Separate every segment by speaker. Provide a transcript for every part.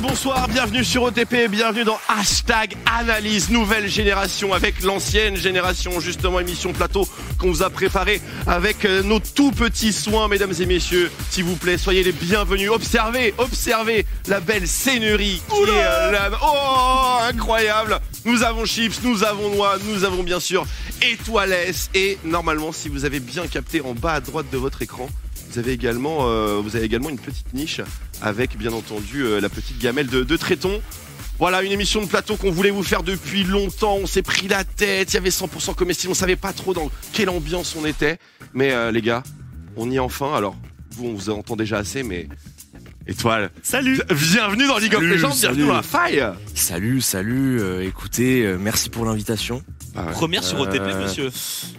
Speaker 1: Bonsoir, bienvenue sur OTP, bienvenue dans Hashtag Analyse Nouvelle Génération avec l'ancienne génération, justement émission plateau qu'on vous a préparée avec euh, nos tout petits soins, mesdames et messieurs. S'il vous plaît, soyez les bienvenus. Observez, observez la belle scénerie qui est euh, là. Oh, incroyable Nous avons chips, nous avons noix, nous avons bien sûr étoiles. Et normalement, si vous avez bien capté en bas à droite de votre écran, vous avez également, euh, vous avez également une petite niche avec bien entendu euh, la petite gamelle de, de Tréton. Voilà une émission de plateau qu'on voulait vous faire depuis longtemps. On s'est pris la tête, il y avait 100% comestible, on savait pas trop dans quelle ambiance on était. Mais euh, les gars, on y est enfin. Alors, vous, on vous entend déjà assez, mais. Étoile,
Speaker 2: Salut
Speaker 1: bienvenue dans League of
Speaker 3: Salut,
Speaker 1: Legends, bienvenue
Speaker 3: salut.
Speaker 1: dans la faille
Speaker 3: Salut, salut. euh, écoutez, euh, merci pour l'invitation.
Speaker 2: Première sur OTP,
Speaker 3: Euh,
Speaker 2: monsieur.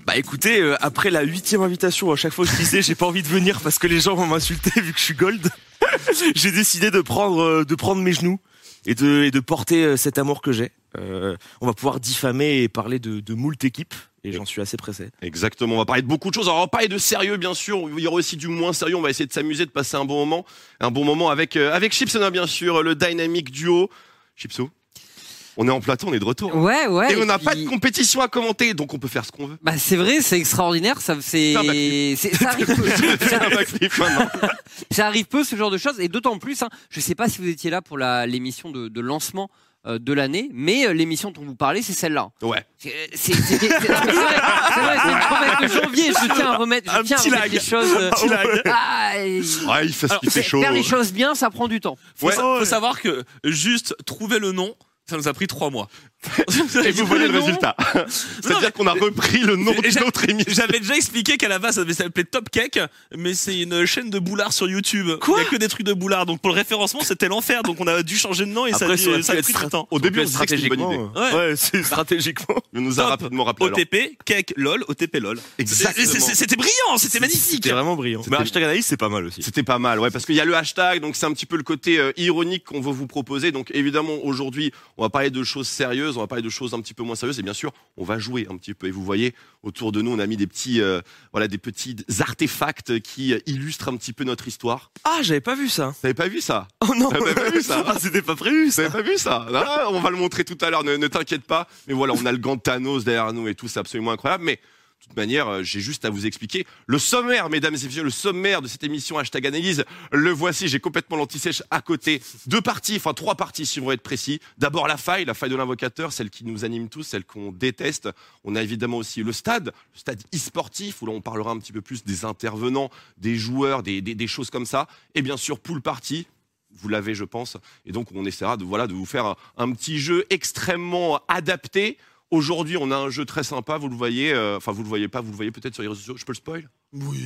Speaker 3: Bah écoutez, euh, après la huitième invitation, à chaque fois je disais j'ai pas envie de venir parce que les gens vont m'insulter vu que je suis gold. j'ai décidé de prendre, euh, de prendre mes genoux et de, et de porter euh, cet amour que j'ai. Euh, on va pouvoir diffamer et parler de, de moult équipes et j'en suis assez pressé.
Speaker 1: Exactement, on va parler de beaucoup de choses. Alors, on va parler de sérieux, bien sûr. Il y aura aussi du moins sérieux. On va essayer de s'amuser, de passer un bon moment. Un bon moment avec, euh, avec Chips. On a bien sûr le Dynamic Duo. Chipso, on est en plateau, on est de retour.
Speaker 4: Ouais, ouais.
Speaker 1: et on n'a
Speaker 4: puis-
Speaker 1: pas de compétition à commenter, donc on peut faire ce qu'on veut.
Speaker 4: Bah c'est vrai, c'est extraordinaire, ça c'est
Speaker 1: Putain, bah,
Speaker 4: c'est- ça arrive peu.
Speaker 1: C'est
Speaker 4: ça,
Speaker 1: un hein,
Speaker 4: arrive,
Speaker 1: backflip, maintenant.
Speaker 4: ça arrive peu ce genre de choses et d'autant plus hein, je sais pas si vous étiez là pour la l'émission de, de lancement euh, de l'année, mais euh, l'émission dont vous parlez, c'est celle-là.
Speaker 1: Ouais.
Speaker 4: C'est c'est- c'est- c'est- c'est vrai, c'est vrai, c'est une promesse de janvier. Je tiens à remettre, je
Speaker 3: Un
Speaker 4: tiens à
Speaker 3: petit
Speaker 4: remettre
Speaker 3: lag.
Speaker 4: les choses. euh,
Speaker 3: petit lag.
Speaker 4: ah, et-
Speaker 1: Ouais, il fait ce qu'il fait chaud.
Speaker 4: Faire les choses bien, ça prend du temps.
Speaker 2: Faut,
Speaker 1: Ouais.
Speaker 2: sa- faut savoir que juste trouver le nom, ça nous a pris trois mois.
Speaker 1: Et vous voyez le résultat. C'est-à-dire qu'on a repris le nom
Speaker 2: Et j'a-
Speaker 1: d'une autre émission.
Speaker 2: J'avais déjà expliqué qu'à la base ça devait s'appeler Top Cake, mais c'est une chaîne de boulards sur YouTube.
Speaker 4: Quoi
Speaker 2: Il y a que des trucs de boulards, donc pour le référencement c'était l'enfer, donc on a dû changer de nom et
Speaker 3: Après,
Speaker 2: ça, a
Speaker 3: ça aurait
Speaker 2: dû- ça a
Speaker 3: pu
Speaker 2: pris
Speaker 3: être
Speaker 2: du temps.
Speaker 1: Au début, on se disait que c'était une bonne idée.
Speaker 3: euh,
Speaker 4: euh,
Speaker 3: stratégiquement. euh,
Speaker 2: idée.
Speaker 3: Ouais, c'est stratégiquement.
Speaker 1: Il nous a
Speaker 2: Top.
Speaker 1: rapidement rappelé. Bah alors.
Speaker 2: OTP, cake, lol, OTP, lol. Et c'est-
Speaker 1: Exactement.
Speaker 2: c'est- C'était brillant, c'était magnifique.
Speaker 3: C'était vraiment brillant.
Speaker 1: C'était-
Speaker 3: Mais hashtag analyse, c'est pas mal aussi.
Speaker 1: C'était pas mal, ouais, parce qu'il y a le hashtag, donc c'est un petit peu le côté euh, ironique qu'on veut vous proposer. Donc évidemment, aujourd'hui, on va parler de choses sérieuses, on va parler de choses un petit peu moins sérieuses, et bien sûr, on va jouer un petit peu. Et vous voyez, autour de nous, on a mis des petits, euh, voilà, des petits artefacts qui euh, illustrent un petit peu notre histoire.
Speaker 3: Ah, j'avais pas vu ça.
Speaker 1: T'avais pas vu ça
Speaker 3: Oh non,
Speaker 1: J'avais pas vu ça.
Speaker 3: Ah, c'était pas prévu ça.
Speaker 1: T'avais pas vu ça Ah, On va le montrer tout à l'heure, ne, ne t'inquiète pas. Mais voilà, on a le gant de Thanos derrière nous et tout, c'est absolument incroyable. Mais de toute manière, euh, j'ai juste à vous expliquer le sommaire, mesdames et messieurs, le sommaire de cette émission hashtag analyse. Le voici, j'ai complètement l'antisèche à côté. Deux parties, enfin trois parties si on veut être précis. D'abord la faille, la faille de l'invocateur, celle qui nous anime tous, celle qu'on déteste. On a évidemment aussi le stade, le stade e-sportif, où là on parlera un petit peu plus des intervenants, des joueurs, des, des- des choses comme ça. Et bien sûr, pool party. Vous l'avez, je pense. Et donc, on essaiera de, voilà, de vous faire un, un petit jeu extrêmement adapté. Aujourd'hui, on a un jeu très sympa, vous le voyez, euh, enfin, vous le voyez pas, vous le voyez peut-être sur les réseaux sociaux. Je peux le spoil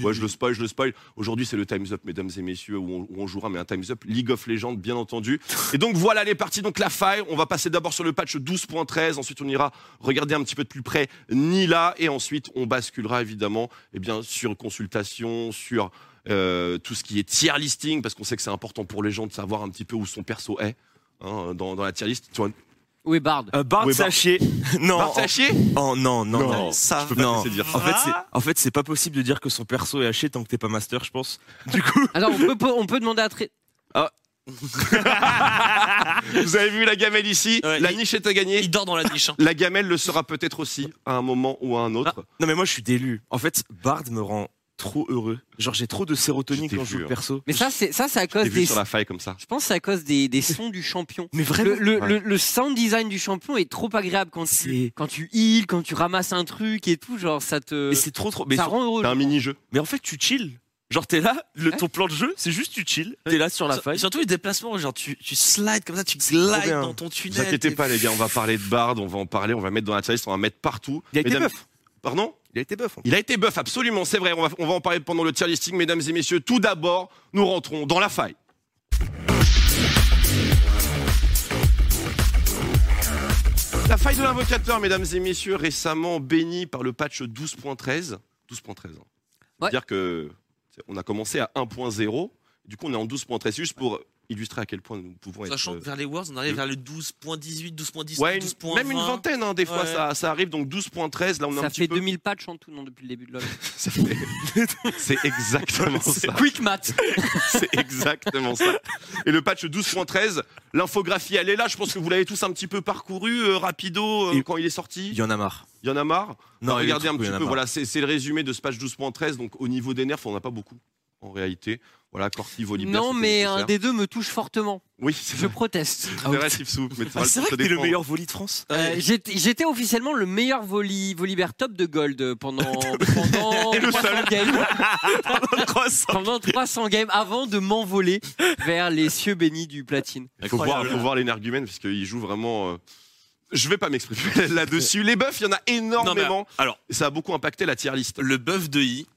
Speaker 1: Ouais, je le spoil, je le spoil. Aujourd'hui, c'est le Time's Up, mesdames et messieurs, où on, où on jouera, mais un Time's Up League of Legends, bien entendu. Et donc, voilà les parties. Donc, la faille, on va passer d'abord sur le patch 12.13. Ensuite, on ira regarder un petit peu de plus près Nila. Et ensuite, on basculera évidemment eh bien, sur consultation, sur euh, tout ce qui est tier listing, parce qu'on sait que c'est important pour les gens de savoir un petit peu où son perso est. hein, dans, dans la tier list, tu vois.
Speaker 4: Oui, Bard.
Speaker 3: Euh, Bart
Speaker 1: Oui, Bart.
Speaker 3: Sachier. Non.
Speaker 1: Bart, t'as chié
Speaker 3: Oh non, non,
Speaker 1: Non,
Speaker 3: non.
Speaker 2: Ça
Speaker 3: Je peux
Speaker 2: va.
Speaker 3: pas te laisser
Speaker 1: dire
Speaker 3: En fait,
Speaker 2: Ah.
Speaker 3: c'est en fait, c'est pas possible de dire que son perso est haché tant que t'es pas master, je pense. Du coup,
Speaker 4: Alors on peut on peut demander à Tré-
Speaker 1: Vous avez vu la gamelle ici,
Speaker 2: Ouais,
Speaker 1: la
Speaker 2: il-
Speaker 1: niche est à gagner.
Speaker 2: Il dort dans la niche. hein.
Speaker 1: La gamelle le sera peut-être aussi à un moment ou à un autre.
Speaker 3: non mais moi je suis délu. En fait, Bard me rend trop heureux. Genre j'ai trop de sérotonine
Speaker 1: Je t'ai
Speaker 3: quand
Speaker 1: vu,
Speaker 3: je joue
Speaker 1: hein.
Speaker 3: le perso.
Speaker 4: Mais ça c'est ça Ah, c'est à
Speaker 1: J'ai
Speaker 4: cause
Speaker 1: vu
Speaker 4: des
Speaker 1: sur la faille comme ça.
Speaker 4: je pense que c'est à cause des des sons du champion.
Speaker 3: Mais
Speaker 4: Le,
Speaker 3: vraiment,
Speaker 4: le,
Speaker 1: Ouais.
Speaker 4: le- le sound design du champion est trop agréable quand tu,
Speaker 3: C'est-
Speaker 4: quand tu heal, quand tu ramasses un truc et tout, genre ça te
Speaker 3: mais c'est trop trop. Mais,
Speaker 4: ça
Speaker 3: sur-
Speaker 4: rend heureux.
Speaker 1: C'est un mini-jeu.
Speaker 3: mais en fait, tu chill. Genre t'es là, le,
Speaker 4: Ouais.
Speaker 3: ton plan de jeu, c'est juste tu chill. T'es là sur la
Speaker 2: Sur-
Speaker 3: faille.
Speaker 2: Surtout les déplacements, genre tu, tu slides comme ça, tu glides
Speaker 3: bien.
Speaker 2: dans ton
Speaker 1: Ne
Speaker 2: tunnel.
Speaker 1: vous inquiétez
Speaker 2: t'es-
Speaker 1: pas, les gars, on va parler de Bard, on va en parler, on va mettre dans la tier list, on va mettre partout.
Speaker 3: Il a été
Speaker 1: Mesdames-
Speaker 3: buff.
Speaker 1: Pardon
Speaker 3: Il a été buff. en fait.
Speaker 1: Il a été buff, absolument, c'est vrai. On va, on va en parler pendant le tier listing, mesdames et messieurs. Tout d'abord, nous rentrons dans la faille. La faille de l'invocateur, mesdames et messieurs, récemment bénie par le patch 12.13. 12.13. Hein.
Speaker 4: Ouais.
Speaker 1: C'est-à-dire que c'est- on a commencé à 1.0, du coup on est en 12.13. C'est Juste pour illustrer à quel point nous pouvons être.
Speaker 2: Sachant
Speaker 1: euh,
Speaker 2: que vers les Worlds, on arrive
Speaker 1: le-
Speaker 2: vers le 12.18, 12.10,
Speaker 1: Ouais, une-
Speaker 2: 12.20.
Speaker 1: même une vingtaine, hein, des fois,
Speaker 2: Ouais.
Speaker 1: ça, ça arrive. Donc 12.13, là, on est un
Speaker 4: Ça
Speaker 1: petit
Speaker 4: fait
Speaker 1: peu.
Speaker 4: 2000 patchs en tout, non, depuis le début de LoL.
Speaker 1: Ça fait- C'est exactement ça.
Speaker 4: Quick math
Speaker 1: C'est exactement ça. Et le patch 12.13, l'infographie, elle est là. Je pense que vous l'avez tous un petit peu parcouru, euh, rapido, euh,
Speaker 3: Et-
Speaker 1: quand il est
Speaker 3: Il
Speaker 1: sorti.
Speaker 3: y en a marre.
Speaker 1: Il y en a marre.
Speaker 3: Non, il y a
Speaker 1: regardez
Speaker 3: des
Speaker 1: un
Speaker 3: trucs où il y
Speaker 1: petit
Speaker 3: en a
Speaker 1: peu.
Speaker 3: marre.
Speaker 1: Voilà, c'est c'est le résumé de ce patch 12.13. Donc, au niveau des nerfs, on n'a pas beaucoup, en réalité. Voilà, Corti, Volibear.
Speaker 4: Non,
Speaker 1: c'était
Speaker 4: mais un
Speaker 1: nécessaire.
Speaker 4: des Ah deux me touche fortement.
Speaker 1: Oui, c'est
Speaker 4: Je
Speaker 1: vrai.
Speaker 4: proteste.
Speaker 1: C'est vrai, Steve Soup, mais
Speaker 3: Ah, c'est vrai
Speaker 1: ça
Speaker 3: que t'es le
Speaker 1: dépend.
Speaker 3: meilleur volley de France.
Speaker 4: Euh, J'étais j'étais officiellement le meilleur volley, volleyball top de gold pendant, pendant,
Speaker 1: Et le
Speaker 4: 300
Speaker 1: seul.
Speaker 4: games,
Speaker 3: Incroyable.
Speaker 4: pendant 300 games avant de m'envoler vers les cieux bénis du platine.
Speaker 1: Il faut voir,
Speaker 2: Incroyable.
Speaker 1: faut voir l'énergumène, parce qu'il joue vraiment. euh, Je vais pas m'exprimer là-dessus. Les buffs, il y en a énormément.
Speaker 2: alors-
Speaker 1: Et ça a beaucoup impacté la tier list.
Speaker 2: le buff de I.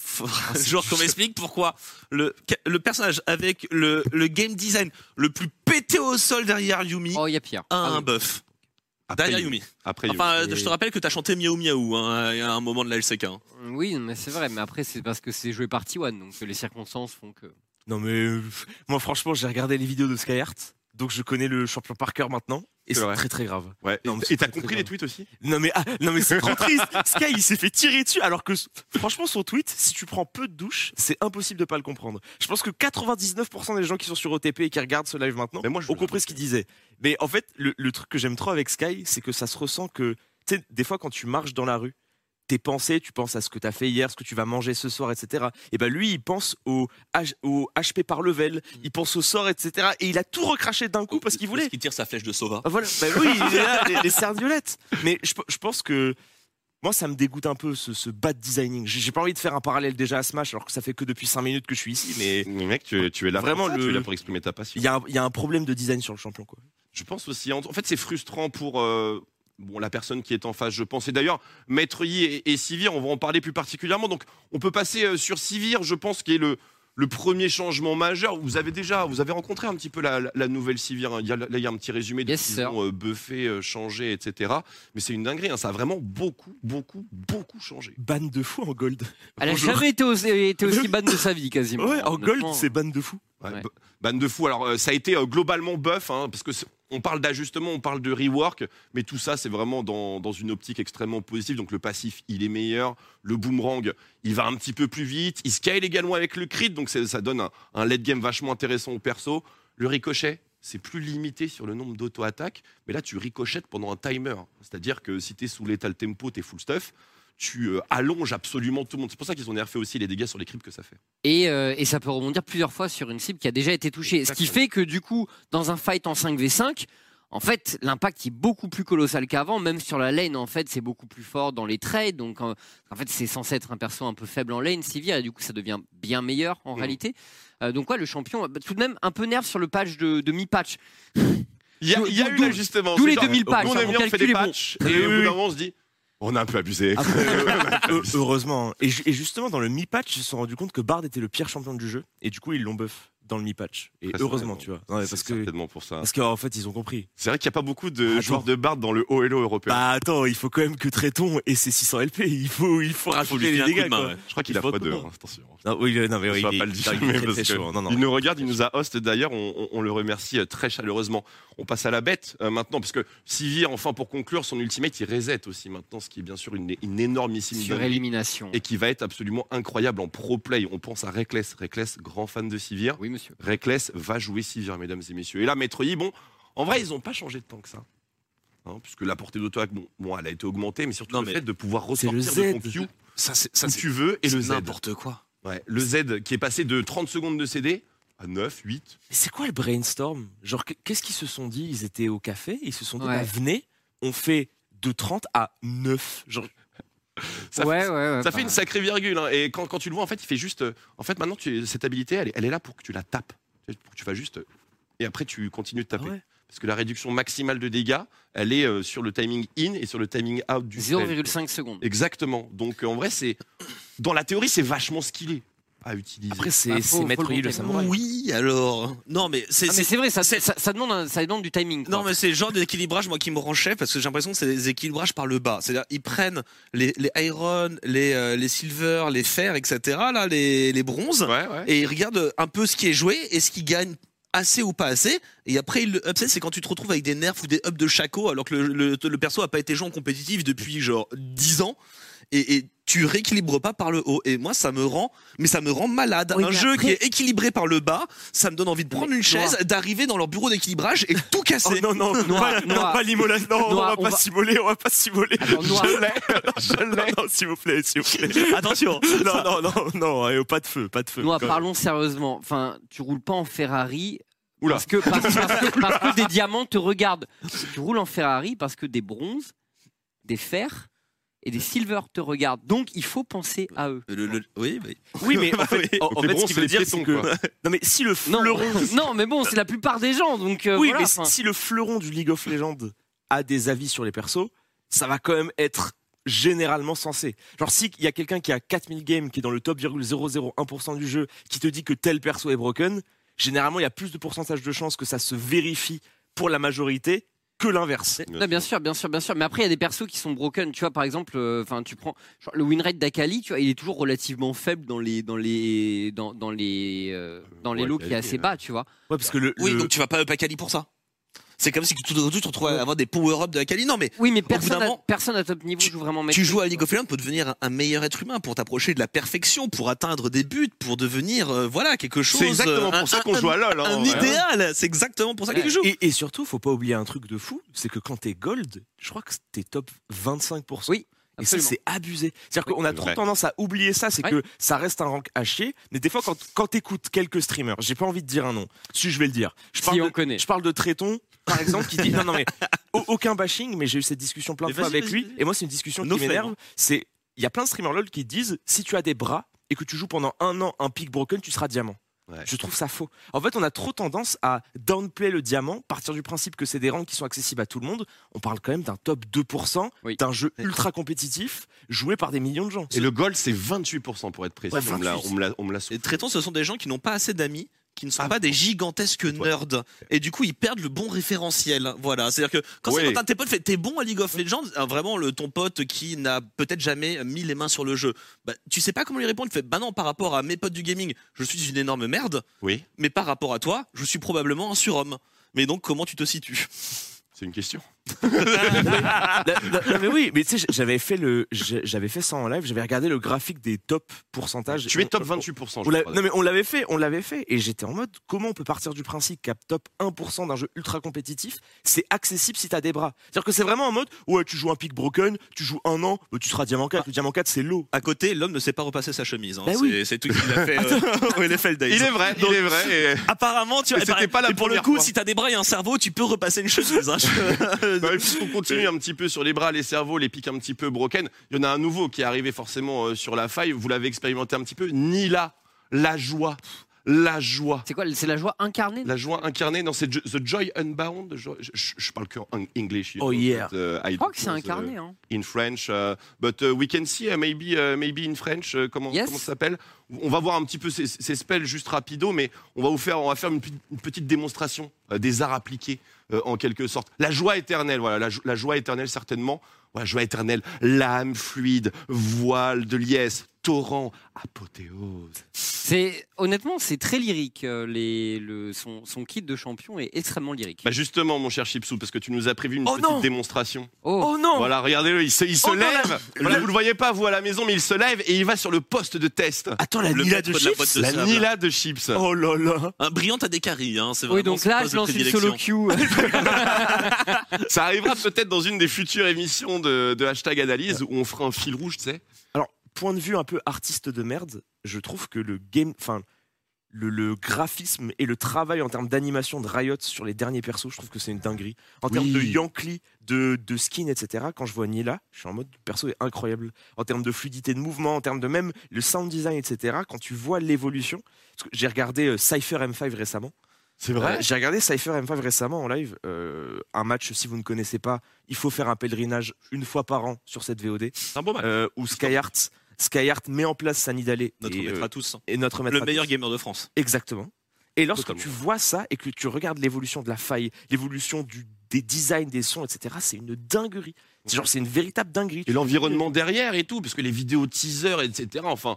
Speaker 2: faut- Genre qu'on m'explique pourquoi le, le personnage avec le, le game design le plus pété au sol derrière Yumi
Speaker 4: Oh, il y a pire.
Speaker 2: a
Speaker 4: Ah
Speaker 2: un
Speaker 4: oui.
Speaker 2: buff.
Speaker 1: Après,
Speaker 2: Derrière
Speaker 1: il-
Speaker 2: Yumi.
Speaker 1: Après, il-
Speaker 2: Enfin,
Speaker 4: Et-
Speaker 2: je te rappelle que t'as chanté Miaou Miaou hein, à un moment de la LCK. hein.
Speaker 4: Oui, mais c'est vrai, mais après, c'est parce que c'est joué par T1, donc les circonstances font que.
Speaker 3: Non mais euh, moi franchement j'ai regardé les vidéos de Skyheart, donc je connais le champion par cœur maintenant et
Speaker 1: C'est
Speaker 3: c'est
Speaker 1: vrai.
Speaker 3: très très grave.
Speaker 1: ouais.
Speaker 3: Non, mais c'est
Speaker 1: Et t'as
Speaker 3: très, très
Speaker 1: compris les
Speaker 3: grave.
Speaker 1: tweets aussi
Speaker 3: Non mais ah, non mais c'est trop triste. Sky il s'est fait tirer dessus alors que franchement son tweet si tu prends peu de douche c'est impossible de pas le comprendre. Je pense que 99% des gens qui sont sur OTP et qui regardent ce live maintenant
Speaker 1: Mais moi, je
Speaker 3: ont
Speaker 1: veux
Speaker 3: compris ce qu'il disait. Mais en fait le, le truc que j'aime trop avec Sky c'est que ça se ressent que tu sais des fois quand tu marches dans la rue tes pensées tu penses à ce que t'as fait hier ce que tu vas manger ce soir etc. Et ben lui il pense au, H- au HP par
Speaker 1: Mm.
Speaker 3: level il pense au sort etc. Et il a tout recraché d'un coup parce qu'il voulait.
Speaker 2: Parce qu'il tire sa flèche de Sova.
Speaker 3: Ah, Voilà, bah oui, il est là, les, les serviolettes. Mais je, pe- je pense que moi, ça me dégoûte un peu ce, ce bad designing. J'ai j'ai pas envie de faire un parallèle déjà à Smash, alors que ça fait que depuis 5 minutes que je suis ici. Mais
Speaker 1: Mais mec, tu es, tu es là
Speaker 3: Vraiment,
Speaker 1: pour ça,
Speaker 3: le-
Speaker 1: tu es là pour exprimer ta passion.
Speaker 3: il y, a un- il y a un problème de design sur le champion. Quoi.
Speaker 1: Je pense aussi. En, en fait, c'est frustrant pour euh, bon, la personne qui est en face, je pense. Et d'ailleurs, Maître Yi et, et Sivir, on va en parler plus particulièrement. Donc, on peut passer euh, sur Sivir, je pense, qui est le, le premier changement majeur. Vous avez déjà vous avez rencontré un petit peu la, la- la nouvelle Sivir. hein. Il y a, là, il y a un petit résumé de
Speaker 4: Yes,
Speaker 1: ce qu'ils
Speaker 4: sir.
Speaker 1: ont euh, buffé, euh, changé, etc. Mais c'est une dinguerie. hein. Ça a vraiment beaucoup, beaucoup, beaucoup changé.
Speaker 3: Ban de fou en gold.
Speaker 4: Elle a
Speaker 3: Bonjour.
Speaker 4: jamais été aussi, été aussi ban de sa vie, quasiment.
Speaker 3: Ouais, en gold,
Speaker 4: Honnêtement,
Speaker 3: c'est ban de fou.
Speaker 1: Ouais,
Speaker 4: Ouais.
Speaker 1: b- Banne de fou. Alors, euh, ça a été euh, globalement buff, hein, parce que c'est- on parle d'ajustement, on parle de rework, mais tout ça, c'est vraiment dans, dans une optique extrêmement positive. Donc, le passif, il est meilleur. Le boomerang, il va un petit peu plus vite. Il scale également avec le crit, donc c'est- ça donne un, un late game vachement intéressant au perso. Le ricochet, c'est plus limité sur le nombre d'auto-attaques, mais là, tu ricochettes pendant un timer. C'est-à-dire que si tu es sous l'étal tempo, tu es full stuff. Tu euh, allonges absolument tout le monde. C'est pour ça qu'ils ont nerfé aussi les dégâts sur les creeps que ça fait.
Speaker 4: Et, euh, et ça peut rebondir plusieurs fois sur une cible qui a déjà été touchée. Ce qui
Speaker 1: Exactement.
Speaker 4: fait que du coup, dans un fight en 5v5, en fait, l'impact est beaucoup plus colossal qu'avant. Même sur la lane, en fait, c'est beaucoup plus fort dans les trades. Donc, euh, en fait, c'est censé être un perso un peu faible en lane, Sivir, et du coup, ça devient bien meilleur en
Speaker 1: Mhm.
Speaker 4: réalité. Euh, donc, ouais, le champion, bah, tout de même, un peu nerf sur le patch de, de mi-patch.
Speaker 1: Il y a,
Speaker 4: D'où-
Speaker 1: il y a
Speaker 4: d'où-
Speaker 1: eu
Speaker 4: d'où-
Speaker 1: l'ajustement.
Speaker 4: d'où
Speaker 1: c'est
Speaker 4: les
Speaker 1: genre,
Speaker 4: 2000 patchs,
Speaker 1: Nous, on
Speaker 4: hein,
Speaker 1: aime
Speaker 4: mon
Speaker 1: bien, on fait
Speaker 4: calcul
Speaker 1: des
Speaker 4: est bon.
Speaker 1: patchs. Et au bout d'un moment, on se dit, on a un peu abusé.
Speaker 3: Après, euh, heureusement. hein. Et, ju- et justement, dans le mi-patch, ils se sont rendus compte que Bard était le pire champion du jeu. Et du coup, ils l'ont buff dans le mi-patch. Et
Speaker 1: Très
Speaker 3: heureusement, tu vois.
Speaker 1: certainement.
Speaker 3: Ouais,
Speaker 1: C'est
Speaker 3: parce que.
Speaker 1: certainement pour ça.
Speaker 3: Parce qu'en fait, ils ont compris.
Speaker 1: C'est vrai qu'il n'y a pas beaucoup de
Speaker 3: Attends.
Speaker 1: joueurs de Bard dans le haut et low européen.
Speaker 3: Bah attends, il faut quand même que Tréton et ses 600 LP. Il faut, il Ah, faut
Speaker 2: Faut
Speaker 3: rajouter
Speaker 2: lui filer
Speaker 3: les
Speaker 2: un coup
Speaker 3: dégâts.
Speaker 2: de main,
Speaker 3: quoi.
Speaker 2: ouais.
Speaker 1: je crois qu'il a
Speaker 3: il faut-
Speaker 1: pas deux. hein, Attention.
Speaker 3: Non, oui, euh, non, mais
Speaker 1: Je
Speaker 3: oui,
Speaker 1: vais
Speaker 3: il,
Speaker 1: pas
Speaker 3: est-
Speaker 1: le dire,
Speaker 3: non, il est
Speaker 1: mais
Speaker 3: très,
Speaker 1: parce
Speaker 3: très
Speaker 1: que
Speaker 3: chaud. Non, non.
Speaker 1: Il nous regarde, il nous a host d'ailleurs, on, on- on le remercie euh, très chaleureusement. On passe à la bête euh, maintenant, parce que Sivir, enfin pour conclure, son ultimate, il reset aussi maintenant, ce qui est bien sûr une, une énormissime
Speaker 4: Sur
Speaker 1: dinguerie
Speaker 4: élimination.
Speaker 1: et qui va être absolument incroyable en pro-play. On pense à Reckless, Reckless, grand fan de Sivir.
Speaker 4: Oui, monsieur.
Speaker 1: Reckless va jouer Sivir, mesdames et messieurs. Et là, Maître Yi, bon, en vrai, ils n'ont pas changé de temps que ça. Hein, puisque la portée dauto bon, bon, elle a été augmentée, mais surtout
Speaker 2: Non,
Speaker 1: le
Speaker 2: mais
Speaker 1: fait de pouvoir
Speaker 3: c'est
Speaker 1: ressortir
Speaker 3: le
Speaker 1: de ton
Speaker 3: Z.
Speaker 1: Q
Speaker 2: Ça, c'est
Speaker 1: où tu veux et le Z.
Speaker 2: n'importe quoi.
Speaker 1: Ouais, le Z qui est passé de 30 secondes de CD à 9, 8.
Speaker 3: Mais C'est quoi le brainstorm Genre, que- qu'est-ce qu'ils se sont dit Ils étaient au café, ils se sont dit,
Speaker 4: Ouais.
Speaker 3: bah, venez, on fait de 30 à 9. Genre,
Speaker 1: Ça
Speaker 4: ouais,
Speaker 1: fait,
Speaker 4: ouais, ouais,
Speaker 1: ça fait une
Speaker 4: bah,
Speaker 1: sacrée virgule. hein. Et quand, quand tu le vois, en fait, il fait juste. euh, En fait, maintenant, tu- cette habilité, elle, est- elle est là pour que tu la tapes. Tu sais, Pour que tu vas juste. euh, Et après, tu continues de taper.
Speaker 3: ouais.
Speaker 1: Parce que la réduction maximale de dégâts, elle est euh, sur le timing in et sur le timing out du spell.
Speaker 4: 0,5 secondes. Ah,
Speaker 1: Exactement. Donc euh, en vrai, c'est dans la théorie, c'est vachement skillé à utiliser.
Speaker 3: Après,
Speaker 4: Bah,
Speaker 3: c'est
Speaker 4: faut-
Speaker 3: c'est
Speaker 4: faut
Speaker 3: Maître
Speaker 4: le
Speaker 3: Yi le
Speaker 4: compter,
Speaker 3: samouraï.
Speaker 2: Oui, alors. Non, mais c'est.
Speaker 4: Ah, mais
Speaker 2: c'est-
Speaker 4: c'est vrai, ça,
Speaker 2: c'est-
Speaker 4: ça, ça demande un- ça demande du timing. quoi.
Speaker 2: Non, mais c'est le genre d'équilibrage, moi, qui me rend chef, parce que j'ai l'impression que c'est des équilibrages par le bas. C'est-à-dire, ils prennent les, les iron, les, euh, les silver, les fers, etc., là, les, les bronzes,
Speaker 1: Ouais, ouais.
Speaker 2: et ils regardent un peu ce qui est joué et ce qui gagne
Speaker 5: assez ou pas assez. Et après, le upset, c'est quand tu te retrouves avec des nerfs ou des ups de Chaco, alors que le, le- le perso a pas été joué en compétitif depuis genre 10 ans. Et, et tu rééquilibres pas par le haut. Et moi, ça me rend, mais ça me rend malade.
Speaker 6: Oui,
Speaker 5: un
Speaker 6: mais
Speaker 5: jeu
Speaker 6: après-
Speaker 5: qui est équilibré par le bas, ça me donne envie de prendre une chaise, d'arriver dans leur bureau d'équilibrage et tout
Speaker 3: Oh
Speaker 5: casser.
Speaker 3: non, non,
Speaker 4: Noir,
Speaker 3: pas, non,
Speaker 4: noir.
Speaker 3: pas l'Imola, non,
Speaker 4: Noir,
Speaker 3: on
Speaker 4: on
Speaker 3: va pas
Speaker 4: va-
Speaker 3: s'immoler, on va pas s'immoler.
Speaker 4: Alors, noir.
Speaker 3: Je l'ai, je l'ai. Non, s'il vous plaît, s'il vous plaît.
Speaker 5: Attention.
Speaker 3: Non, non, non, non, et, oh, pas de feu, pas de feu.
Speaker 4: Noah,
Speaker 3: Quand-
Speaker 4: parlons sérieusement. Enfin, tu roules pas en Ferrari.
Speaker 1: Oula.
Speaker 4: Parce que, parce, parce que- parce que des diamants te regardent. Tu roules en Ferrari parce que des bronzes, des fers et des silvers te regardent. Donc il faut penser à eux.
Speaker 5: Le- le- oui, oui.
Speaker 3: Oui, mais en
Speaker 5: Bah
Speaker 3: fait,
Speaker 5: oui.
Speaker 3: en- en
Speaker 1: Donc, les
Speaker 3: fait, ce
Speaker 1: bronzes, c'est
Speaker 3: qui veut
Speaker 1: les
Speaker 3: dire,
Speaker 1: piétons,
Speaker 3: c'est que.
Speaker 1: quoi.
Speaker 3: Non, mais si le
Speaker 4: Non,
Speaker 3: fleuron.
Speaker 4: non, mais bon, c'est la plupart des gens. Donc euh,
Speaker 3: Oui,
Speaker 4: voilà,
Speaker 3: mais
Speaker 4: enfin,
Speaker 3: si le fleuron du League of Legends a des avis sur les persos, ça va quand même être généralement sensé. Genre si il y a quelqu'un qui a 4000 games qui est dans le top 0,001% du jeu qui te dit que tel perso est broken, généralement il y a plus de pourcentage de chances que ça se vérifie pour la majorité que l'inverse.
Speaker 4: Non, bien sûr, bien sûr, bien sûr. Mais après, il y a des persos qui sont broken. Tu vois, par exemple, euh, enfin, tu prends genre, le win rate d'Akali. Tu vois, il est toujours relativement faible dans les dans les dans, dans les euh, dans les
Speaker 1: Ouais,
Speaker 4: lots qui est
Speaker 1: Akali,
Speaker 4: assez
Speaker 1: euh,
Speaker 4: bas. Tu vois.
Speaker 3: Ouais parce que le,
Speaker 5: Oui,
Speaker 3: le-
Speaker 5: donc tu vas pas up Akali pour ça. C'est comme si tout d'un coup tu te retrouvais à avoir des power-up de Akali. Non, mais
Speaker 4: Oui, mais
Speaker 5: bout d'un
Speaker 4: personne, à,
Speaker 5: moment,
Speaker 4: personne à top niveau joue vraiment.
Speaker 5: tu
Speaker 4: maîtrise,
Speaker 5: joues à League
Speaker 4: quoi.
Speaker 5: of Legends pour devenir un- un meilleur être humain, pour t'approcher de la perfection, pour atteindre des buts, pour devenir euh, voilà quelque chose.
Speaker 1: C'est exactement
Speaker 5: euh, un-
Speaker 1: pour ça
Speaker 5: un-
Speaker 1: qu'on joue à LoL. hein,
Speaker 5: Un
Speaker 1: en vrai, hein.
Speaker 5: idéal, c'est exactement pour ça
Speaker 4: Ouais.
Speaker 5: qu'il joue.
Speaker 3: et, et surtout faut pas oublier un truc de fou, c'est que quand t'es gold, je crois que t'es top 25%. Et
Speaker 4: Oui,
Speaker 3: ça,
Speaker 4: absolument.
Speaker 3: c'est abusé. C'est-à-dire qu'on a
Speaker 1: c'est
Speaker 3: trop
Speaker 1: vrai.
Speaker 3: tendance à oublier ça, c'est
Speaker 4: Ouais.
Speaker 3: que ça reste un rank à chier. Mais des fois, quand, quand t'écoutes quelques streamers, j'ai pas envie de dire un nom. Si, je vais le dire. Je parle,
Speaker 4: Si on
Speaker 3: de,
Speaker 4: connaît.
Speaker 3: je parle de Tréton, par exemple, qui dit non, non, mais au- aucun bashing, mais j'ai eu cette discussion plein de
Speaker 5: Mais
Speaker 3: fois
Speaker 5: vas-y,
Speaker 3: avec
Speaker 5: vas-y,
Speaker 3: lui.
Speaker 5: vas-y.
Speaker 3: Et moi, c'est une discussion
Speaker 5: No
Speaker 3: qui
Speaker 5: fame.
Speaker 3: m'énerve. C'est, il y a plein de streamers LOL qui disent si tu as des bras et que tu joues pendant un an un pick broken, tu seras diamant.
Speaker 1: Ouais.
Speaker 3: Je trouve ça faux. En fait, on a trop tendance à downplay le diamant, partir du principe que c'est des rangs qui sont accessibles à tout le monde. On parle quand même d'un top 2%,
Speaker 4: Oui.
Speaker 3: d'un jeu ultra compétitif, joué par des millions de gens.
Speaker 1: Et le gold, c'est 28% pour être précis.
Speaker 3: Ouais,
Speaker 1: on me l'a-
Speaker 3: 28.
Speaker 1: on me l'a- on me l'a
Speaker 5: Et traitons, ce sont des gens qui n'ont pas assez d'amis qui ne sont
Speaker 1: Ah,
Speaker 5: pas des gigantesques
Speaker 1: Ouais.
Speaker 5: nerds et du coup ils perdent le bon référentiel voilà c'est à dire que quand
Speaker 1: Ouais.
Speaker 5: c'est quand un de tes potes fait t'es bon à League of Legends ah, vraiment le ton pote qui n'a peut-être jamais mis les mains sur le jeu bah, tu sais pas comment lui répondre tu fais bah non par rapport à mes potes du gaming je suis une énorme merde
Speaker 1: Oui,
Speaker 5: mais par rapport à toi je suis probablement un surhomme mais donc comment tu te situes
Speaker 1: c'est une question.
Speaker 3: Non, non, non, mais oui, mais tu sais, j'avais fait le, j'ai- j'avais fait ça en live, j'avais regardé le graphique des top pourcentages.
Speaker 1: Tu es top
Speaker 3: On-
Speaker 1: 28%.
Speaker 3: on
Speaker 1: je
Speaker 3: l'a-
Speaker 1: crois.
Speaker 3: non mais on l'avait fait, on l'avait fait, et j'étais en mode comment on peut partir du principe qu'à top 1% d'un jeu ultra compétitif, c'est accessible si t'as des bras. C'est-à-dire que c'est vraiment en mode ouais tu joues un pick broken, tu joues un an, bah, tu seras diamant 4, le diamant 4 c'est l'eau.
Speaker 5: à côté l'homme ne sait pas repasser sa chemise hein.
Speaker 3: Bah
Speaker 5: c'est
Speaker 3: oui.
Speaker 5: c'est tout qu'il a fait euh, au NFL Days
Speaker 1: Il est vrai, il est vrai. et-
Speaker 5: Apparemment, tu
Speaker 1: Mais
Speaker 5: et
Speaker 1: c'était
Speaker 5: pareil-
Speaker 1: pas la
Speaker 5: et pour le
Speaker 1: première
Speaker 5: coup,
Speaker 1: fois.
Speaker 5: si t'as des bras et un cerveau, tu peux repasser une chemise. hein. Je-
Speaker 1: Bah, et puisqu'on continue un petit peu sur les bras, les cerveaux, les pics un petit peu broken, il y en a un nouveau qui est arrivé forcément euh, sur la faille. Vous l'avez expérimenté un petit peu. Nila, la joie, la joie.
Speaker 4: C'est quoi C'est la joie incarnée.
Speaker 1: La joie incarnée dans cette The Joy Unbound. Je, je- je parle que en English. you
Speaker 3: Oh,
Speaker 1: know,
Speaker 3: yeah.
Speaker 1: but, uh, I
Speaker 4: Je crois que c'est
Speaker 1: don't, uh,
Speaker 4: incarné.
Speaker 5: euh,
Speaker 4: Hein.
Speaker 1: in French, uh, but uh, we can see uh, maybe uh, maybe in French uh, comment
Speaker 4: Yes.
Speaker 1: comment ça s'appelle. On va voir un petit peu ces, ces spells juste rapido, mais on va vous faire on va faire une, pe- une petite démonstration euh, des arts appliqués euh, en quelque sorte. La joie éternelle, voilà, la, jo- la joie éternelle certainement. Voilà, joie éternelle, lame fluide, voile de liesse, torrent, apothéose.
Speaker 4: C'est honnêtement, c'est très lyrique. euh, les, le, son, son kit de champion est extrêmement lyrique.
Speaker 1: Bah justement, mon cher Chipsou, parce que tu nous as prévu une
Speaker 3: Oh
Speaker 1: petite
Speaker 3: non
Speaker 1: démonstration.
Speaker 4: Oh,
Speaker 3: Oh non
Speaker 1: Voilà, regardez-le, il se, il se
Speaker 3: Oh, non,
Speaker 1: lève.
Speaker 3: la-
Speaker 1: Voilà, vous le voyez pas, vous à la maison, mais il se lève et il va sur le poste de test.
Speaker 3: Attends la
Speaker 5: Le
Speaker 3: Nila
Speaker 5: maître
Speaker 3: de
Speaker 5: de la
Speaker 3: chips
Speaker 5: boîte de
Speaker 1: La
Speaker 5: sable.
Speaker 1: Nila de chips.
Speaker 3: Ah, Oh là là
Speaker 5: Un brillant à des caries, hein, c'est
Speaker 4: oui,
Speaker 5: vraiment
Speaker 4: donc
Speaker 5: son
Speaker 4: là,
Speaker 5: poste
Speaker 4: je
Speaker 5: de
Speaker 4: lance une
Speaker 5: prédilection.
Speaker 4: solo queue. euh,
Speaker 1: Ça arrivera peut-être dans une des futures émissions de, de hashtag analyse où on fera un fil rouge, tu sais.
Speaker 3: Alors, point de vue un peu artiste de merde, je trouve que le game, enfin, le, le graphisme et le travail en termes d'animation de Riot sur les derniers persos, je trouve que c'est une dinguerie. En termes de Yankee, de, de skin, etc., quand je vois Nila, je suis en mode, le perso est incroyable. En termes de fluidité de mouvement, en termes de même le sound design, etc., quand tu vois l'évolution, parce que j'ai regardé euh, Cypher M5 récemment.
Speaker 1: C'est
Speaker 3: Euh, j'ai regardé Cypher M5 récemment en live. euh, un match, si vous ne connaissez pas, il faut faire un pèlerinage une fois par an sur cette VOD
Speaker 5: C'est un bon match.
Speaker 3: euh, où Skyheart, Skyheart met en place sa Nidalé
Speaker 5: Notre
Speaker 3: et,
Speaker 5: maître
Speaker 3: euh,
Speaker 5: à tous. hein.
Speaker 3: et notre maître
Speaker 5: Le
Speaker 3: à
Speaker 5: meilleur
Speaker 3: tous.
Speaker 5: gamer de France.
Speaker 3: Exactement. Et lorsque
Speaker 1: Totalement.
Speaker 3: tu vois ça et que tu regardes l'évolution de la faille, l'évolution du- des designs, des sons, etc., c'est une dinguerie. C'est genre, c'est une véritable dinguerie.
Speaker 1: Et l'environnement derrière et tout, parce que les vidéos teasers, etc. Enfin,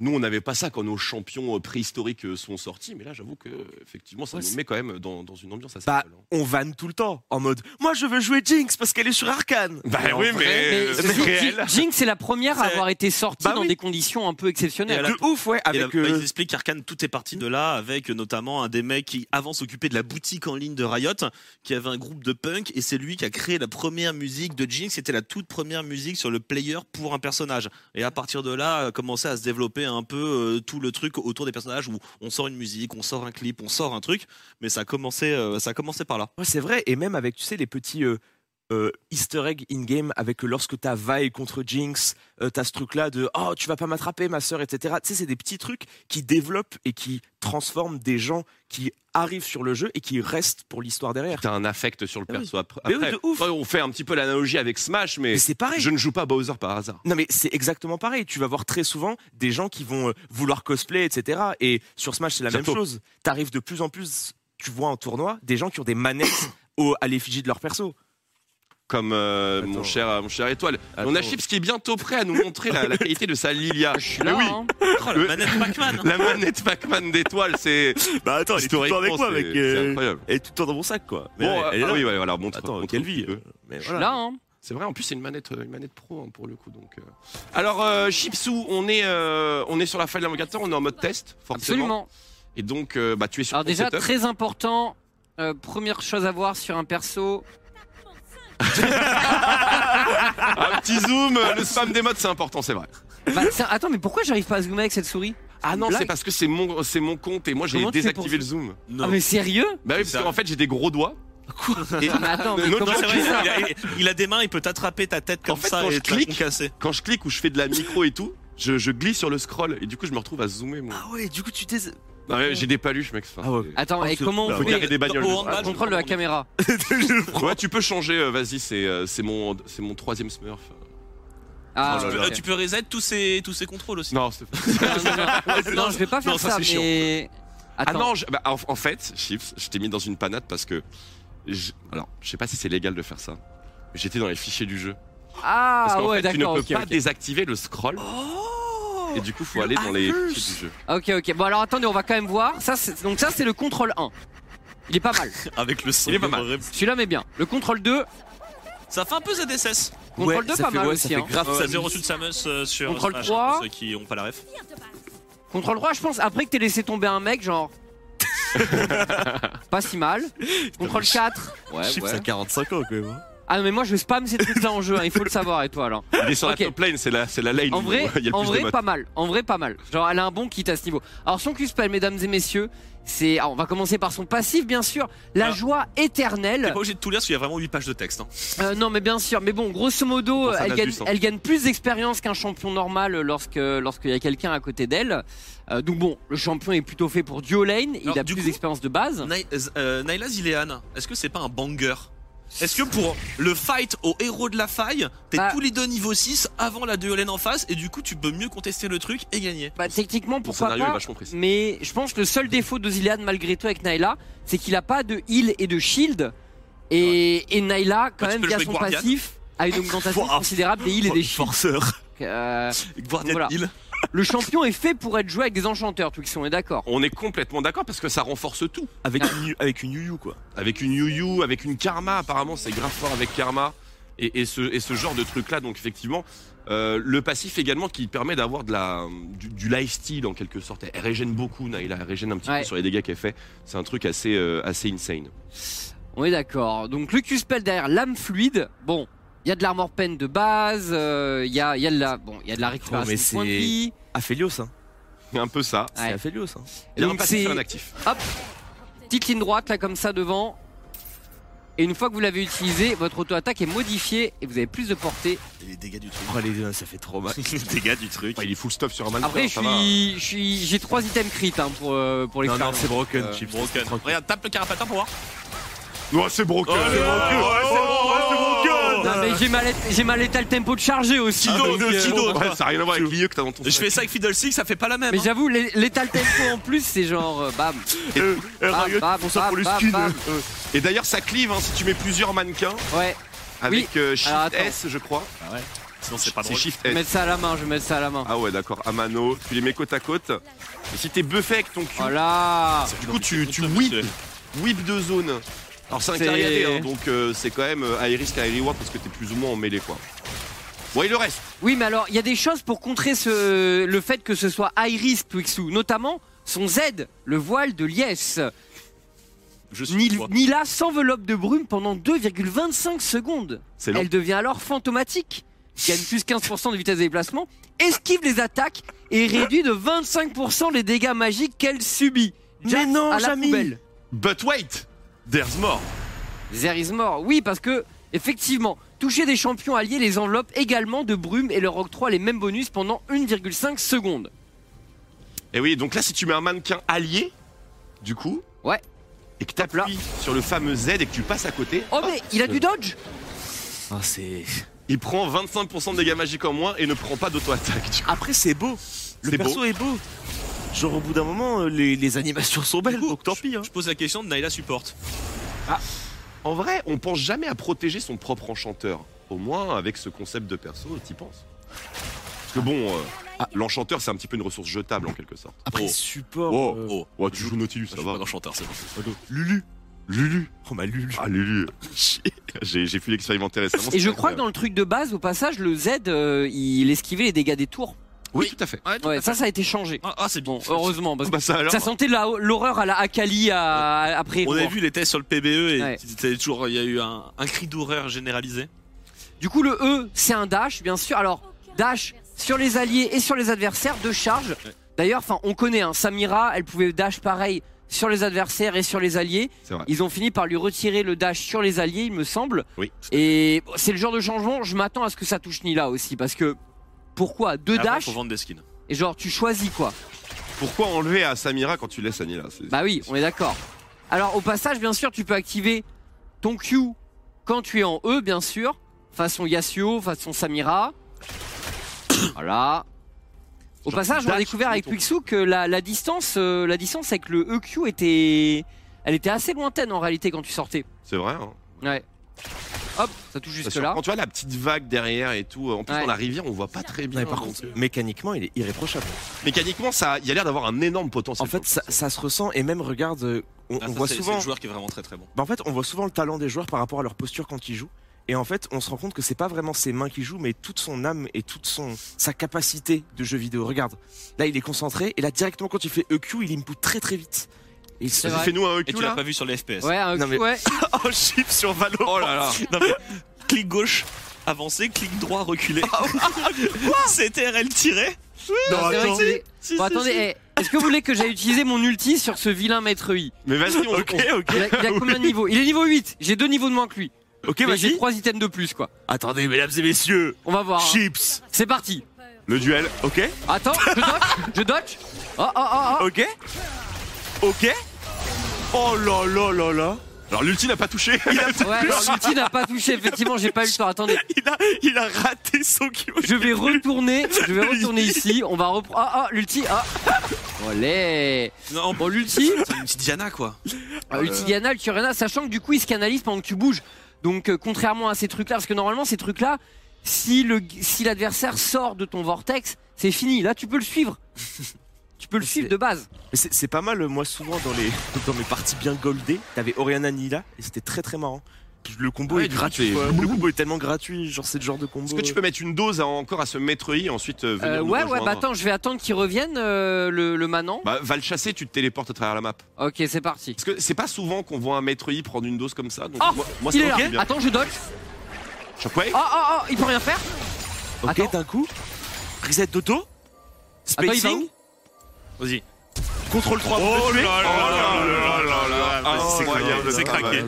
Speaker 1: Nous, on n'avait pas ça quand nos champions euh, préhistoriques euh, sont sortis, mais là, j'avoue que effectivement, ça
Speaker 3: Ouais,
Speaker 1: nous
Speaker 3: c'est-
Speaker 1: met quand même dans, dans une ambiance assez.
Speaker 3: Bah,
Speaker 1: folle, hein.
Speaker 3: on vanne tout le temps en mode Moi je veux jouer Jinx parce qu'elle est sur Arcane.
Speaker 1: Bah
Speaker 3: Mais en
Speaker 1: oui,
Speaker 3: vrai,
Speaker 1: mais, euh,
Speaker 4: ceci
Speaker 1: c'est
Speaker 4: dit,
Speaker 1: réel.
Speaker 4: Jinx, c'est la première à
Speaker 3: C'est-
Speaker 4: avoir été sortie
Speaker 3: Bah
Speaker 4: dans
Speaker 3: oui.
Speaker 4: des conditions un peu
Speaker 5: Et à
Speaker 4: exceptionnelles.
Speaker 5: la-
Speaker 3: de ouf, ouais,
Speaker 5: Et
Speaker 3: avec
Speaker 5: là, bah,
Speaker 3: euh,
Speaker 5: ils expliquent qu'Arkane, tout est parti de là, avec euh, notamment un des mecs qui, avant, s'occupait de la boutique en ligne de Riot, qui avait un groupe de punk, et c'est lui qui a créé la première musique de Jinx. C'était la toute première musique sur le player pour un personnage. Et à partir de là, a commencé à se développer un peu euh, tout le truc autour des personnages où on sort une musique, on sort un clip, on sort un truc. Mais ça a commencé, euh, ça a commencé par là.
Speaker 3: Ouais, c'est vrai. Et même avec, tu sais, les petits euh, euh, easter eggs in-game, avec euh, lorsque t'as Vi contre Jinx, euh, t'as ce truc-là de Oh, tu vas pas m'attraper, ma sœur, etc. Tu sais, c'est des petits trucs qui développent et qui transforment des gens qui arrivent sur le jeu et qui restent pour l'histoire derrière.
Speaker 1: T'as un affect sur le
Speaker 3: Ah oui.
Speaker 1: perso après.
Speaker 3: Mais oui, de ouf.
Speaker 1: Ouais, on fait un petit peu l'analogie avec Smash, mais
Speaker 3: Mais c'est pareil.
Speaker 1: je ne joue pas Bowser par hasard.
Speaker 3: Non mais c'est exactement pareil. Tu vas voir très souvent des gens qui vont euh, vouloir cosplay, etc. Et sur Smash, c'est la
Speaker 1: Surtout.
Speaker 3: même chose. T'arrives de plus en plus, tu vois en tournoi, des gens qui ont des manettes au- à l'effigie de leur perso.
Speaker 1: Comme euh, mon
Speaker 3: Attends.
Speaker 1: cher, euh, mon cher étoile. On a
Speaker 3: Attends.
Speaker 1: Chips qui est bientôt prêt à nous montrer la, la qualité de sa Lilia.
Speaker 4: Je suis là,
Speaker 1: Mais oui,
Speaker 4: hein.
Speaker 1: Le-
Speaker 5: Oh, Manette Pac-Man
Speaker 1: la manette Pac-man d'étoile, c'est
Speaker 3: Bah attends,
Speaker 1: historiquement c'est-
Speaker 3: euh.
Speaker 1: c'est incroyable.
Speaker 3: Elle est tout le temps dans mon sac, quoi. Mais
Speaker 1: Bon,
Speaker 3: elle-
Speaker 1: ah,
Speaker 3: elle est là.
Speaker 1: oui, ouais, voilà, montre.
Speaker 3: Attends,
Speaker 1: montre un
Speaker 3: quelle
Speaker 1: petit
Speaker 3: vie.
Speaker 1: peu.
Speaker 3: Mais
Speaker 4: Je suis
Speaker 3: voilà.
Speaker 4: là, hein.
Speaker 1: C'est vrai, en plus c'est une manette, euh, une manette pro hein, pour le coup. Donc, euh. alors euh, Chipsou, on est, euh, on est sur la fin de l'invocateur, on est en mode test, forcément.
Speaker 4: Absolument.
Speaker 1: Et donc, euh, bah tu es sur
Speaker 4: Alors
Speaker 1: ton
Speaker 4: déjà,
Speaker 1: setup.
Speaker 4: très important, euh, première chose à voir sur un perso,
Speaker 1: Un petit zoom, euh, le spam des modes, c'est important, c'est vrai.
Speaker 4: Bah, c'est- attends, mais pourquoi j'arrive pas à zoomer avec cette souris
Speaker 1: Ah non,
Speaker 4: Blague.
Speaker 1: c'est parce que c'est mon, c'est mon compte et moi j'ai
Speaker 4: Comment tu fais pour
Speaker 1: désactivé le zoom.
Speaker 5: Non.
Speaker 4: Ah, mais sérieux Ah,
Speaker 1: Bah oui,
Speaker 5: C'est
Speaker 1: parce
Speaker 5: ça.
Speaker 1: qu'en fait j'ai des gros doigts. Et
Speaker 4: Mais attends, mais
Speaker 1: Non,
Speaker 4: comment
Speaker 5: Non, c'est
Speaker 4: tu
Speaker 5: vrai,
Speaker 4: fais ça
Speaker 5: il a, il a des mains, il peut t'attraper ta tête comme
Speaker 1: En fait,
Speaker 5: ça
Speaker 1: quand je
Speaker 5: et te la
Speaker 1: clique-
Speaker 5: concasser.
Speaker 1: quand je clique ou je fais de la micro et tout, je, je glisse sur le scroll et du coup je me retrouve à zoomer. Moi.
Speaker 3: Ah ouais, du coup tu t'es.
Speaker 1: Non, mais j'ai des paluches, mec. enfin,
Speaker 3: Ah ouais.
Speaker 4: Attends, et
Speaker 3: c'est-
Speaker 4: comment on
Speaker 1: Faut
Speaker 4: fait
Speaker 1: garer des bagnoles.
Speaker 5: Au
Speaker 1: je
Speaker 5: handball,
Speaker 1: crois.
Speaker 4: le contrôle de la caméra
Speaker 1: Ouais, tu peux changer, euh, vas-y, c'est euh, c'est mon, c'est mon troisième smurf.
Speaker 4: Ah,
Speaker 1: Oh
Speaker 5: Tu
Speaker 1: là
Speaker 5: peux-
Speaker 1: là.
Speaker 4: ok.
Speaker 5: Tu peux reset tous ces tous ces contrôles aussi.
Speaker 1: Non, c'est
Speaker 4: non, non, non, je vais pas faire
Speaker 5: Non, ça,
Speaker 4: ça,
Speaker 5: c'est chiant.
Speaker 4: mais...
Speaker 1: Ah
Speaker 4: Attends,
Speaker 1: non, je- bah, en, en fait, Chips, je t'ai mis dans une panade parce que. je- alors, je sais pas si c'est légal de faire ça. mais J'étais dans les fichiers du jeu. Parce
Speaker 4: ah
Speaker 1: qu'en
Speaker 4: ouais,
Speaker 1: fait, tu ne
Speaker 4: d'accord,
Speaker 1: peux
Speaker 4: ok,
Speaker 1: pas
Speaker 4: ok. Oh,
Speaker 1: désactiver le scroll. et du coup, faut aller dans les
Speaker 3: hackers.
Speaker 1: fichiers du jeu.
Speaker 4: Ok, ok, bon alors attendez, on va quand même voir, ça, c'est- donc ça c'est le contrôle 1. Il est pas mal.
Speaker 5: Avec le son.
Speaker 1: Il est pas mal.
Speaker 4: Celui-là mais bien. Le contrôle 2,
Speaker 5: Ça fait un peu ZSS.
Speaker 4: contrôle
Speaker 3: Ouais,
Speaker 4: 2
Speaker 3: ça
Speaker 4: pas
Speaker 3: fait-
Speaker 4: mal
Speaker 3: ouais, ça
Speaker 4: aussi.
Speaker 3: fait
Speaker 4: hein.
Speaker 3: grave
Speaker 5: Ça
Speaker 3: ça.
Speaker 5: faisait reçu de Samus euh, sur
Speaker 4: Contrôle
Speaker 5: Smash,
Speaker 4: trois.
Speaker 5: pour ceux qui ont pas la ref.
Speaker 4: Contrôle 3, je pense, après que t'aies laissé tomber un mec, genre... pas si mal. Contrôle 4.
Speaker 3: Chips à 45 ans quand même. hein.
Speaker 4: Ah non, mais moi je spam ces trucs-là en jeu, hein, il faut le savoir et toi alors.
Speaker 1: Il est sur
Speaker 4: Ok.
Speaker 1: la top lane, c'est la, c'est la lane
Speaker 4: En
Speaker 1: où
Speaker 4: vrai,
Speaker 1: il y a le
Speaker 4: en
Speaker 1: plus
Speaker 4: vrai
Speaker 1: de modes.
Speaker 4: pas mal, en vrai pas mal. Genre elle a un bon kit à ce niveau. Alors son Q-Spell, mesdames et messieurs, c'est... alors, on va commencer par son passif bien sûr, la
Speaker 5: Ah.
Speaker 4: joie
Speaker 5: T'es
Speaker 4: éternelle.
Speaker 5: pas obligé de tout lire parce qu'il y a vraiment 8 pages de texte. hein.
Speaker 4: Euh, non mais bien sûr, mais bon, grosso modo,
Speaker 1: Bon, ça
Speaker 4: elle
Speaker 1: date
Speaker 4: gagne,
Speaker 1: du sang.
Speaker 4: elle gagne plus d'expérience qu'un champion normal lorsque lorsqu'il y a quelqu'un à côté d'elle. Euh, donc bon, le champion est plutôt fait pour duo lane, il
Speaker 5: Alors,
Speaker 4: a
Speaker 5: du
Speaker 4: plus
Speaker 5: coup-
Speaker 4: d'expérience de base.
Speaker 5: Ni- euh, Naila Zilean, est-ce que c'est pas un banger Est-ce que pour le fight au héros de la faille, t'es
Speaker 4: Bah.
Speaker 5: tous les deux niveau 6 avant la duolène en face et du coup tu peux mieux contester le truc et gagner
Speaker 4: Bah techniquement,
Speaker 1: Mon
Speaker 4: pourquoi
Speaker 1: scénario est
Speaker 4: pas
Speaker 1: vachement précis.
Speaker 4: Mais je pense que le seul défaut de Zilean malgré tout avec Naila, c'est qu'il a pas de heal et de shield. Et, et Naila, quand
Speaker 5: Bah, tu
Speaker 4: même,
Speaker 5: peux le
Speaker 4: via
Speaker 5: jouer
Speaker 4: son
Speaker 5: Guardian.
Speaker 4: passif, a une augmentation
Speaker 3: Waouh.
Speaker 4: considérable des heals
Speaker 5: Oh,
Speaker 4: et des shields.
Speaker 3: Forceur.
Speaker 4: Euh,
Speaker 5: Guardian
Speaker 4: Voilà.
Speaker 5: Hill.
Speaker 4: le champion est fait pour être joué avec des enchanteurs, Twix, on est d'accord.
Speaker 1: On est complètement d'accord parce que ça renforce tout.
Speaker 3: Avec une, yu- avec une Yu-Yu quoi.
Speaker 1: Avec une Yu Yu, avec une Karma, apparemment c'est grave fort avec Karma. Et, et ce, et ce genre de truc là, donc effectivement, euh, le passif également qui permet d'avoir de la, du, du lifestyle en quelque sorte. Elle régène beaucoup, Naila, elle régène un petit
Speaker 4: Ouais.
Speaker 1: peu sur les dégâts qu'elle fait. C'est un truc assez, euh, assez insane.
Speaker 4: On est d'accord. Donc le Q-Spell derrière l'âme fluide, bon, il y a de l'armor pen de base, euh, il y, a, il y, a de la- bon, il y a de la récupération
Speaker 3: Oh, mais
Speaker 4: de points de
Speaker 3: c'est-
Speaker 4: vie.
Speaker 3: Aphelios, hein.
Speaker 1: C'est un peu ça.
Speaker 4: Ouais.
Speaker 3: C'est Aphelios, hein.
Speaker 1: Et là,
Speaker 4: Donc
Speaker 1: on passe sur
Speaker 4: c'est-
Speaker 1: un actif.
Speaker 4: Petite ligne droite là comme ça devant. Et une fois que vous l'avez utilisé, votre auto-attaque est modifiée et vous avez plus de portée
Speaker 5: Et les dégâts du truc.
Speaker 3: Oh les deux, ça fait trop mal.
Speaker 5: les dégâts du truc.
Speaker 1: il est full stuff sur un mal
Speaker 4: Après, je suis, je suis, j'ai trois items crit hein, pour euh, pour
Speaker 3: Non, non,
Speaker 4: l'expérience.
Speaker 3: c'est broken,
Speaker 4: Euh,
Speaker 3: Chips.
Speaker 5: Broken.
Speaker 3: Tranquille.
Speaker 5: Regarde, tape le carapatin pour voir.
Speaker 1: Non, c'est broken.
Speaker 5: Oh, c'est broken.
Speaker 3: Oh,
Speaker 4: Non, mais j'ai ma lét- j'ai ma létal tempo de chargé aussi.
Speaker 3: Ah, bah,
Speaker 5: Kido,
Speaker 4: donc,
Speaker 5: de
Speaker 4: euh,
Speaker 5: Kido.
Speaker 1: Ouais, ça n'a rien à voir avec l'IE que t'as dans ton
Speaker 5: Je fais ça avec Fiddle Six, ça fait pas la même.
Speaker 4: Mais
Speaker 5: hein.
Speaker 4: j'avoue, lé- létal tempo en plus, c'est genre euh, bam,
Speaker 3: Euh, euh,
Speaker 4: bam,
Speaker 3: Riot,
Speaker 4: bam,
Speaker 3: bonsoir
Speaker 4: bam,
Speaker 3: pour le
Speaker 4: bam,
Speaker 3: skin.
Speaker 4: bam.
Speaker 3: euh.
Speaker 1: Et d'ailleurs, ça cleave hein, si tu mets plusieurs mannequins
Speaker 4: Ouais.
Speaker 1: avec euh, Shift
Speaker 4: Alors, attends.
Speaker 1: S, je crois.
Speaker 2: sinon c'est pas
Speaker 1: C'est
Speaker 2: drôle.
Speaker 1: Shift
Speaker 4: Je vais
Speaker 1: S.
Speaker 4: mettre ça à la main, je vais mettre ça à la main.
Speaker 1: Ah ouais, d'accord. Amano, tu les mets côte à côte. Et si t'es buffé avec ton
Speaker 4: Ah
Speaker 1: cul,
Speaker 4: Voilà
Speaker 1: du coup, tu, tu whip, whip de zone. Alors, c'est un
Speaker 4: C'est-
Speaker 1: karaté, hein, donc euh, c'est quand même euh, high risk, high reward parce que t'es plus ou moins en mêlée, quoi. Bon, et le reste
Speaker 4: Oui, mais alors, il y a des choses pour contrer ce... le fait que ce soit high risk Twixu, notamment son Z, le voile de liesse.
Speaker 2: Je suis
Speaker 4: Ni-
Speaker 2: toi.
Speaker 4: Nila s'enveloppe de brume pendant 2,25 secondes.
Speaker 1: C'est long.
Speaker 4: Elle devient alors fantomatique, gagne plus 15% de vitesse de déplacement, esquive les attaques et réduit de 25% les dégâts magiques qu'elle subit.
Speaker 3: Mais
Speaker 4: Jax
Speaker 3: non,
Speaker 4: à la
Speaker 3: Jamy.
Speaker 4: poubelle.
Speaker 1: But wait There's more
Speaker 4: There is more. Oui, parce que, effectivement, toucher des champions alliés les enveloppe également de brume et leur octroie les mêmes bonus pendant 1,5 secondes.
Speaker 1: Et Eh oui, donc là, si tu mets un mannequin allié, du coup.
Speaker 4: Ouais.
Speaker 1: Et que t'appuies sur le fameux Z et que tu passes à côté,
Speaker 4: Oh, mais il a du dodge
Speaker 3: Ah, c'est.
Speaker 1: il prend 25% de dégâts magiques en moins et ne prend pas d'auto-attaque. du coup.
Speaker 3: Après, c'est beau. Le
Speaker 1: C'est
Speaker 3: perso
Speaker 1: beau.
Speaker 3: est beau. Genre, au bout d'un moment, euh, les, les animations sont belles, donc tant pis. Hein.
Speaker 2: Je pose la question de Naila supporte.
Speaker 1: En vrai, on pense jamais à protéger son propre enchanteur. Au moins, avec ce concept de perso, t'y penses. Parce que bon, euh,
Speaker 4: Ah.
Speaker 1: l'enchanteur, c'est un petit peu une ressource jetable en quelque sorte. Ah,
Speaker 3: Après,
Speaker 2: Oh.
Speaker 3: support.
Speaker 1: Oh.
Speaker 3: euh,
Speaker 2: Oh,
Speaker 1: Ouais, tu joues Nautilus,
Speaker 2: je
Speaker 1: ça
Speaker 2: suis
Speaker 1: va.
Speaker 2: pas d'enchanteur, c'est bon.
Speaker 3: Lulu.
Speaker 1: Lulu.
Speaker 3: Oh, ma Lulu.
Speaker 1: Ah, Lulu. J'ai j'ai pu l'expérimenter récemment.
Speaker 4: Et je crois que dans le truc de base, au passage, le Z, euh, il esquivait les dégâts des tours.
Speaker 1: Oui, tout à fait.
Speaker 2: Ouais, tout
Speaker 4: Ouais,
Speaker 2: à fait.
Speaker 4: ça, ça a été changé.
Speaker 2: Ah, ah, c'est
Speaker 4: Bon,
Speaker 2: bon.
Speaker 4: heureusement, parce que
Speaker 1: Bah, ça alors.
Speaker 4: ça sentait la- l'horreur à la Akali à- après.
Speaker 2: On avait
Speaker 4: Rouen.
Speaker 2: vu les tests sur le PBE et
Speaker 4: Ouais.
Speaker 2: c'était toujours, il y a eu un, un cri d'horreur généralisé.
Speaker 4: Du coup, le E, c'est un dash, bien sûr. Alors, dash sur les alliés et sur les adversaires, deux charges.
Speaker 2: Ouais.
Speaker 4: D'ailleurs, enfin, on connaît, hein, Samira, elle pouvait dash pareil sur les adversaires et sur les alliés.
Speaker 1: C'est vrai.
Speaker 4: Ils ont fini par lui retirer le dash sur les alliés, il me semble.
Speaker 1: Oui.
Speaker 4: Et bon, c'est le genre de changement, je m'attends à ce que ça touche Nila aussi, parce que pourquoi deux
Speaker 2: Après,
Speaker 4: dash
Speaker 2: Faut vendre des skins.
Speaker 4: et genre tu choisis quoi
Speaker 1: Pourquoi enlever à Samira quand tu laisses Anila C'est-
Speaker 4: Bah oui, on est d'accord. Alors au passage, bien sûr, tu peux activer ton Q quand tu es en E, bien sûr, façon Yasuo, façon Samira. voilà. Au passage, on a
Speaker 1: dash
Speaker 4: découvert
Speaker 1: sur
Speaker 4: avec
Speaker 1: ton-
Speaker 4: Pixou que la, la distance, euh, la distance avec le EQ était, elle était assez lointaine en réalité quand tu sortais.
Speaker 1: C'est vrai. hein.
Speaker 4: Ouais. Hop, ça touche
Speaker 1: Ça
Speaker 4: jusque
Speaker 1: surprend.
Speaker 4: là.
Speaker 1: Bah, Tu vois la petite vague derrière et tout. En plus,
Speaker 4: Ouais.
Speaker 1: dans la rivière, on voit pas très bien.
Speaker 3: Mais par contre, mécaniquement, il est irréprochable.
Speaker 1: mécaniquement, ça, il y a l'air d'avoir un énorme potentiel.
Speaker 3: En fait, ça, ça se ressent et même regarde, euh, on,
Speaker 2: Ah,
Speaker 3: on
Speaker 2: ça,
Speaker 3: voit
Speaker 2: c'est-
Speaker 3: souvent.
Speaker 2: C'est le joueur qui est vraiment très très bon.
Speaker 3: Bah, en fait, on voit souvent le talent des joueurs par rapport à leur posture quand ils jouent. Et en fait, on se rend compte que c'est pas vraiment ses mains qui jouent, mais toute son âme et toute son sa capacité de jeu vidéo. Regarde, là, il est concentré et là, directement quand il fait EQ, il input très très vite. Et il se
Speaker 4: C'est vrai.
Speaker 1: Vas-y, fais-nous un
Speaker 2: Et
Speaker 1: EQ
Speaker 2: tu l'as
Speaker 1: là.
Speaker 2: pas vu sur les FPS.
Speaker 4: Ouais, un EQ,
Speaker 3: Non, mais-
Speaker 4: ouais.
Speaker 2: en chip sur Valo. Oh là là. Non, mais, clic gauche, avancer, clic droit, reculer. C'était CTRL tiré.
Speaker 4: Non, Bah, c'est vrai que c'est-
Speaker 2: Si,
Speaker 4: Bon,
Speaker 2: si,
Speaker 4: attendez,
Speaker 2: si.
Speaker 4: eh, est-ce que vous voulez que j'aille utiliser mon ulti sur ce vilain maître E I
Speaker 1: Mais vas-y, on,
Speaker 2: Ok, ok.
Speaker 4: Il a, il a combien de niveaux Il est niveau 8, j'ai deux niveaux de moins que lui.
Speaker 3: Ok,
Speaker 4: Mais j'ai
Speaker 3: vas-y.
Speaker 4: trois items de plus quoi.
Speaker 3: Attendez, mesdames et messieurs,
Speaker 4: On va voir. hein.
Speaker 3: chips.
Speaker 4: C'est parti.
Speaker 1: Le duel.
Speaker 3: Ok,
Speaker 4: Attends, je dodge, je dodge. Oh oh oh oh.
Speaker 3: ok, ok. Oh là là là là.
Speaker 1: Alors l'ulti n'a pas touché.
Speaker 4: Ouais, alors, l'outil n'a pas touché, effectivement, j'ai pas eu le temps. Attendez,
Speaker 3: Il a, il a raté son Kyoshi.
Speaker 4: je vais retourner, je vais retourner ici, on va reprendre. Ah ah, l'ulti, ah Olé
Speaker 2: Non,
Speaker 4: Bon, l'ulti,
Speaker 2: c'est une petite Diana quoi.
Speaker 4: euh, l'ulti Diana, l'ulti Urena, sachant que du coup, il se canalise pendant que tu bouges. Donc, euh, contrairement à ces trucs-là, parce que normalement, ces trucs-là, si le si l'adversaire sort de ton vortex, c'est fini. Là, tu peux le suivre. Tu peux le
Speaker 3: Mais
Speaker 4: suivre
Speaker 3: c'est-
Speaker 4: de base.
Speaker 3: Mais C'est c'est pas mal, moi souvent dans les dans mes parties bien goldées, t'avais Oriana Nila et c'était très très marrant. Puis Le combo
Speaker 1: Ouais,
Speaker 3: est
Speaker 1: du coup,
Speaker 3: gratuit.
Speaker 1: tu
Speaker 3: quoi.
Speaker 1: fais-
Speaker 3: Le combo est tellement gratuit, genre c'est le genre de combo.
Speaker 1: Est-ce que tu peux mettre une dose à- encore à ce maître I ensuite euh, venir
Speaker 4: Euh,
Speaker 1: nous
Speaker 4: ouais, ouais,
Speaker 1: rejoindre
Speaker 4: bah attends, je vais attendre qu'il revienne, euh, le, le manant.
Speaker 1: Bah, va le chasser, tu te téléportes à travers la map.
Speaker 4: Ok, c'est parti.
Speaker 1: Parce que c'est pas souvent qu'on voit un maître I prendre une dose comme ça. Donc
Speaker 4: Oh,
Speaker 1: moi, moi ça
Speaker 4: Il est
Speaker 1: me
Speaker 4: là.
Speaker 1: plaît bien.
Speaker 4: Attends, je dodge.
Speaker 1: Shockwave.
Speaker 4: Oh, oh, oh, il peut rien faire. attends.
Speaker 3: euh. Ok, d'un coup, reset d'auto,
Speaker 4: Attends, il va
Speaker 3: spacing,
Speaker 4: où
Speaker 2: Vas-y.
Speaker 3: contrôle 3
Speaker 2: Oh là là là là là là.
Speaker 1: Vas-y,
Speaker 2: C'est
Speaker 1: c'est
Speaker 2: craqué.
Speaker 1: incroyable.
Speaker 2: C'est
Speaker 1: Ah,
Speaker 2: craqué.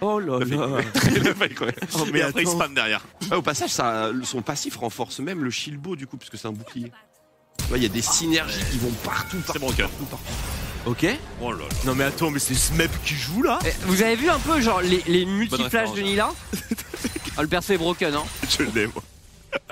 Speaker 3: Oh là Oh là là.
Speaker 1: Le mec, ouais.
Speaker 3: Oh,
Speaker 2: Et
Speaker 3: mais
Speaker 2: après il
Speaker 3: attends.
Speaker 2: spam derrière.
Speaker 1: Ouais, Ah, au passage, ça, euh, son passif renforce même le shilbo du coup, puisque c'est un bouclier. Tu vois, Il y a des synergies qui vont partout,
Speaker 2: C'est
Speaker 1: partout.
Speaker 2: bon cœur.
Speaker 3: Ok.
Speaker 2: Oh là là.
Speaker 3: Non mais attends, mais c'est Smep qui joue là
Speaker 4: Eh, Vous avez vu un peu, genre, les, les multi-flashs
Speaker 2: référence,
Speaker 4: de
Speaker 2: hein.
Speaker 4: Nila Ah, le perso est broken, hein.
Speaker 3: Je l'ai moi.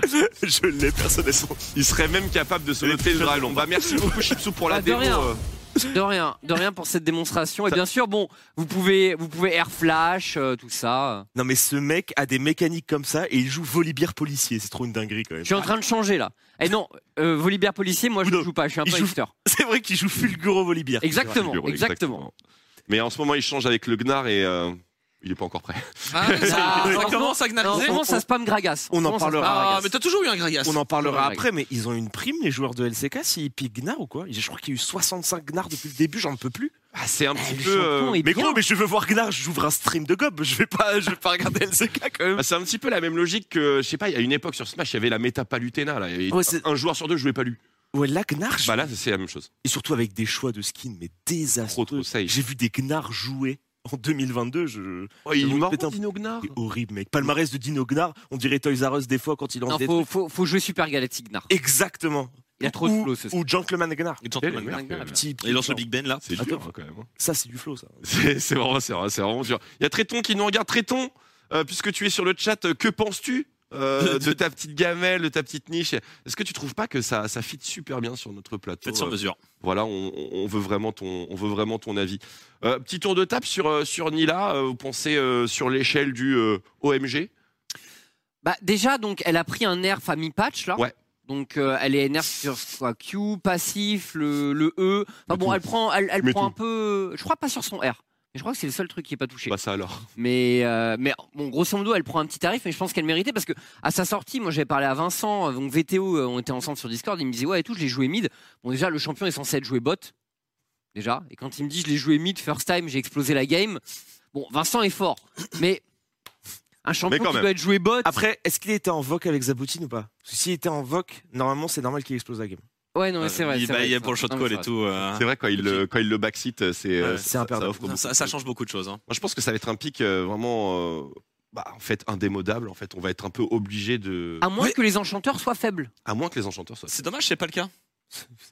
Speaker 3: Je l'ai personnellement.
Speaker 1: Il serait même capable de se
Speaker 3: Les
Speaker 1: noter le
Speaker 3: pigeons.
Speaker 1: dragon. Bah merci beaucoup Chipsou pour la
Speaker 4: Ah, de
Speaker 1: démo.
Speaker 4: rien.
Speaker 1: euh,
Speaker 4: De rien, de rien pour cette démonstration. Et bien sûr, bon, vous pouvez, vous pouvez air flash, euh, tout ça.
Speaker 3: Non, mais ce mec a des mécaniques comme ça et il joue volibière policier. C'est trop une dinguerie quand même.
Speaker 4: Je suis en train de changer là. Et non, euh, Volibear policier, moi je ne
Speaker 3: Oudon,
Speaker 4: joue pas, je suis un
Speaker 3: il
Speaker 4: peu
Speaker 3: joue-
Speaker 4: hipster.
Speaker 3: C'est vrai qu'il joue Fulguro volibière.
Speaker 4: Exactement,
Speaker 1: Fulguro,
Speaker 4: exactement.
Speaker 1: Mais en ce moment, il change avec le Gnar et euh, il est pas encore prêt.
Speaker 5: Ah,
Speaker 4: Ah,
Speaker 5: ça
Speaker 4: franchement,
Speaker 5: commence à
Speaker 4: Non,
Speaker 5: gnariser.
Speaker 4: vraiment, ça se pâme Gragas.
Speaker 3: on en
Speaker 4: Vraiment, ça se
Speaker 3: parlera.
Speaker 4: pâme
Speaker 5: Ah,
Speaker 4: Gragas.
Speaker 5: mais t'as toujours eu un Gragas.
Speaker 3: On en parlera
Speaker 4: Ouais,
Speaker 3: après, mais ils ont une prime, les joueurs de LCK, s'ils piquent Gnard ou quoi Je crois qu'il y a eu 65 Gnards depuis le début, j'en peux plus.
Speaker 1: Ah, c'est un petit
Speaker 4: le
Speaker 1: peu. euh,
Speaker 4: champion est
Speaker 3: mais
Speaker 4: bien.
Speaker 3: gros, mais je veux voir Gnard, j'ouvre un stream de gob, je vais pas, je vais pas regarder LCK quand même.
Speaker 1: bah, c'est un petit peu la même logique que, je sais pas, il y a une époque sur Smash, il y avait la méta Palutena. Là, et
Speaker 3: Ouais, c'est- Ah,
Speaker 1: un joueur sur deux jouait Palu.
Speaker 3: Ouais, là, Gnard, je-
Speaker 1: Bah là, c'est la même chose.
Speaker 3: et surtout avec des choix de skins, mais
Speaker 1: Trop,
Speaker 3: désastreux.
Speaker 1: trop safe.
Speaker 3: J'ai vu des Gnards jouer en 2022, je...
Speaker 1: Oh, il
Speaker 3: Vous
Speaker 1: est marrant,
Speaker 3: pète un-
Speaker 1: Dino Gnar.
Speaker 3: c'est horrible, mec. Palmarès de Dino Gnard, on dirait Toys R Us des fois quand il lance
Speaker 4: Non,
Speaker 3: des.
Speaker 4: faut, faut, faut jouer Super Galactic Gnar.
Speaker 3: Exactement.
Speaker 4: Il a trop de
Speaker 3: ou,
Speaker 4: flow ce soir.
Speaker 3: ou Gentleman Gnard.
Speaker 5: Et
Speaker 1: Quel
Speaker 5: Gentleman Gnarr.
Speaker 1: merde,
Speaker 4: Gnarr.
Speaker 1: quel-
Speaker 3: Petit,
Speaker 5: Il lance le Big Ben là.
Speaker 1: C'est dur hein, quand même. hein.
Speaker 3: Ça, c'est du flow, ça.
Speaker 1: C'est c'est vraiment, c'est vraiment- c'est vraiment dur. Il y a Tréton qui nous regarde. Tréton, euh, puisque tu es sur le chat, euh, que penses-tu euh, de ta petite gamelle, de ta petite niche Est-ce que tu trouves pas que ça, ça fit super bien sur notre plateau
Speaker 5: Faites sur
Speaker 1: Euh,
Speaker 5: mesure.
Speaker 1: Voilà, on, on veut vraiment ton, on veut vraiment ton avis. Euh, petit tour de table sur, euh, sur Nila. euh, vous pensez euh, sur l'échelle du euh, OMG
Speaker 4: Bah, déjà, donc, elle a pris un nerf à mi-patch là.
Speaker 1: Ouais.
Speaker 4: Donc, euh, elle est nerf sur quoi, Q, passif, le, le E. Enfin
Speaker 1: Mais
Speaker 4: bon,
Speaker 1: tout.
Speaker 4: elle prend, elle, elle
Speaker 1: Mais tout.
Speaker 4: prend un peu. Je crois pas sur son R. Mais je crois que c'est le seul truc qui est pas touché.
Speaker 1: Bah ça alors.
Speaker 4: Mais, euh, mais bon, grosso modo, elle prend un petit tarif, mais je pense qu'elle méritait parce que à sa sortie, moi j'avais parlé à Vincent, euh, donc VTO, euh, on était ensemble sur Discord, il me disait ouais et tout, je l'ai joué mid. Bon, déjà, le champion est censé être joué bot, déjà. Et quand il me dit je l'ai joué mid, first time, j'ai explosé la game. Bon, Vincent est fort, mais un champion
Speaker 1: quand
Speaker 4: qui
Speaker 1: même.
Speaker 4: doit être joué bot.
Speaker 3: Après, est-ce qu'il était en voc avec Zabutine ou pas Parce que s'il était en voc, normalement, c'est normal qu'il explose la game.
Speaker 4: Ouais, non, mais c'est vrai.
Speaker 5: Il
Speaker 4: c'est
Speaker 5: bah,
Speaker 4: vrai,
Speaker 5: il y a
Speaker 4: c'est
Speaker 5: pour le
Speaker 4: vrai.
Speaker 5: shot
Speaker 4: Non, mais
Speaker 5: call
Speaker 4: c'est
Speaker 5: et
Speaker 4: vrai.
Speaker 5: tout. euh,
Speaker 1: C'est vrai quand il le, quand il le backseat, euh, c'est euh,
Speaker 5: Ouais,
Speaker 1: ça-
Speaker 3: c'est imperdable.
Speaker 1: ça offre beaucoup.
Speaker 5: Ça, ça change beaucoup de choses. hein.
Speaker 1: Moi, je pense que ça va être un pic euh, vraiment, euh, bah, en fait, indémodable. En fait, on va être un peu obligé de,
Speaker 4: À moins
Speaker 5: Ouais.
Speaker 4: que les enchanteurs soient faibles.
Speaker 1: à moins que les enchanteurs soient.
Speaker 5: C'est dommage, c'est pas le cas.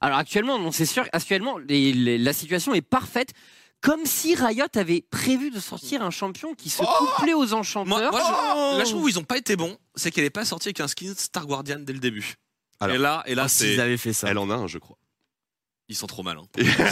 Speaker 4: Alors actuellement, non, c'est sûr, actuellement, les- les- la situation est parfaite. Comme si Riot avait prévu de sortir un champion qui se couplait aux
Speaker 5: Moi,
Speaker 4: enchanteurs.
Speaker 5: Oh moi, je, là, je trouve où ils ont pas été bons, c'est qu'elle est pas sortie avec un skin Star Guardian dès le début.
Speaker 1: Alors.
Speaker 5: et là, et là,
Speaker 3: Ah,
Speaker 5: c'est-
Speaker 3: s'ils avaient fait ça.
Speaker 1: Elle en a un, je crois.
Speaker 5: ils sont trop mal. hein.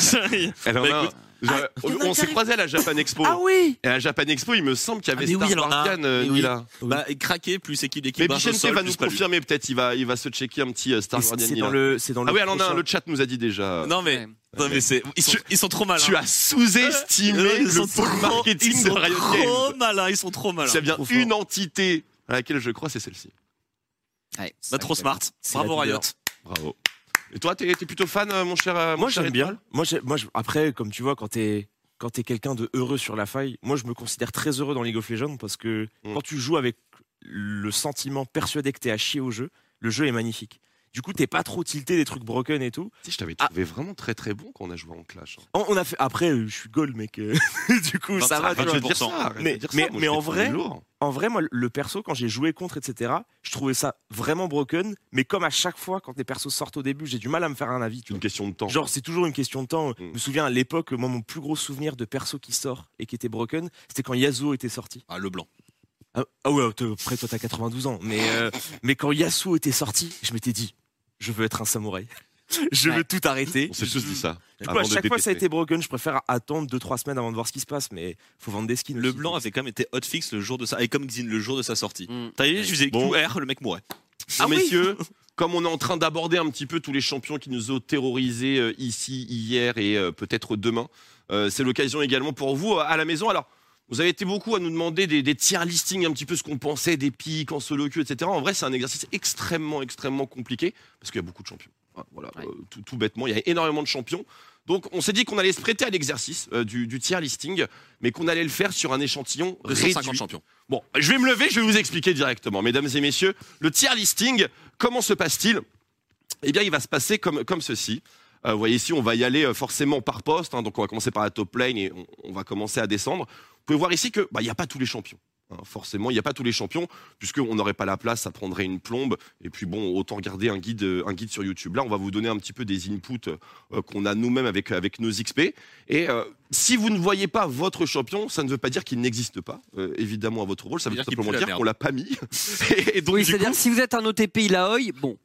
Speaker 1: Elle en
Speaker 5: Bah,
Speaker 1: a un.
Speaker 5: écoute.
Speaker 1: Genre, on s'est croisés à la Japan Expo.
Speaker 3: Ah
Speaker 5: Oh
Speaker 3: oui
Speaker 1: Et à la Japan Expo, il me semble qu'il y
Speaker 5: Ah,
Speaker 1: avait
Speaker 5: mais oui,
Speaker 1: Star
Speaker 5: elle en a un.
Speaker 1: Guardian, euh,
Speaker 5: Mais oui.
Speaker 1: Nila.
Speaker 5: Bah, craquer plus équipe d'équipe.
Speaker 1: Mais
Speaker 5: barre au
Speaker 1: Bichente
Speaker 5: sol,
Speaker 1: va
Speaker 5: plus
Speaker 1: nous
Speaker 5: pas lui.
Speaker 1: confirmer, peut-être. Il va, il va se checker un petit euh, Star
Speaker 3: C'est
Speaker 1: Guardian,
Speaker 3: c'est
Speaker 1: Nila.
Speaker 3: dans le. C'est dans le.
Speaker 1: Ah oui, elle en a un.
Speaker 3: prochain-
Speaker 1: Le chat nous a dit déjà.
Speaker 5: Non mais,
Speaker 4: Ouais.
Speaker 5: non, mais c'est, ils sont, ils sont trop malins.
Speaker 1: Tu as sous-estimé
Speaker 5: Ouais, Euh, ils sont
Speaker 1: le pôle
Speaker 5: trop-
Speaker 1: marketing
Speaker 5: ils
Speaker 1: de
Speaker 5: sont
Speaker 1: Riot
Speaker 5: trop
Speaker 1: Games.
Speaker 5: malins, ils sont trop hein. malins.
Speaker 1: S'il y a bien
Speaker 3: Trop fort.
Speaker 1: une entité à laquelle je crois, c'est celle-ci.
Speaker 4: Ouais.
Speaker 5: Bah, trop smart.
Speaker 3: C'est
Speaker 5: Bravo
Speaker 3: la
Speaker 5: Riot.
Speaker 3: leader.
Speaker 1: Bravo. Et toi, t'es t'es plutôt fan, euh, mon cher. euh, mon
Speaker 3: Moi,
Speaker 1: cher
Speaker 3: j'aime
Speaker 1: Edouard
Speaker 3: bien. Moi, j'ai- moi, je- après, comme tu vois, quand t'es quand t'es quelqu'un de heureux sur la faille, moi, je me considère très heureux dans League of Legends parce que
Speaker 1: Mm.
Speaker 3: quand tu joues avec le sentiment persuadé que t'es à chier au jeu, le jeu est magnifique. Du coup, t'es pas trop tilté des trucs broken et tout.
Speaker 1: Tu sais, je t'avais trouvé vraiment très très bon quand on a joué en Clash. hein.
Speaker 3: On, on a fait. Après, euh, je suis gold, mec. euh, du coup, ça va.
Speaker 5: Arrête
Speaker 3: tu
Speaker 1: Arrête
Speaker 3: vois.
Speaker 1: de
Speaker 5: vois.
Speaker 1: dire ça, arrête
Speaker 3: Mais-
Speaker 1: de dire ça,
Speaker 3: mais-
Speaker 1: moi,
Speaker 3: mais
Speaker 1: je
Speaker 3: en
Speaker 1: t'ai trouvé
Speaker 3: vrai-
Speaker 1: lourd.
Speaker 3: En vrai, moi, le perso, quand j'ai joué contre, etc., je trouvais ça vraiment broken. Mais comme à chaque fois, quand les persos sortent au début, j'ai du mal à me faire un avis.
Speaker 1: c'est
Speaker 3: Tu vois.
Speaker 1: une question de temps.
Speaker 3: Genre, c'est toujours une question de temps.
Speaker 1: Mm.
Speaker 3: Je me souviens à l'époque, moi, mon plus gros souvenir de perso qui sort et qui était broken, c'était quand Yasuo était sorti.
Speaker 5: Ah, le blanc.
Speaker 3: Ah, ah ouais, te- après, toi, t'as 92 ans. Mais, euh, mais quand Yasuo était sorti, je m'étais dit, je veux être un samouraï. je veux
Speaker 4: Ouais.
Speaker 3: tout arrêter.
Speaker 1: on s'est tous dit ça.
Speaker 3: Du coup,
Speaker 1: avant
Speaker 3: à
Speaker 1: de
Speaker 3: chaque fois, ça a
Speaker 1: détester.
Speaker 3: été broken. Je préfère attendre 2-3 semaines avant de voir ce qui se passe. Mais faut vendre des skins.
Speaker 5: Le
Speaker 3: aussi.
Speaker 5: blanc avait quand même été hotfix le jour de sa, et comme Xin le jour de sa sortie.
Speaker 4: Mm.
Speaker 5: T'as vu, je faisais
Speaker 1: Bon.
Speaker 5: QR, le mec mourait.
Speaker 1: Ah, messieurs, comme on est en train d'aborder un petit peu tous les champions qui nous ont terrorisés euh, ici, hier et euh, peut-être demain, euh, c'est l'occasion également pour vous euh, à la maison. Alors, vous avez été beaucoup à nous demander des, des tier listings, un petit peu ce qu'on pensait, des pics en solo queue, etc. En vrai, c'est un exercice extrêmement, extrêmement compliqué parce qu'il y a beaucoup de champions. Ah, Voilà,
Speaker 4: Ouais.
Speaker 1: euh, tout, tout bêtement, il y a énormément de champions. Donc, on s'est dit qu'on allait se prêter à l'exercice euh, du, du tier listing, mais qu'on allait le faire sur un échantillon
Speaker 5: De 150
Speaker 1: réduit.
Speaker 5: champions.
Speaker 1: Bon, je vais me lever, je vais vous expliquer directement. Mesdames et messieurs, le tier listing, comment se passe-t-il Eh bien, il va se passer comme, comme ceci. Euh, vous voyez ici, on va y aller euh, forcément par poste. hein, donc, on va commencer par la top lane et on, on va commencer à descendre. Vous pouvez voir ici que bah, il n'y a pas tous les champions. hein, forcément, il n'y a pas tous les champions, puisqu'on n'aurait pas la place, ça prendrait une plombe. Et puis, bon, autant regarder un guide, euh, un guide sur YouTube. Là, on va vous donner un petit peu des inputs euh, qu'on a nous-mêmes avec, avec nos XP. Et euh, si vous ne voyez pas votre champion, ça ne veut pas dire qu'il n'existe pas, euh, évidemment, à votre rôle. Ça veut
Speaker 5: C'est-à-dire
Speaker 1: tout
Speaker 5: qu'il
Speaker 1: simplement
Speaker 5: pue la
Speaker 1: dire
Speaker 5: merde.
Speaker 1: qu'on l'a pas mis. et, et donc,
Speaker 4: oui,
Speaker 1: du coup,
Speaker 4: c'est-à-dire si vous êtes un OTP Ilaoi, bon,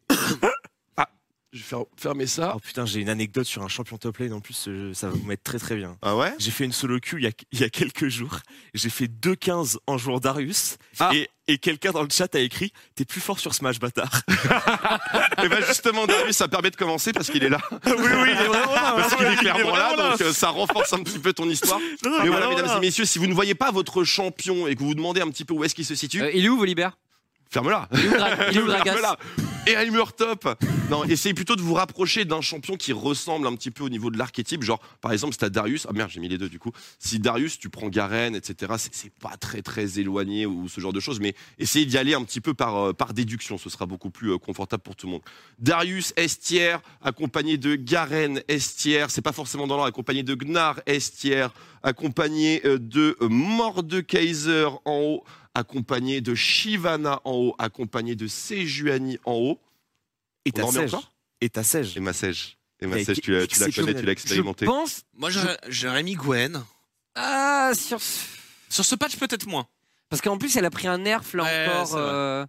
Speaker 1: Je vais faire- fermer ça.
Speaker 3: Oh putain, j'ai une anecdote sur un champion top lane en plus, euh, ça va vous mettre très très bien.
Speaker 1: Ah ouais
Speaker 3: J'ai fait une solo queue il y a, il y a quelques jours. J'ai fait 2-15 en jouant Darius.
Speaker 1: Ah.
Speaker 3: Et, et quelqu'un dans le chat a écrit T'es plus fort sur Smash, bâtard.
Speaker 1: Et ben justement, Darius, ça permet de commencer parce qu'il est là.
Speaker 3: Ah oui, oui, il est vraiment là.
Speaker 1: Parce qu'il
Speaker 3: Ah
Speaker 1: est
Speaker 3: Il est
Speaker 1: clairement là,
Speaker 3: vraiment là. euh,
Speaker 1: donc euh, ça renforce un petit peu ton histoire.
Speaker 3: Non, non,
Speaker 1: Mais
Speaker 3: il est
Speaker 1: voilà,
Speaker 3: vraiment
Speaker 1: mesdames
Speaker 3: là.
Speaker 1: et messieurs, si vous ne voyez pas votre champion et que vous vous demandez un petit peu où est-ce qu'il se situe,
Speaker 4: Euh, il est où, Volibear
Speaker 1: ferme-la.
Speaker 4: Il est où, Dra- il est où Dragas
Speaker 1: Ferme-la. Et elle meurt top. Non, essayez plutôt de vous rapprocher d'un champion qui ressemble un petit peu au niveau de l'archétype. Genre, par exemple, si t'as Darius, ah merde, j'ai mis les deux du coup. Si Darius, tu prends Garen, etc., c'est- c'est pas très très éloigné ou ce genre de choses, mais essayez d'y aller un petit peu par, euh, par déduction. Ce sera beaucoup plus euh, confortable pour tout le monde. Darius Estière, accompagné de Garen Estière, c'est pas forcément dans l'ordre, accompagné de Gnar Estière, accompagné euh, de euh, Mordekaiser en haut, accompagné de Shivana en haut, accompagné de Sejuani en haut.
Speaker 3: Et
Speaker 1: On
Speaker 3: t'as
Speaker 1: en remet
Speaker 3: Sej.
Speaker 1: encore
Speaker 3: Et t'as Sej.
Speaker 1: Et ma Sej. Et ma
Speaker 3: Mais
Speaker 1: Sej, tu, la- tu la connais,
Speaker 3: exceptionnel.
Speaker 1: tu l'as
Speaker 4: Je
Speaker 1: expérimenté.
Speaker 4: pense.
Speaker 5: Moi, j'aurais- j'aurais mis Gwen.
Speaker 4: Ah, sur ce-
Speaker 5: Sur ce patch, peut-être moins.
Speaker 4: Parce qu'en plus, elle a pris un nerf là
Speaker 5: Ouais, c'est
Speaker 4: encore.
Speaker 5: vrai.
Speaker 4: euh,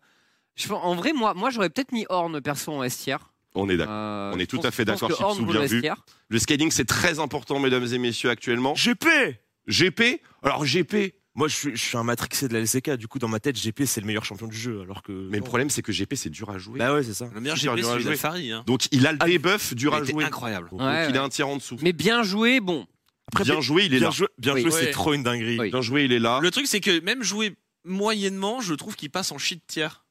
Speaker 4: je pense- en vrai, moi, moi j'aurais peut-être mis Horn perso en estière.
Speaker 1: On est d'accord.
Speaker 4: Euh,
Speaker 1: On est
Speaker 4: je
Speaker 1: tout
Speaker 4: pense-
Speaker 1: à fait
Speaker 4: je pense
Speaker 1: d'accord,
Speaker 4: que
Speaker 1: Chipsou,
Speaker 4: Horn vaut
Speaker 1: bien
Speaker 4: le
Speaker 1: vu.
Speaker 4: estière.
Speaker 1: Le scaling, c'est très important, mesdames et messieurs, actuellement. euh,
Speaker 3: GP
Speaker 1: GP Alors, GP
Speaker 3: Moi, je suis, je suis un matrixé de la LCK. Du coup, dans ma tête, GP, c'est le meilleur champion du jeu. Alors que.
Speaker 1: Mais le
Speaker 3: non.
Speaker 1: problème, c'est que GP, c'est dur à jouer.
Speaker 3: Bah ouais, c'est ça.
Speaker 5: Le meilleur
Speaker 1: Super
Speaker 5: GP,
Speaker 1: dur à
Speaker 5: c'est
Speaker 1: jouer.
Speaker 5: celui de Farid. Hein.
Speaker 1: Donc, il a le
Speaker 3: Ah,
Speaker 1: débuff dur à
Speaker 5: Il était
Speaker 1: jouer.
Speaker 5: incroyable.
Speaker 1: Donc,
Speaker 4: Ouais,
Speaker 1: il
Speaker 4: ouais.
Speaker 1: a un tiers en dessous.
Speaker 4: Mais bien joué, bon.
Speaker 3: Après,
Speaker 1: bien joué, il est
Speaker 3: bien
Speaker 1: là.
Speaker 3: joué, bien
Speaker 4: Oui.
Speaker 3: joué, c'est
Speaker 5: Ouais.
Speaker 3: trop une dinguerie.
Speaker 4: Oui.
Speaker 1: Bien joué, il est là.
Speaker 5: Le truc, c'est que même jouer moyennement, je trouve qu'il passe en shit tiers.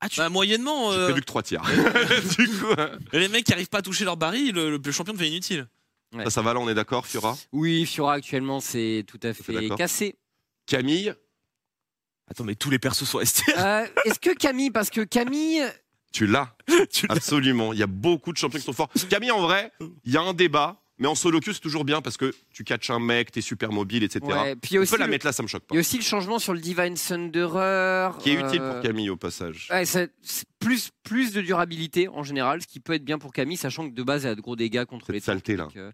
Speaker 5: Ah, tu... Bah, moyennement,
Speaker 1: J'ai
Speaker 5: euh,
Speaker 1: prévu que trois tiers. du coup, hein.
Speaker 5: les mecs qui arrivent pas à toucher leur baril, le, le- le champion devient inutile.
Speaker 1: ça, ça va là, on est d'accord, Fiora.
Speaker 4: Oui, Fiora actuellement, c'est tout à
Speaker 1: fait
Speaker 4: fait
Speaker 1: d'accord.
Speaker 4: cassé.
Speaker 1: Camille,
Speaker 3: Attends, mais tous les persos sont STR.
Speaker 4: Euh, Est-ce que Camille, parce que Camille,
Speaker 1: tu l'as.
Speaker 3: Tu l'as.
Speaker 1: Absolument. Il y a beaucoup de champions qui sont forts. Camille, en vrai, il y a un débat, mais en solo queue, c'est toujours bien parce que tu catches un mec, t'es super mobile, etc.
Speaker 4: ouais, puis il y a
Speaker 1: On
Speaker 4: aussi
Speaker 1: peut la
Speaker 4: le-
Speaker 1: mettre là, ça me choque
Speaker 4: il
Speaker 1: pas.
Speaker 4: y a aussi le changement sur le Divine Thunderer.
Speaker 1: Qui est utile
Speaker 4: euh,
Speaker 1: pour Camille au passage.
Speaker 4: Ouais, ça- c'est plus, plus de durabilité en général, ce qui peut être bien pour Camille, sachant que de base elle a de gros dégâts contre
Speaker 1: Cette
Speaker 4: les
Speaker 1: saleté,
Speaker 4: tanks, donc, euh,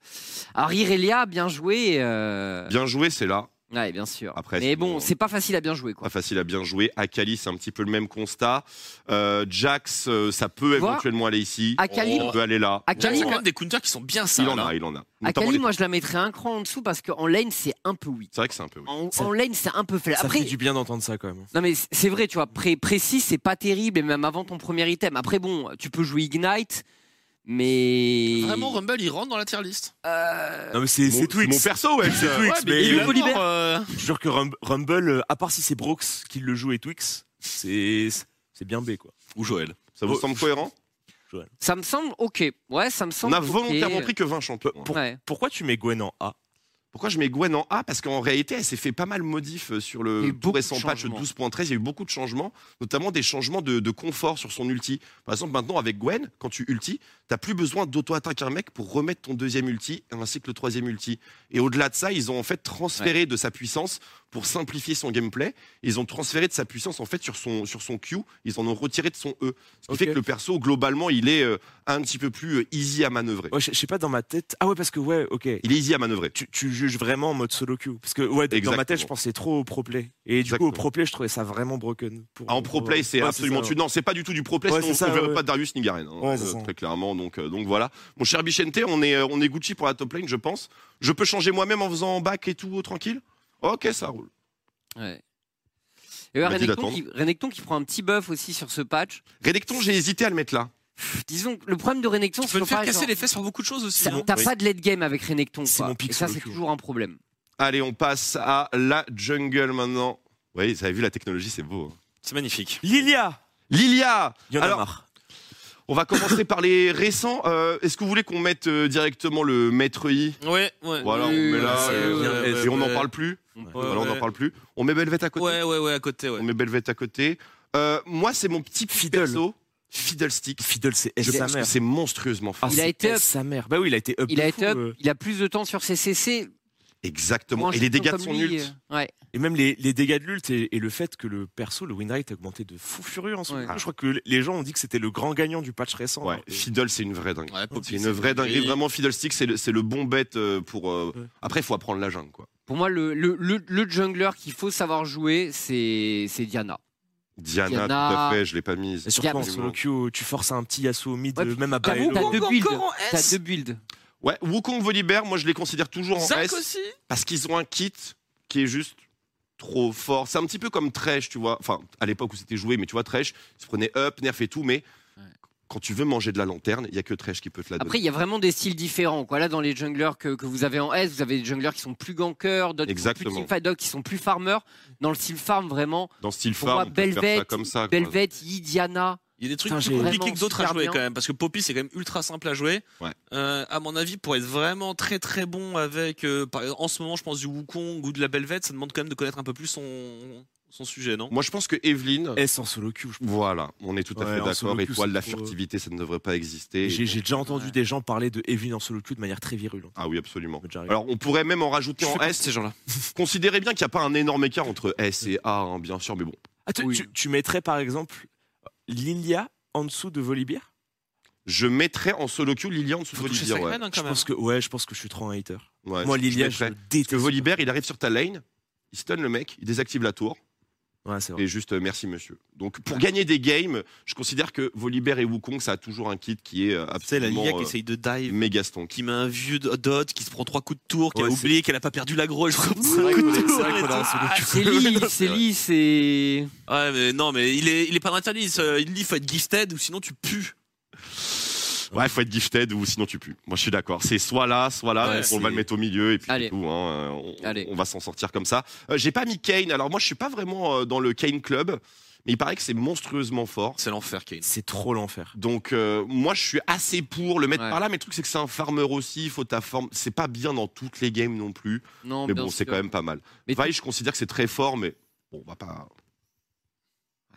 Speaker 4: Alors Irelia, bien joué. euh,
Speaker 1: Bien joué, c'est là.
Speaker 4: Ouais, bien sûr.
Speaker 1: Après,
Speaker 4: Mais
Speaker 1: sinon-
Speaker 4: bon, c'est pas facile à bien jouer
Speaker 1: Pas
Speaker 4: quoi.
Speaker 1: facile à bien jouer. Akali, c'est un petit peu le même constat. Euh, Jax, euh, ça peut
Speaker 4: Tu vois,
Speaker 1: éventuellement aller ici.
Speaker 4: Akali,
Speaker 1: On peut aller là.
Speaker 4: Akali,
Speaker 5: C'est quand
Speaker 4: moi-
Speaker 5: même des counters qui sont bien
Speaker 1: Il
Speaker 5: sales.
Speaker 1: en
Speaker 5: hein.
Speaker 1: a, il en a. oh. Notamment
Speaker 4: Akali,
Speaker 1: les-
Speaker 4: moi je la mettrais un cran en dessous parce qu'en lane c'est un peu weak.
Speaker 1: C'est vrai que c'est un peu. oui.
Speaker 4: En,
Speaker 3: Ça-
Speaker 4: en lane c'est un peu faible.
Speaker 3: Ça
Speaker 4: Après,
Speaker 3: fait du bien d'entendre ça quand même.
Speaker 4: Non mais c- c'est vrai, tu vois, pré- précis, c'est pas terrible, et même avant ton premier item. Après bon, tu peux jouer Ignite, mais...
Speaker 5: Vraiment, Rumble, il rentre dans la tier list.
Speaker 4: Euh,
Speaker 3: Non, mais c'est
Speaker 1: Mon-
Speaker 3: c'est Twix.
Speaker 1: Mon perso, ouais.
Speaker 3: C'est Twix,
Speaker 5: mais
Speaker 3: mais
Speaker 5: il est
Speaker 4: Hugo
Speaker 5: mort,
Speaker 4: Libert.
Speaker 5: euh,
Speaker 3: je jure que Rum- Rumble, euh, à part si c'est Brooks qui le joue et Twix, c'est c'est bien B quoi.
Speaker 5: Ou Joël.
Speaker 1: Ça vous
Speaker 4: Oh,
Speaker 1: semble cohérent
Speaker 4: Ça me semble ok. Ouais, ça me
Speaker 1: On
Speaker 4: semble
Speaker 1: a
Speaker 4: ok.
Speaker 1: volontairement pris que 20 champions. hein.
Speaker 4: Ouais.
Speaker 3: Pourquoi tu mets Gwen en A
Speaker 1: Pourquoi je mets Gwen en A Parce qu'en réalité, elle s'est fait pas mal modif euh, sur
Speaker 4: Il y a eu
Speaker 1: le tout
Speaker 4: beaucoup de
Speaker 1: récent patch
Speaker 4: changements.
Speaker 1: 12.13. Il y a eu beaucoup de changements, notamment des changements de, de confort sur son ulti. Par exemple, maintenant avec Gwen, quand tu ulti, t'as plus besoin d'auto-attaquer un mec pour remettre ton deuxième ulti ainsi que le troisième ulti. Et au-delà de ça, ils ont en fait transféré de sa puissance pour simplifier son gameplay. Ils ont transféré de sa puissance en fait sur son, sur son Q. Ils en ont retiré de son E. Ce qui
Speaker 3: Ok.
Speaker 1: fait que le perso, globalement, il est euh, un petit peu plus euh, easy à manœuvrer.
Speaker 3: Ouais, je je sais pas dans ma tête. Ah ouais, parce que ouais, ok.
Speaker 1: Il est easy à manœuvrer.
Speaker 3: Tu, tu juges vraiment en mode solo queue. Parce que ouais, dans ma
Speaker 1: Exactement.
Speaker 3: tête, je pensais trop au pro play. Et du
Speaker 1: Exactement.
Speaker 3: coup, au pro play, je trouvais ça vraiment broken. pour-
Speaker 1: Ah, en pro play, c'est
Speaker 3: Ouais,
Speaker 1: absolument
Speaker 3: ça,
Speaker 1: dessus. Non, c'est pas du tout du pro play,
Speaker 3: Ouais,
Speaker 1: sinon
Speaker 3: c'est ça,
Speaker 1: on verrait
Speaker 3: ouais.
Speaker 1: pas Darius ni Garen. hein,
Speaker 3: Ouais, c'est
Speaker 1: euh,
Speaker 3: ça.
Speaker 1: très clairement, donc, euh, donc voilà. Mon cher Bichente, on est, euh, on est Gucci pour la top lane, je pense. Je peux changer moi-même en faisant en back et tout, euh, tranquille Ok, ça roule.
Speaker 4: ouais. Et ouais,
Speaker 1: On m'a dit
Speaker 4: Renekton,
Speaker 1: d'attendre.
Speaker 4: qui, Renekton qui prend un petit buff aussi sur ce patch.
Speaker 1: Redecton, j'ai hésité à le mettre là.
Speaker 4: Pff, disons que le problème de Renekton,
Speaker 5: Tu peux
Speaker 4: c'est
Speaker 5: te
Speaker 4: que
Speaker 5: faire
Speaker 4: pareil,
Speaker 5: casser
Speaker 4: genre,
Speaker 5: les fesses sur beaucoup de choses aussi. hein.
Speaker 4: ça- t'as
Speaker 3: Oui.
Speaker 4: pas de late game avec Renekton.
Speaker 3: C'est
Speaker 4: quoi.
Speaker 3: mon pic
Speaker 4: Et
Speaker 3: sur
Speaker 4: ça,
Speaker 3: le
Speaker 4: c'est
Speaker 3: cul.
Speaker 4: toujours un problème.
Speaker 1: Allez, on passe à la jungle maintenant. Oui, vous avez vu, la technologie, c'est beau. hein.
Speaker 5: C'est magnifique.
Speaker 3: Lilia
Speaker 1: Lilia
Speaker 3: Il y en a
Speaker 1: Alors-
Speaker 3: marre.
Speaker 1: On va commencer par les récents. Euh, Est-ce que vous voulez qu'on mette euh, directement le maître I
Speaker 5: Ouais, ouais.
Speaker 1: Voilà, on
Speaker 4: Oui,
Speaker 1: met
Speaker 4: oui,
Speaker 1: là.
Speaker 4: c'est-
Speaker 1: euh,
Speaker 5: ouais, ouais,
Speaker 1: et on n'en
Speaker 5: ouais.
Speaker 1: parle plus.
Speaker 4: Ouais,
Speaker 1: Voilà, on n'en
Speaker 5: ouais.
Speaker 1: parle plus. On met Belvette à côté.
Speaker 5: Ouais, ouais, ouais, à côté, ouais.
Speaker 1: On met Belvette à côté. Euh, moi, c'est mon petit
Speaker 3: Fiddle.
Speaker 1: perso, Fiddlestick.
Speaker 3: Fiddle, c'est S
Speaker 1: Je
Speaker 3: sa
Speaker 1: pense que
Speaker 3: mère.
Speaker 1: c'est monstrueusement fort.
Speaker 3: Ah,
Speaker 4: Il a
Speaker 3: c'est
Speaker 4: été
Speaker 3: S
Speaker 4: up.
Speaker 3: sa mère. Bah oui, il a été up.
Speaker 4: Il
Speaker 3: de
Speaker 4: a été
Speaker 3: fou,
Speaker 4: up,
Speaker 3: euh.
Speaker 4: il a plus de temps sur ses CC.
Speaker 1: Exactement.
Speaker 4: Pour un
Speaker 1: Et les
Speaker 4: champion
Speaker 1: dégâts de
Speaker 4: comme
Speaker 1: son
Speaker 4: lui,
Speaker 1: ult.
Speaker 4: euh, Ouais.
Speaker 3: Et même les, les dégâts de l'ult et, et le fait que le perso, le win rate a augmenté de fou furieux en ce
Speaker 4: Ouais.
Speaker 3: moment. Je crois que les gens ont dit que c'était le grand gagnant du patch récent. hein.
Speaker 1: Ouais,
Speaker 3: Alors que-
Speaker 1: Fiddle, c'est une vraie dingue.
Speaker 5: Ouais, Poppy,
Speaker 1: Mm. C'est une vraie dinguerie. Vraiment, Fiddlestick, c'est le, c'est le bon bête euh, pour. euh,
Speaker 3: Ouais.
Speaker 1: Après, il faut apprendre la jungle, quoi.
Speaker 4: Pour moi, le, le, le, le jungler qu'il faut savoir jouer, c'est c'est Diana.
Speaker 1: Diana,
Speaker 4: Diana.
Speaker 1: tout à fait, je l'ai pas mise.
Speaker 3: Et surtout en solo
Speaker 4: Diable.
Speaker 3: queue, tu forces un petit Yasuo mid,
Speaker 4: Ouais,
Speaker 3: euh, même à
Speaker 4: T'as
Speaker 3: pas
Speaker 4: t'as
Speaker 3: Elo.
Speaker 4: deux builds.
Speaker 5: Encore en
Speaker 4: T'as
Speaker 5: S
Speaker 4: deux builds.
Speaker 1: Ouais, Wukong Volibear, moi je les considère toujours en
Speaker 5: Zac
Speaker 1: S
Speaker 5: aussi
Speaker 1: parce qu'ils ont un kit qui est juste trop fort. C'est un petit peu comme Thresh, tu vois. Enfin, à l'époque où c'était joué, mais tu vois, Thresh, il se prenait up, nerf et tout, mais
Speaker 4: Ouais.
Speaker 1: quand tu veux manger de la lanterne, il y a que Thresh qui peut te la donner.
Speaker 4: Après, il y a vraiment des styles différents. Quoi. Là, dans les junglers que, que vous avez en S, vous avez des junglers qui sont plus gankers, d'autres qui sont plus
Speaker 1: Exactement.
Speaker 4: teamfight, d'autres qui sont plus farmers. Dans le style farm, vraiment,
Speaker 1: Dans style
Speaker 4: Pour moi,
Speaker 1: farm, on peut faire
Speaker 4: Belvette,
Speaker 1: ça comme ça. quoi.
Speaker 4: Belvet, Yi, Diana.
Speaker 5: Il y a des trucs
Speaker 3: Putain,
Speaker 5: plus
Speaker 3: j'ai-
Speaker 5: compliqués
Speaker 4: Vraiment
Speaker 5: que d'autres à
Speaker 4: super
Speaker 5: jouer
Speaker 4: bien.
Speaker 5: quand même, parce que Poppy c'est quand même ultra simple à jouer.
Speaker 1: Ouais.
Speaker 5: Euh, à mon avis, pour être vraiment très très bon avec, euh, par- en ce moment, je pense du Wukong ou de la Belvette, ça demande quand même de connaître un peu plus son, son sujet, non
Speaker 1: Moi, je pense que Evelyne.
Speaker 3: S en solo queue, je
Speaker 1: Voilà, on est tout à
Speaker 3: Ouais,
Speaker 1: fait
Speaker 3: en solo
Speaker 1: d'accord.
Speaker 3: queue,
Speaker 1: Étoile,
Speaker 3: c'est
Speaker 1: la
Speaker 3: trop, euh,
Speaker 1: furtivité, ça ne devrait pas exister.
Speaker 3: Et J'ai j'ai déjà entendu
Speaker 4: Ouais.
Speaker 3: des gens parler de Evelyne en solo queue de manière très virulente.
Speaker 1: Ah oui, absolument.
Speaker 3: Ça m'est déjà arrivé.
Speaker 1: Alors, on pourrait même en rajouter
Speaker 5: Je fais
Speaker 1: en
Speaker 5: partie de
Speaker 1: S.
Speaker 5: ces gens-là.
Speaker 1: Considérez bien qu'il n'y a pas un énorme écart entre S et A, hein, bien sûr, mais bon.
Speaker 3: Ah, tu,
Speaker 4: oui.
Speaker 3: tu- tu mettrais par exemple Lilia en dessous de Volibear
Speaker 1: Je mettrais en solo queue Lilian en dessous de
Speaker 5: Faut toucher
Speaker 1: Volibear. ouais.
Speaker 5: Sackman, hein, quand
Speaker 3: Je
Speaker 5: même.
Speaker 3: pense que ouais, je pense que je suis trop un hater.
Speaker 1: Ouais,
Speaker 3: Moi
Speaker 1: je- je
Speaker 3: Lilia, je
Speaker 1: mettrais.
Speaker 3: le
Speaker 1: Que
Speaker 3: déteste.
Speaker 1: Volibear, il arrive sur ta lane, il stun le mec, il désactive la tour,
Speaker 3: Ouais, c'est vrai.
Speaker 1: et juste euh, merci monsieur. Donc pour gagner des games, je considère que Volibear et Wukong, ça a toujours un kit qui est euh,
Speaker 5: C'est la
Speaker 1: absolument
Speaker 5: Lilia qui
Speaker 1: euh,
Speaker 5: essaye de dive,
Speaker 1: méga stonk.
Speaker 5: Mm. qui met un vieux dot, qui se prend trois coups de tour, qui a
Speaker 3: Ouais, c'est-
Speaker 5: oublié qu'elle a pas perdu l'aggro, et je reprends un
Speaker 3: vrai
Speaker 5: coup
Speaker 3: qu'on
Speaker 5: de
Speaker 3: est- c'est
Speaker 5: tour.
Speaker 3: vrai
Speaker 5: et
Speaker 3: qu'on a un
Speaker 5: tout.
Speaker 3: solo
Speaker 5: Ah,
Speaker 3: queue.
Speaker 4: C'est Lee, c'est Lee, c'est.
Speaker 5: Ouais, mais non, mais il est, il est pas dans l'interdit. euh, Il dit faut être gifted ou sinon tu pues.
Speaker 1: Ouais, faut être gifted ou sinon tu pues. Moi je suis d'accord. C'est soit là, soit là,
Speaker 5: Ouais,
Speaker 1: donc
Speaker 5: c'est-
Speaker 1: on va le mettre au milieu et puis
Speaker 4: Allez.
Speaker 1: c'est tout. hein, euh, on,
Speaker 4: Allez.
Speaker 1: on va s'en sortir comme ça. Euh, J'ai pas mis Kane, alors moi je suis pas vraiment euh, dans le Kane Club, mais il paraît que c'est monstrueusement fort.
Speaker 5: C'est l'enfer, Kane.
Speaker 3: C'est trop l'enfer.
Speaker 1: Donc euh, moi je suis assez pour le mettre
Speaker 4: Ouais.
Speaker 1: par là, mais le truc c'est que c'est un farmer aussi, il faut ta forme. C'est pas bien dans toutes les games non plus.
Speaker 4: Non,
Speaker 1: Mais
Speaker 4: bien
Speaker 1: bon, c'est
Speaker 4: sûr.
Speaker 1: quand même pas mal.
Speaker 4: Mais
Speaker 1: Vaille, je considère que c'est très fort, mais bon, on va pas.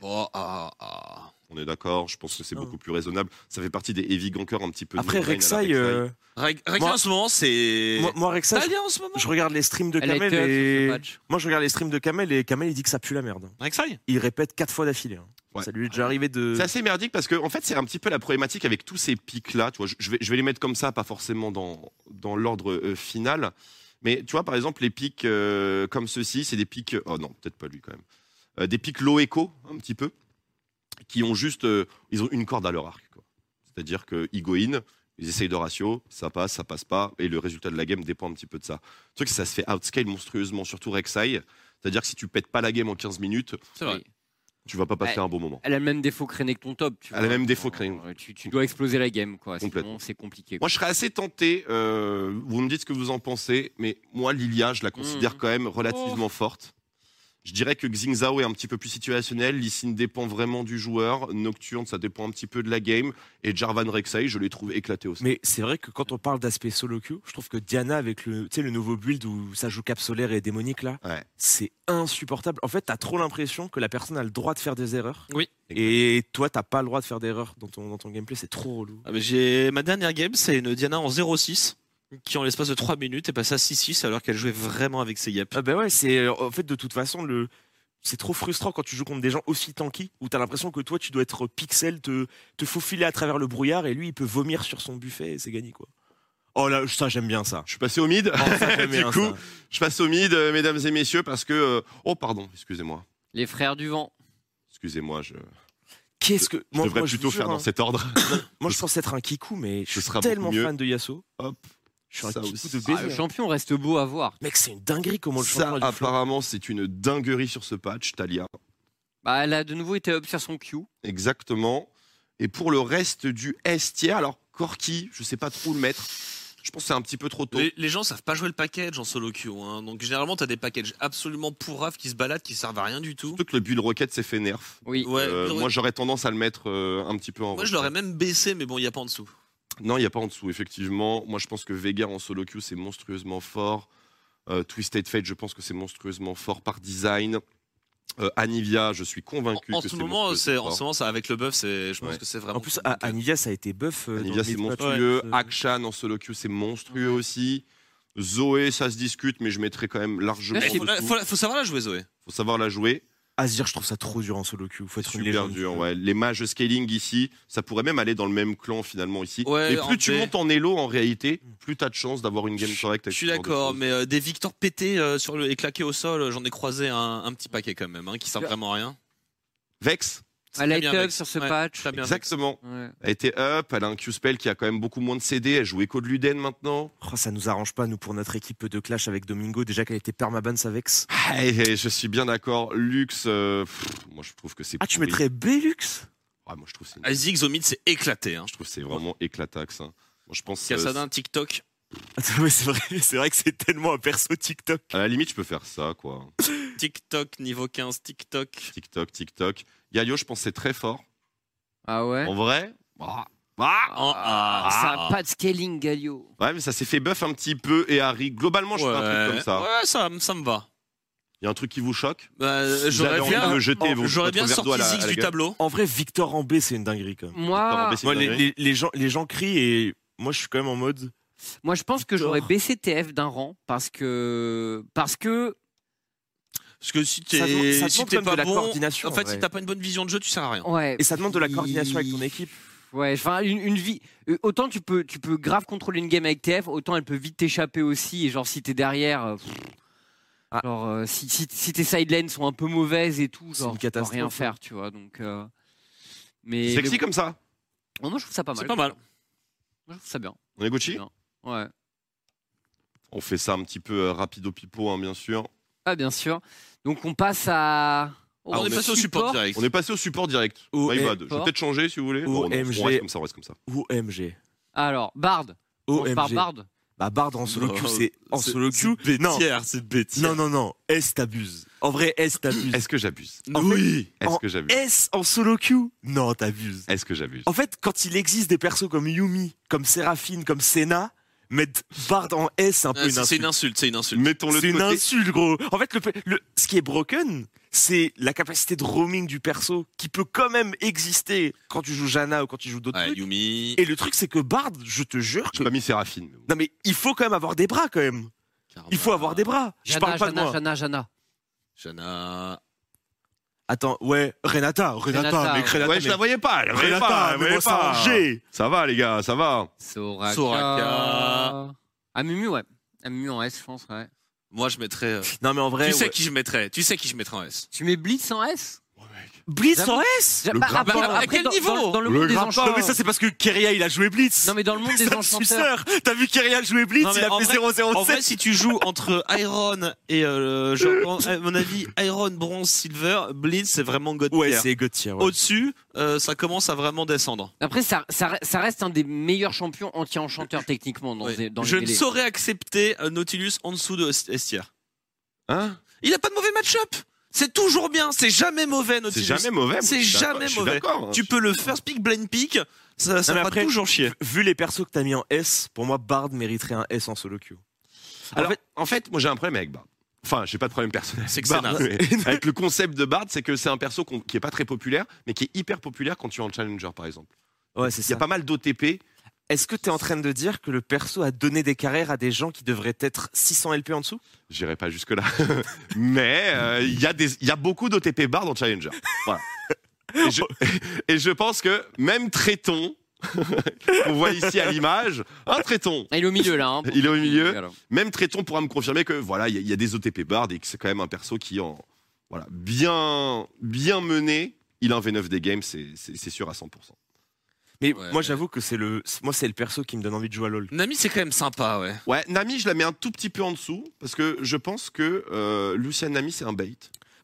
Speaker 5: Oh, ah, ah.
Speaker 1: On est d'accord, je pense que c'est
Speaker 3: Ah.
Speaker 1: beaucoup plus raisonnable. Ça fait partie des heavy gankers un petit peu.
Speaker 3: Après
Speaker 1: migraine à la
Speaker 3: Rek'Sai, euh,
Speaker 5: Reg- Reg-
Speaker 3: Moi-
Speaker 5: en ce moment, c'est.
Speaker 3: moi, moi, Rek'Sai,
Speaker 5: T'as bien en ce moment
Speaker 3: je, je regarde les streams de
Speaker 4: Elle a été
Speaker 3: Kamel
Speaker 4: up sur ce
Speaker 3: et
Speaker 4: patch.
Speaker 3: moi je regarde les streams de Kamel et Kamel il dit que ça pue la merde.
Speaker 5: Rek'Sai
Speaker 3: Il répète quatre fois d'affilée. hein.
Speaker 1: Ouais.
Speaker 3: Ça lui est déjà arrivé de.
Speaker 1: C'est assez merdique parce que en fait c'est un petit peu la problématique avec tous ces pics là. Tu vois, je- je vais, je vais les mettre comme ça, pas forcément dans, dans l'ordre euh, final. Mais tu vois par exemple les pics euh, comme ceci, c'est des pics. Oh non, peut-être pas lui quand même. Euh, des pics low echo un petit peu, qui ont juste, euh, ils ont une corde à leur arc. quoi. C'est-à-dire que ils go in, ils essayent de ratio, ça passe, ça passe pas, et le résultat de la game dépend un petit peu de ça. Le truc, c'est que ça se fait outscale monstrueusement, surtout Rek'Sai. C'est-à-dire que si tu pètes pas la game en 15 minutes,
Speaker 5: C'est vrai.
Speaker 4: Oui.
Speaker 1: tu vas pas passer
Speaker 4: Ouais.
Speaker 1: un bon moment.
Speaker 4: Elle a le même défaut que René que ton top. tu
Speaker 1: Elle a
Speaker 4: vois.
Speaker 1: le même défaut que René.
Speaker 4: Tu, tu dois exploser la game, quoi.
Speaker 1: Complètement.
Speaker 4: Sinon, c'est compliqué.
Speaker 1: Moi, je serais assez tenté. euh, vous me dites ce que vous en pensez, mais moi, Lilia, je la considère
Speaker 4: Mhm.
Speaker 1: quand même relativement forte. Je dirais que Xing Zhao est un petit peu plus situationnel. Lissine dépend vraiment du joueur. Nocturne, ça dépend un petit peu de la game. Et Jarvan Rek'Sai, je les trouve éclatés aussi.
Speaker 3: Mais c'est vrai que quand on parle d'aspect solo queue, je trouve que Diana avec le, tu sais, le nouveau build où ça joue cap solaire et démonique là,
Speaker 1: Ouais.
Speaker 3: c'est insupportable. En fait, t'as trop l'impression que la personne a le droit de faire des erreurs.
Speaker 5: Oui.
Speaker 3: Et toi, t'as pas le droit de faire d'erreurs dans ton, dans ton gameplay, c'est trop relou.
Speaker 5: Ah, mais j'ai... Ma dernière game, c'est une Diana en 0-6, qui en l'espace de 3 minutes est passée à 6-6 alors qu'elle jouait vraiment avec ses yep.
Speaker 3: Ah bah ouais, c'est euh, en fait de toute façon le c'est trop frustrant quand tu joues contre des gens aussi tanky où t'as l'impression que toi tu dois être pixel, te, te faufiler à travers le brouillard et lui il peut vomir sur son buffet et c'est gagné quoi. Oh là, ça j'aime bien ça.
Speaker 1: Je suis passé au mid.
Speaker 3: Oh, ça, j'aime
Speaker 1: Du
Speaker 3: bien,
Speaker 1: coup,
Speaker 3: ça.
Speaker 1: je passe au mid, euh, mesdames et messieurs, parce que. euh, Oh, pardon, excusez-moi.
Speaker 4: Les frères du vent.
Speaker 1: Excusez-moi, je, je
Speaker 3: qu'est-ce que moi,
Speaker 1: devrais
Speaker 3: moi, je
Speaker 1: plutôt
Speaker 3: vous jure,
Speaker 1: faire dans
Speaker 3: hein,
Speaker 1: cet ordre.
Speaker 3: Moi, je pense être un kikou, mais
Speaker 1: Ce
Speaker 3: je
Speaker 1: sera
Speaker 3: suis tellement
Speaker 1: beaucoup mieux.
Speaker 3: fan de Yasuo.
Speaker 1: Hop.
Speaker 3: Je suis un
Speaker 1: Ça
Speaker 3: kikou
Speaker 1: aussi.
Speaker 3: de
Speaker 4: Ah, le
Speaker 3: baiser.
Speaker 4: champion reste beau à voir.
Speaker 3: Mec, c'est une dinguerie comment le
Speaker 1: Ça,
Speaker 3: champion a du flanc.
Speaker 1: apparemment, c'est une dinguerie sur ce patch, Talia.
Speaker 4: Bah, elle a de nouveau été up sur son Q.
Speaker 1: Exactement. Et pour le reste du S tier, alors Corki, je sais pas trop où le mettre. Je pense que c'est un petit peu trop tôt.
Speaker 5: Les, les gens savent pas jouer le package en solo queue. Hein. Donc généralement, t'as des packages absolument pourraves qui se baladent, qui servent à rien du tout.
Speaker 1: Surtout que le Bull Rocket s'est fait nerf.
Speaker 4: Oui.
Speaker 5: Ouais,
Speaker 1: Euh,
Speaker 5: le-
Speaker 1: moi, j'aurais tendance à le mettre euh, un petit peu en.
Speaker 5: moi, je l'aurais même baissé, mais bon, il n'y a pas en dessous.
Speaker 1: Non, il n'y a pas en dessous, effectivement. Moi, je pense que Vega en solo queue, c'est monstrueusement fort. Euh, Twisted Fate, je pense que c'est monstrueusement fort par design. Euh, Anivia, je suis convaincu
Speaker 5: en
Speaker 1: que
Speaker 5: ce
Speaker 1: c'est
Speaker 5: moment, c'est,
Speaker 1: monstrueusement
Speaker 5: en ce
Speaker 1: fort.
Speaker 5: moment, ça, avec le buff, c'est, je pense
Speaker 1: Ouais.
Speaker 5: que c'est vraiment.
Speaker 3: En plus, A- Anivia, ça a été buff. euh, dans
Speaker 1: Anivia,
Speaker 3: le
Speaker 1: c'est
Speaker 3: mid-match.
Speaker 1: monstrueux.
Speaker 3: Ouais.
Speaker 1: Akshan en solo queue, c'est monstrueux aussi. Zoé, ça se discute, mais je mettrais quand même largement.
Speaker 5: Il faut, la-
Speaker 1: dessous.
Speaker 5: faut la- faut savoir la jouer, Zoé.
Speaker 1: faut savoir la jouer.
Speaker 3: Azir, je trouve ça trop dur en solo queue. Faut être une
Speaker 1: Super
Speaker 3: légende.
Speaker 1: dur, ouais. Les mages scaling ici, ça pourrait même aller dans le même clan finalement ici.
Speaker 5: Ouais,
Speaker 1: Et
Speaker 5: en
Speaker 1: plus tu
Speaker 5: vrai.
Speaker 1: montes en elo en réalité, plus t'as de chance d'avoir une game correcte.
Speaker 5: Je
Speaker 1: avec
Speaker 5: suis
Speaker 1: ce genre de
Speaker 5: d'accord,
Speaker 1: choses.
Speaker 5: mais euh, des victoires pétées euh, sur le, et claquées au sol, euh, j'en ai croisé un, un petit paquet quand même, hein, qui sert
Speaker 4: Tu as-
Speaker 5: vraiment à rien.
Speaker 1: Vex,
Speaker 4: Elle a
Speaker 5: très
Speaker 4: été
Speaker 5: bien,
Speaker 4: up
Speaker 5: Vex.
Speaker 4: sur ce
Speaker 5: Ouais.
Speaker 4: patch.
Speaker 5: Très bien.
Speaker 1: exactement.
Speaker 4: Ouais.
Speaker 1: Elle a été up, elle a un Q-spell qui a quand même beaucoup moins de CD, elle joue Echo de Luden maintenant.
Speaker 3: Oh, ça nous arrange pas, nous, pour notre équipe de clash avec Domingo. Déjà qu'elle était permabans avec.
Speaker 1: Ah, et- et je suis bien d'accord, Lux, euh, pff, moi je trouve que c'est...
Speaker 3: Ah, tu
Speaker 1: pourri.
Speaker 3: mettrais Belux
Speaker 1: Ah, Moi je trouve que c'est,
Speaker 5: Isaac Zomid, c'est éclaté. Hein.
Speaker 1: je trouve que c'est vraiment éclatax. hein. Moi, je pense... euh,
Speaker 5: Cassadin, TikTok.
Speaker 3: Attends, mais Ah, c'est vrai, c'est vrai que c'est tellement un perso TikTok.
Speaker 1: à la limite, je peux faire ça, quoi.
Speaker 5: TikTok, niveau 15, TikTok.
Speaker 1: TikTok, TikTok. Yayo, je pense que c'est très fort.
Speaker 4: Ah ouais.
Speaker 1: En vrai
Speaker 5: Ah, ah,
Speaker 4: ça
Speaker 5: ah.
Speaker 4: a pas de scaling, Galio.
Speaker 1: Ouais, mais ça s'est fait buff un petit peu et Harry. Globalement, je fais un truc comme ça.
Speaker 5: Ouais, ça, me- ça me va.
Speaker 1: Il y a un truc qui vous choque
Speaker 5: Bah, j'aurais
Speaker 1: J'avais envie de
Speaker 5: bien,
Speaker 1: me jeter. vous-
Speaker 5: j'aurais
Speaker 1: votre
Speaker 5: bien
Speaker 1: verre
Speaker 5: sorti
Speaker 1: d'eau à la- à
Speaker 5: Ziggs
Speaker 1: la
Speaker 5: du
Speaker 1: gueule.
Speaker 5: tableau.
Speaker 3: En vrai, Victor en B, c'est une dinguerie quand même.
Speaker 1: Victor en
Speaker 4: Moi,
Speaker 1: baissé,
Speaker 3: Moi,
Speaker 1: c'est
Speaker 3: les,
Speaker 1: dingue.
Speaker 3: les- les gens, les gens crient et moi, je suis quand même en mode.
Speaker 4: moi, je pense que
Speaker 3: Victor.
Speaker 4: j'aurais baissé TF d'un rang parce que parce que
Speaker 5: Parce que si
Speaker 3: Ça demande- ça
Speaker 5: t'es
Speaker 3: demande
Speaker 5: si
Speaker 3: quand
Speaker 5: t'es
Speaker 3: même
Speaker 5: pas
Speaker 3: de la
Speaker 5: bon,
Speaker 3: coordination,
Speaker 5: en fait,
Speaker 3: ouais. Oh,
Speaker 5: si t'as pas une bonne vision de jeu, tu sers à rien.
Speaker 4: ouais.
Speaker 3: Et ça demande de la
Speaker 4: il-
Speaker 3: coordination avec ton équipe.
Speaker 4: Ouais, enfin une, une vie. euh, Autant tu peux tu peux grave contrôler une game avec TF, autant elle peut vite t'échapper aussi. Et genre si t'es derrière, euh, pff,
Speaker 3: Ah.
Speaker 4: genre euh, si, si, si tes sidelines sont un peu mauvaises et tout,
Speaker 3: C'est
Speaker 4: genre
Speaker 3: une
Speaker 4: tu peux
Speaker 3: catastrophe, hein.
Speaker 4: rien
Speaker 3: ouais.
Speaker 4: faire, tu vois. Donc euh, mais
Speaker 1: Sexy
Speaker 4: mais-
Speaker 1: comme ça.
Speaker 4: Oh, moi je trouve ça pas mal.
Speaker 5: C'est pas mal.
Speaker 1: Ah,
Speaker 4: Moi, je trouve ça bien.
Speaker 1: On est Gucci
Speaker 4: Non. Ouais.
Speaker 1: On fait ça un petit peu euh, rapido pipo, hein, bien sûr.
Speaker 4: Ah bien sûr. Donc on passe à. Oh,
Speaker 5: Ah, on est passé au support direct.
Speaker 1: On est passé au support direct.
Speaker 3: Au
Speaker 1: My
Speaker 3: M-
Speaker 1: bad. Je vais
Speaker 4: Fort.
Speaker 1: peut-être changer si vous voulez.
Speaker 3: Au
Speaker 1: Bon, non,
Speaker 3: MG.
Speaker 1: on reste comme ça, on reste comme ça.
Speaker 3: Ou MG.
Speaker 4: Alors Bard. On se part
Speaker 3: OMG.
Speaker 4: Bard.
Speaker 3: Bah, Bard en solo
Speaker 5: Non,
Speaker 3: queue, c'est. En
Speaker 5: c'est-
Speaker 3: solo
Speaker 5: c'est
Speaker 3: queue. Non,
Speaker 5: Tiers, c'est bêtise.
Speaker 3: non, non, non. S t'abuse. En vrai, S t'abuse.
Speaker 1: Est-ce que j'abuse
Speaker 3: En fait,
Speaker 1: Oui Est-ce
Speaker 3: en-
Speaker 1: que j'abuse
Speaker 3: S en solo queue Non, t'abuses.
Speaker 1: Est-ce que j'abuse
Speaker 3: En fait, quand il existe des persos comme Yumi, comme Séraphine, comme Senna, mettre Bard en S, c'est un peu
Speaker 5: Ah,
Speaker 3: une
Speaker 5: c'est- C'est
Speaker 3: insulte.
Speaker 5: une insulte, c'est une insulte.
Speaker 1: Mettons-le
Speaker 3: C'est
Speaker 1: de
Speaker 3: une
Speaker 1: côté.
Speaker 3: insulte, gros. En fait, le, pe- le- ce qui est broken, c'est la capacité de roaming du perso qui peut quand même exister quand tu joues Janna ou quand tu joues d'autres
Speaker 5: Ouais,
Speaker 3: trucs.
Speaker 5: Yumi.
Speaker 3: Et le truc, c'est que Bard, je te jure que.
Speaker 1: J'ai pas mis Séraphine. mais bon.
Speaker 3: Non, mais il faut quand même avoir des bras, quand même. Il faut avoir des bras. Je
Speaker 4: Jana,
Speaker 3: parle pas de
Speaker 4: Jana,
Speaker 3: moi.
Speaker 4: Jana, Jana.
Speaker 5: Jana.
Speaker 3: Attends, ouais, Renata, Renata,
Speaker 4: Renata,
Speaker 3: mais
Speaker 4: ouais.
Speaker 3: Renata.
Speaker 1: Ouais, je
Speaker 3: mais-
Speaker 1: la voyais pas. Je la voyais pas.
Speaker 3: Renata,
Speaker 1: Je la
Speaker 3: mais
Speaker 1: voyais
Speaker 3: moi, ça
Speaker 1: pas.
Speaker 3: en G.
Speaker 1: Ça va, les gars, ça va.
Speaker 4: Soraka.
Speaker 5: Soraka.
Speaker 4: Ah Mumu ouais. Ah Mumu en S je pense ouais.
Speaker 5: Moi, je mettrais. euh,
Speaker 3: Non, mais en vrai.
Speaker 5: tu sais
Speaker 3: ouais.
Speaker 5: qui je mettrais Tu sais qui je mettrais en S
Speaker 4: Tu mets Blitz en S Bah,
Speaker 3: Blitz en S
Speaker 1: Le grappin.
Speaker 4: après-
Speaker 5: Bah, À
Speaker 4: après,
Speaker 5: quel
Speaker 4: dans-
Speaker 5: niveau
Speaker 4: dans, dans le
Speaker 1: Le
Speaker 4: monde des
Speaker 1: grappin.
Speaker 4: enchanteurs.
Speaker 3: Non, mais ça, c'est parce que Keria, il a joué Blitz.
Speaker 4: Non, mais dans le monde des
Speaker 3: Ça me
Speaker 4: enchanteurs.
Speaker 3: suceur. T'as vu Keria jouer Blitz,
Speaker 5: Non, mais
Speaker 3: il a
Speaker 5: en
Speaker 3: fait
Speaker 5: vrai- En vrai,
Speaker 3: 007.
Speaker 5: si tu joues entre Iron et euh, genre, à mon avis, Iron, Bronze, Silver, Blitz, c'est vraiment God
Speaker 3: Ouais,
Speaker 5: tier.
Speaker 3: c'est Gauthier. ouais.
Speaker 5: Au-dessus, euh, ça commence à vraiment descendre.
Speaker 4: Après ça, ça, re- ça reste un des meilleurs champions anti-enchanteurs techniquement dans,
Speaker 5: Ouais.
Speaker 4: les- dans les
Speaker 5: Je ne
Speaker 4: mêlées.
Speaker 5: saurais accepter euh, Nautilus en dessous de S- S tier.
Speaker 1: Hein
Speaker 5: Il a pas de mauvais match-up. C'est toujours bien. C'est jamais mauvais,
Speaker 1: C'est
Speaker 5: Nautilus.
Speaker 1: jamais mauvais.
Speaker 5: C'est
Speaker 1: je suis d'accord-
Speaker 5: jamais
Speaker 1: je suis
Speaker 5: mauvais.
Speaker 1: d'accord, hein.
Speaker 5: Tu peux le first pick, blind pick. Ça, ça
Speaker 3: Non, mais
Speaker 5: va
Speaker 3: après-
Speaker 5: toujours chier.
Speaker 3: Vu les persos que t'as mis en S, pour moi, Bard mériterait un S en solo queue.
Speaker 1: Alors,
Speaker 3: En
Speaker 1: en, fait, moi j'ai un problème avec Bard. Enfin, j'ai pas de problème personnel.
Speaker 5: C'est que
Speaker 1: avec Bard,
Speaker 5: c'est
Speaker 1: mais Avec le concept de Bard, c'est que c'est un perso qu'on- qui est pas très populaire, mais qui est hyper populaire quand tu es en challenger, par exemple.
Speaker 3: Ouais, c'est
Speaker 1: Il y
Speaker 3: ça.
Speaker 1: a pas mal d'OTP.
Speaker 3: Est-ce que t'es en train de dire que le perso a donné des carrières à des gens qui devraient être 600 LP en dessous
Speaker 1: J'irai pas jusque là, mais euh, il y a des, il y a beaucoup d'OTP Bard en challenger. Voilà. Et je, et je pense que même Tréton, qu'on voit ici à l'image, un Tréton.
Speaker 4: Ah, il est au milieu là. hein.
Speaker 1: Il est au milieu.
Speaker 4: Voilà.
Speaker 1: Même Tréton pourra me confirmer que voilà, il y a- il y, a des OTP Bard et que c'est quand même un perso qui en voilà, bien bien mené, il a un V9 des games, c'est c'est- c'est sûr à 100%.
Speaker 3: Mais
Speaker 5: Ouais.
Speaker 3: moi, j'avoue que c'est le, moi, c'est le perso qui me donne envie de jouer à LoL.
Speaker 5: Nami, c'est quand même sympa, ouais.
Speaker 1: Ouais, Nami, je la mets un tout petit peu en dessous parce que je pense que euh, Lucian Nami c'est un bait.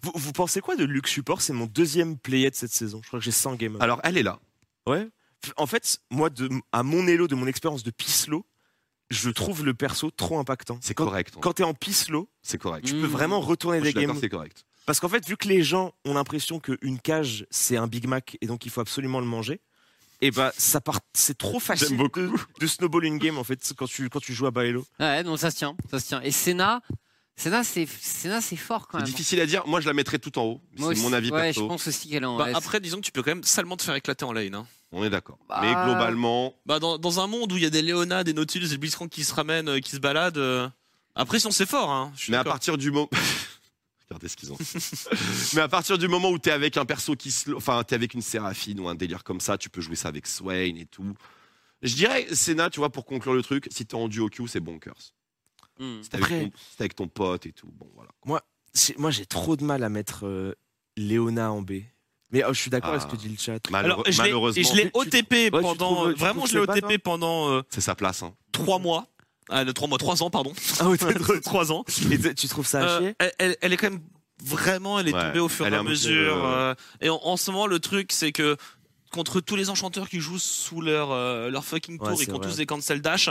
Speaker 3: Vous, vous pensez quoi de Luke Support C'est mon deuxième playet de cette saison. Je crois que j'ai 100 games.
Speaker 1: Alors elle est là.
Speaker 3: Ouais. En fait, moi, de, à mon élo, de mon expérience de Pislo, je trouve le perso trop impactant.
Speaker 1: C'est
Speaker 3: Quand-
Speaker 1: correct. hein.
Speaker 3: Quand t'es en Pislo,
Speaker 1: C'est correct.
Speaker 4: Mmh.
Speaker 3: tu peux vraiment retourner
Speaker 1: Moi, je
Speaker 3: des
Speaker 1: suis d'accord,
Speaker 3: games.
Speaker 1: c'est correct.
Speaker 3: Parce qu'en fait, vu que les gens ont l'impression qu'une cage, c'est un Big Mac et donc il faut absolument le manger, et bah ça part, c'est trop facile
Speaker 1: J'aime beaucoup.
Speaker 3: de, de snowball une game en fait quand tu, quand tu joues à Baello.
Speaker 4: Ouais, non, ça se tient, ça se tient. Et Senna, Senna, c'est Senna, c'est fort quand
Speaker 1: C'est
Speaker 4: même.
Speaker 1: difficile à dire. Moi, je la mettrais tout en haut.
Speaker 4: Moi
Speaker 1: C'est
Speaker 4: aussi-
Speaker 1: mon avis
Speaker 4: ouais,
Speaker 1: perso.
Speaker 4: je pense aussi qu'elle est en
Speaker 5: Bah,
Speaker 4: S.
Speaker 5: après, disons que tu peux quand même salement te faire éclater en lane. hein.
Speaker 1: On est d'accord.
Speaker 4: Bah.
Speaker 1: Mais globalement,
Speaker 5: Bah, dans, dans un monde où il y a des Léona, des Nautilus, des Blitzcrank qui se ramènent, euh, qui se baladent. euh, Après, sinon, c'est fort. Hein. Je suis
Speaker 1: mais à
Speaker 5: d'accord.
Speaker 1: partir du moment Regardez ce qu'ils ont. mais à partir du moment où t'es avec un perso qui se... Enfin, t'es avec une Séraphine ou un délire comme ça, tu peux jouer ça avec Swain et tout. Je dirais, Senna, tu vois, pour conclure le truc, si t'es en duo Q, c'est bon curse.
Speaker 4: Hmm.
Speaker 1: Si t'es avec,
Speaker 3: Après-
Speaker 1: ton- si t'es avec ton pote et tout, bon voilà.
Speaker 3: J'ai- Moi j'ai trop de mal à mettre euh, Léona en B. Mais euh, je suis d'accord avec ce
Speaker 1: Ah.
Speaker 3: que dit le chat.
Speaker 1: Malheureux-
Speaker 5: Alors, je l'ai-
Speaker 1: malheureusement,
Speaker 5: je
Speaker 3: tu-
Speaker 5: l'ai OTP
Speaker 3: trouves
Speaker 5: pendant. euh,
Speaker 3: que c'est
Speaker 5: Vraiment, je l'ai
Speaker 3: pas,
Speaker 5: OTP pendant euh,
Speaker 1: c'est sa place. hein.
Speaker 5: trois mois. Ah, le trois mois, trois ans, pardon.
Speaker 3: Ah ouais, t'es drôle.
Speaker 5: Trois ans.
Speaker 3: Et t- tu trouves ça à
Speaker 5: Euh,
Speaker 3: chier
Speaker 5: elle, elle- elle est quand même vraiment, elle est
Speaker 1: Ouais,
Speaker 5: tombée au fur
Speaker 1: elle
Speaker 5: et
Speaker 1: est
Speaker 5: à
Speaker 1: un petit
Speaker 5: mesure.
Speaker 1: peu,
Speaker 5: euh, et en, en ce moment, le truc, c'est que contre tous les enchanteurs qui jouent sous leur, euh, leur fucking
Speaker 3: Ouais,
Speaker 5: tour et
Speaker 3: c'est
Speaker 5: qui ont
Speaker 3: vrai.
Speaker 5: tous des cancel dash,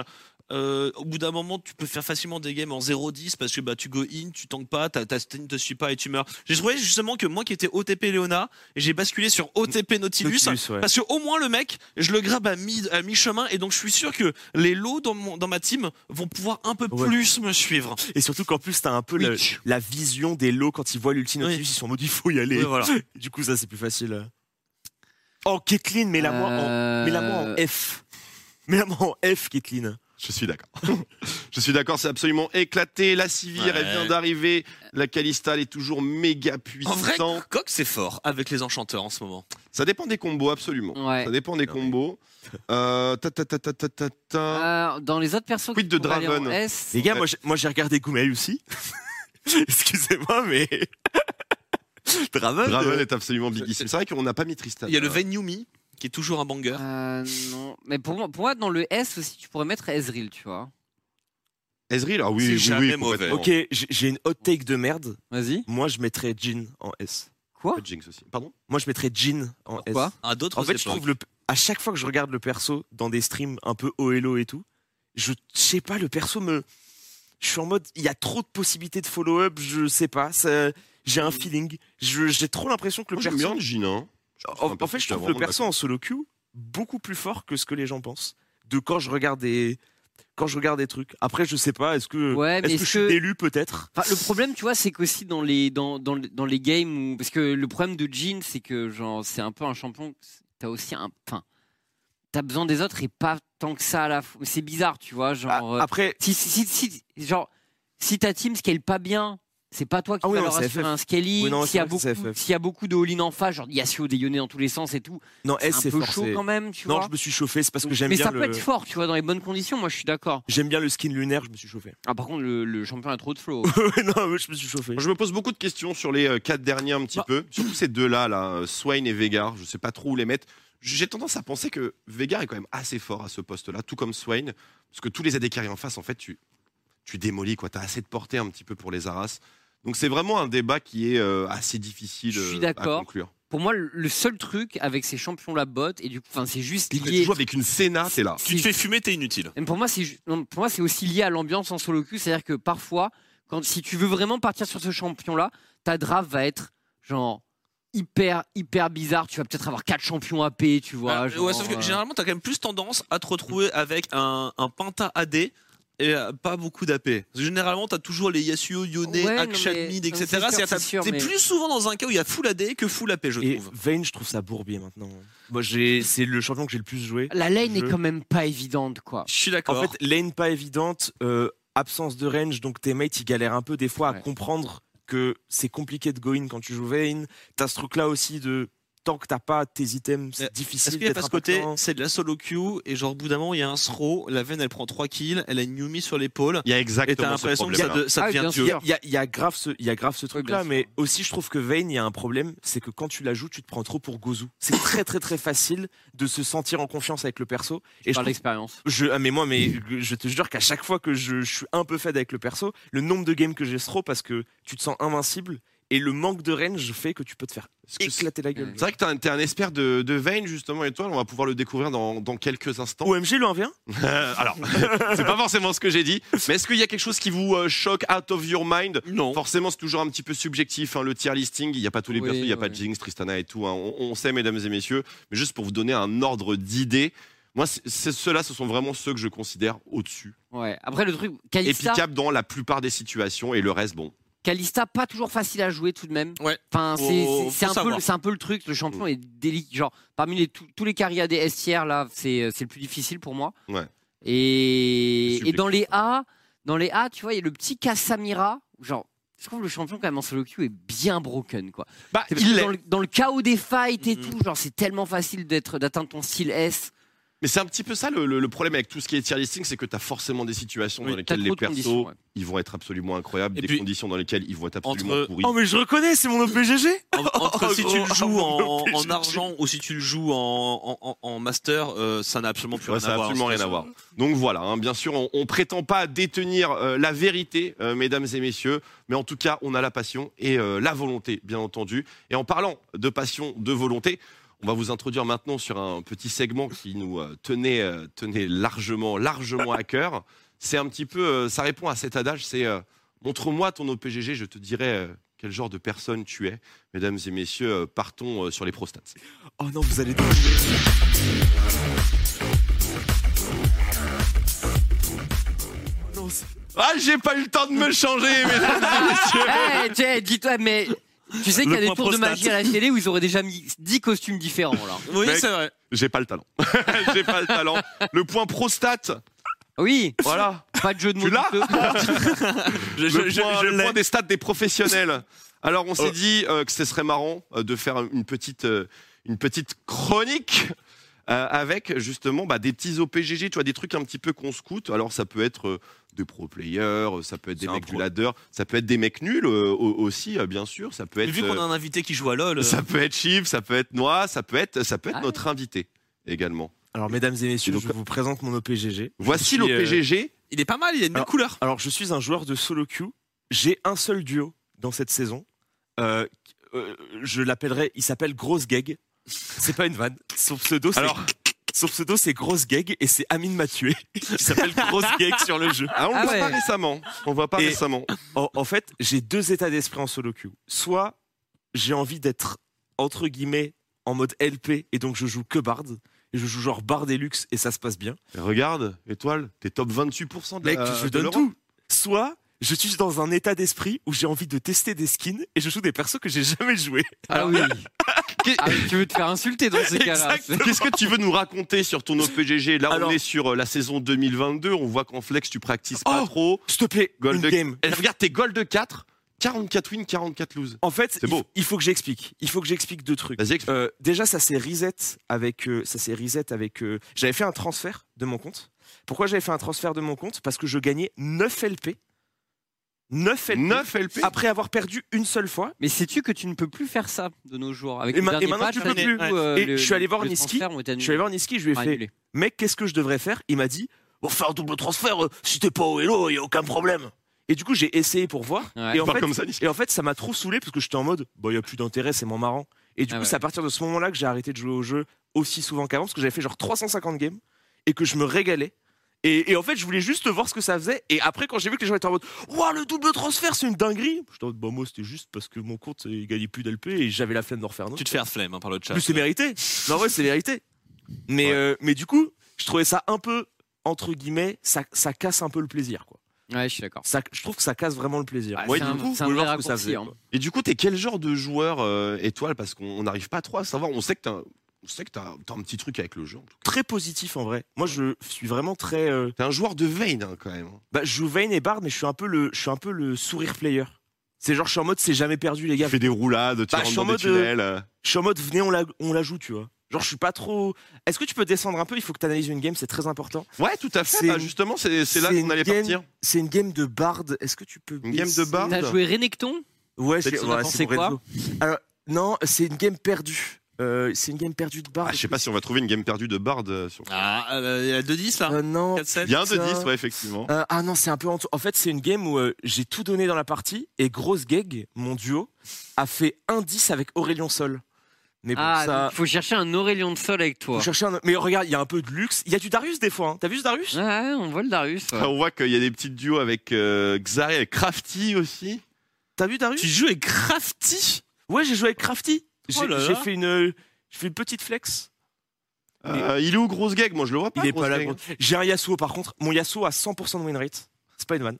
Speaker 5: euh, au bout d'un moment, tu peux faire facilement des games en 0-10 parce que bah, tu go in, tu tankes pas, ta ta stun te suit pas et tu meurs. J'ai trouvé justement que moi qui étais OTP Léona, j'ai basculé sur OTP Nautilus.
Speaker 3: Nautilus, ouais.
Speaker 5: Parce que au moins le mec, je le grabe à mi à mi-chemin et donc je suis sûr que les lots dans, mon- dans ma team vont pouvoir un peu
Speaker 3: Ouais.
Speaker 5: plus me suivre.
Speaker 3: Et surtout qu'en plus, t'as un peu le-
Speaker 5: Witch.
Speaker 3: la vision des lots quand ils voient l'ulti Nautilus,
Speaker 5: Oui.
Speaker 3: ils sont en mode il faut y aller.
Speaker 5: Ouais, voilà.
Speaker 3: Du coup, ça, c'est plus facile. Oh, Kathleen, mets-la moi, en...
Speaker 4: Euh,
Speaker 3: mets la moi en F. Mets-la moi en F, Kathleen.
Speaker 1: Je suis d'accord. je suis d'accord, c'est absolument éclaté. La civière, elle
Speaker 5: Ouais.
Speaker 1: vient d'arriver. La Calista, elle est toujours méga
Speaker 5: En vrai,
Speaker 1: puissante.
Speaker 5: Coq, c'est fort avec les enchanteurs en ce moment.
Speaker 1: Ça dépend des combos, absolument.
Speaker 4: Ouais.
Speaker 1: Ça dépend des
Speaker 3: Non, mais-
Speaker 1: combos. Euh, ta, ta, ta, ta, ta, ta, ta.
Speaker 4: Euh, dans les autres persos
Speaker 1: Quid
Speaker 4: qui
Speaker 1: de
Speaker 4: pourraient aller en
Speaker 1: Draven
Speaker 4: S,
Speaker 3: Les gars, moi, j'ai- moi, j'ai regardé Goumail aussi. Excusez-moi, mais. Draven.
Speaker 1: Draven
Speaker 3: euh,
Speaker 1: est absolument bigissime. C'est vrai qu'on n'a pas mis Tristan.
Speaker 5: Il y a le Venyumi qui est toujours un banger.
Speaker 4: euh, non. Mais pour moi, pour moi, dans le S aussi, tu pourrais mettre Ezreal, tu vois.
Speaker 1: Ezreal, ah oui,
Speaker 5: C'est
Speaker 1: oui,
Speaker 5: jamais
Speaker 1: oui, complètement.
Speaker 5: mauvais.
Speaker 3: Ok, j'ai j'ai une hot take de merde.
Speaker 4: Vas-y.
Speaker 3: Moi, je mettrais Jin en S.
Speaker 4: Quoi
Speaker 1: Pas de Jinx aussi. Pardon
Speaker 3: Moi, je mettrais Jin en
Speaker 4: Pourquoi
Speaker 3: S.
Speaker 5: À d'autres
Speaker 3: En fait, je
Speaker 5: époques.
Speaker 3: trouve le. À chaque fois que je regarde le perso dans des streams un peu OLO et tout, je je sais pas, le perso me. Je suis en mode, il y a trop de possibilités de follow-up, je sais pas. ça- J'ai un feeling. Je- J'ai trop l'impression que le
Speaker 1: Mm. Moi,
Speaker 3: perso.
Speaker 1: J'aime bien le Jin. hein.
Speaker 3: En, en
Speaker 1: C'est un
Speaker 3: fait,
Speaker 1: perso
Speaker 3: je trouve
Speaker 1: qui a
Speaker 3: le
Speaker 1: vraiment
Speaker 3: perso en solo queue beaucoup plus fort que ce que les gens pensent. De quand je regarde des, quand je regarde des trucs. Après, je sais pas. Est-ce que,
Speaker 4: Ouais,
Speaker 3: est-ce
Speaker 4: mais
Speaker 3: que
Speaker 4: est-ce
Speaker 3: je suis
Speaker 4: que-
Speaker 3: élu peut-être
Speaker 4: Enfin, le problème, tu vois, c'est qu'aussi dans les, dans, dans, les- dans les games, où... parce que le problème de Jean, c'est que genre c'est un peu un champion, t'as aussi un... Enfin, t'as besoin des autres et pas tant que ça à la fois. C'est bizarre, tu vois,
Speaker 3: Ah,
Speaker 4: genre... euh,
Speaker 3: Après,
Speaker 4: si, si, si, si- genre, si ta team scale pas bien, c'est pas toi qui
Speaker 3: Ah oui,
Speaker 4: vas
Speaker 3: non,
Speaker 4: leur
Speaker 3: c'est
Speaker 4: assurer
Speaker 3: FF.
Speaker 4: un scaling.
Speaker 3: Oui, non,
Speaker 4: S'il y, a
Speaker 3: c'est vrai que c'est
Speaker 4: beaucoup-
Speaker 3: FF.
Speaker 4: s'il y a beaucoup de all-in en face, genre Yasuo dégueuné dans tous les sens et tout,
Speaker 3: non,
Speaker 4: c'est
Speaker 3: S
Speaker 4: un
Speaker 3: Eh, c'est
Speaker 4: peu
Speaker 3: forcé.
Speaker 4: chaud quand même, tu
Speaker 3: non,
Speaker 4: vois.
Speaker 3: je me suis chauffé. C'est parce que j'aime
Speaker 4: Mais
Speaker 3: bien
Speaker 4: ça peut
Speaker 3: le.
Speaker 4: être fort, tu vois, dans les bonnes conditions, moi je suis d'accord.
Speaker 3: J'aime bien le skin lunaire. Je me suis chauffé.
Speaker 4: Ah, par contre, le, le champion a trop de flow.
Speaker 3: non, mais je me suis chauffé.
Speaker 1: Je me pose beaucoup de questions sur les euh, quatre derniers un petit
Speaker 5: Bah.
Speaker 1: peu. Surtout ces deux-là, là, euh, Swain et Veigar. Je sais pas trop où les mettre. J'ai tendance à penser que Veigar est quand même assez fort à ce poste-là, tout comme Swain. Parce que tous les AD carry en face, en fait, tu, tu démolis. Tu as assez de portée un petit peu pour les Aras. Donc c'est vraiment un débat qui est euh, assez difficile
Speaker 4: Je suis
Speaker 1: euh, à
Speaker 4: d'accord.
Speaker 1: conclure.
Speaker 4: Pour moi, le- le seul truc avec ces champions-là bot, et du coup, enfin, c'est juste
Speaker 1: Parce que Tu
Speaker 4: lié.
Speaker 1: joues avec une Senna, t'es là.
Speaker 5: Tu te fais fumer, t'es inutile.
Speaker 4: Même Pour moi, c'est ju- non, pour moi, c'est aussi lié à l'ambiance en solo queue. C'est-à-dire que parfois, quand, si tu veux vraiment partir sur ce champion-là, ta draft va être genre hyper, hyper bizarre. Tu vas peut-être avoir quatre champions AP, tu vois.
Speaker 5: Ah,
Speaker 4: genre,
Speaker 5: ouais, sauf que
Speaker 4: euh,
Speaker 5: généralement, t'as quand même plus tendance à te retrouver avec un, un Penta AD et euh, pas beaucoup d'AP. Parce que Généralement, t'as toujours les Yasuo, Yone,
Speaker 4: Ouais, non,
Speaker 5: Akshan
Speaker 4: mais-
Speaker 5: Mid,
Speaker 4: non,
Speaker 5: etc.
Speaker 4: c'est sûr,
Speaker 5: C'est-à-dire,
Speaker 4: c'est
Speaker 5: t'as-
Speaker 4: sûr,
Speaker 5: T'es
Speaker 4: mais-
Speaker 5: plus souvent dans un cas où il y a full AD que full AP, je
Speaker 3: Et
Speaker 5: trouve.
Speaker 3: Vayne, je trouve ça bourbier maintenant. Moi, j'ai, c'est le champion que j'ai le plus joué.
Speaker 4: La lane
Speaker 3: Je-
Speaker 4: est quand même pas évidente, quoi.
Speaker 5: Je suis
Speaker 3: En
Speaker 5: d'accord.
Speaker 3: fait, lane pas évidente, euh, absence de range, donc tes mates ils galèrent un peu des fois à
Speaker 4: Ouais.
Speaker 3: comprendre que c'est compliqué de go in quand tu joues Vayne. T'as ce truc là aussi de tant que t'as pas tes items,
Speaker 5: Euh,
Speaker 3: c'est difficile
Speaker 5: Est-ce qu'il y a
Speaker 3: d'être
Speaker 5: pas ce côté,
Speaker 3: impactant.
Speaker 5: c'est de la solo queue, et genre au bout d'un moment, il y a un throw, la veine elle prend 3 kills, elle a une Yumi sur l'épaule,
Speaker 1: Il y a
Speaker 5: et t'as
Speaker 1: exactement ce
Speaker 5: l'impression que ça,
Speaker 1: problème-là.
Speaker 5: de- ça
Speaker 4: Ah,
Speaker 5: devient
Speaker 4: bien
Speaker 5: vieux.
Speaker 4: sûr.
Speaker 3: Il y a, il y a grave ce, il y a grave ce truc là,
Speaker 4: bien sûr.
Speaker 3: mais aussi je trouve que Vayne, il y a un problème, c'est que quand tu la joues, tu te prends trop pour Gozu. C'est très très très facile de se sentir en confiance avec le perso. Et je
Speaker 4: Par
Speaker 3: trouve
Speaker 4: l'expérience.
Speaker 3: Je, ah mais moi, mais je te jure qu'à chaque fois que je, je suis un peu fed avec le perso, le nombre de games que j'ai trop parce que tu te sens invincible et le manque de range fait que tu peux te faire
Speaker 1: Est-ce que C'est
Speaker 3: éclater la gueule.
Speaker 1: c'est vrai que t'es un, t'es un expert de, de Vayne, justement, étoile. On va pouvoir le découvrir dans, dans quelques instants.
Speaker 3: OMG, le 1v1
Speaker 1: Euh, alors, c'est pas forcément ce que j'ai dit, mais est-ce qu'il y a quelque chose qui vous euh, choque out of your mind
Speaker 5: Non.
Speaker 1: Forcément, c'est toujours un petit peu subjectif, hein, le tier listing. Il n'y a pas tous les
Speaker 4: Oui,
Speaker 1: persos, il n'y a pas
Speaker 4: ouais.
Speaker 1: Jinx, Tristana et tout. hein. On, on sait, mesdames et messieurs, mais juste pour vous donner un ordre d'idées. Moi, c'est- c'est- ceux-là, ce sont vraiment ceux que je considère au-dessus.
Speaker 4: Ouais. Après, le truc, Kalista,
Speaker 1: Épicable dans la plupart des situations et le reste, bon.
Speaker 4: Kalista, pas toujours facile à jouer tout de même.
Speaker 5: Ouais.
Speaker 4: Enfin,
Speaker 5: Faut-
Speaker 4: c'est- c'est-
Speaker 5: faut
Speaker 4: c'est un, peu-
Speaker 5: savoir. Mm.
Speaker 4: c'est un peu le truc. Le champion est délicat. Genre, parmi les, tous- tous les carrières des S tiers, là, c'est c'est le plus difficile pour moi.
Speaker 1: Ouais. C'est
Speaker 4: Et, et
Speaker 1: subjectif.
Speaker 4: dans les A, dans les A, tu vois, il y a le petit Kasamira. Genre, je trouve le champion, quand même, en solo queue, est bien broken, quoi.
Speaker 1: Bah,
Speaker 5: Mm.
Speaker 4: C'est parce que dans, le, dans le chaos des fights et tout, genre, c'est tellement facile d'être- d'atteindre ton style S.
Speaker 1: Mais c'est un petit peu ça le, le- le problème avec tout ce qui est tier listing, c'est que tu as forcément des situations
Speaker 4: Oui,
Speaker 1: dans
Speaker 4: t'as
Speaker 1: lesquelles
Speaker 4: trop
Speaker 1: les
Speaker 4: de
Speaker 1: persos,
Speaker 4: conditions, ouais.
Speaker 1: ils vont être absolument incroyables,
Speaker 5: Et
Speaker 1: des
Speaker 5: puis,
Speaker 1: conditions dans lesquelles ils vont être absolument
Speaker 5: entre-
Speaker 1: pourris.
Speaker 3: Oh, mais je reconnais, c'est mon OPGG
Speaker 5: En- entre si tu le
Speaker 3: Oh,
Speaker 5: joues en,
Speaker 3: oh,
Speaker 5: en
Speaker 3: oh,
Speaker 5: argent ou si tu le joues en, en- en master, euh, ça n'a absolument plus
Speaker 1: Ouais,
Speaker 5: rien
Speaker 1: ça
Speaker 5: à
Speaker 1: n'a
Speaker 5: voir.
Speaker 1: absolument
Speaker 5: de
Speaker 1: rien
Speaker 5: toute
Speaker 1: à
Speaker 5: façon.
Speaker 1: voir. Donc voilà, hein, bien sûr, on, on prétend pas détenir euh, la vérité, euh, mesdames et messieurs, mais en tout cas, on a la passion et euh, la volonté, bien entendu. Et en parlant de passion, de volonté, on va vous introduire maintenant sur un petit segment qui nous euh, tenait, euh, tenait largement, largement à cœur. C'est un petit peu, euh, ça répond à cet adage, c'est euh, montre-moi ton OPGG, je te dirai euh, quel genre de personne tu es. Mesdames et messieurs, euh, partons euh, sur les prostates.
Speaker 3: Oh non, vous allez. Non, c'est-
Speaker 1: Ah, j'ai pas eu le temps de me changer, mesdames et messieurs
Speaker 4: Eh, tiens, dis-toi, mais tu sais qu'il y
Speaker 5: Le
Speaker 4: a des
Speaker 5: point
Speaker 4: tours de
Speaker 5: prostate.
Speaker 4: magie à la télé où ils auraient déjà mis 10 costumes différents là.
Speaker 5: Oui,
Speaker 1: Mec.
Speaker 5: c'est vrai.
Speaker 1: J'ai pas le talent. J'ai pas le talent. Le point prostate,
Speaker 4: Oui,
Speaker 1: voilà.
Speaker 4: pas de jeu de mots.
Speaker 1: Tu l'as
Speaker 4: douteux.
Speaker 3: Je, Oh.
Speaker 1: le point, le point des stats des professionnels. Alors on s'est dit euh, que ce serait marrant euh, de faire une petite, euh, une petite chronique. euh, avec justement bah, des petits OPGG, tu vois, des trucs un petit peu qu'on scoute. Alors ça peut être euh, des pro players, ça peut être des
Speaker 5: C'est un
Speaker 1: mecs
Speaker 5: pro.
Speaker 1: du ladder, ça peut être des mecs nuls euh, au- aussi, euh, bien sûr. Ça peut
Speaker 5: Mais
Speaker 1: être,
Speaker 5: vu qu'on a
Speaker 1: euh,
Speaker 5: un invité qui joue à LoL, euh,
Speaker 1: ça peut être Chief, ça peut être Noah, ça peut être, ça peut être
Speaker 4: Ah
Speaker 1: notre invité également.
Speaker 3: Alors, mesdames et messieurs,
Speaker 1: Et donc-
Speaker 3: je vous présente mon OPGG.
Speaker 1: Voici
Speaker 3: suis, euh,
Speaker 1: l'OPGG.
Speaker 5: il est pas mal, il a une belle
Speaker 3: Alors-
Speaker 5: couleur.
Speaker 3: Alors, je suis un joueur de solo queue. J'ai un seul duo dans cette saison. Euh, euh, je l'appellerai. Il s'appelle Grosse Gag. C'est pas une vanne. Son pseudo, c'est.
Speaker 1: Alors-
Speaker 3: Son pseudo, c'est Grosse Gag et c'est Amine Mathieu qui s'appelle Grosse Gag sur le jeu.
Speaker 1: Ah, on
Speaker 4: Ah
Speaker 1: le voit pas
Speaker 4: ouais.
Speaker 1: récemment. On voit pas
Speaker 3: Et-
Speaker 1: récemment.
Speaker 3: En, en fait, j'ai deux états d'esprit en solo queue. Soit j'ai envie d'être entre guillemets en mode LP et donc je joue que Bard. Et je joue genre Bard et Luxe et ça se passe bien.
Speaker 1: Regarde, étoile, t'es top 28% de
Speaker 3: Mec,
Speaker 1: la- euh,
Speaker 3: je
Speaker 1: de
Speaker 3: donne
Speaker 1: l'Europe.
Speaker 3: tout. Soit je suis dans un état d'esprit où j'ai envie de tester des skins et je joue des persos que j'ai jamais joués.
Speaker 4: Ah oui. Ah oui, tu veux te faire insulter dans ces cas-là.
Speaker 3: Exactement.
Speaker 1: Qu'est-ce que tu veux nous raconter sur ton OPGG Là, on
Speaker 3: Alors-
Speaker 1: est sur euh, la saison 2022. On voit qu'en flex, tu pratiques pas
Speaker 3: Oh
Speaker 1: trop.
Speaker 3: S'il te plaît,
Speaker 1: Gold
Speaker 3: une
Speaker 1: de-
Speaker 3: game.
Speaker 1: Et regarde, tes gold de 4, 44 wins, 44 lose.
Speaker 3: En fait,
Speaker 1: C'est
Speaker 3: il,
Speaker 1: beau.
Speaker 3: f- il faut que j'explique. Il faut que j'explique deux trucs.
Speaker 1: Vas-y, explique.
Speaker 3: Euh, déjà, ça s'est reset avec. euh, ça s'est reset avec. euh, j'avais fait un transfert de mon compte. Pourquoi j'avais fait un transfert de mon compte Parce que je gagnais 9 LP. 9 LP.
Speaker 1: 9 LP.
Speaker 3: Après avoir perdu une seule fois.
Speaker 4: Mais sais-tu que tu ne peux plus faire ça de nos jours avec
Speaker 3: Et
Speaker 4: le
Speaker 3: ma- et
Speaker 4: dernier
Speaker 3: maintenant,
Speaker 4: patch,
Speaker 3: tu
Speaker 4: là,
Speaker 3: peux
Speaker 4: du
Speaker 3: plus.
Speaker 4: coup, euh,
Speaker 3: Et
Speaker 4: le-
Speaker 3: je suis allé voir
Speaker 4: les
Speaker 3: Niski,
Speaker 4: transferts ont été
Speaker 3: Je suis allé voir Niski, je lui ai fait.
Speaker 4: annulés.
Speaker 3: Mec, qu'est-ce que je devrais faire Il m'a dit On fait un double transfert, euh, si t'es pas au Hello, y a aucun problème. Et du coup, j'ai essayé pour voir.
Speaker 4: Ouais.
Speaker 3: Et, en
Speaker 1: Parle
Speaker 3: fait,
Speaker 1: comme ça, Niski.
Speaker 3: et en fait, ça m'a trop saoulé parce que j'étais en mode Bah, y a plus d'intérêt, c'est moins marrant. Et du
Speaker 4: Ah
Speaker 3: coup,
Speaker 4: ouais.
Speaker 3: c'est à partir de ce moment-là que j'ai arrêté de jouer au jeu aussi souvent qu'avant parce que j'avais fait genre 350 games et que je me régalais. Et, et en fait, je voulais juste voir ce que ça faisait. Et après, quand j'ai vu que les gens étaient en mode Ouah, le double transfert, c'est une dinguerie J'étais en mode Bah, moi, c'était juste parce que mon compte, il gagnait plus d'LP et j'avais la flemme d'en refaire un autre.
Speaker 5: Tu te fais un flemme hein, par le chat.
Speaker 3: Plus c'est mérité. Non, ouais, c'est mérité. Mais, euh, mais du coup, je trouvais ça un peu, entre guillemets, ça, ça casse un peu le plaisir. Quoi.
Speaker 4: Ah, Ouais, je suis d'accord.
Speaker 3: Ça, je trouve que ça casse vraiment le plaisir.
Speaker 4: Ah,
Speaker 1: ouais,
Speaker 4: c'est
Speaker 1: du
Speaker 4: un,
Speaker 1: coup,
Speaker 4: c'est un
Speaker 3: vous voulez
Speaker 4: vrai
Speaker 3: voir ce que ça
Speaker 4: raccourci.
Speaker 3: faisait,
Speaker 4: hein.
Speaker 3: quoi.
Speaker 1: Et du coup, t'es quel genre de joueur euh, étoile Parce qu'on n'arrive pas trop à savoir. On sait que t'as on sait que t'as- t'as un petit truc avec le jeu. en tout cas.
Speaker 3: Très positif en vrai. Moi, je suis vraiment très. euh,
Speaker 1: T'es un joueur de veine, hein, quand même.
Speaker 3: bah, je joue Vayne et Bard, mais je suis un peu le, je suis un peu le sourire player. C'est genre, je suis en mode, c'est jamais perdu, les
Speaker 1: Tu
Speaker 3: gars.
Speaker 1: fais des roulades, tu
Speaker 3: Bah, je
Speaker 1: rentres
Speaker 3: suis
Speaker 1: dans
Speaker 3: en
Speaker 1: des
Speaker 3: mode,
Speaker 1: tunnels. euh.
Speaker 3: Je suis en mode, venez, on la, on la joue, tu vois. Genre, je suis pas trop. Est-ce que tu peux descendre un peu Il faut que tu analyses une game, c'est très important.
Speaker 1: Ouais, tout à fait.
Speaker 3: c'est
Speaker 1: Bah,
Speaker 3: une-
Speaker 1: justement, c'est c'est là
Speaker 3: c'est
Speaker 1: qu'on
Speaker 3: une
Speaker 1: allait
Speaker 3: game-
Speaker 1: partir.
Speaker 3: C'est une game de Bard. Est-ce que tu peux.
Speaker 1: Une game de
Speaker 3: baisser-
Speaker 1: Bard
Speaker 4: T'as joué Renekton
Speaker 3: Ouais, c'est
Speaker 4: Peut-être que t'en as
Speaker 3: ouais,
Speaker 4: pensé
Speaker 3: c'est pour
Speaker 4: quoi
Speaker 3: Renzo. Alors, non, c'est une game perdue. Euh, c'est une game perdue de Bard.
Speaker 1: Ah, je sais pas si on va trouver une game perdue de Bard. euh, sur-
Speaker 5: Ah, euh, il y a 2-10 là.
Speaker 3: Euh, non.
Speaker 5: 4-7.
Speaker 1: Il y a un de
Speaker 3: putain.
Speaker 1: 10, ouais, effectivement.
Speaker 3: Euh, ah non, c'est un peu en dessous. En fait, c'est une game où euh, j'ai tout donné dans la partie et Grosse Gag, mon duo, a fait un 10 avec Aurélion Sol. Mais bon,
Speaker 4: Ah,
Speaker 3: ça.
Speaker 4: donc, faut chercher un Aurélion de Sol avec toi.
Speaker 3: faut chercher un... Mais regarde, il y a un peu de luxe. Il y a du Darius des fois. hein. T'as vu ce Darius
Speaker 4: Ouais, Ah, ouais, on voit le Darius. ouais.
Speaker 3: Oh.
Speaker 1: Ah, on voit qu'il y a des petites duos avec euh, Xari et Crafty aussi.
Speaker 3: T'as vu Darius
Speaker 5: Tu joues avec Crafty
Speaker 3: Ouais, j'ai joué avec Crafty. J'ai
Speaker 5: Oh là
Speaker 3: j'ai
Speaker 5: là.
Speaker 3: fait une. euh, j'ai fait une petite flex.
Speaker 1: Euh, il est où Grosse Gag Moi, je le vois pas.
Speaker 3: Il est pas
Speaker 1: Ah, Grosse
Speaker 3: là.
Speaker 1: Gag.
Speaker 3: gros. J'ai un Yasuo par contre. Mon Yasuo a 100% de win rate. C'est pas une vanne.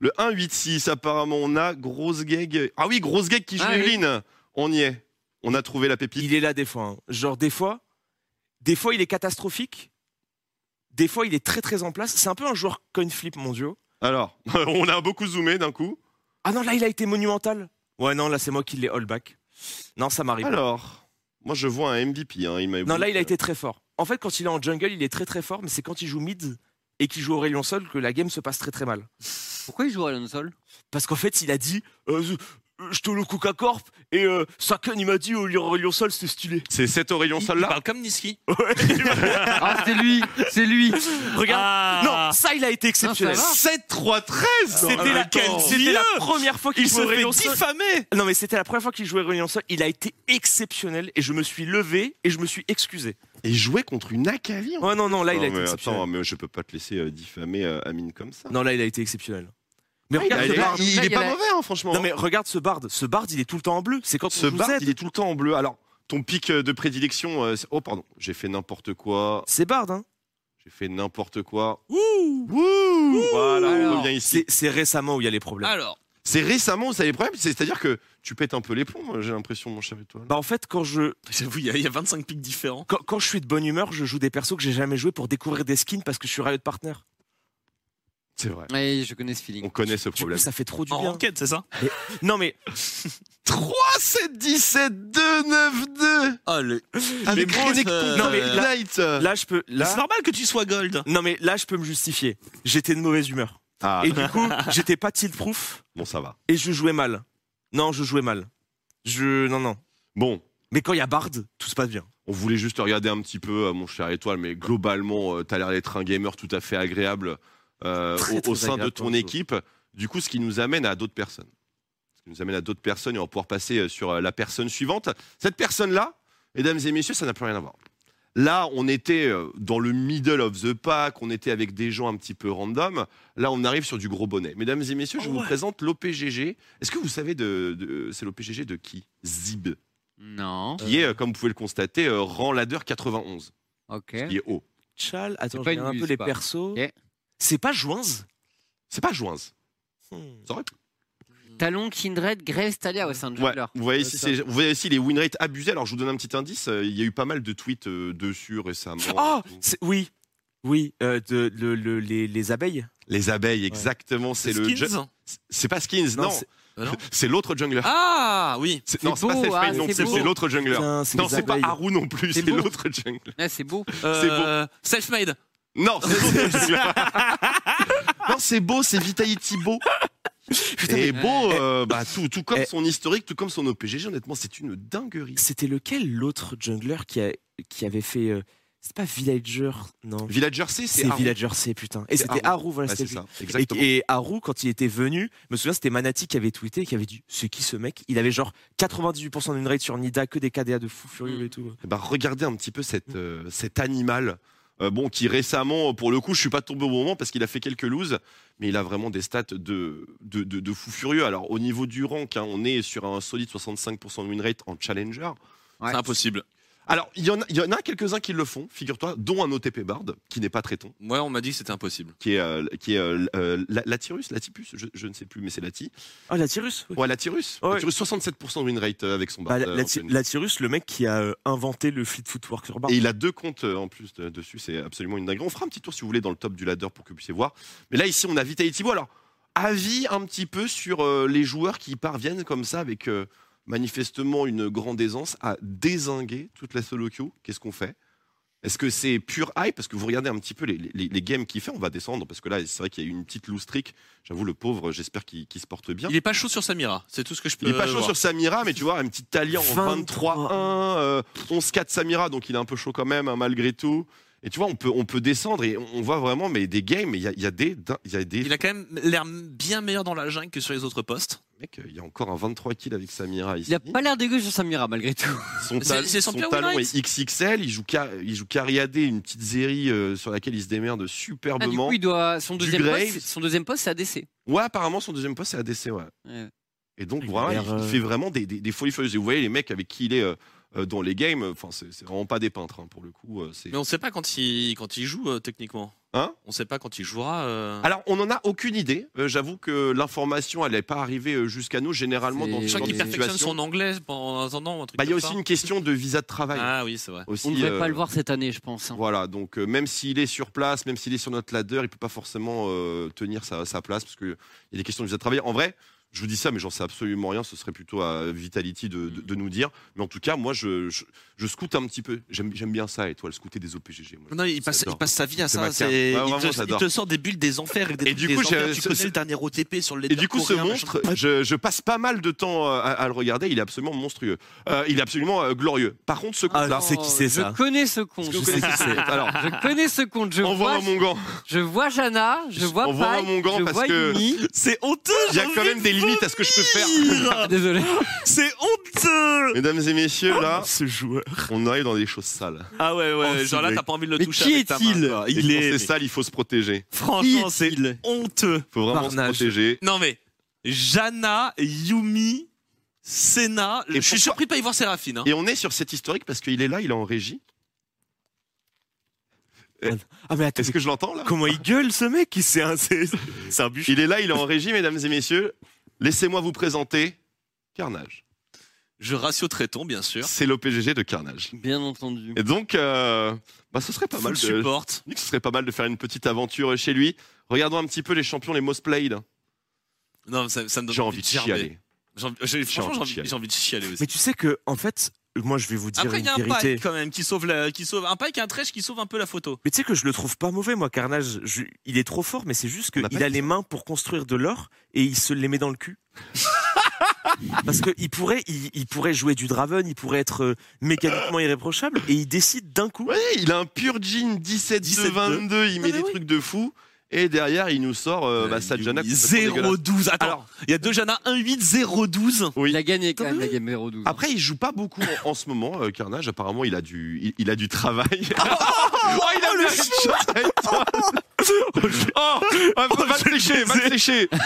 Speaker 1: Le 1-8-6, apparemment, on a Grosse Gag. Ah oui, Grosse Gag qui joue
Speaker 4: Ah oui.
Speaker 1: Evelyne. On y est. On a trouvé la pépite.
Speaker 3: il est là des fois. hein. Genre des fois, des fois il est catastrophique. Des fois il est très très en place. C'est un peu un joueur coin flip mon dieu.
Speaker 1: Alors, on a beaucoup zoomé d'un coup.
Speaker 3: Ah non là il a été monumental. Ouais non là c'est moi qui l'ai all back. Non ça m'arrive.
Speaker 1: Alors, moi, je vois un MVP. hein, il m'a-
Speaker 3: Non là il a été très fort. en fait, quand il est en jungle, il est très très fort, mais c'est quand il joue mid et qu'il joue Aurélien Sol que la game se passe très très mal.
Speaker 4: Pourquoi il joue à Sol
Speaker 3: Parce qu'en fait, il a dit euh, je- euh, Je te le coca corp et euh, Sakan il m'a dit Aurélien Sol c'était stylé.
Speaker 1: C'est cet Aurélien
Speaker 5: Il
Speaker 1: Sol-là
Speaker 5: parle comme Niski.
Speaker 4: Ah, c'est lui C'est lui
Speaker 3: Regarde.
Speaker 5: Ah.
Speaker 3: Non, ça il a été exceptionnel.
Speaker 4: Non, ça va.
Speaker 1: 7-3-13 dans
Speaker 3: C'était
Speaker 1: le
Speaker 3: la,
Speaker 1: temps.
Speaker 3: c'était la première fois qu'il
Speaker 5: il se
Speaker 3: jouait Aurélien
Speaker 5: fait
Speaker 3: Sol.
Speaker 5: diffamer.
Speaker 3: Non mais c'était la première fois qu'il jouait Aurélien Sol. Il a été exceptionnel et je me suis levé et je me suis excusé.
Speaker 1: Et jouer contre une Akali en
Speaker 3: Ouais non non là il a
Speaker 1: Non,
Speaker 3: été
Speaker 1: mais
Speaker 3: exceptionnel.
Speaker 1: attends, mais je peux pas te laisser euh, diffamer euh, Amine comme ça.
Speaker 3: Non là il a été exceptionnel. Mais
Speaker 4: Ah,
Speaker 1: Ah, il,
Speaker 3: regarde, ce
Speaker 1: est,
Speaker 3: Bard.
Speaker 1: il- il
Speaker 4: Là,
Speaker 1: est
Speaker 4: il y a
Speaker 1: pas
Speaker 4: la-
Speaker 1: mauvais, hein, franchement.
Speaker 3: Non mais regarde ce Bard. Ce Bard il est tout le temps en bleu. C'est quand
Speaker 1: Ce
Speaker 3: on joue
Speaker 1: Bard,
Speaker 3: Z.
Speaker 1: il est tout le temps en bleu. Alors, ton pic euh, de prédilection. euh, c'est- oh, pardon, j'ai fait n'importe quoi.
Speaker 3: C'est Bard hein.
Speaker 1: J'ai fait n'importe quoi.
Speaker 3: Ouh.
Speaker 1: Wouh Voilà, on
Speaker 4: Alors,
Speaker 1: revient ici.
Speaker 3: C'est c'est récemment où il y a les
Speaker 5: Ah.
Speaker 3: problèmes.
Speaker 4: Alors,
Speaker 1: C'est récemment où ça a les problèmes. C'est-à-dire que tu pètes un peu les plombs, euh, j'ai l'impression, mon cher étoile.
Speaker 3: Bah en fait quand je
Speaker 5: J'avoue, il y, a- il y a 25 pics différents.
Speaker 3: quand, quand je suis de bonne humeur, je joue des persos que j'ai jamais joués pour découvrir des skins parce que je suis Riot Partner.
Speaker 1: C'est vrai.
Speaker 4: ouais, je connais ce feeling.
Speaker 1: On connaît ce
Speaker 3: Du
Speaker 1: problème.
Speaker 3: coup, ça fait trop du
Speaker 5: En
Speaker 3: bien.
Speaker 5: enquête, c'est ça
Speaker 3: Non mais
Speaker 1: 3, 7, 17, 2, 9, 2
Speaker 5: Ah, le...
Speaker 1: Avec
Speaker 5: bon,
Speaker 1: Renekton
Speaker 5: euh,
Speaker 1: dans
Speaker 3: non, mais
Speaker 1: Red
Speaker 3: là-
Speaker 1: Knight. euh.
Speaker 3: là je peux
Speaker 5: C'est
Speaker 3: là
Speaker 5: normal que tu sois gold.
Speaker 3: non mais là je peux me justifier. J'étais de mauvaise humeur
Speaker 1: Ah,
Speaker 3: et du coup j'étais pas tilt proof
Speaker 1: bon, ça va.
Speaker 3: et je jouais mal. Non je jouais mal. Je non non.
Speaker 1: Bon,
Speaker 3: Mais quand il y a Bard, tout se passe bien.
Speaker 1: On voulait juste te regarder un petit peu, euh, mon cher Étoile, mais globalement, tu t'as l'air d'être un gamer tout à fait agréable euh,
Speaker 3: Très,
Speaker 1: au- au,
Speaker 3: très
Speaker 1: sein de
Speaker 3: agréable
Speaker 1: ton
Speaker 3: pour le
Speaker 1: équipe. Du coup, ce qui nous amène à d'autres personnes. Ce qui nous amène à d'autres personnes et on va pouvoir passer euh, sur euh, la personne suivante. Cette personne-là, mesdames et messieurs, ça n'a plus rien à voir. Là, on était euh, dans le middle of the pack, on était avec des gens un petit peu random. Là, on arrive sur du gros bonnet. Mesdames et messieurs, je
Speaker 3: Ah
Speaker 5: Oh
Speaker 1: vous
Speaker 5: ouais.
Speaker 1: présente l'OPGG. Est-ce que vous savez de, de- c'est l'OPGG de qui Zib
Speaker 4: Non.
Speaker 1: qui est, euh, comme vous pouvez le constater, euh, rang ladder 91,
Speaker 4: Ok.
Speaker 1: qui est haut.
Speaker 3: Chal, attends,
Speaker 4: pas
Speaker 3: je
Speaker 4: une
Speaker 3: regarde un peu
Speaker 4: muse,
Speaker 3: les
Speaker 4: pas.
Speaker 3: persos.
Speaker 4: Ok.
Speaker 3: C'est pas Joinze
Speaker 1: C'est pas Joinze. Ça aurait pu.
Speaker 4: Talon, Kindred, Graves, Talia, ouais, c'est un
Speaker 1: Ouais,
Speaker 4: jungler.
Speaker 1: vous, voyez ici,
Speaker 3: ça.
Speaker 1: c'est- vous voyez ici les win rates abusés. Alors, je vous donne un petit indice. euh, Il y a eu pas mal de tweets euh, dessus récemment.
Speaker 3: Ah c'est- oui. Oui, euh, de, le- le- les, les abeilles.
Speaker 1: les abeilles, exactement. C'est le. ju-
Speaker 5: skins.
Speaker 1: C'est pas Skins,
Speaker 3: Non,
Speaker 1: non.
Speaker 3: c'est-
Speaker 5: Ah non
Speaker 1: C'est l'autre jungler.
Speaker 5: Ah oui.
Speaker 1: C'est-
Speaker 4: c'est
Speaker 1: non, c'est pas
Speaker 4: beau,
Speaker 1: Selfmade
Speaker 4: ah,
Speaker 1: non
Speaker 4: c'est
Speaker 1: plus,
Speaker 4: beau.
Speaker 1: c'est l'autre jungler.
Speaker 3: Putain, c'est
Speaker 1: non,
Speaker 3: les
Speaker 1: c'est pas
Speaker 3: abeilles.
Speaker 1: Haru non plus,
Speaker 4: C'est
Speaker 1: c'est
Speaker 4: beau.
Speaker 1: l'autre jungler.
Speaker 4: Ouais, c'est beau.
Speaker 5: Euh, Self-made.
Speaker 1: Non, c'est l'autre jungler. non, c'est beau, c'est Vitality beau. Et
Speaker 4: mais-
Speaker 1: beau, euh, bah, tout, tout comme
Speaker 3: Eh.
Speaker 1: son historique, tout comme son OPGG, honnêtement, c'est une dinguerie.
Speaker 3: C'était lequel l'autre jungler qui, a- qui avait fait. euh, c'est pas Villager, non.
Speaker 1: Villager C, c'est
Speaker 3: C'est
Speaker 1: Haru.
Speaker 3: Villager C, putain. Et
Speaker 1: C'est
Speaker 3: c'était
Speaker 1: Haru.
Speaker 3: Haru, voilà,
Speaker 1: Ouais,
Speaker 3: c'était
Speaker 1: c'est
Speaker 3: lui.
Speaker 1: ça,
Speaker 3: Et,
Speaker 1: exactement.
Speaker 3: et Haru, quand il était venu, je me souviens, c'était Manati qui avait tweeté, qui avait dit C'est qui ce mec Il avait genre 98% d'une raid sur Nida, que des KDA de fou furieux et tout. hein.
Speaker 1: Eh ben, regardez un petit peu cette, euh, cet animal. euh, bon, qui récemment, pour le coup, je suis pas tombé au moment parce qu'il a fait quelques looses, mais il a vraiment des stats de, de, de- de fou furieux. Alors, au niveau du rank, hein, on est sur un solide 65% de win rate en challenger.
Speaker 4: Ouais.
Speaker 5: C'est impossible.
Speaker 1: Alors, il y en a, il y en a quelques-uns qui le font, figure-toi, dont un OTP Bard, qui n'est pas Tréton,
Speaker 5: Moi, on m'a dit que c'était impossible.
Speaker 1: qui est, euh, qui est euh, euh, la- Latirus, Latipus, je, je ne sais plus, mais c'est Lati.
Speaker 3: Ah, la Tyrus oui.
Speaker 1: Ouais, Latirus.
Speaker 3: Ouais.
Speaker 1: Latirus, 67% de win rate euh, avec son
Speaker 3: Bah,
Speaker 1: Bard.
Speaker 3: la,
Speaker 1: euh,
Speaker 3: la-
Speaker 1: Anthony.
Speaker 3: la Tyrus, le mec qui a euh, inventé le fleet footwork sur bar.
Speaker 1: Et il a deux comptes euh, en plus de- dessus, c'est absolument une dinguerie. On fera un petit tour si vous voulez dans le top du ladder pour que vous puissiez voir. Mais là ici on a Vitaly Thibault. Alors avis un petit peu sur euh, les joueurs qui parviennent comme ça avec euh, manifestement une grande aisance à désinguer toute la solo queue. Qu'est-ce qu'on fait Est-ce que c'est pure hype Parce que vous regardez un petit peu les, les- les games qu'il fait, on va descendre parce que là c'est vrai qu'il y a eu une petite loose trick. J'avoue le pauvre, j'espère qu'il qu'il se porte bien.
Speaker 5: Il est pas chaud sur Samira. C'est tout ce que je peux.
Speaker 1: Il est pas chaud
Speaker 5: voir.
Speaker 1: sur Samira, mais tu vois, une petite Talia en 23-1,
Speaker 3: 23-1,
Speaker 1: euh, 11-4 Samira, donc il est un peu chaud quand même, hein, malgré tout. Et tu vois, on peut, on peut descendre et on, on voit vraiment mais des games, mais il y a, il y a des, din- il y a des
Speaker 5: Il a quand même l'air bien meilleur dans la jungle que sur les autres postes.
Speaker 1: mecs, il y a encore un 23 kills avec Samira ici.
Speaker 4: Il a pas l'air dégueu sur Samira malgré tout.
Speaker 1: Son,
Speaker 5: C'est-
Speaker 1: tal-
Speaker 5: c'est son
Speaker 1: son
Speaker 5: pire
Speaker 1: talon
Speaker 5: win
Speaker 1: est XXL, il joue, Ca- il joue Cariadé, une petite série euh, sur laquelle il se démerde
Speaker 4: Ah, du
Speaker 1: superbement.
Speaker 4: coup, il doit son
Speaker 1: Du
Speaker 4: deuxième
Speaker 1: Graves.
Speaker 4: poste. Son deuxième poste, c'est ADC.
Speaker 1: Ouais, apparemment son deuxième poste c'est ADC, ouais.
Speaker 4: Ouais.
Speaker 1: Et donc,
Speaker 3: Il a
Speaker 1: voilà, il,
Speaker 3: l'air,
Speaker 1: il
Speaker 3: euh,
Speaker 1: fait vraiment des, des- des folies furieuses. Et vous voyez les mecs avec qui il est euh, euh, dans les games, enfin, c'est c'est vraiment pas des peintres hein, pour le coup. euh, c'est-
Speaker 5: Mais on sait pas quand il, quand il joue euh, techniquement.
Speaker 1: Hein Ah,
Speaker 5: On sait pas quand il jouera. euh.
Speaker 1: Alors, on n'en a aucune idée. Euh, J'avoue que l'information, elle n'est pas arrivée euh, jusqu'à nous, généralement, dans ce
Speaker 4: C'est-
Speaker 5: je
Speaker 1: genre
Speaker 5: crois
Speaker 1: de
Speaker 5: qu'il perfectionne
Speaker 1: situation.
Speaker 5: son anglais en attendant. ou Un truc
Speaker 1: Bah, Il y a
Speaker 5: comme
Speaker 1: aussi
Speaker 5: ça.
Speaker 1: une question de visa de travail.
Speaker 5: Ah oui, c'est vrai.
Speaker 1: Aussi,
Speaker 4: On ne devrait
Speaker 1: euh,
Speaker 4: pas le voir cette année, je pense. hein.
Speaker 1: Voilà, donc euh, même s'il est sur place, même s'il est sur notre ladder, il peut pas forcément euh, tenir sa, sa place parce qu'il y a des questions de visa de travail. En vrai, Je vous dis ça, mais j'en sais absolument rien. Ce serait plutôt à Vitality de, de- de nous dire. Mais en tout cas, moi, je, je, je scoute un petit peu. J'aime j'aime bien ça, étoile, scouter des OPGG. moi.
Speaker 5: Non, il passe,
Speaker 1: Oh, J'adore.
Speaker 5: il passe sa vie à
Speaker 1: C'est
Speaker 5: ça.
Speaker 1: ma carte.
Speaker 5: c'est-
Speaker 1: Ouais,
Speaker 5: il,
Speaker 1: vraiment,
Speaker 5: te, il
Speaker 1: j'adore.
Speaker 5: te sort des bulles, des enfers et des
Speaker 1: Et du
Speaker 5: des
Speaker 1: coup, j'ai-
Speaker 5: enfers. Tu
Speaker 1: ce-
Speaker 5: connais
Speaker 1: ce-
Speaker 5: le dernier OTP sur les
Speaker 1: Et du coup, ce
Speaker 5: coréens, machin.
Speaker 1: monstre, je, je passe pas mal de temps euh, à, à le regarder. Il est absolument monstrueux. Euh, il est absolument euh, glorieux. Par contre, ce compte-là.
Speaker 3: je sais qui Ah, c'est, ça.
Speaker 4: Oh, Je connais ce compte.
Speaker 1: Est-ce que vous connaissez- Alors,
Speaker 4: Je connais ce compte. Je
Speaker 1: envoie
Speaker 4: vois,
Speaker 1: mon gant.
Speaker 4: je vois Jana, je vois
Speaker 1: Envoie-moi
Speaker 4: Paille,
Speaker 1: mon gant
Speaker 4: je
Speaker 1: parce
Speaker 4: vois
Speaker 1: que-
Speaker 4: Yumi.
Speaker 3: C'est honteux
Speaker 1: Il y a quand même des limites à ce que je peux faire.
Speaker 4: Ah, Désolé.
Speaker 3: C'est honteux
Speaker 1: Mesdames et messieurs, là,
Speaker 3: Ce joueur.
Speaker 1: on arrive dans des choses sales.
Speaker 5: Ah ouais, ouais,
Speaker 3: Oh,
Speaker 5: genre
Speaker 3: c'est
Speaker 5: là,
Speaker 3: mec.
Speaker 5: t'as pas envie de le
Speaker 4: Mais
Speaker 5: toucher.
Speaker 4: qui
Speaker 5: avec ta main,
Speaker 4: est-il
Speaker 5: quoi.
Speaker 1: Et
Speaker 3: Il
Speaker 1: quand
Speaker 3: est-
Speaker 1: c'est sale, il faut se protéger.
Speaker 5: Franchement,
Speaker 4: Qui
Speaker 5: c'est
Speaker 4: est-il
Speaker 5: honteux.
Speaker 1: Il faut vraiment
Speaker 3: Barnage.
Speaker 1: se protéger.
Speaker 5: Non mais, Jana, Yumi, Senna. Je
Speaker 1: Et
Speaker 5: suis
Speaker 1: pourquoi-
Speaker 5: surpris de pas y voir Séraphine. hein.
Speaker 1: Et on est sur cet historique parce qu'il est là, il est en régie.
Speaker 3: Ah mais attends,
Speaker 1: Est-ce que je l'entends là
Speaker 3: comment il gueule ce mec C'est un, c'est c'est un bûche.
Speaker 1: Il est là, il est en régie, mesdames et messieurs. Laissez-moi vous présenter Carnage.
Speaker 5: Je ratio traiton, bien sûr.
Speaker 1: C'est l'OPGG de Carnage.
Speaker 4: Bien entendu.
Speaker 1: Et donc, euh, bah, ce serait pas
Speaker 5: Full
Speaker 1: mal de.
Speaker 5: support.
Speaker 1: Je me dis que ce serait pas mal de faire une petite aventure chez lui. Regardons un petit peu les champions, les most played.
Speaker 5: Non, mais ça, ça me donne
Speaker 1: J'ai envie de
Speaker 5: gerber.
Speaker 1: chialer.
Speaker 5: J'ai envie- j'ai- Franchement, j'ai
Speaker 1: envie de
Speaker 5: envie-
Speaker 1: chialer.
Speaker 5: j'ai envie de chialer aussi.
Speaker 3: Mais tu sais que, en fait, moi je vais vous dire
Speaker 5: Après, il y
Speaker 3: une
Speaker 5: a un
Speaker 3: vérité.
Speaker 5: pack quand même qui sauve, la, qui sauve un pack et un trèche qui sauve un peu la photo.
Speaker 3: Mais tu sais que je le trouve pas mauvais, moi, Carnage. Je- il est trop fort, mais c'est juste
Speaker 1: On
Speaker 3: qu'il
Speaker 1: n'a pas
Speaker 3: a,
Speaker 1: dit
Speaker 3: les mains pour construire de l'or et il se les met dans le cul. Parce qu'il pourrait, il, il pourrait jouer du Draven, il pourrait être euh, mécaniquement irréprochable et il décide d'un coup.
Speaker 1: Ouais, Eh, il a un pur jean 17
Speaker 3: 17,
Speaker 1: 22 il met des trucs de fou. Et derrière, il nous sort euh, bah, Sajana. complètement dégueulasse.
Speaker 5: 0-12. Attends, il y a deux Jana, 1-8, 0-12.
Speaker 1: Oui.
Speaker 4: Il a gagné quand même la game 0-12.
Speaker 1: Mmh. Après, il joue pas beaucoup en, en ce moment, euh, Carnage. Apparemment, il a du, il, il a du travail. oh, il a le Oh, ah, va- va te lécher, va te lécher. Va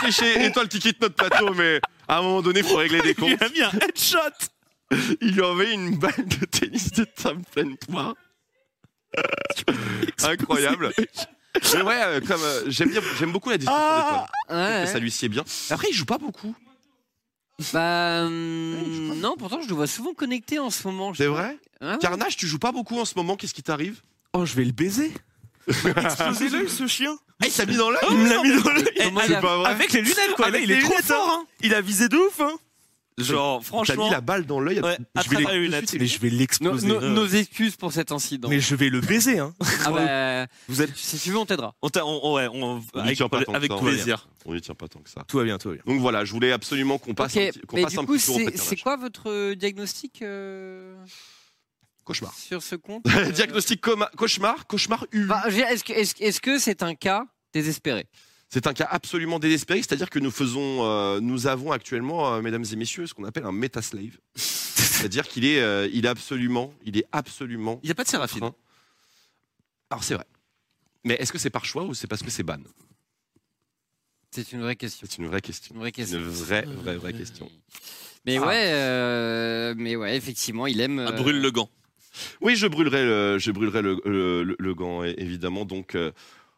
Speaker 1: te lécher. Et toi, le ticket de notre plateau, mais à un moment donné, faut régler des comptes.
Speaker 5: Il a mis un headshot.
Speaker 1: Il lui a envoyé une balle de tennis de table pleine poire. Incroyable. Mais ouais, euh, comme euh, j'aime bien, j'aime beaucoup la discussion d'étoiles.
Speaker 4: Ah, Ouais,
Speaker 1: Et ah, Ça lui sied bien. Après, il joue pas beaucoup.
Speaker 4: Bah, hum, non, pourtant je le vois souvent connecté en ce moment. je
Speaker 1: C'est
Speaker 4: sais
Speaker 1: vrai.
Speaker 4: pas. Hein
Speaker 1: Carnage, tu joues pas beaucoup en ce moment. Qu'est-ce qui t'arrive
Speaker 3: Oh, je vais le baiser. Explosez l'œil, ce chien.
Speaker 1: Ah, il t'a mis dans l'œil.
Speaker 3: Il
Speaker 4: Eh,
Speaker 3: me l'a mis dans
Speaker 4: Et
Speaker 3: l'œil.
Speaker 4: comment il
Speaker 1: C'est
Speaker 4: a-
Speaker 1: pas vrai.
Speaker 3: Avec les lunettes, quoi. Là, il est trop fort. hein. Il a visé de ouf. Hein.
Speaker 5: Genre,
Speaker 1: T'as
Speaker 5: franchement.
Speaker 1: mis la balle dans l'œil.
Speaker 5: Ouais, à
Speaker 3: Je vais
Speaker 5: travers les
Speaker 1: les-
Speaker 5: lunettes.
Speaker 3: Mais je vais
Speaker 4: Nos,
Speaker 3: l'exploser.
Speaker 4: nos- nos excuses pour cet incident.
Speaker 3: Mais je vais le baiser. Hein.
Speaker 4: Ah bah,
Speaker 3: Vous êtes...
Speaker 4: si tu veux, on t'aidera.
Speaker 5: On t'a- on- ouais, on-
Speaker 1: On y
Speaker 5: avec,
Speaker 1: tient pas tant que
Speaker 5: avec
Speaker 1: ça, on va
Speaker 5: plaisir.
Speaker 1: On y tient pas tant que ça.
Speaker 3: Tout va bien, tout va bien.
Speaker 1: Donc voilà, je voulais absolument qu'on passe
Speaker 4: ok,
Speaker 1: un petit, qu'on
Speaker 4: mais
Speaker 1: passe
Speaker 4: du
Speaker 1: un
Speaker 4: coup,
Speaker 1: petit tour auprès
Speaker 4: c'est
Speaker 1: de
Speaker 4: c'est
Speaker 1: Carnage.
Speaker 4: quoi votre euh, diagnostic euh,
Speaker 1: Cauchemar.
Speaker 4: sur ce compte euh,
Speaker 1: Bah. Diagnostic coma- cauchemar, cauchemar U.
Speaker 4: Bah, je veux dire, Est-ce que est-ce que- est-ce que c'est un cas désespéré
Speaker 1: C'est un cas absolument désespéré, c'est-à-dire que nous faisons, euh, nous avons actuellement, euh, mesdames et messieurs, ce qu'on appelle un metaslave. c'est-à-dire qu'il est, euh, il est absolument, il est absolument.
Speaker 5: Il n'y a pas de Séraphine.
Speaker 1: contraint. Alors c'est vrai. Mais est-ce que c'est par choix ou c'est parce que c'est ban
Speaker 4: C'est une vraie question.
Speaker 1: C'est une vraie question.
Speaker 4: Une vraie
Speaker 1: Une
Speaker 4: question.
Speaker 1: vraie, vraie, vraie question.
Speaker 4: Mais
Speaker 1: Ah.
Speaker 4: ouais, euh, mais ouais, effectivement, il aime.
Speaker 5: Ah,
Speaker 4: euh,
Speaker 5: brûle le gant.
Speaker 1: Oui, je brûlerai le, je brûlerai le, le- le- le gant é- évidemment. Donc euh,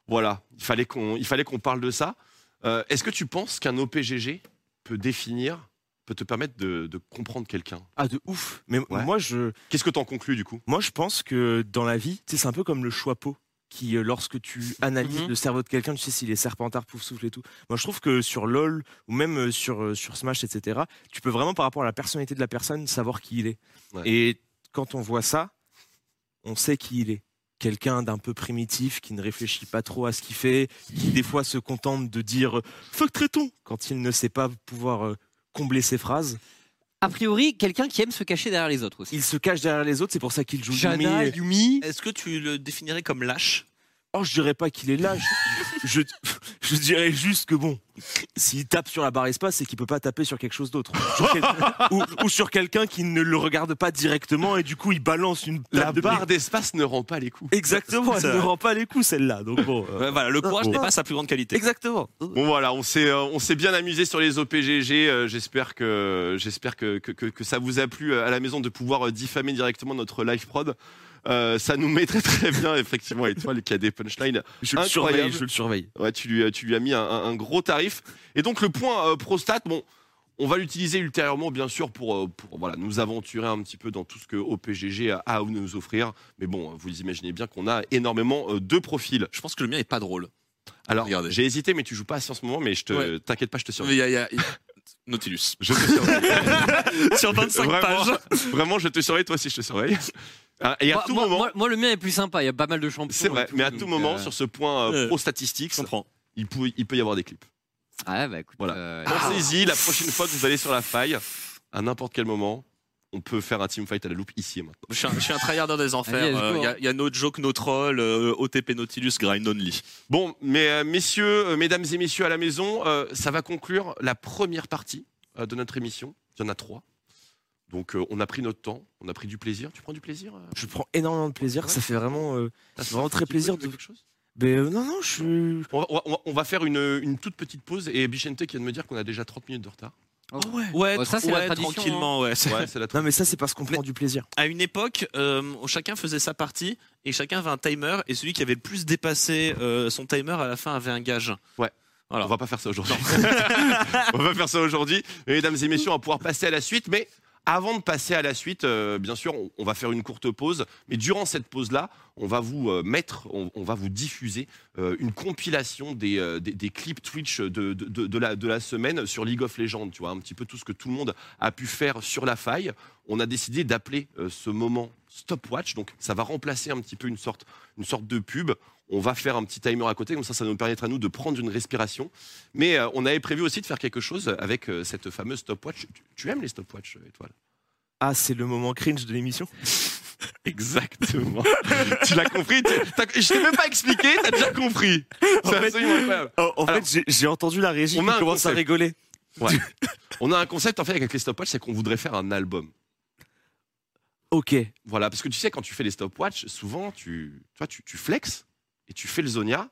Speaker 1: voilà, il fallait qu'on, il fallait qu'on parle de ça. Euh, est-ce que tu penses qu'un OPGG peut définir, peut te permettre de, de comprendre quelqu'un
Speaker 3: Ah, de ouf. Mais
Speaker 1: Ouais.
Speaker 3: moi, je.
Speaker 1: Qu'est-ce que t'en conclus du coup
Speaker 3: Moi, je pense que dans la vie, tu sais, c'est un peu comme le choix pot qui, euh, lorsque tu analyses
Speaker 4: Mhm.
Speaker 3: le cerveau de quelqu'un, tu sais s'il est serpentard, pouf souffle et tout. Moi, je trouve que sur LoL ou même euh, sur, euh, sur Smash, etc., tu peux vraiment, par rapport à la personnalité de la personne, savoir qui il est.
Speaker 1: Ouais.
Speaker 3: Et quand on voit ça, on sait qui il est. Quelqu'un d'un peu primitif, qui ne réfléchit pas trop à ce qu'il fait, qui des fois se contente de dire euh, fuck traiton quand il ne sait pas pouvoir euh, combler ses phrases.
Speaker 4: A priori, quelqu'un qui aime se cacher derrière les autres aussi.
Speaker 3: Il se cache derrière les autres, c'est pour ça qu'il joue Yumi,
Speaker 4: Jana,
Speaker 3: euh,
Speaker 4: Yumi.
Speaker 5: Est-ce que tu le définirais comme lâche
Speaker 3: Oh, je dirais pas qu'il est là. Je, je, je dirais juste que bon, s'il tape sur la barre espace, c'est qu'il peut pas taper sur quelque chose d'autre. Sur quel- ou, ou sur quelqu'un qui ne le regarde pas directement et du coup il balance une table
Speaker 1: La
Speaker 3: de
Speaker 1: barre d'espace ne rend pas les coups.
Speaker 3: Exactement, elle
Speaker 5: Ça-
Speaker 3: ne rend pas les coups celle-là. Donc bon. euh,
Speaker 5: Ouais, Voilà, le courage
Speaker 3: bon.
Speaker 5: n'est pas sa plus grande qualité.
Speaker 3: Exactement.
Speaker 1: Bon voilà, on s'est euh, on s'est bien amusé sur les OPGG. euh, j'espère que j'espère que, que, que- que ça vous a plu euh, à la maison de pouvoir euh, diffamer directement notre live prod. Euh, ça nous met très très bien effectivement étoile qui a des punchlines.
Speaker 3: Je le
Speaker 1: Incroyable.
Speaker 3: surveille, je le surveille.
Speaker 1: Ouais, tu lui as- tu lui as mis un, un- un gros tarif. Et donc le point euh, prostate, bon, on va l'utiliser ultérieurement bien sûr pour euh, pour voilà nous aventurer un petit peu dans tout ce que OPGG a à nous offrir. Mais bon, vous imaginez bien qu'on a énormément euh, de profils.
Speaker 5: Je pense que le mien est pas drôle.
Speaker 1: Alors,
Speaker 7: Regardez.
Speaker 1: j'ai hésité, mais tu joues pas à ce moment, mais je te
Speaker 7: Ouais.
Speaker 1: t'inquiète pas, je te surveille.
Speaker 7: Mais il y a- il y a- Nautilus.
Speaker 1: Je te surveille.
Speaker 5: Sur 25
Speaker 1: vraiment,
Speaker 5: pages.
Speaker 1: vraiment, je te surveille, toi aussi, je te surveille. Ah, Et à
Speaker 4: moi,
Speaker 1: tout
Speaker 4: moi-
Speaker 1: moment,
Speaker 4: moi- moi, le mien est plus sympa, il y a pas mal de champions.
Speaker 1: c'est vrai,
Speaker 4: et
Speaker 1: mais à
Speaker 4: donc,
Speaker 1: tout moment,
Speaker 4: euh,
Speaker 1: sur ce point
Speaker 5: euh,
Speaker 1: pro statistiques,
Speaker 5: comprends.
Speaker 1: il peut, il peut y avoir des clips.
Speaker 4: Ouais, bah écoute.
Speaker 1: Voilà. Ah,
Speaker 4: euh,
Speaker 1: Pensez-y, la prochaine fois que vous allez sur la faille, à n'importe quel moment, on peut faire un team fight à la loupe ici et maintenant.
Speaker 7: Je suis un, je suis un tryharder des enfers.
Speaker 4: Allez, let's
Speaker 7: Euh,
Speaker 4: go,
Speaker 7: Il y a- il y, a no joke, no troll, euh, OTP Nautilus, grind only.
Speaker 1: Bon, mais euh, messieurs, euh, mesdames et messieurs à la maison, euh, ça va conclure la première partie euh, de notre émission. Il y en a trois. Donc euh, on a pris notre temps, on a pris du plaisir. Tu prends du plaisir euh,
Speaker 3: Je prends énormément de plaisir.
Speaker 1: Ouais.
Speaker 3: Ça fait vraiment, euh,
Speaker 1: t'as
Speaker 3: vraiment
Speaker 1: senti
Speaker 3: très
Speaker 1: un petit
Speaker 3: plaisir
Speaker 1: peu
Speaker 3: de-
Speaker 1: quelque chose
Speaker 3: ben, euh, non, non, je suis.
Speaker 1: on va, on va- on va faire une, une toute petite pause et Bichente qui vient de me dire qu'on a déjà 30 minutes de retard. Ah
Speaker 4: ouais.
Speaker 5: Ouais,
Speaker 4: Oh, ça,
Speaker 5: tr-
Speaker 4: c'est la
Speaker 5: ouais,
Speaker 4: tradition,
Speaker 5: tranquillement,
Speaker 8: hein.
Speaker 5: ouais. c'est-
Speaker 1: Ouais, c'est la
Speaker 3: Non, mais ça, c'est parce qu'on prend du plaisir.
Speaker 5: À une époque, euh, chacun faisait sa partie et chacun avait un timer et celui qui avait le plus dépassé euh, son timer à la fin avait un gage.
Speaker 1: On va pas faire ça aujourd'hui. on va pas faire ça aujourd'hui. Mais Mesdames et messieurs, on va pouvoir passer à la suite. Mais avant de passer à la suite, euh, bien sûr, on, on va faire une courte pause. Mais durant cette pause-là, on va vous euh, mettre, on, on va vous diffuser euh, une compilation des, euh, des, des clips Twitch de, de, de- de la, de la semaine sur League of Legends. Tu vois, un petit peu tout ce que tout le monde a pu faire sur la faille. On a décidé d'appeler euh, ce moment stopwatch. Donc, ça va remplacer un petit peu une sorte, une sorte de pub. On va faire un petit timer à côté, comme ça, ça nous permettra nous de prendre une respiration. Mais euh, on avait prévu aussi de faire quelque chose avec euh, cette fameuse stopwatch. Tu, tu aimes les stopwatch, euh, Étoile
Speaker 3: Ah, c'est le moment cringe de l'émission.
Speaker 1: Exactement. tu l'as compris tu- t'as- Je t'ai même pas expliqué, t'as déjà compris.
Speaker 3: En
Speaker 1: C'est
Speaker 3: fait-
Speaker 1: absolument incroyable.
Speaker 3: Oh, en
Speaker 1: Alors,
Speaker 3: fait, j'ai- j'ai entendu la régie
Speaker 1: on
Speaker 3: qui
Speaker 1: a un
Speaker 3: commence à
Speaker 1: concept.
Speaker 3: rigoler.
Speaker 1: On a un concept en fait avec les stopwatch, c'est qu'on voudrait faire un album.
Speaker 3: Ok.
Speaker 1: Voilà, parce que tu sais, quand tu fais les stopwatch, souvent tu, tu, vois, tu, tu flexes et tu fais le zonia.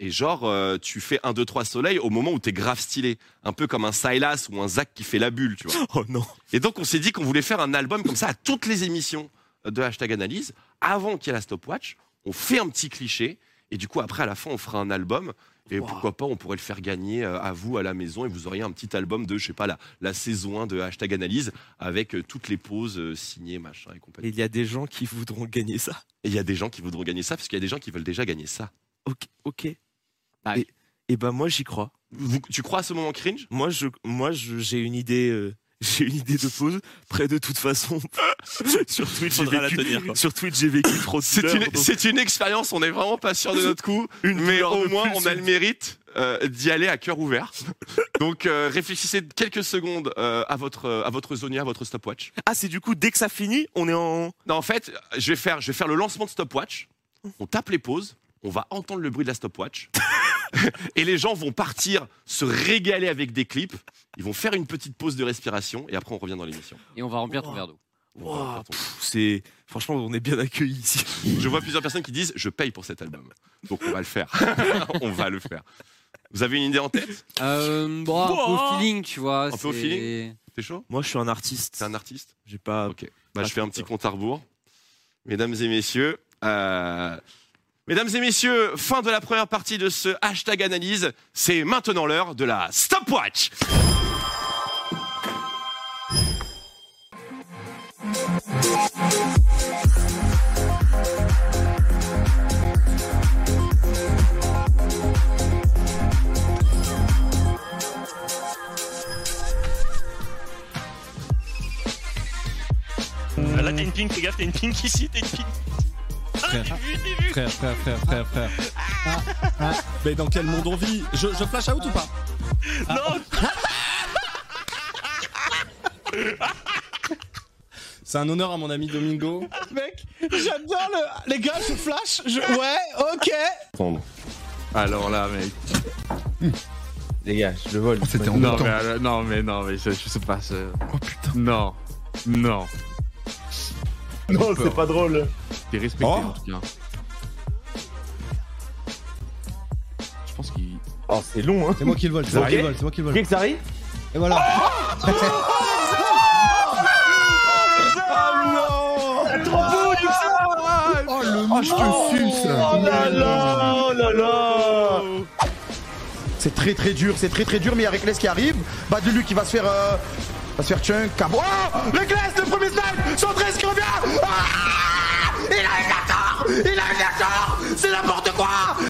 Speaker 1: Et genre, euh, tu fais 1, 2, 3 soleil au moment où t'es grave stylé. Un peu comme un Silas ou un Zach qui fait la bulle, tu vois.
Speaker 3: Oh non.
Speaker 1: Et donc, on s'est dit qu'on voulait faire un album comme ça à toutes les émissions de Hashtag Analyse. Avant qu'il y ait la stopwatch, on fait un petit cliché. Et du coup, après, à la fin, on fera un album. Et pourquoi pas, on pourrait le faire gagner euh, à vous à la maison. Et vous auriez un petit album de, je sais pas, la, la saison 1 de Hashtag Analyse avec euh, toutes les pauses euh, signées, machin et compagnie.
Speaker 3: Il y a des gens qui voudront gagner ça.
Speaker 1: Et il y a des gens qui voudront gagner ça parce qu'il y a des gens qui veulent déjà gagner ça.
Speaker 3: Ok. Ok.
Speaker 4: Ah
Speaker 3: Et, et ben moi, j'y crois.
Speaker 1: Vous- tu crois à ce moment cringe
Speaker 3: Moi, je, moi, je- j'ai une idée. euh, J'ai une idée de pause, près de toute façon. sur Twitch, j'ai
Speaker 5: Faudra la
Speaker 3: vécu,
Speaker 5: tenir, quoi.
Speaker 3: sur Twitch, j'ai vécu trop de
Speaker 1: C'est
Speaker 3: douleur,
Speaker 1: une,
Speaker 3: donc-
Speaker 1: c'est une expérience, on n'est vraiment pas sûr de notre coup, mais
Speaker 3: douleur
Speaker 1: au
Speaker 3: de
Speaker 1: moins
Speaker 3: plus,
Speaker 1: on a
Speaker 3: une-
Speaker 1: le mérite euh, d'y aller à cœur ouvert. Donc euh, réfléchissez quelques secondes euh, à votre euh, à votre Zonia, à votre stopwatch.
Speaker 3: Ah, c'est du coup, dès que ça finit, on est en.
Speaker 1: Non, en fait, je vais faire je vais faire le lancement de stopwatch. On tape les pauses, on va entendre le bruit de la stopwatch. et les gens vont partir se régaler avec des clips, ils vont faire une petite pause de respiration et après on revient dans l'émission.
Speaker 4: Et on va remplir ton verre d'eau.
Speaker 1: On va faire ton-
Speaker 3: Pff, C'est franchement, on est bien accueillis ici.
Speaker 1: Je vois plusieurs personnes qui disent je paye pour cet album. Donc on va le faire. on va le faire. Vous avez une idée en tête
Speaker 4: Euh, bon, un peu au feeling, tu vois.
Speaker 1: Un peu au
Speaker 4: c'est-
Speaker 1: feeling T'es chaud
Speaker 3: Moi, je suis un artiste.
Speaker 1: T'es un artiste
Speaker 3: J'ai pas.
Speaker 1: Ok. Bah,
Speaker 3: Ah,
Speaker 1: je fais un
Speaker 3: putain.
Speaker 1: petit compte à rebours. Mesdames et messieurs, euh, mesdames et messieurs, fin de la première partie de ce hashtag analyse. C'est maintenant l'heure de la stopwatch.
Speaker 9: Ah, Là, t'as une pink, fais gaffe, t'as une pink ici, t'as une pink. Ah, t'es vu, t'es vu.
Speaker 10: Frère, frère, frère, frère, frère. Ah, ah, mais dans quel monde on vit je, je flash out ou pas
Speaker 9: Non,
Speaker 10: C'est un honneur à mon ami Domingo.
Speaker 11: Mec, j'adore le. Les gars, je flash. Je... Ouais, ok.
Speaker 1: Euh,
Speaker 12: Alors là, mec. Les gars, je le vole. C'était en non, mais, alors- non, mais non, mais je, je sais pas. je-
Speaker 11: Oh,
Speaker 12: Non, non. Non, c'est pas drôle. T'es respecté
Speaker 11: Oh.
Speaker 12: en tout cas. Je pense qu'il.
Speaker 13: Oh, c'est long, hein.
Speaker 10: C'est moi qui le vole, c'est moi qui le vole, c'est moi qui le vole.
Speaker 13: que ça arrive
Speaker 10: Et voilà.
Speaker 13: Oh, le Oh, je te fume, ça Oh là là Oh là là C'est très très dur, c'est très très dur, mais il y a Reckless qui arrive. Bah, de lui qui va se faire. euh, va se faire chunk. Cabo. Oh Reckless, le premier snipe 113 qui revient Ah Il a une attaque
Speaker 11: Il a un accord C'est n'importe quoi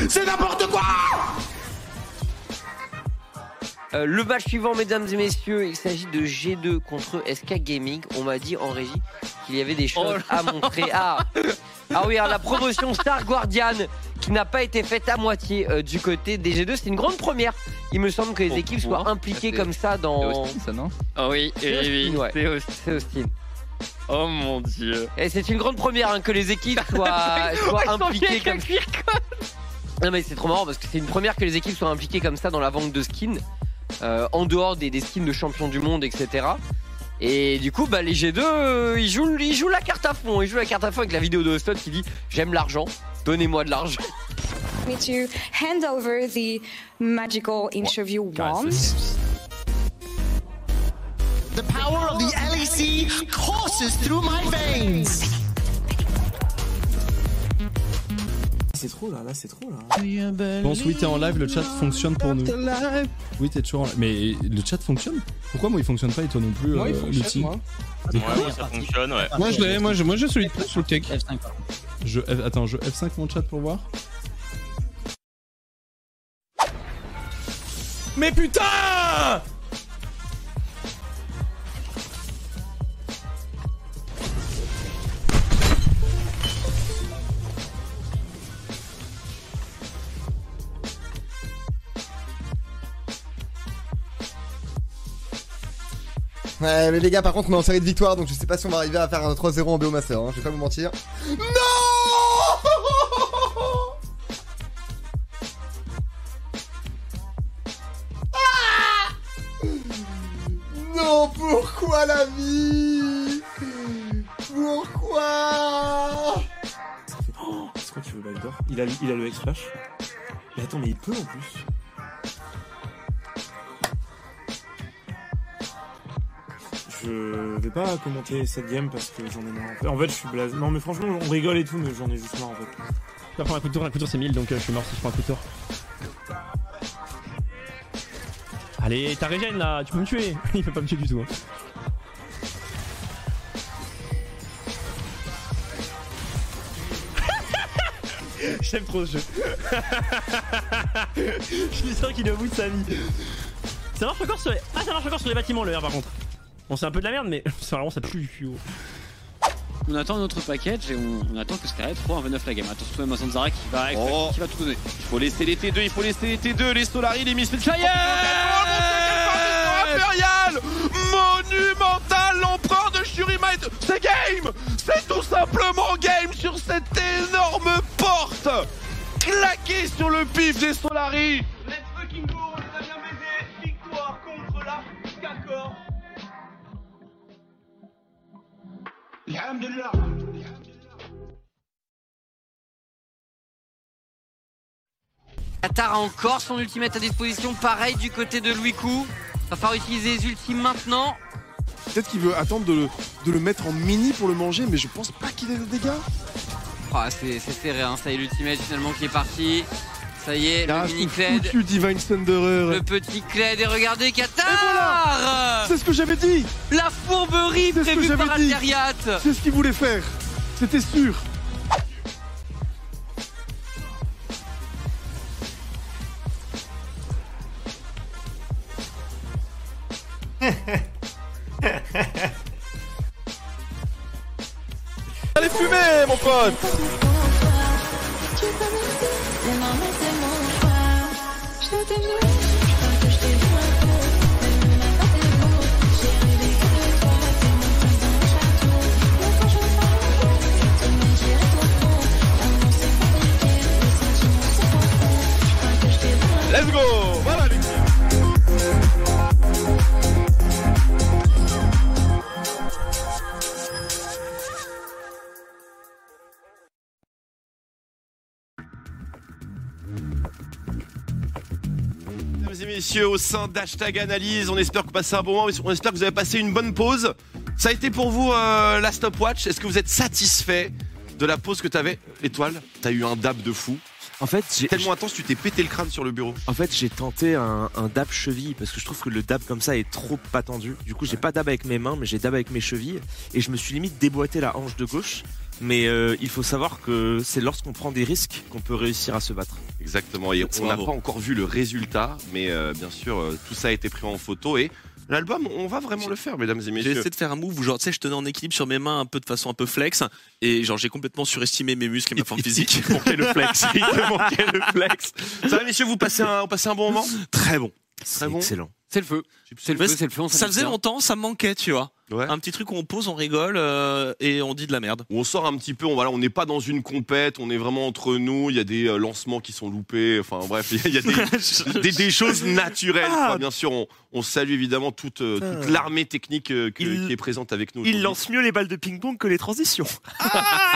Speaker 11: C'est n'importe quoi
Speaker 4: Euh, le match suivant, mesdames et messieurs, il s'agit de G2 contre SK Gaming. On m'a dit en régie qu'il y avait des
Speaker 8: Oh
Speaker 4: choses à montrer. Ah, ah oui, alors la promotion Star Guardian qui n'a pas été faite à moitié euh, du côté des G2. C'est une grande première. Il me semble que les équipes soient
Speaker 8: Ah,
Speaker 4: impliquées comme ça dans.
Speaker 8: ça, non
Speaker 4: Ah oui,
Speaker 8: eh oui, c'est
Speaker 4: C'est Austin.
Speaker 8: Oh mon dieu.
Speaker 4: Et c'est une grande première hein, que les équipes soient, soient impliquées comme ça. Non mais c'est trop marrant parce que c'est une première que les équipes soient impliquées comme ça dans la vente de skins, euh, en dehors des, des skins de champions du monde, etc. Et du coup, bah, les G2, euh, ils, jouent, ils jouent la carte à fond. Ils jouent la carte à fond avec la vidéo de Houston qui dit J'aime l'argent, donnez-moi de l'argent.
Speaker 14: me to hand over the magical interview wand.
Speaker 11: The power of the LEC courses through my veins
Speaker 15: C'est trop là, là c'est trop là.
Speaker 10: Pense oui, t'es en live, le chat fonctionne pour nous.
Speaker 15: Live.
Speaker 10: Oui, t'es toujours en live. Mais le chat fonctionne Pourquoi moi il fonctionne pas et toi non plus,
Speaker 15: Moi, il
Speaker 10: euh,
Speaker 15: fonctionne,
Speaker 10: l'outil
Speaker 15: moi.
Speaker 10: Mais
Speaker 15: Ouais,
Speaker 10: quoi
Speaker 15: moi,
Speaker 16: Ça fonctionne, ouais.
Speaker 10: Moi, je l'ai, moi, je- moi, j'ai celui de plus sur le tech.
Speaker 15: F5, pardon.
Speaker 10: Je F- Attends, je F5 mon chat pour voir.
Speaker 15: Mais putain
Speaker 13: Ouais, mais les gars, par contre, on est en série de victoires, donc je sais pas si on va arriver à faire un 3-0 en BO Master, hein, je vais pas vous mentir. Ah Non, pourquoi la vie Pourquoi
Speaker 15: Oh, c'est quoi tu veux backdoor il a, il a le X-Flash. Mais attends, mais il peut en plus. Je vais pas commenter cette game parce que j'en ai marre. En fait, je suis blasé. Non, mais franchement, on rigole et tout, mais j'en ai juste marre en fait.
Speaker 10: Je prends un coup de tour, un coup de tour c'est 1000
Speaker 16: euh,
Speaker 10: donc je suis mort si je prends un coup de tour. Allez, t'as régène là, tu peux me tuer Il peut pas me tuer du
Speaker 16: hein.
Speaker 10: tout.
Speaker 15: J'aime trop ce jeu.
Speaker 16: Je suis sûr qu'il est au bout de sa vie. Ça marche encore sur les... Ah, ça marche encore sur les bâtiments, le R, par contre. Bon, c'est un peu de la merde, mais ça, vraiment, ça pue du cul. gros.
Speaker 8: On attend notre package et on, on attend que Sky 3 en 29 la game. Attention tout de même à Zanzara qui va, qui va tout donner. Il faut laisser les T2, il faut laisser les T2, les Solari, les Misfits. Ça y
Speaker 16: Impérial Monumental L'empereur de Shurimite C'est game C'est tout simplement game sur cette énorme porte Claqué sur le pif des Solari Let's fucking go, on les a bien baisés Victoire contre la Kakor
Speaker 4: Qatar a encore son ultimate à disposition. Pareil du côté de Louis Cou. Va falloir utiliser les ultimes maintenant.
Speaker 17: Peut-être qu'il veut attendre de le, de le mettre en mini pour le manger, mais je pense pas qu'il ait de dégâts.
Speaker 4: Ah, c'est c'est serré, hein. ça y est, l'ultimate finalement qui est parti. Ça y est, le mini Cled.
Speaker 17: Ah, Foutu Divine Thunderer.
Speaker 4: Le petit Cled et regardez Qatar
Speaker 17: C'est ce que j'avais dit
Speaker 4: La fourberie
Speaker 17: C'est ce que
Speaker 4: prévue
Speaker 17: j'avais
Speaker 4: par
Speaker 17: dit.
Speaker 4: Alteriat.
Speaker 17: C'est ce qu'il voulait faire. C'était sûr.
Speaker 16: Allez fumer, mon pote Let's go Voilà les
Speaker 1: Mesdames et messieurs, au sein d'Hashtag Analyse, on espère que vous passez un bon moment, on espère que vous avez passé une bonne pause. Ça a été pour vous euh, la stopwatch. Est-ce que vous êtes satisfait de la pause que t'avais L'étoile, t'as eu un dab de fou.
Speaker 3: En fait, j'ai.
Speaker 1: Tellement intense, tu t'es pété le crâne sur le bureau.
Speaker 3: En fait, j'ai tenté un, un dab cheville parce que je trouve que le dab comme ça est trop pas tendu. Du coup, j'ai pas dab avec mes mains, mais j'ai dab avec mes chevilles. Et je me suis limite déboîté la hanche de gauche. mais euh, il faut savoir que c'est lorsqu'on prend des risques qu'on peut réussir à se battre.
Speaker 1: Exactement. Et on n'a
Speaker 3: Bravo.
Speaker 1: pas encore vu le résultat, mais euh, bien sûr, euh, tout ça a été pris en photo et l'album, on va vraiment le faire, mesdames et
Speaker 5: J'ai
Speaker 1: messieurs.
Speaker 5: essayé de faire un move où genre tu sais je tenais en équilibre sur mes mains un peu de façon un peu flex et genre j'ai complètement surestimé mes muscles et ma forme physique.
Speaker 1: Il manquait le flex. Il te manquait le flex. Ça va, messieurs, vous passez un, vous passez un bon moment
Speaker 5: Très bon.
Speaker 1: Très Ah bon.
Speaker 3: Excellent.
Speaker 4: C'est le feu. C'est le feu, c'est le feu. on
Speaker 5: ça
Speaker 4: s'amuse
Speaker 5: faisait
Speaker 4: bien.
Speaker 5: longtemps, ça me manquait, tu vois. Un petit truc où on pose, on rigole euh, et on dit de la merde.
Speaker 1: On sort un petit peu, on voilà, on n'est pas dans une compète, on est vraiment entre nous. Il y a des euh, lancements qui sont loupés, enfin bref, il y a des, des- des choses naturelles.
Speaker 3: Ah.
Speaker 1: quoi. bien sûr, on, on salue évidemment toute, euh, toute
Speaker 3: Putain.
Speaker 1: l'armée technique euh, que- qui est présente avec nous.
Speaker 3: Il
Speaker 1: aujourd'hui.
Speaker 3: lance mieux les balles de ping-pong que les transitions.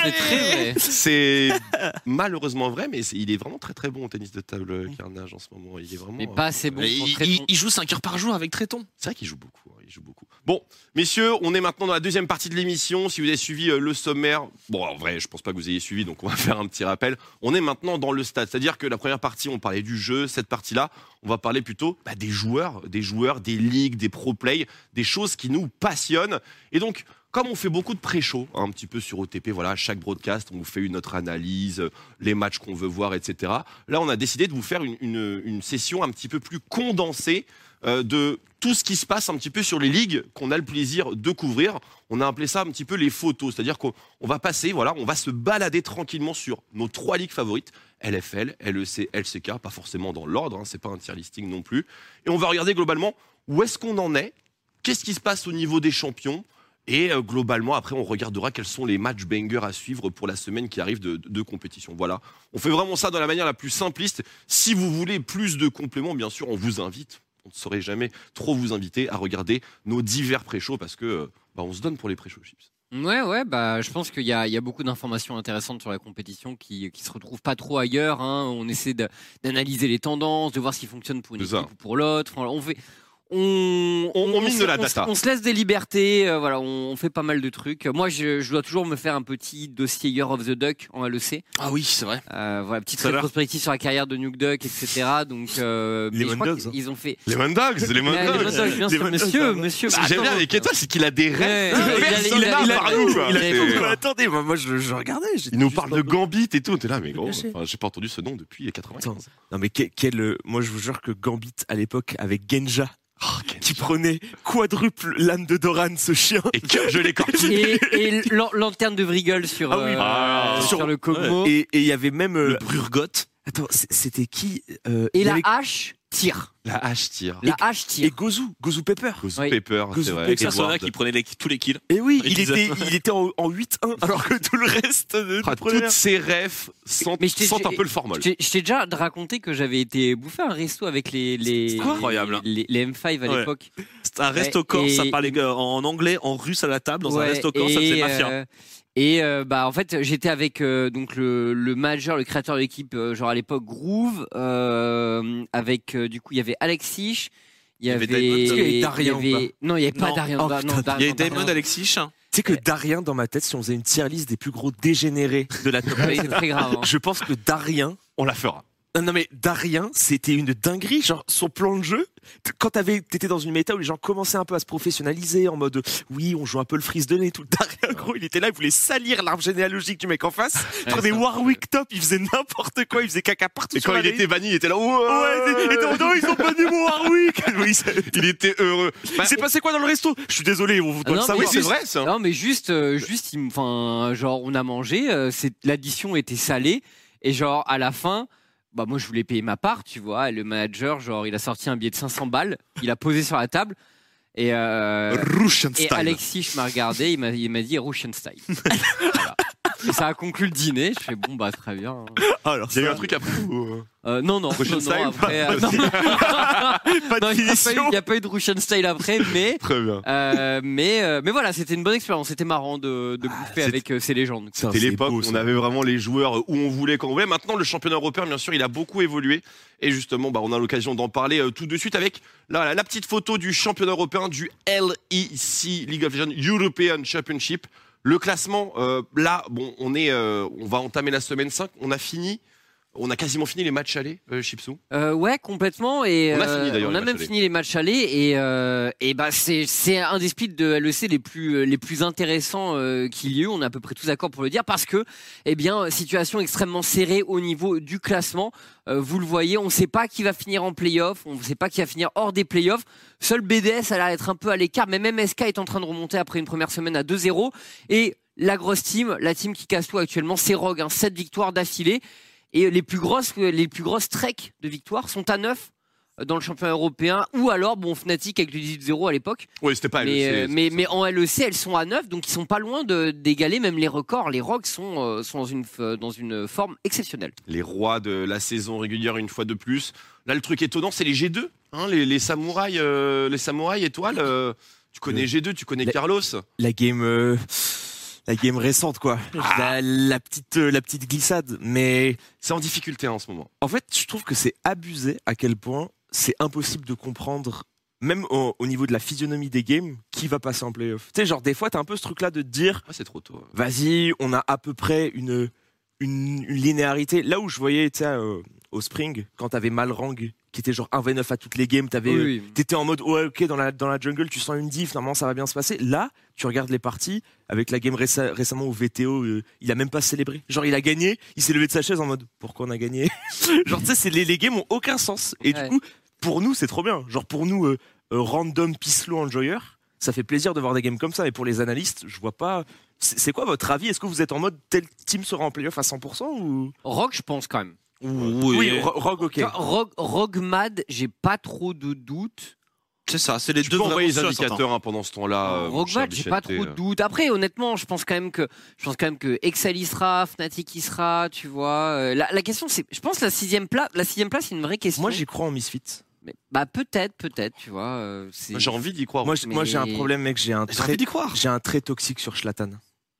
Speaker 4: C'est très vrai.
Speaker 1: C'est malheureusement vrai, mais c'est- il est vraiment très très bon au tennis de table, euh, Carnage, en ce moment. Il est vraiment.
Speaker 4: Mais
Speaker 1: euh,
Speaker 4: pas assez bon.
Speaker 1: Et
Speaker 4: pour
Speaker 1: il-
Speaker 4: très bon.
Speaker 5: Il joue 5 heures par jour avec Tréton.
Speaker 1: C'est vrai qu'il joue beaucoup. hein, il joue beaucoup. Bon, messieurs, on est maintenant dans la deuxième partie de l'émission. Si vous avez suivi euh, le sommaire, bon, en vrai, je pense pas que vous ayez suivi, donc on va faire un petit rappel. On est maintenant dans le stade, c'est-à-dire que la première partie, on parlait du jeu. Cette partie-là, on va parler plutôt bah, des joueurs, des joueurs, des ligues, des pro play, des choses qui nous passionnent. Et donc. Comme on fait beaucoup de pré-show, hein, un petit peu sur OTP, voilà, chaque broadcast, on vous fait une- notre analyse, euh, les matchs qu'on veut voir, etc. Là, on a décidé de vous faire une, une- une session un petit peu plus condensée euh, de tout ce qui se passe un petit peu sur les ligues qu'on a le plaisir de couvrir. On a appelé ça un petit peu les photos, c'est-à-dire qu'on on va passer, voilà, on va se balader tranquillement sur nos trois ligues favorites LFL, LEC, LCK, pas forcément dans l'ordre, hein, c'est pas un tier listing non plus, et on va regarder globalement où est-ce qu'on en est, qu'est-ce qui se passe au niveau des champions. Et euh, globalement, après, on regardera quels sont les matchs bangers à suivre pour la semaine qui arrive de, de- de compétition. Voilà. On fait vraiment ça dans la manière la plus simpliste. Si vous voulez plus de compléments, bien sûr, on vous invite. On ne saurait jamais trop vous inviter à regarder nos divers pré-shows parce que euh, bah, on se donne pour les pré-shows chips.
Speaker 4: Ouais, ouais, bah, je pense qu'il y a, il y a beaucoup d'informations intéressantes sur la compétition qui qui se retrouvent pas trop ailleurs. hein. On essaie de- d'analyser les tendances, de voir ce qui fonctionne pour une
Speaker 1: C'est ça.
Speaker 4: équipe ou pour l'autre. Enfin, on fait. On,
Speaker 1: On- on mine
Speaker 4: se-
Speaker 1: de la
Speaker 4: on se-
Speaker 1: data.
Speaker 4: On, se laisse des libertés, euh, voilà, on, on fait pas mal de trucs. Moi, je, je dois toujours me faire un petit dossier Year of the Duck en LEC.
Speaker 5: Ah oui, c'est vrai.
Speaker 4: Euh, voilà, petite
Speaker 5: Ça a l'air-
Speaker 4: rétrospective sur la carrière de Nuke Duck, etc. Donc, euh, mais
Speaker 1: Les
Speaker 4: je
Speaker 1: Mad
Speaker 4: crois
Speaker 1: Dogs,
Speaker 4: qu'ils-
Speaker 1: hein.
Speaker 4: Ils ont fait.
Speaker 1: Les Mad Dogs, les Mad
Speaker 4: Les
Speaker 1: Dogs.
Speaker 4: bien
Speaker 1: Les
Speaker 4: sûr,
Speaker 1: Mad Dogs,
Speaker 4: monsieur,
Speaker 1: pardon.
Speaker 4: monsieur.
Speaker 1: Ce
Speaker 4: bah,
Speaker 1: que j'aime bien
Speaker 4: attends.
Speaker 1: avec Eto, c'est qu'il a des rêves.
Speaker 4: Ouais, Ah,
Speaker 1: il,
Speaker 4: il a- il a-
Speaker 1: est
Speaker 4: il
Speaker 1: là
Speaker 4: a-
Speaker 1: par nous.
Speaker 4: il a-
Speaker 1: quoi.
Speaker 4: il a-
Speaker 1: C'est-
Speaker 4: il a-
Speaker 3: Mais attendez, moi, moi, je, je regardais. j'étais
Speaker 1: Il nous
Speaker 3: juste
Speaker 1: parle
Speaker 3: pas
Speaker 1: de
Speaker 3: au-
Speaker 1: Gambit et tout. T'es là, mais gros,
Speaker 3: Bien sûr.
Speaker 1: enfin, j'ai pas entendu ce nom depuis 95.
Speaker 3: Non mais quel, quel, euh, moi je vous jure que Gambit à l'époque avec Oh, Genja, qui prenait quadruple l'âme de Doran ce chien.
Speaker 1: Et que je l'ai
Speaker 4: et, et l'an- lanterne de Vrigol sur,
Speaker 3: Ah oui.
Speaker 4: euh,
Speaker 3: Ah.
Speaker 4: sur, le Kogmo.
Speaker 3: Et et il y avait même le Brurgoth. Attends, c- c'était qui euh,
Speaker 4: Et,
Speaker 3: il y
Speaker 4: la
Speaker 3: avait-
Speaker 4: hache tire.
Speaker 1: La hache tire.
Speaker 4: La hache tire.
Speaker 3: Et Gozu, Gozu Pepper.
Speaker 1: Gozu
Speaker 4: Oui.
Speaker 1: Pepper, c'est
Speaker 3: Gozu
Speaker 1: vrai.
Speaker 3: Pepper.
Speaker 5: Persona qui prenait les- tous les kills.
Speaker 3: Et oui,
Speaker 5: Et
Speaker 3: il
Speaker 5: Lisa.
Speaker 3: était, il était en, en 8-1 alors que tout le reste de
Speaker 1: Ah,
Speaker 3: de première-
Speaker 1: toutes ces refs sentent,
Speaker 4: Mais je t'ai-
Speaker 1: sentent un
Speaker 4: j'ai-
Speaker 1: peu le formol.
Speaker 4: Je t'ai- je t'ai déjà raconté que j'avais été bouffer un resto avec les, les,
Speaker 5: Quoi Incroyable, hein.
Speaker 4: les, les M5 à
Speaker 5: Ouais.
Speaker 4: l'époque.
Speaker 5: C'était un reste au corps,
Speaker 4: Et-
Speaker 5: ça parlait euh, en anglais, en russe à la table, dans un
Speaker 4: Ouais,
Speaker 5: reste au corps, ça faisait
Speaker 4: et,
Speaker 5: mafia.
Speaker 4: euh, et euh, bah en fait j'étais avec euh, donc le, le manager, le créateur de l'équipe, euh, genre à l'époque Groove, euh, avec euh, du coup il y avait Alexis, il y
Speaker 3: avait
Speaker 4: avait,
Speaker 3: Diamond. Est-ce qu'il y avait Darien
Speaker 4: il y
Speaker 3: ou
Speaker 4: avait- non il y avait pas
Speaker 5: Non.
Speaker 4: Darien,
Speaker 3: Oh,
Speaker 4: Da- non,
Speaker 3: putain,
Speaker 4: Darien,
Speaker 5: Il y a
Speaker 4: Darien.
Speaker 5: Diamond Alexis. hein.
Speaker 3: Tu sais que Darien, dans ma tête, si on faisait une tier list des plus gros dégénérés de la top
Speaker 4: Ouais,
Speaker 3: lane,
Speaker 4: c'est très grave, hein.
Speaker 3: je pense que Darien.
Speaker 1: On la fera.
Speaker 3: Non, non, mais Darien, c'était une dinguerie. Genre, son plan de jeu, t- quand t'avais- t'étais dans une méta où les gens commençaient un peu à se professionnaliser en mode oui, on joue un peu le freeze de nez et tout. Darien, gros, il était là, il voulait salir l'arbre généalogique du mec en face. Il prenait Warwick top, il faisait n'importe quoi, il faisait caca partout.
Speaker 1: Et
Speaker 3: sur
Speaker 1: quand
Speaker 3: la
Speaker 1: il
Speaker 3: lane.
Speaker 1: était banni, il était là.
Speaker 3: Ouais, et t'es en mode, Oh, ils ont banni mon Warwick! Oui, c'est-
Speaker 1: Il était heureux.
Speaker 3: Il s'est passé quoi dans le resto? Je suis désolé, on vous
Speaker 4: Ah
Speaker 3: doit le
Speaker 4: non, mais
Speaker 3: savoir.
Speaker 4: juste- Non, mais juste, euh, juste, il me- enfin, genre, on a mangé, euh, c'est- l'addition était salée, et genre, à la fin, bah, moi, je voulais payer ma part, tu vois, et le manager, genre, il a sorti un billet de 500 balles, il a posé sur la table, et, euh,
Speaker 17: Russian
Speaker 4: et
Speaker 17: style.
Speaker 4: Alexis je m'a regardé, il m'a, il m'a dit Russian style. Voilà. Et ça a conclu le dîner, je fais bon, bah, très bien. hein.
Speaker 3: Ah, Alors,
Speaker 1: Il y a eu un truc après ou, euh,
Speaker 4: Euh, non, non,
Speaker 1: Russian
Speaker 4: non, non,
Speaker 1: style,
Speaker 4: après,
Speaker 1: pas
Speaker 4: euh, non.
Speaker 1: possible.
Speaker 4: Non, il n'y a, pas eu- il y a pas eu de Russian style après, mais.
Speaker 1: Très bien.
Speaker 4: Euh, mais, euh, mais voilà, c'était une bonne expérience. C'était marrant de, de bouffer avec euh, ces légendes.
Speaker 1: C'était l'époque où on avait vraiment les joueurs où on voulait, quand on voulait. Maintenant, le championnat européen, bien sûr, il a beaucoup évolué. Et justement, bah, on a l'occasion d'en parler euh, tout de suite avec là, la, la petite photo du championnat européen du LEC, League of Legends European Championship. Le classement, euh, là, bon, on est, euh, on va entamer la semaine 5. On a fini On a quasiment fini les matchs allés, euh, Chipsou.
Speaker 4: Euh, ouais, complètement. Et
Speaker 1: On a
Speaker 4: euh,
Speaker 1: fini, d'ailleurs,
Speaker 4: on
Speaker 1: les
Speaker 4: a
Speaker 1: matchs
Speaker 4: même
Speaker 1: allés.
Speaker 4: fini les matchs allés. Et, euh, et bah, c'est c'est un des splits de LEC les plus, euh, les plus intéressants euh, qu'il y ait eu. On est à peu près tous d'accord pour le dire parce que, eh bien, situation extrêmement serrée au niveau du classement. Euh, vous le voyez, on ne sait pas qui va finir en playoff, on ne sait pas qui va finir hors des playoffs. Seul BDS a l'air d'être un peu à l'écart, mais même SK est en train de remonter après une première semaine à 2-0. Et la grosse team, la team qui casse tout actuellement, c'est Rogue, hein, 7 victoires d'affilée. Et les plus grosses, les plus grosses treks de victoires sont à 9 dans le championnat européen ou alors bon Fnatic avec le 18-0 à l'époque.
Speaker 1: Oui, c'était pas
Speaker 4: mais,
Speaker 1: LEC,
Speaker 4: euh,
Speaker 1: Ah, c'est
Speaker 4: mais, mais en LEC, elles sont à 9 donc ils sont pas loin de d'égaler même les records. Les Rogues sont euh, sont dans une f- dans une forme exceptionnelle.
Speaker 1: les rois de la saison régulière une fois de plus. Là, le truc étonnant, c'est les G2, hein, les, les samouraïs, euh, les samouraïs étoiles. euh, tu connais G2, tu connais Carlos.
Speaker 3: La game, euh, la game récente quoi.
Speaker 4: Ah.
Speaker 3: La, la petite, euh, la petite glissade. Mais
Speaker 1: c'est en difficulté hein, en ce moment.
Speaker 3: En fait, je trouve que c'est abusé à quel point c'est impossible de comprendre, même au, au niveau de la physionomie des games, qui va passer en playoff. Tu sais, genre des fois, t'as un peu ce truc-là de te dire,
Speaker 1: Ah, c'est trop tôt.
Speaker 3: vas-y, on a à peu près une, une, une linéarité. Là où je voyais, tu sais, euh, au Spring, quand t'avais Malrang, qui était genre 1v9 à toutes les games, t'avais,
Speaker 4: Oui,
Speaker 3: euh,
Speaker 4: oui.
Speaker 3: t'étais en mode, ouais, ok, dans la, dans la jungle, tu sens une diff, normalement ça va bien se passer. Là, tu regardes les parties, avec la game réce- récemment où VTO, euh, il a même pas célébré. Genre, il a gagné, il s'est levé de sa chaise en mode, pourquoi on a gagné Genre, tu sais, c'est- les, les games ont aucun sens. Et du coup, pour nous, c'est trop bien. Genre, pour nous, euh, euh, random Pislo Enjoyer, ça fait plaisir de voir des games comme ça. Et pour les analystes, je vois pas. C'est c'est quoi votre avis Est-ce que vous êtes en mode tel team sera en playoff à 100% ou
Speaker 4: Rogue, je pense quand même.
Speaker 3: Oui, Ro- Rogue, ok.
Speaker 4: Tu vois, Rogue, Rogue Mad, j'ai pas trop de doutes.
Speaker 5: C'est ça, c'est les
Speaker 1: Tu
Speaker 5: deux
Speaker 1: peux envoyer les
Speaker 5: vraiment sûrs,
Speaker 1: indicateurs
Speaker 5: certains.
Speaker 1: hein, pendant ce temps-là. euh, mon
Speaker 4: Rogue
Speaker 1: cher
Speaker 4: Mad, j'ai pas
Speaker 1: Bichette,
Speaker 4: trop de
Speaker 1: euh.
Speaker 4: doutes. Après, honnêtement, je pense quand même que je pense quand même que Excel y sera, Fnatic y sera, tu vois. Euh, La, la question, c'est, je pense la sixième place, la sixième place, c'est une vraie question.
Speaker 3: Moi, j'y crois en Misfit.
Speaker 4: Mais, bah peut-être, peut-être, tu vois. euh, c'est-
Speaker 1: J'ai envie d'y croire.
Speaker 3: Moi, j'ai- moi, j'ai un
Speaker 4: Mais-
Speaker 3: problème, mec. Oh, J'ai un
Speaker 4: J'ai
Speaker 3: trait. J'ai un trait toxique sur Schlatan.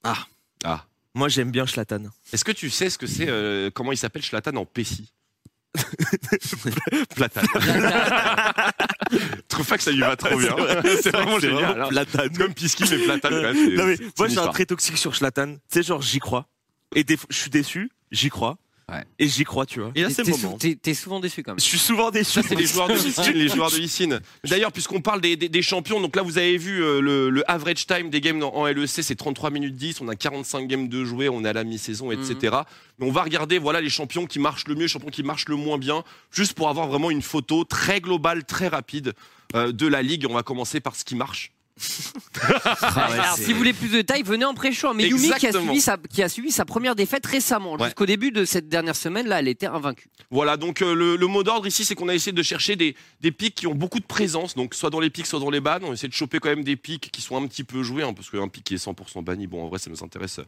Speaker 1: Ah. Ah.
Speaker 3: Moi, j'aime bien Schlatan.
Speaker 1: Est-ce que tu sais ce que c'est, euh, comment il s'appelle Schlatan en Pessi Platane. Je trouve pas que ça lui va trop bien.
Speaker 3: C'est vrai, c'est
Speaker 1: C'est vraiment
Speaker 3: vrai que c'est
Speaker 1: génial. hein.
Speaker 3: vraiment Platane.
Speaker 1: Comme Piski, mais Platane. quand même, c'est-
Speaker 3: non mais
Speaker 1: c'est-
Speaker 3: moi
Speaker 1: c'est
Speaker 3: j'ai un
Speaker 1: bizarre.
Speaker 3: trait toxique sur Schlatan. Tu sais genre j'y crois. Et des fois, je suis déçu, j'y crois. Et j'y crois, tu vois.
Speaker 4: T'es- t'es sou- T'es t'es souvent déçu quand même.
Speaker 3: Je suis souvent
Speaker 1: Ça,
Speaker 3: déçu.
Speaker 1: c'est les joueurs de Licine, les joueurs de Licine. D'ailleurs, puisqu'on parle des, des- des champions, donc là, vous avez vu euh, le, le average time des games en en LEC, c'est 33 minutes 10. On a 45 games de jouer, on est à la mi-saison, etc. Mais on va regarder, voilà, les champions qui marchent le mieux, les champions qui marchent le moins bien, juste pour avoir vraiment une photo très globale, très rapide euh, de la ligue. On va commencer par ce qui marche. Ah,
Speaker 4: Alors, Ah, si vous voulez plus de détails, venez en pré-show. Mais Yumi qui a,
Speaker 1: Exactement.
Speaker 4: suivi sa, qui a suivi sa première défaite récemment.
Speaker 1: Ouais.
Speaker 4: Jusqu'au début de cette dernière semaine, là, elle était invaincue.
Speaker 1: Voilà, donc euh, le, le mot d'ordre ici, c'est qu'on a essayé de chercher des, des pics qui ont beaucoup de présence, donc soit dans les pics, soit dans les bans. On essaie de choper quand même des pics qui sont un petit peu joués, hein, parce qu'un pic qui est 100% banni, bon, en vrai, ça nous intéresse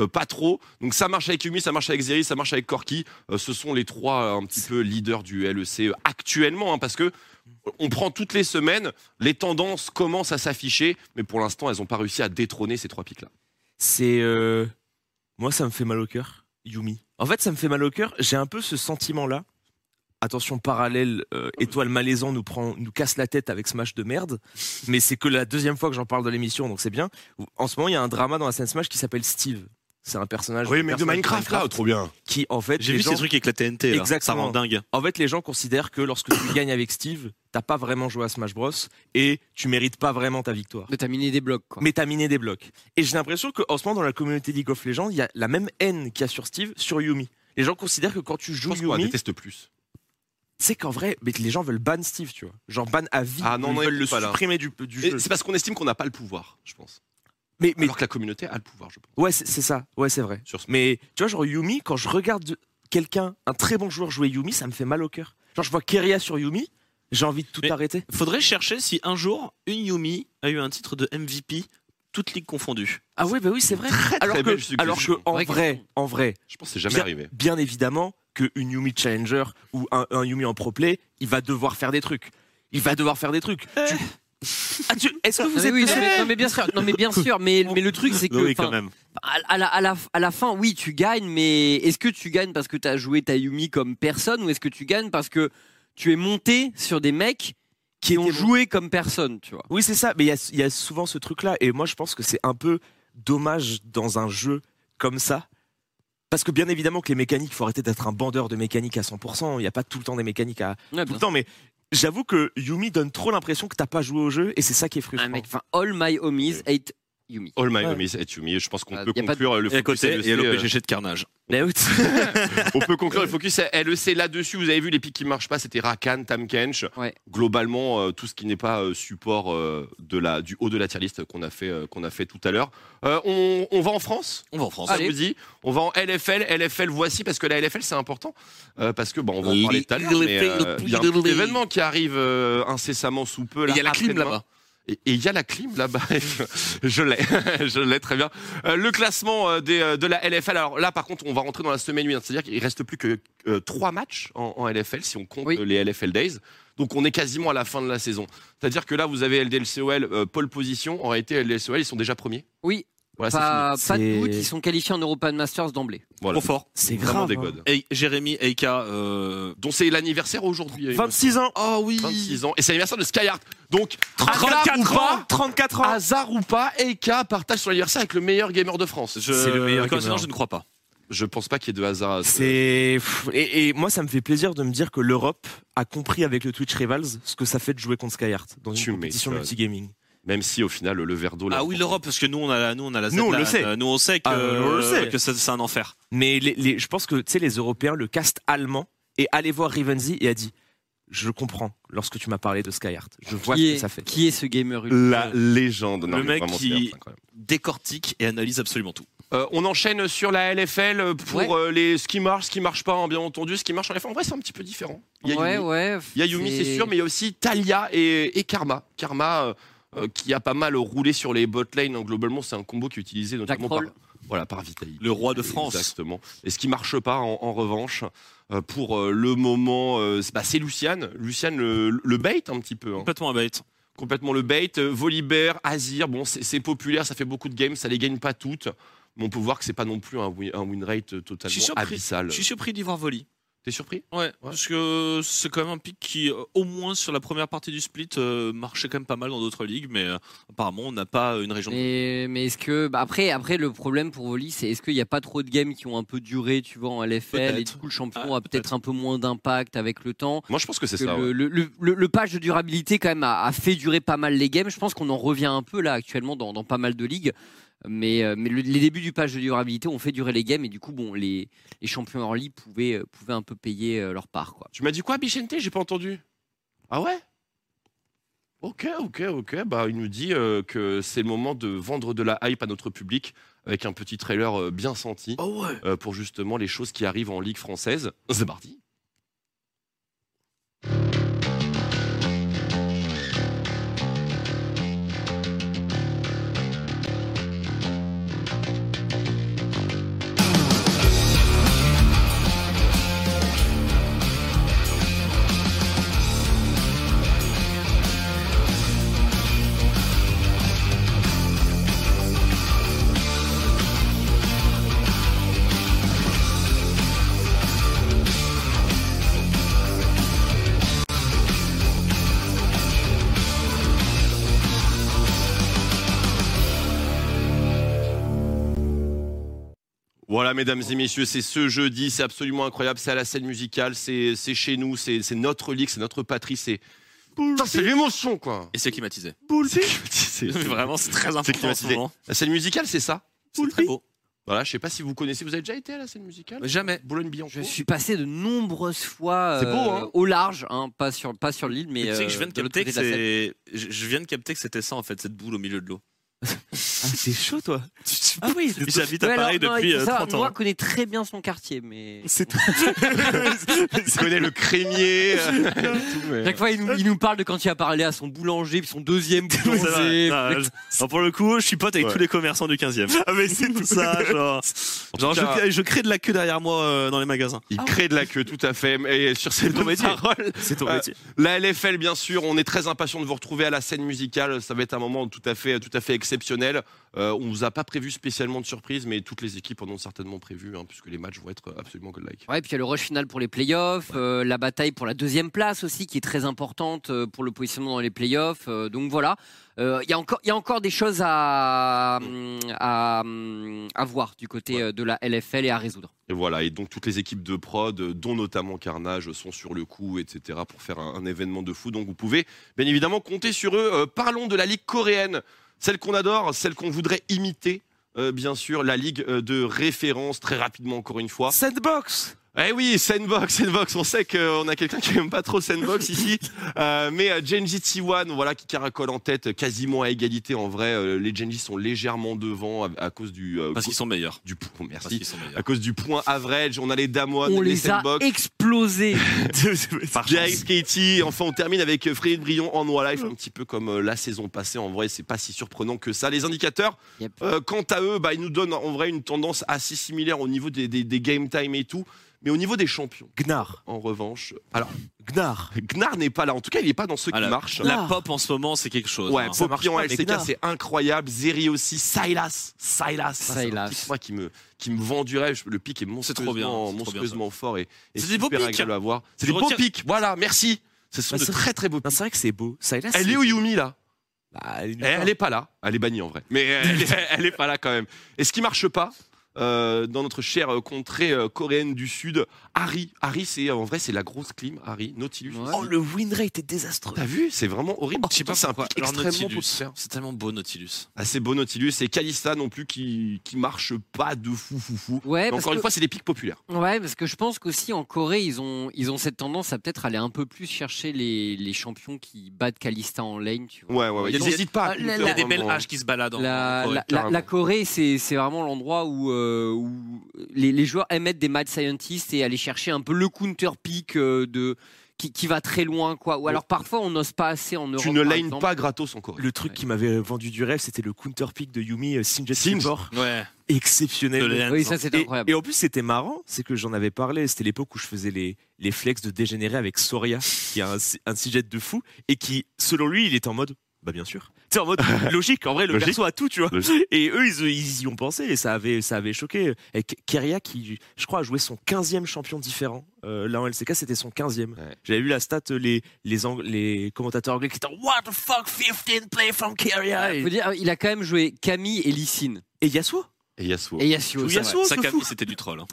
Speaker 1: euh, pas trop. Donc ça marche avec Yumi, ça marche avec Zeri, ça marche avec Corki. Euh, ce sont les trois euh, un petit peu leaders du LEC actuellement, hein, parce que on prend toutes les semaines, les tendances commencent à s'afficher, mais pour l'instant, elles n'ont pas réussi à détrôner ces trois pics-là.
Speaker 3: C'est euh, moi ça me fait mal au cœur, Yumi. En fait ça me fait mal au cœur. J'ai un peu ce sentiment là. Attention parallèle, euh, étoile malaisant nous prend, nous casse la tête avec ce match de merde. Mais c'est que la deuxième fois que j'en parle de l'émission, donc c'est bien. En ce moment il y a un drama dans la scène Smash qui s'appelle Steve. C'est un personnage.
Speaker 1: Oui,
Speaker 3: un
Speaker 1: mais de
Speaker 3: personnage
Speaker 1: Minecraft, là, trop bien.
Speaker 3: Qui en fait.
Speaker 5: J'ai
Speaker 3: les
Speaker 5: vu ces
Speaker 3: gens-
Speaker 5: trucs avec la TNT, là.
Speaker 3: Exactement.
Speaker 5: Ça rend dingue.
Speaker 3: En fait, les gens considèrent que lorsque tu gagnes avec Steve, t'as pas vraiment joué à Smash Bros. et tu mérites pas vraiment ta victoire.
Speaker 4: Mais t'as miné des blocs, quoi.
Speaker 3: Mais t'as miné des blocs. Et j'ai l'impression qu'en ce moment, dans la communauté League of Legends, il y a la même haine qu'il y a sur Steve, sur Yumi. Les gens considèrent que quand tu joues
Speaker 1: On la
Speaker 3: Yumi,
Speaker 1: déteste plus.
Speaker 3: c'est qu'en vrai, mais les gens veulent ban Steve, tu vois. Genre ban à vie.
Speaker 1: Ah non,
Speaker 3: ils
Speaker 1: non,
Speaker 3: veulent
Speaker 1: ils
Speaker 3: le
Speaker 1: peuvent pas, là.
Speaker 3: supprimer du, du
Speaker 1: Et
Speaker 3: jeu.
Speaker 1: C'est parce qu'on estime qu'on n'a pas le pouvoir, je pense.
Speaker 3: Mais,
Speaker 1: mais... Alors que la communauté a le pouvoir, je pense.
Speaker 3: Ouais, c'est c'est ça. Ouais, c'est vrai. Mais tu vois, genre Yumi, quand je regarde quelqu'un, un très bon joueur jouer Yumi, ça me fait mal au cœur. Genre, je vois Keria sur Yumi, j'ai envie de tout arrêter.
Speaker 5: Faudrait chercher si un jour une Yumi a eu un titre de MVP, toutes ligues confondues.
Speaker 3: Ah oui, bah oui, c'est vrai. alors
Speaker 5: très
Speaker 3: que,
Speaker 5: belle suggestion.
Speaker 3: alors que en
Speaker 5: Vraie
Speaker 3: vrai,
Speaker 5: question.
Speaker 3: en vrai,
Speaker 1: je pense que c'est jamais
Speaker 3: bien,
Speaker 1: arrivé.
Speaker 3: Bien évidemment que une Yumi challenger ou un, un Yumi en pro play, il va devoir faire des trucs. Il va devoir faire des trucs. Tu- Ah, tu- Est-ce que
Speaker 4: Non,
Speaker 3: vous
Speaker 4: mais
Speaker 3: êtes
Speaker 4: Euh. oui, non,
Speaker 3: possible-
Speaker 4: mais, non, mais bien sûr, non, mais bien sûr, mais, mais le truc c'est que
Speaker 3: Oui, quand
Speaker 4: enfin,
Speaker 3: même.
Speaker 4: À, à la, à la- à la fin, oui, tu gagnes, mais est-ce que tu gagnes parce que t'as joué ta Yumi comme personne ou est-ce que tu gagnes parce que tu es monté sur des mecs qui ont joué comme personne, tu vois
Speaker 3: Oui, c'est ça, mais il y a- il y, a souvent ce truc-là. Et moi, je pense que c'est un peu dommage dans un jeu comme ça Parce que bien évidemment que les mécaniques, faut arrêter d'être un bandeur de mécaniques à 100%. Il n'y a pas tout le temps des mécaniques à
Speaker 4: Ouais,
Speaker 3: tout
Speaker 4: bien
Speaker 3: le temps, mais j'avoue que Yumi donne trop l'impression que t'as pas joué au jeu et c'est ça qui est frustrant.
Speaker 4: Enfin, all my homies hate Yumi.
Speaker 1: All my
Speaker 4: Ouais.
Speaker 1: homies et Yumi. Je pense qu'on
Speaker 4: Ah,
Speaker 1: peut
Speaker 4: y a pas de-
Speaker 1: conclure le
Speaker 4: Et à
Speaker 1: focus
Speaker 4: côté,
Speaker 1: LEC,
Speaker 4: il y a
Speaker 1: euh,
Speaker 4: l'OPGG
Speaker 5: de carnage.
Speaker 1: On peut conclure le focus LEC là-dessus. Vous avez vu les pics qui marchent pas, c'était Rakan, Tamkench. Globalement, euh, tout ce qui n'est pas euh, support euh, de la, du haut de la tier list qu'on a fait euh, qu'on a fait tout à l'heure. Euh, on, on va en France.
Speaker 5: On va en France.
Speaker 1: Ça
Speaker 5: Allez.
Speaker 1: vous dit On va en LFL. LFL voici parce que la LFL c'est important euh, parce que bon, on va en parler tout à l'heure. mais, euh, Il y a un petit événement qui arrive euh, incessamment sous peu. là,
Speaker 5: Et il y a la clim
Speaker 1: après-demain.
Speaker 5: là-bas.
Speaker 1: Et et il y a la clim là-bas. Je- je l'ai, je l'ai très bien. Euh, le classement euh, des, euh, de la LFL. Alors là, par contre, on va rentrer dans la semaine 8. C'est-à-dire qu'il reste plus que euh, trois matchs en, en LFL si on compte euh, les LFL Days. Donc on est quasiment à la fin de la saison. C'est-à-dire que là, vous avez LDLCOL euh, pole position. En réalité, LDLCOL ils sont déjà premiers.
Speaker 4: Oui.
Speaker 1: Voilà,
Speaker 3: Bah,
Speaker 1: c'est
Speaker 4: pas,
Speaker 1: fini.
Speaker 4: pas de
Speaker 1: C'est-
Speaker 4: doute, ils sont qualifiés en European Masters d'emblée.
Speaker 1: Voilà.
Speaker 5: Trop fort.
Speaker 1: C'est hein. vraiment
Speaker 3: hein.
Speaker 1: des codes.
Speaker 5: Et Jérémy euh, Eika,
Speaker 1: dont c'est l'anniversaire aujourd'hui.
Speaker 3: 26 ans.
Speaker 5: Oh oui.
Speaker 1: 26 ans. Et c'est l'anniversaire de Skyheart. Donc,
Speaker 3: 34
Speaker 1: hasard ou pas-
Speaker 3: ans, Ah, 34 ans.
Speaker 1: Hasard ou pas, EK partage son anniversaire avec le meilleur gamer de France.
Speaker 5: C'est le meilleur coïncidence, gamer. je ne
Speaker 1: crois pas. Je pense pas qu'il y ait de hasard à ce-
Speaker 3: C'est pff, et, et moi ça me fait plaisir de me dire que l'Europe a compris avec le Twitch Rivals ce que ça fait de jouer contre Skyheart dans une
Speaker 1: Tu
Speaker 3: compétition
Speaker 1: m'étonnes.
Speaker 3: multigaming.
Speaker 1: Même si au final, le verre d'eau. là,
Speaker 5: Ah oui, l'Europe, parce que nous, on a la, nous, on a la
Speaker 3: Nous, on
Speaker 5: Zlatan,
Speaker 3: le sait.
Speaker 5: euh, Nous, on sait que,
Speaker 3: Ah, nous, on le sait.
Speaker 5: que c'est c'est un enfer.
Speaker 3: Mais les, les- je pense que tu sais les Européens le cast allemand est allé voir Rivenzi et a dit je comprends lorsque tu m'as parlé de Skyheart. Je vois
Speaker 4: Qui
Speaker 3: ce
Speaker 4: est-
Speaker 3: que ça fait.
Speaker 4: Qui est ce gamer
Speaker 1: La légende. Non,
Speaker 5: le
Speaker 1: mais
Speaker 5: mec
Speaker 1: vraiment, c'est
Speaker 5: qui
Speaker 1: incroyable.
Speaker 5: décortique et analyse absolument tout.
Speaker 1: Euh, on enchaîne sur la LFL pour
Speaker 4: Ouais.
Speaker 1: euh, les ce qui marche, ce qui marche pas, hein, bien entendu, ce qui marche en LFL. En vrai, c'est un petit peu différent. Il y a
Speaker 4: Ouais,
Speaker 1: Yumi,
Speaker 4: ouais.
Speaker 1: Il y a Yumi, c'est sûr, mais il y a aussi Talia et, et Karma. Karma euh, euh, qui a pas mal roulé sur les bot lane. hein. Globalement, c'est un combo qui est utilisé notamment par,
Speaker 4: Kroll.
Speaker 1: voilà, par Vitaly.
Speaker 5: Le roi de France.
Speaker 1: Exactement. Et ce qui marche pas, en, en revanche, euh, pour euh, le moment, euh, c'est bah, c'est Luciane. Luciane le, le bait un petit peu. hein.
Speaker 5: Complètement un bait.
Speaker 1: Complètement le bait. Euh, Volibear, Azir, bon, c'est c'est populaire, ça fait beaucoup de games, ça les gagne pas toutes. Mais on peut voir que c'est pas non plus un win, un win rate euh,
Speaker 5: Je
Speaker 1: totalement
Speaker 5: suis surpris.
Speaker 1: abyssal.
Speaker 5: Je suis surpris d'y voir Volley.
Speaker 1: T'es surpris
Speaker 5: Ouais, parce que c'est quand même un pic qui, euh, au moins sur la première partie du split, euh, marchait quand même pas mal dans d'autres ligues, mais euh, apparemment on n'a pas une région.
Speaker 4: Mais, mais est-ce que. bah, après, après, le problème pour Volley, c'est est-ce qu'il n'y a pas trop de games qui ont un peu duré, tu vois, en LFL Et du
Speaker 5: Peut-être.
Speaker 4: coup, le champion a peut-être un peu moins d'impact avec le temps.
Speaker 1: Moi, je pense que Ah, c'est ça,
Speaker 4: Le,
Speaker 1: ouais.
Speaker 4: le, le- le- le patch de durabilité, quand même, a, a fait durer pas mal les games. Je pense qu'on en revient un peu là, actuellement, dans, dans pas mal de ligues. Mais, euh, mais le- les débuts du patch de durabilité ont fait durer les games et du coup, bon, les, les champions early pouvaient, euh, pouvaient un peu payer euh, leur part. Quoi.
Speaker 1: Tu m'as dit quoi, Bichente J'ai pas entendu. Ah ouais Ok, ok, ok. Bah, il nous dit euh, que c'est le moment de vendre de la hype à notre public avec un petit trailer euh, bien senti
Speaker 5: Oh
Speaker 1: euh, pour justement les choses qui arrivent en Ligue française. C'est parti. Voilà, mesdames et messieurs, c'est ce jeudi, c'est absolument incroyable, c'est à la scène musicale, c'est c'est chez nous, c'est c'est notre ligue, c'est notre patrie, c'est. Putain, C'est l'émotion, quoi!
Speaker 5: Et c'est climatisé.
Speaker 1: C'est
Speaker 5: Vraiment, c'est très important en ce
Speaker 1: climatisé.
Speaker 5: moment.
Speaker 1: La scène musicale, c'est ça? C'est très beau. Voilà, je sais pas si vous connaissez, vous avez déjà été à la scène musicale?
Speaker 5: Jamais.
Speaker 1: Boulogne-Billancourt.
Speaker 4: Je suis passé de nombreuses fois
Speaker 1: C'est
Speaker 4: euh,
Speaker 1: beau, hein
Speaker 4: au large, hein, pas sur, pas sur l'île, mais.
Speaker 5: Mais tu sais que
Speaker 4: euh,
Speaker 5: je viens de
Speaker 4: l'autre
Speaker 5: capter que
Speaker 4: côté de la Seine.
Speaker 5: c'est- je- je viens de capter que c'était ça en fait, cette boule au milieu de l'eau.
Speaker 3: C'est chaud toi.
Speaker 4: Ah oui,
Speaker 5: J'habite à
Speaker 4: Ouais, alors,
Speaker 5: Paris
Speaker 4: non, il
Speaker 5: depuis
Speaker 4: faut
Speaker 5: euh,
Speaker 4: savoir,
Speaker 5: 30 ans.
Speaker 4: Moi, connais très bien son quartier, mais.
Speaker 3: C'est
Speaker 1: Il connaît le crémier. euh, et tout, mais-
Speaker 4: Chaque fois, il nous, il nous parle de quand il a parlé à son boulanger, puis son deuxième
Speaker 5: Ça va.
Speaker 4: boulanger.
Speaker 5: Non, je- Alors, pour le coup, je suis pote avec
Speaker 1: Ouais.
Speaker 5: tous les commerçants du 15e.
Speaker 3: Ah mais c'est
Speaker 5: Tout ça, genre. genre,
Speaker 1: tout cas-
Speaker 5: je, je crée de la queue derrière moi euh, dans les magasins.
Speaker 1: Il crée de la queue, tout à fait. Et sur ces bonnes paroles,
Speaker 3: C'est ton
Speaker 1: euh,
Speaker 3: métier.
Speaker 1: la LFL, bien sûr, on est très impatient de vous retrouver à la scène musicale. Ça va être un moment tout à fait, tout à fait exceptionnel. Euh, on vous a pas prévu spécialement de surprise, mais toutes les équipes en ont certainement prévu, hein, puisque les matchs vont être absolument godlike.
Speaker 4: Ouais, puis il y a le rush final pour les playoffs, euh, la bataille pour la deuxième place aussi, qui est très importante euh, pour le positionnement dans les playoffs. euh, donc voilà, Euh, il y, a encore- il y a encore des choses à, à, à voir du côté euh, de la LFL et à résoudre.
Speaker 1: Et voilà, et donc toutes les équipes de prod, euh, dont notamment Carnage, sont sur le coup, etc., pour faire un, un événement de fou. Donc vous pouvez bien évidemment compter sur eux. Euh, parlons de la Ligue coréenne, celle qu'on adore, celle qu'on voudrait imiter, euh, bien sûr, la Ligue euh, de référence, très rapidement encore une fois.
Speaker 3: Sandbox
Speaker 1: Eh oui, Sandbox, Sandbox, on sait qu'on a quelqu'un qui aime pas trop Sandbox ici, Euh, mais euh, Genji T1, voilà, qui caracole en tête euh, quasiment à égalité. En vrai, euh, les Genji sont légèrement devant à, à cause du... euh,
Speaker 5: Parce qu'ils sont meilleurs.
Speaker 1: Du point, merci.
Speaker 5: Parce qu'ils sont meilleurs.
Speaker 1: À cause du point average, on a les Damwon,
Speaker 4: On
Speaker 1: les,
Speaker 4: les a
Speaker 1: Sandbox.
Speaker 4: explosés.
Speaker 1: Jax, Katie, enfin on termine avec euh, Fred Brion en Noir Life, un petit peu comme euh, la saison passée. En vrai, c'est pas si surprenant que ça. Les indicateurs, euh, quant à eux, bah, ils nous donnent en vrai une tendance assez similaire au niveau des, des- des game time et tout. Mais au niveau des champions.
Speaker 3: Gnar.
Speaker 1: En revanche. Alors.
Speaker 3: Gnar.
Speaker 1: Gnar n'est pas là. En tout cas, il n'est pas dans ceux
Speaker 5: Ah,
Speaker 1: qui
Speaker 5: la,
Speaker 1: marchent.
Speaker 5: la pop en ce moment, c'est quelque chose.
Speaker 1: Ouais,
Speaker 5: hein.
Speaker 1: Poppy en LCK, c'est incroyable. Zeri aussi. Silas. Silas. Ça, c'est un pic, Moi qui me, qui me vend du rêve. Le pic est monstrueusement,
Speaker 5: trop bien, c'est trop bien,
Speaker 1: monstrueusement fort et, et
Speaker 5: C'est des beaux
Speaker 1: super
Speaker 5: pics.
Speaker 1: agréable à voir. C'est
Speaker 5: Je
Speaker 1: des beaux
Speaker 5: retire-
Speaker 1: pics. Voilà, merci. Ce sont
Speaker 3: Bah,
Speaker 1: de
Speaker 3: c'est-
Speaker 1: très très beaux pics.
Speaker 3: C'est vrai que c'est beau. Ça, là,
Speaker 1: Elle
Speaker 3: c'est-
Speaker 1: est où Yumi là
Speaker 3: Bah, elle, est
Speaker 1: Eh, Elle est pas là. Elle est bannie en vrai. Mais elle, est- elle est pas là quand même. Et ce qui marche pas euh, dans notre chère euh, contrée euh, coréenne du Sud, Harry. Harry, c'est en vrai c'est la grosse clim. Harry, Nautilus.
Speaker 3: Oh, le win rate est désastreux.
Speaker 1: T'as vu C'est vraiment horrible.
Speaker 5: Oh, Je sais pas
Speaker 1: Putain, c'est un
Speaker 5: pourquoi.
Speaker 1: pic
Speaker 5: Alors,
Speaker 1: extrêmement
Speaker 5: Nautilus,
Speaker 1: populaire.
Speaker 5: C'est tellement beau Nautilus.
Speaker 1: Assez beau Nautilus et Kalista non plus qui, qui marche pas de fou fou fou.
Speaker 4: Ouais,
Speaker 1: Mais
Speaker 4: parce
Speaker 1: encore
Speaker 4: que-
Speaker 1: une fois, c'est des pics populaires.
Speaker 4: Ouais, parce que je pense qu'aussi en Corée, ils ont, ils ont cette tendance à peut-être aller un peu plus chercher les, les champions qui battent Kalista en lane. Tu vois.
Speaker 1: Ouais, ouais, ouais. Ils hésitent pas à
Speaker 4: Ah, la-
Speaker 1: compter
Speaker 5: Il y a
Speaker 1: en
Speaker 5: des
Speaker 1: vraiment,
Speaker 5: belles
Speaker 1: hein.
Speaker 5: haches qui se baladent. en-
Speaker 4: La,
Speaker 5: en Corée,
Speaker 4: la- la-
Speaker 5: carrément.
Speaker 4: la Corée, c'est c'est vraiment l'endroit où, euh, où les, les joueurs aiment être des mad scientists et aller chercher un peu le counter pick euh, de qui, qui va très loin, quoi. Ou alors parfois on n'ose pas assez en Europe.
Speaker 1: hein. Tu ne
Speaker 4: par
Speaker 1: lane
Speaker 4: exemple.
Speaker 1: pas gratos en Corée.
Speaker 3: Le truc qui m'avait vendu du rêve, c'était le counter pick de Yumi euh, Sinjet Silver.
Speaker 5: Ouais.
Speaker 3: Exceptionnel.
Speaker 5: De Lens.
Speaker 4: Oui, ça, c'était
Speaker 3: Et-
Speaker 4: incroyable.
Speaker 3: Et en plus, c'était marrant, c'est que j'en avais parlé. C'était l'époque où je faisais les, les flex de dégénéré avec Soria, qui est un, si- un Sinjet de fou, et qui, selon lui, il était en mode. Bah bien sûr. Tu sais, en mode logique, en vrai, le
Speaker 1: Logique.
Speaker 3: perso a tout, tu vois.
Speaker 1: Logique.
Speaker 3: Et eux, ils, ils y ont pensé et ça avait, ça avait choqué. Et K- Keria, qui, je crois, a joué son 15e champion différent. Euh, là, en LCK, c'était son 15e. J'avais vu la stat, euh, les, les, Ang- les commentateurs anglais qui étaient en, What the fuck, 15 play from Keria
Speaker 4: Je
Speaker 3: Et
Speaker 4: veux dire, il a quand même joué Camille et Lissine.
Speaker 3: et Yasuo
Speaker 1: Et Yasuo.
Speaker 4: Et Yasuo. ça, ouais.
Speaker 5: Sa Camille, c'était du troll. hein.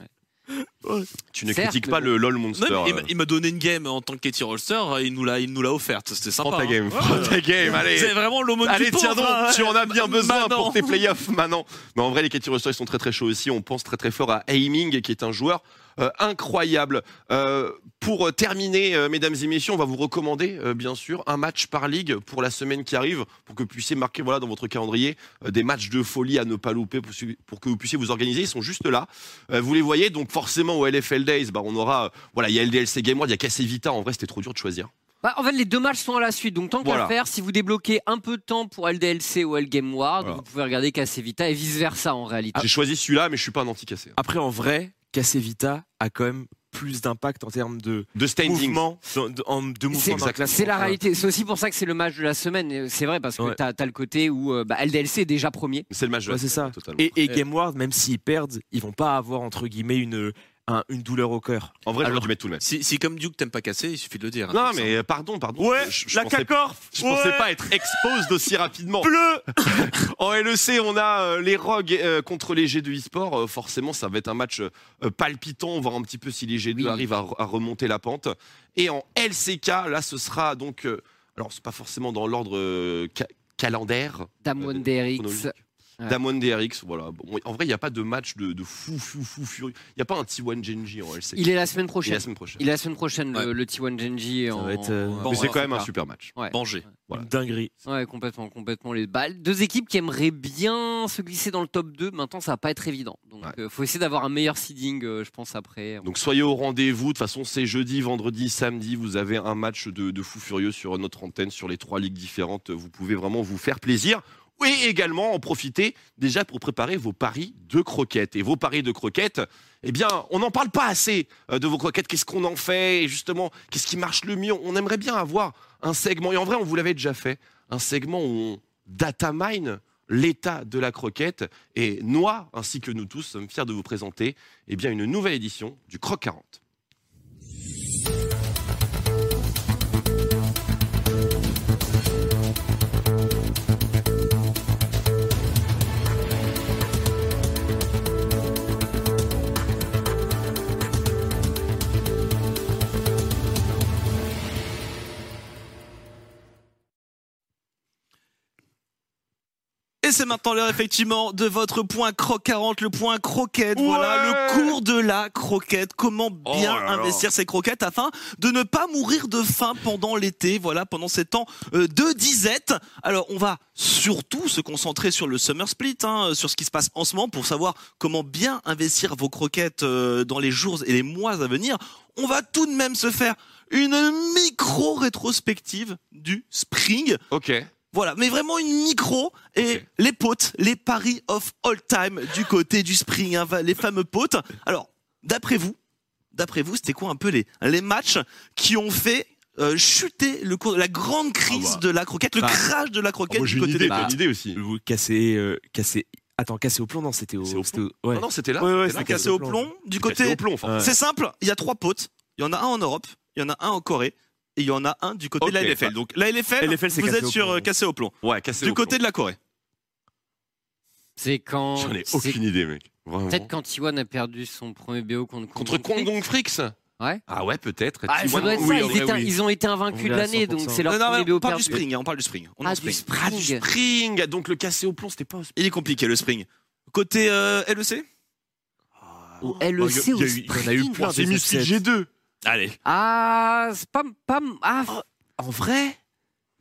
Speaker 1: Tu ne
Speaker 4: Certes,
Speaker 1: critiques
Speaker 4: mais
Speaker 1: pas
Speaker 4: bon.
Speaker 1: le LOL
Speaker 5: Non,
Speaker 1: Monster.
Speaker 5: mais il
Speaker 1: euh.
Speaker 5: m'a- il m'a donné une game en tant que Katie Rollster, euh, il nous l'a, il nous l'a offerte. C'était sympa.
Speaker 1: Prends ta
Speaker 5: hein.
Speaker 1: game,
Speaker 5: Ouais.
Speaker 1: prends ta game, allez.
Speaker 5: C'est vraiment l'aumône du
Speaker 1: Allez,
Speaker 5: pauvre,
Speaker 1: tiens donc,
Speaker 5: hein.
Speaker 1: tu en as bien besoin
Speaker 5: Maintenant.
Speaker 1: pour tes playoffs maintenant. Mais en vrai, les Katy Roosters, ils sont très très chauds aussi. On pense très très fort à Aiming, qui est un joueur euh, incroyable. Euh, pour euh, terminer, euh, mesdames et messieurs, on va vous recommander, euh, bien sûr, un match par ligue pour la semaine qui arrive, pour que vous puissiez marquer voilà, dans votre calendrier euh, des matchs de folie à ne pas louper, pour, su- pour que vous puissiez vous organiser. Ils sont juste là. Euh, vous les voyez, donc forcément, au LFL Days, bah, on aura. euh, voilà, il y a LDLC Game World, il y a Cassé Vita. En vrai, c'était trop dur de choisir.
Speaker 4: Bah, en fait, les deux matchs sont à la suite, donc tant
Speaker 1: Voilà.
Speaker 4: qu'à faire, si vous débloquez un peu de temps pour LDLC ou Game Ward,
Speaker 1: Voilà. Ah,
Speaker 4: vous pouvez regarder Cassé Vita et vice versa en réalité.
Speaker 5: Ah.
Speaker 1: J'ai choisi celui-là, mais je suis pas un hein. anti-cassé.
Speaker 3: Après, en vrai, Casevita a quand même plus d'impact en termes de,
Speaker 1: De standing.
Speaker 3: mouvement, dans- de, en- de mouvement dans le classement.
Speaker 4: C'est la réalité. C'est aussi pour ça que c'est le match de la semaine. Et C'est vrai parce que
Speaker 3: Ouais.
Speaker 4: t'as as le côté où euh, bah, LDLC est déjà premier.
Speaker 1: C'est le match de
Speaker 3: Ouais,
Speaker 1: la
Speaker 3: c'est ça.
Speaker 1: semaine, totalement.
Speaker 3: Et, et Game Ward, même s'ils perdent, ils vont pas avoir entre guillemets une, un- une douleur au cœur.
Speaker 1: En vrai, j'aurais
Speaker 3: Alors-
Speaker 1: dû mettre tout le match.
Speaker 5: Si, si comme Duke t'aimes pas casser, il suffit de le dire. hein,
Speaker 1: Non, mais euh, pardon, pardon.
Speaker 3: Ouais, la
Speaker 1: pensais-
Speaker 3: K-Corp,
Speaker 1: Je pensais
Speaker 3: ouais.
Speaker 1: pas être exposed aussi rapidement.
Speaker 3: Bleu
Speaker 1: en LEC, on a euh, les Rogues euh, contre les G2 eSport. Euh, forcément, ça va être un match euh, palpitant. On va voir un petit peu si les G2 arrivent à, à remonter la pente. Et en LCK, là, ce sera donc. euh, alors, c'est pas forcément dans l'ordre euh, ca- calendaire.
Speaker 4: Damwon
Speaker 1: Euh,
Speaker 4: DRX.
Speaker 1: chronologique.
Speaker 4: Ouais.
Speaker 1: Damwon DRX, voilà. Bon, en vrai, il n'y a pas de match de, de fou, fou, fou, furieux. Il n'y a pas un T1 Genji en LCK.
Speaker 4: Il est la semaine
Speaker 1: Il est
Speaker 4: prochaine.
Speaker 1: la semaine prochaine.
Speaker 4: Il est la semaine prochaine, le, le T1 Genji. en,
Speaker 3: va être, euh,
Speaker 4: en-
Speaker 1: Mais
Speaker 4: en-
Speaker 1: c'est quand
Speaker 4: en-
Speaker 1: même un super match.
Speaker 4: Ouais.
Speaker 5: Banger.
Speaker 1: Voilà.
Speaker 3: Dinguerie.
Speaker 4: Ouais, complètement, complètement les balles. Deux équipes qui aimeraient bien se glisser dans le top 2. Maintenant, ça va pas être évident. Donc,
Speaker 1: Ouais.
Speaker 4: euh, faut essayer d'avoir un meilleur seeding, euh, je pense, après.
Speaker 1: Donc soyez au rendez-vous. De toute façon, c'est jeudi, vendredi, samedi. Vous avez un match de, de fou furieux sur notre antenne, sur les trois ligues différentes. Vous pouvez vraiment vous faire plaisir. Et également en profiter déjà pour préparer vos paris de croquettes. Et vos paris de croquettes, eh bien, on n'en parle pas assez euh, de vos croquettes. Qu'est-ce qu'on en fait Et justement, qu'est-ce qui marche le mieux On aimerait bien avoir un segment. Et en vrai, on vous l'avait déjà fait. Un segment où on data mine l'état de la croquette. Et Noix, ainsi que nous tous, sommes fiers de vous présenter eh bien, une nouvelle édition du Croc 40.
Speaker 5: c'est maintenant l'heure effectivement de votre point croc 40, le point croquette. Voilà le cours de la croquette. Comment bien
Speaker 7: Oh là là.
Speaker 5: investir ses croquettes afin de ne pas mourir de faim pendant l'été. Voilà, pendant ces temps euh, de disette. Alors, on va surtout se concentrer sur le summer split, hein, sur ce qui se passe en ce moment pour savoir comment bien investir vos croquettes euh, dans les jours et les mois à venir. On va tout de même se faire une micro rétrospective du spring.
Speaker 1: Ok.
Speaker 5: Voilà, mais vraiment une micro et les potes, les paris of all time du côté du spring, hein, va- les fameux potes. Alors, d'après vous, d'après vous, c'était quoi un peu les, les matchs qui ont fait euh, chuter le cours, la grande crise de la croquette, le
Speaker 3: Bah.
Speaker 5: crash de la croquette du côté des potes
Speaker 1: aussi.
Speaker 3: Vous cassez, euh, cassez. Attends, cassé au plomb, non, c'était au. c'était au- ouais.
Speaker 5: Ah non, c'était là.
Speaker 3: Ouais, ouais,
Speaker 5: C'était
Speaker 3: c'était
Speaker 5: cassé au plomb. Du
Speaker 3: C'était
Speaker 5: côté.
Speaker 3: cassé au plomb, enfin.
Speaker 5: C'est simple, il y a trois potes. Il y en a un en Europe, il y en a un en Corée. Et il y en a un du côté de
Speaker 1: Ok.
Speaker 5: la LFL. Donc la LFL,
Speaker 1: LFL, c'est
Speaker 5: vous
Speaker 1: cassé
Speaker 5: êtes
Speaker 1: au
Speaker 5: sur
Speaker 1: plomb.
Speaker 5: euh, cassé au plomb.
Speaker 1: Ouais, cassé
Speaker 5: du
Speaker 1: au
Speaker 5: côté de la Corée.
Speaker 4: C'est quand.
Speaker 1: J'en ai
Speaker 4: c'est
Speaker 1: aucune idée, mec. Vraiment.
Speaker 4: Peut-être quand Iwan a perdu son premier BO contre
Speaker 1: Mhm. Contre
Speaker 4: Kong
Speaker 1: Kong Fricks
Speaker 4: Ouais.
Speaker 1: Ah ouais, peut-être.
Speaker 4: Ah, ça doit être ça, ils, étaient- ils ont été invaincus de l'année, donc c'est leur
Speaker 5: Non, non,
Speaker 4: premier
Speaker 5: mais
Speaker 4: BO
Speaker 5: on parle
Speaker 4: perdu.
Speaker 5: du spring, hein, on parle du spring. On est
Speaker 4: Ah,
Speaker 5: au
Speaker 4: du
Speaker 5: spring.
Speaker 1: Ah, du spring Donc le cassé au plomb, c'était pas au spring.
Speaker 5: Il est compliqué le spring. Côté euh, LEC
Speaker 4: Ou
Speaker 1: Il
Speaker 4: LEC
Speaker 1: y
Speaker 4: ou
Speaker 1: a eu- il y en a eu
Speaker 4: Sprint,
Speaker 1: plein,
Speaker 4: des
Speaker 1: c'est Mystic
Speaker 4: upsets.
Speaker 1: G2.
Speaker 5: Allez.
Speaker 4: Ah, c'est pas. pas ah,
Speaker 3: en vrai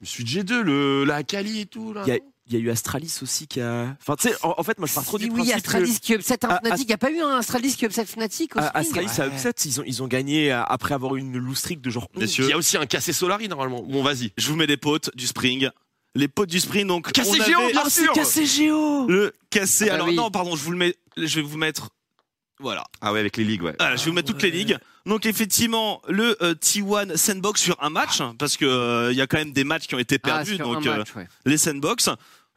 Speaker 1: Mystic G2, le, la Akali et tout, là.
Speaker 3: Il y, a- il y a eu Astralis aussi qui a. Enfin, tu sais, en, en fait, moi je pars trop du
Speaker 4: Oui,
Speaker 3: principe.
Speaker 4: oui, Astralis
Speaker 3: que-
Speaker 4: qui upset un
Speaker 3: Ah,
Speaker 4: Fnatic. Il n'y a pas eu un Astralis qui upset Fnatic au
Speaker 3: Ah,
Speaker 4: spring
Speaker 3: Astralis a upset, ils ont, ils ont gagné euh, après avoir eu une loose streak de genre 11.
Speaker 1: Il y a aussi un cassé Solari, normalement. Bon, vas-y.
Speaker 5: Je vous mets les potes du spring. Les potes du spring, donc.
Speaker 1: Cassé
Speaker 5: on
Speaker 1: Géo,
Speaker 5: avait-
Speaker 1: bien
Speaker 5: Ah, c'est
Speaker 1: sûr
Speaker 5: cassé Géo Le cassé.
Speaker 4: Ah
Speaker 1: bah
Speaker 5: Alors,
Speaker 1: oui.
Speaker 5: non, pardon, je vous le mets. Je vais vous mettre. Voilà.
Speaker 1: Ah ouais, avec les ligues, ouais.
Speaker 5: Voilà, je vais vous mettre toutes les ligues. Donc effectivement, le euh, T1 Sandbox sur un match, hein, parce que euh, il y a quand même des matchs qui ont été
Speaker 4: Ah,
Speaker 5: perdus,
Speaker 4: sur un
Speaker 5: donc euh,
Speaker 4: match, ouais.
Speaker 5: les Sandbox.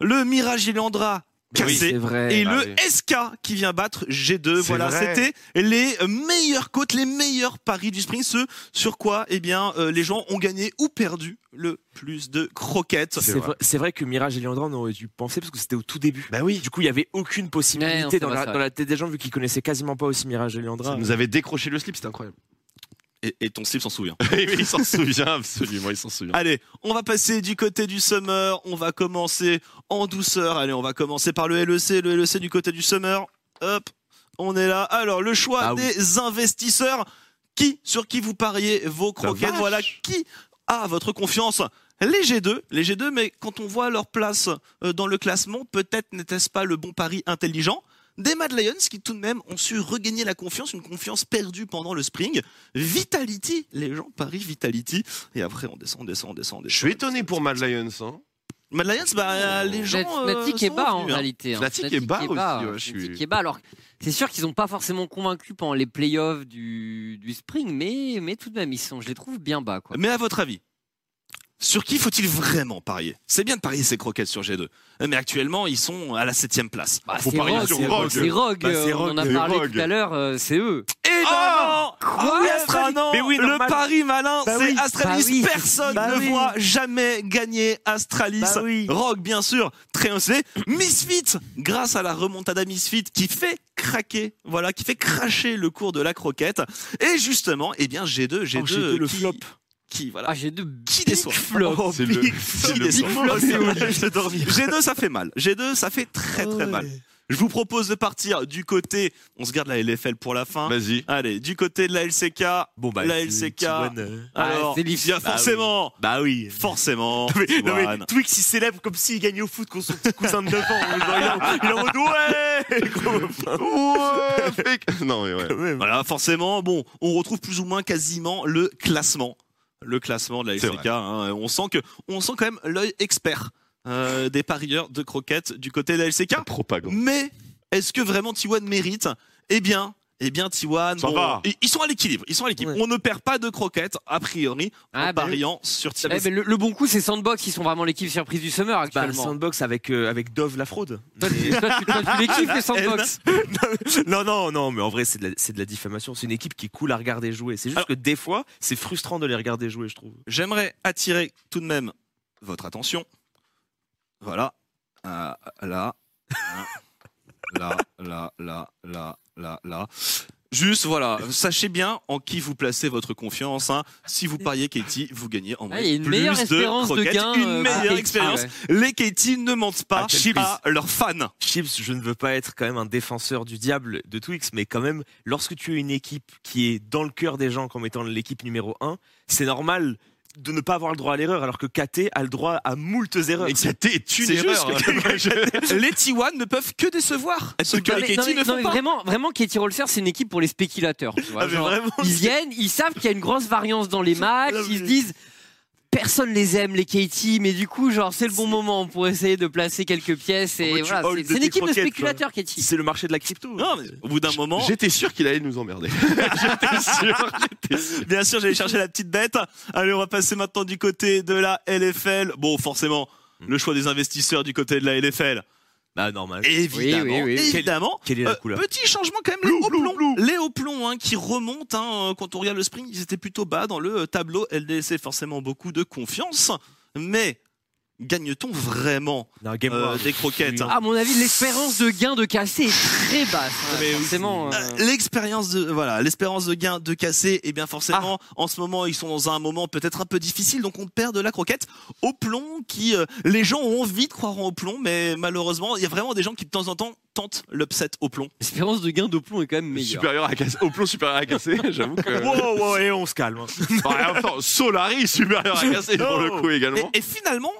Speaker 5: Le Mirage Ilandra cassé
Speaker 3: c'est vrai,
Speaker 5: et
Speaker 3: bah
Speaker 5: le
Speaker 3: oui.
Speaker 5: SK qui vient battre G2. Voilà,
Speaker 3: vrai.
Speaker 5: c'était les meilleures côtes, les meilleurs paris du sprint, ce sur quoi eh bien, euh, les gens ont gagné ou perdu le plus de croquettes.
Speaker 3: C'est vrai. c'est vrai que Mirage et Leandrin on aurait dû penser parce que c'était au tout début.
Speaker 1: Bah oui.
Speaker 3: Du coup, il n'y avait aucune
Speaker 4: Ouais, on
Speaker 3: possibilité
Speaker 4: fait
Speaker 3: dans,
Speaker 4: pas
Speaker 3: la,
Speaker 4: ça.
Speaker 3: dans la tête des gens vu qu'ils connaissaient quasiment pas aussi Mirage et Leandrin.
Speaker 1: Ça nous avait décroché le slip, c'était incroyable.
Speaker 5: Et, et ton slip s'en souvient.
Speaker 1: Oui, oui, il s'en souvient, absolument, il s'en souvient.
Speaker 5: Allez, on va passer du côté du summer. On va commencer en douceur. Allez, on va commencer par le LEC. Le LEC du côté du summer. Hop, on est là. Alors, le choix
Speaker 3: Ah oui.
Speaker 5: des investisseurs. Qui, sur qui vous pariez vos croquettes
Speaker 3: vache.
Speaker 5: Voilà, qui a votre confiance les G2, les G2, mais quand on voit leur place euh, dans le classement, peut-être n'était-ce pas le bon pari intelligent. Des Mad Lions qui tout de même ont su regagner la confiance, une confiance perdue pendant le spring. Vitality, les gens parient Vitality. Et après on descend, on descend, on descend, on
Speaker 1: Je
Speaker 5: descend.
Speaker 1: suis étonné pour Mad Lions. Hein.
Speaker 5: Mad Lions, bah,
Speaker 1: Oh.
Speaker 5: euh, les gens. euh,
Speaker 4: Fnatic est
Speaker 5: sont
Speaker 4: bas en
Speaker 5: revenus, hein.
Speaker 4: réalité. hein.
Speaker 1: Fnatic est bas aussi, ouais, je suis-
Speaker 4: Fnatic est bas. Alors, c'est sûr qu'ils n'ont pas forcément convaincu pendant les playoffs du, du spring, mais, mais tout de même, ils sont, je les trouve bien bas. Quoi.
Speaker 5: hein. Mais à votre avis, sur qui faut-il vraiment parier C'est bien de parier ses croquettes sur G2, mais actuellement ils sont à la 7 place.
Speaker 4: Bah,
Speaker 1: faut
Speaker 4: c'est
Speaker 1: parier
Speaker 4: Rogue,
Speaker 1: sur
Speaker 4: c'est
Speaker 1: Rogue.
Speaker 4: C'est Rogue,
Speaker 1: Bah, c'est
Speaker 4: euh, on en a
Speaker 1: Rogue,
Speaker 4: parlé
Speaker 1: Rogue.
Speaker 4: tout à l'heure, euh, c'est eux.
Speaker 5: Et
Speaker 4: Ah
Speaker 5: non,
Speaker 4: Quoi
Speaker 5: Oui,
Speaker 4: Mais
Speaker 5: Astralis-
Speaker 4: non
Speaker 5: Mais oui,
Speaker 4: Le
Speaker 5: le pari malin,
Speaker 4: Bah
Speaker 5: c'est
Speaker 4: oui.
Speaker 5: Astralis.
Speaker 4: Bah oui.
Speaker 5: Personne
Speaker 4: Bah
Speaker 5: ne
Speaker 4: oui.
Speaker 5: voit jamais gagner Astralis.
Speaker 4: Bah oui.
Speaker 5: Rogue, bien sûr, Tréoncé. Misfit, grâce à la remontada Misfit qui fait craquer, voilà, qui fait cracher le cours de la croquette. Et justement, eh bien, G2,
Speaker 4: Oh,
Speaker 5: G2,
Speaker 3: G2, le
Speaker 5: qui,
Speaker 3: flop.
Speaker 5: Qui, voilà.
Speaker 4: Ah, j'ai deux
Speaker 5: qui déçoit
Speaker 4: flop. Ah,
Speaker 5: Oh,
Speaker 1: C'est le-
Speaker 5: big
Speaker 1: c'est
Speaker 5: qui
Speaker 1: le
Speaker 5: déçoit.
Speaker 1: flop.
Speaker 5: Oh, c'est horrible, je vais dormir. G2, ça fait mal. G2, ça fait très
Speaker 4: Ah,
Speaker 5: très mal. Je vous propose de partir du côté. On se garde la LFL pour la fin.
Speaker 1: Vas-y.
Speaker 5: Allez, du côté de la LCK.
Speaker 3: Bon, bah,
Speaker 5: la
Speaker 3: c'est-
Speaker 5: LCK.
Speaker 3: T1, euh.
Speaker 5: Alors,
Speaker 4: Ah, c'est
Speaker 5: il y a
Speaker 4: Bah oui.
Speaker 5: forcément,
Speaker 3: Bah oui.
Speaker 5: forcément.
Speaker 3: Non mais, non mais
Speaker 5: T1.
Speaker 3: Twix il célèbre comme s'il gagnait au foot contre son petit cousin de 9 ans. Genre, il est en- il est en mode ouais gros.
Speaker 1: Ouais, fake. Non, mais ouais.
Speaker 5: Voilà, forcément, bon, on retrouve plus ou moins quasiment le classement. Le classement de la
Speaker 1: C'est
Speaker 5: LCK. hein. On sent que, on sent quand même l'œil expert euh, des parieurs de croquettes du côté de la LCK.
Speaker 1: Propagande.
Speaker 5: Mais est-ce que vraiment T1 mérite Eh bien, eh bien T1,
Speaker 1: Ça va.
Speaker 5: ils- ils sont à l'équilibre, ils sont à l'équilibre.
Speaker 3: Ouais.
Speaker 5: On ne perd pas de croquettes a priori en
Speaker 4: Ah, bah oui.
Speaker 5: pariant sur
Speaker 4: Eh,
Speaker 5: T1.
Speaker 4: mais le, le bon coup, c'est Sandbox, ils sont vraiment l'équipe surprise du summer
Speaker 3: Bah le
Speaker 4: actuellement.
Speaker 3: sandbox avec, euh, avec Dove la fraude.
Speaker 4: Toi, tu, toi, tu- toi, tu les kiffes, les Sandbox.
Speaker 3: non, non, non, mais en vrai, c'est de, la- c'est de la diffamation. C'est une équipe qui est cool à regarder jouer. C'est juste
Speaker 5: Alors-
Speaker 3: que des fois, c'est frustrant de les regarder jouer, je trouve.
Speaker 5: J'aimerais attirer tout de même votre attention. Voilà. Euh, là. Là, là, là, là, là, là. Juste, voilà, sachez bien en qui vous placez votre confiance. hein. Si vous pariez Katie, vous gagnez en
Speaker 4: Ah, il y a
Speaker 5: vrai
Speaker 4: une
Speaker 5: plus
Speaker 4: meilleure
Speaker 5: de
Speaker 4: espérance de
Speaker 5: croquettes,
Speaker 4: gain, euh,
Speaker 5: une
Speaker 4: par
Speaker 5: meilleure
Speaker 4: Katie,
Speaker 5: expérience.
Speaker 4: ouais.
Speaker 5: Les Katie ne mentent
Speaker 3: Ah,
Speaker 5: pas à leurs fans.
Speaker 3: Chips, je ne veux pas être quand même un défenseur du diable de Twix, mais quand même, lorsque tu as une équipe qui est dans le cœur des gens comme étant l'équipe numéro 1, c'est normal de ne pas avoir le droit à l'erreur, alors que KT a le droit à moultes erreurs.
Speaker 5: Mais KT est une
Speaker 3: C'est
Speaker 5: erreur.
Speaker 3: juste que-
Speaker 5: les T1 ne peuvent que décevoir. Ce que
Speaker 4: Non,
Speaker 5: les
Speaker 4: mais- non,
Speaker 5: Katie
Speaker 4: mais-
Speaker 5: ne
Speaker 4: non,
Speaker 5: font
Speaker 4: mais
Speaker 5: pas.
Speaker 4: Vraiment, vraiment, Katie Rolfer, c'est une équipe pour les spéculateurs. tu vois.
Speaker 5: Ah, mais
Speaker 4: Genre,
Speaker 5: vraiment,
Speaker 4: ils
Speaker 5: c'est-
Speaker 4: viennent, ils savent qu'il y a une grosse variance dans les matchs, ils se disent. Personne les aime les Katie, mais du coup genre c'est le bon moment pour essayer de placer quelques pièces
Speaker 3: En
Speaker 4: et
Speaker 3: mode, tu
Speaker 4: voilà,
Speaker 3: hold
Speaker 4: c'est- c'est une
Speaker 3: tes
Speaker 4: équipe de
Speaker 3: croquettes,
Speaker 4: spéculateurs
Speaker 3: quoi.
Speaker 4: Katie.
Speaker 3: C'est le marché de la crypto.
Speaker 5: Non, mais au bout d'un moment.
Speaker 1: J'étais sûr qu'il allait nous emmerder.
Speaker 5: Bien sûr, j'allais chercher la petite bête. Allez, on va passer maintenant du côté de la LFL. Bon, forcément,
Speaker 3: Hmm.
Speaker 5: le choix des investisseurs du côté de la LFL.
Speaker 3: Bah, normal.
Speaker 5: Évidemment,
Speaker 3: Oui, oui, oui.
Speaker 5: évidemment.
Speaker 3: Quelle- quelle est la
Speaker 5: Euh,
Speaker 3: couleur
Speaker 5: Petit changement quand même, les hauplons, les hauplons, hein, qui remontent. hein, euh, quand on regarde le sprint, ils étaient plutôt bas dans le euh, tableau. LDC, forcément, beaucoup de confiance. Mais gagne-t-on vraiment
Speaker 3: Non, Game
Speaker 5: euh,
Speaker 3: War.
Speaker 5: des croquettes
Speaker 4: À mon avis l'espérance de gain de casser est très basse. hein, forcément. euh,
Speaker 5: Euh, L'expérience de voilà, l'espérance de gain de casser, et bien forcément, en ce moment, ils sont dans un moment peut-être un peu difficile, donc on perd de la croquette au plomb. Qui euh, les gens ont envie de croire en au plomb, mais malheureusement, il y a vraiment des gens qui de temps en temps tentent l'upset au plomb.
Speaker 4: L'espérance de gain de plomb est quand même meilleure.
Speaker 1: supérieur à casser, au plomb supérieur à casser, j'avoue que.
Speaker 3: Wow, wow, Oh, et on se calme. hein.
Speaker 1: Ah, attends, Solari supérieur à casser Ah, pour le coup également.
Speaker 5: Et, et finalement,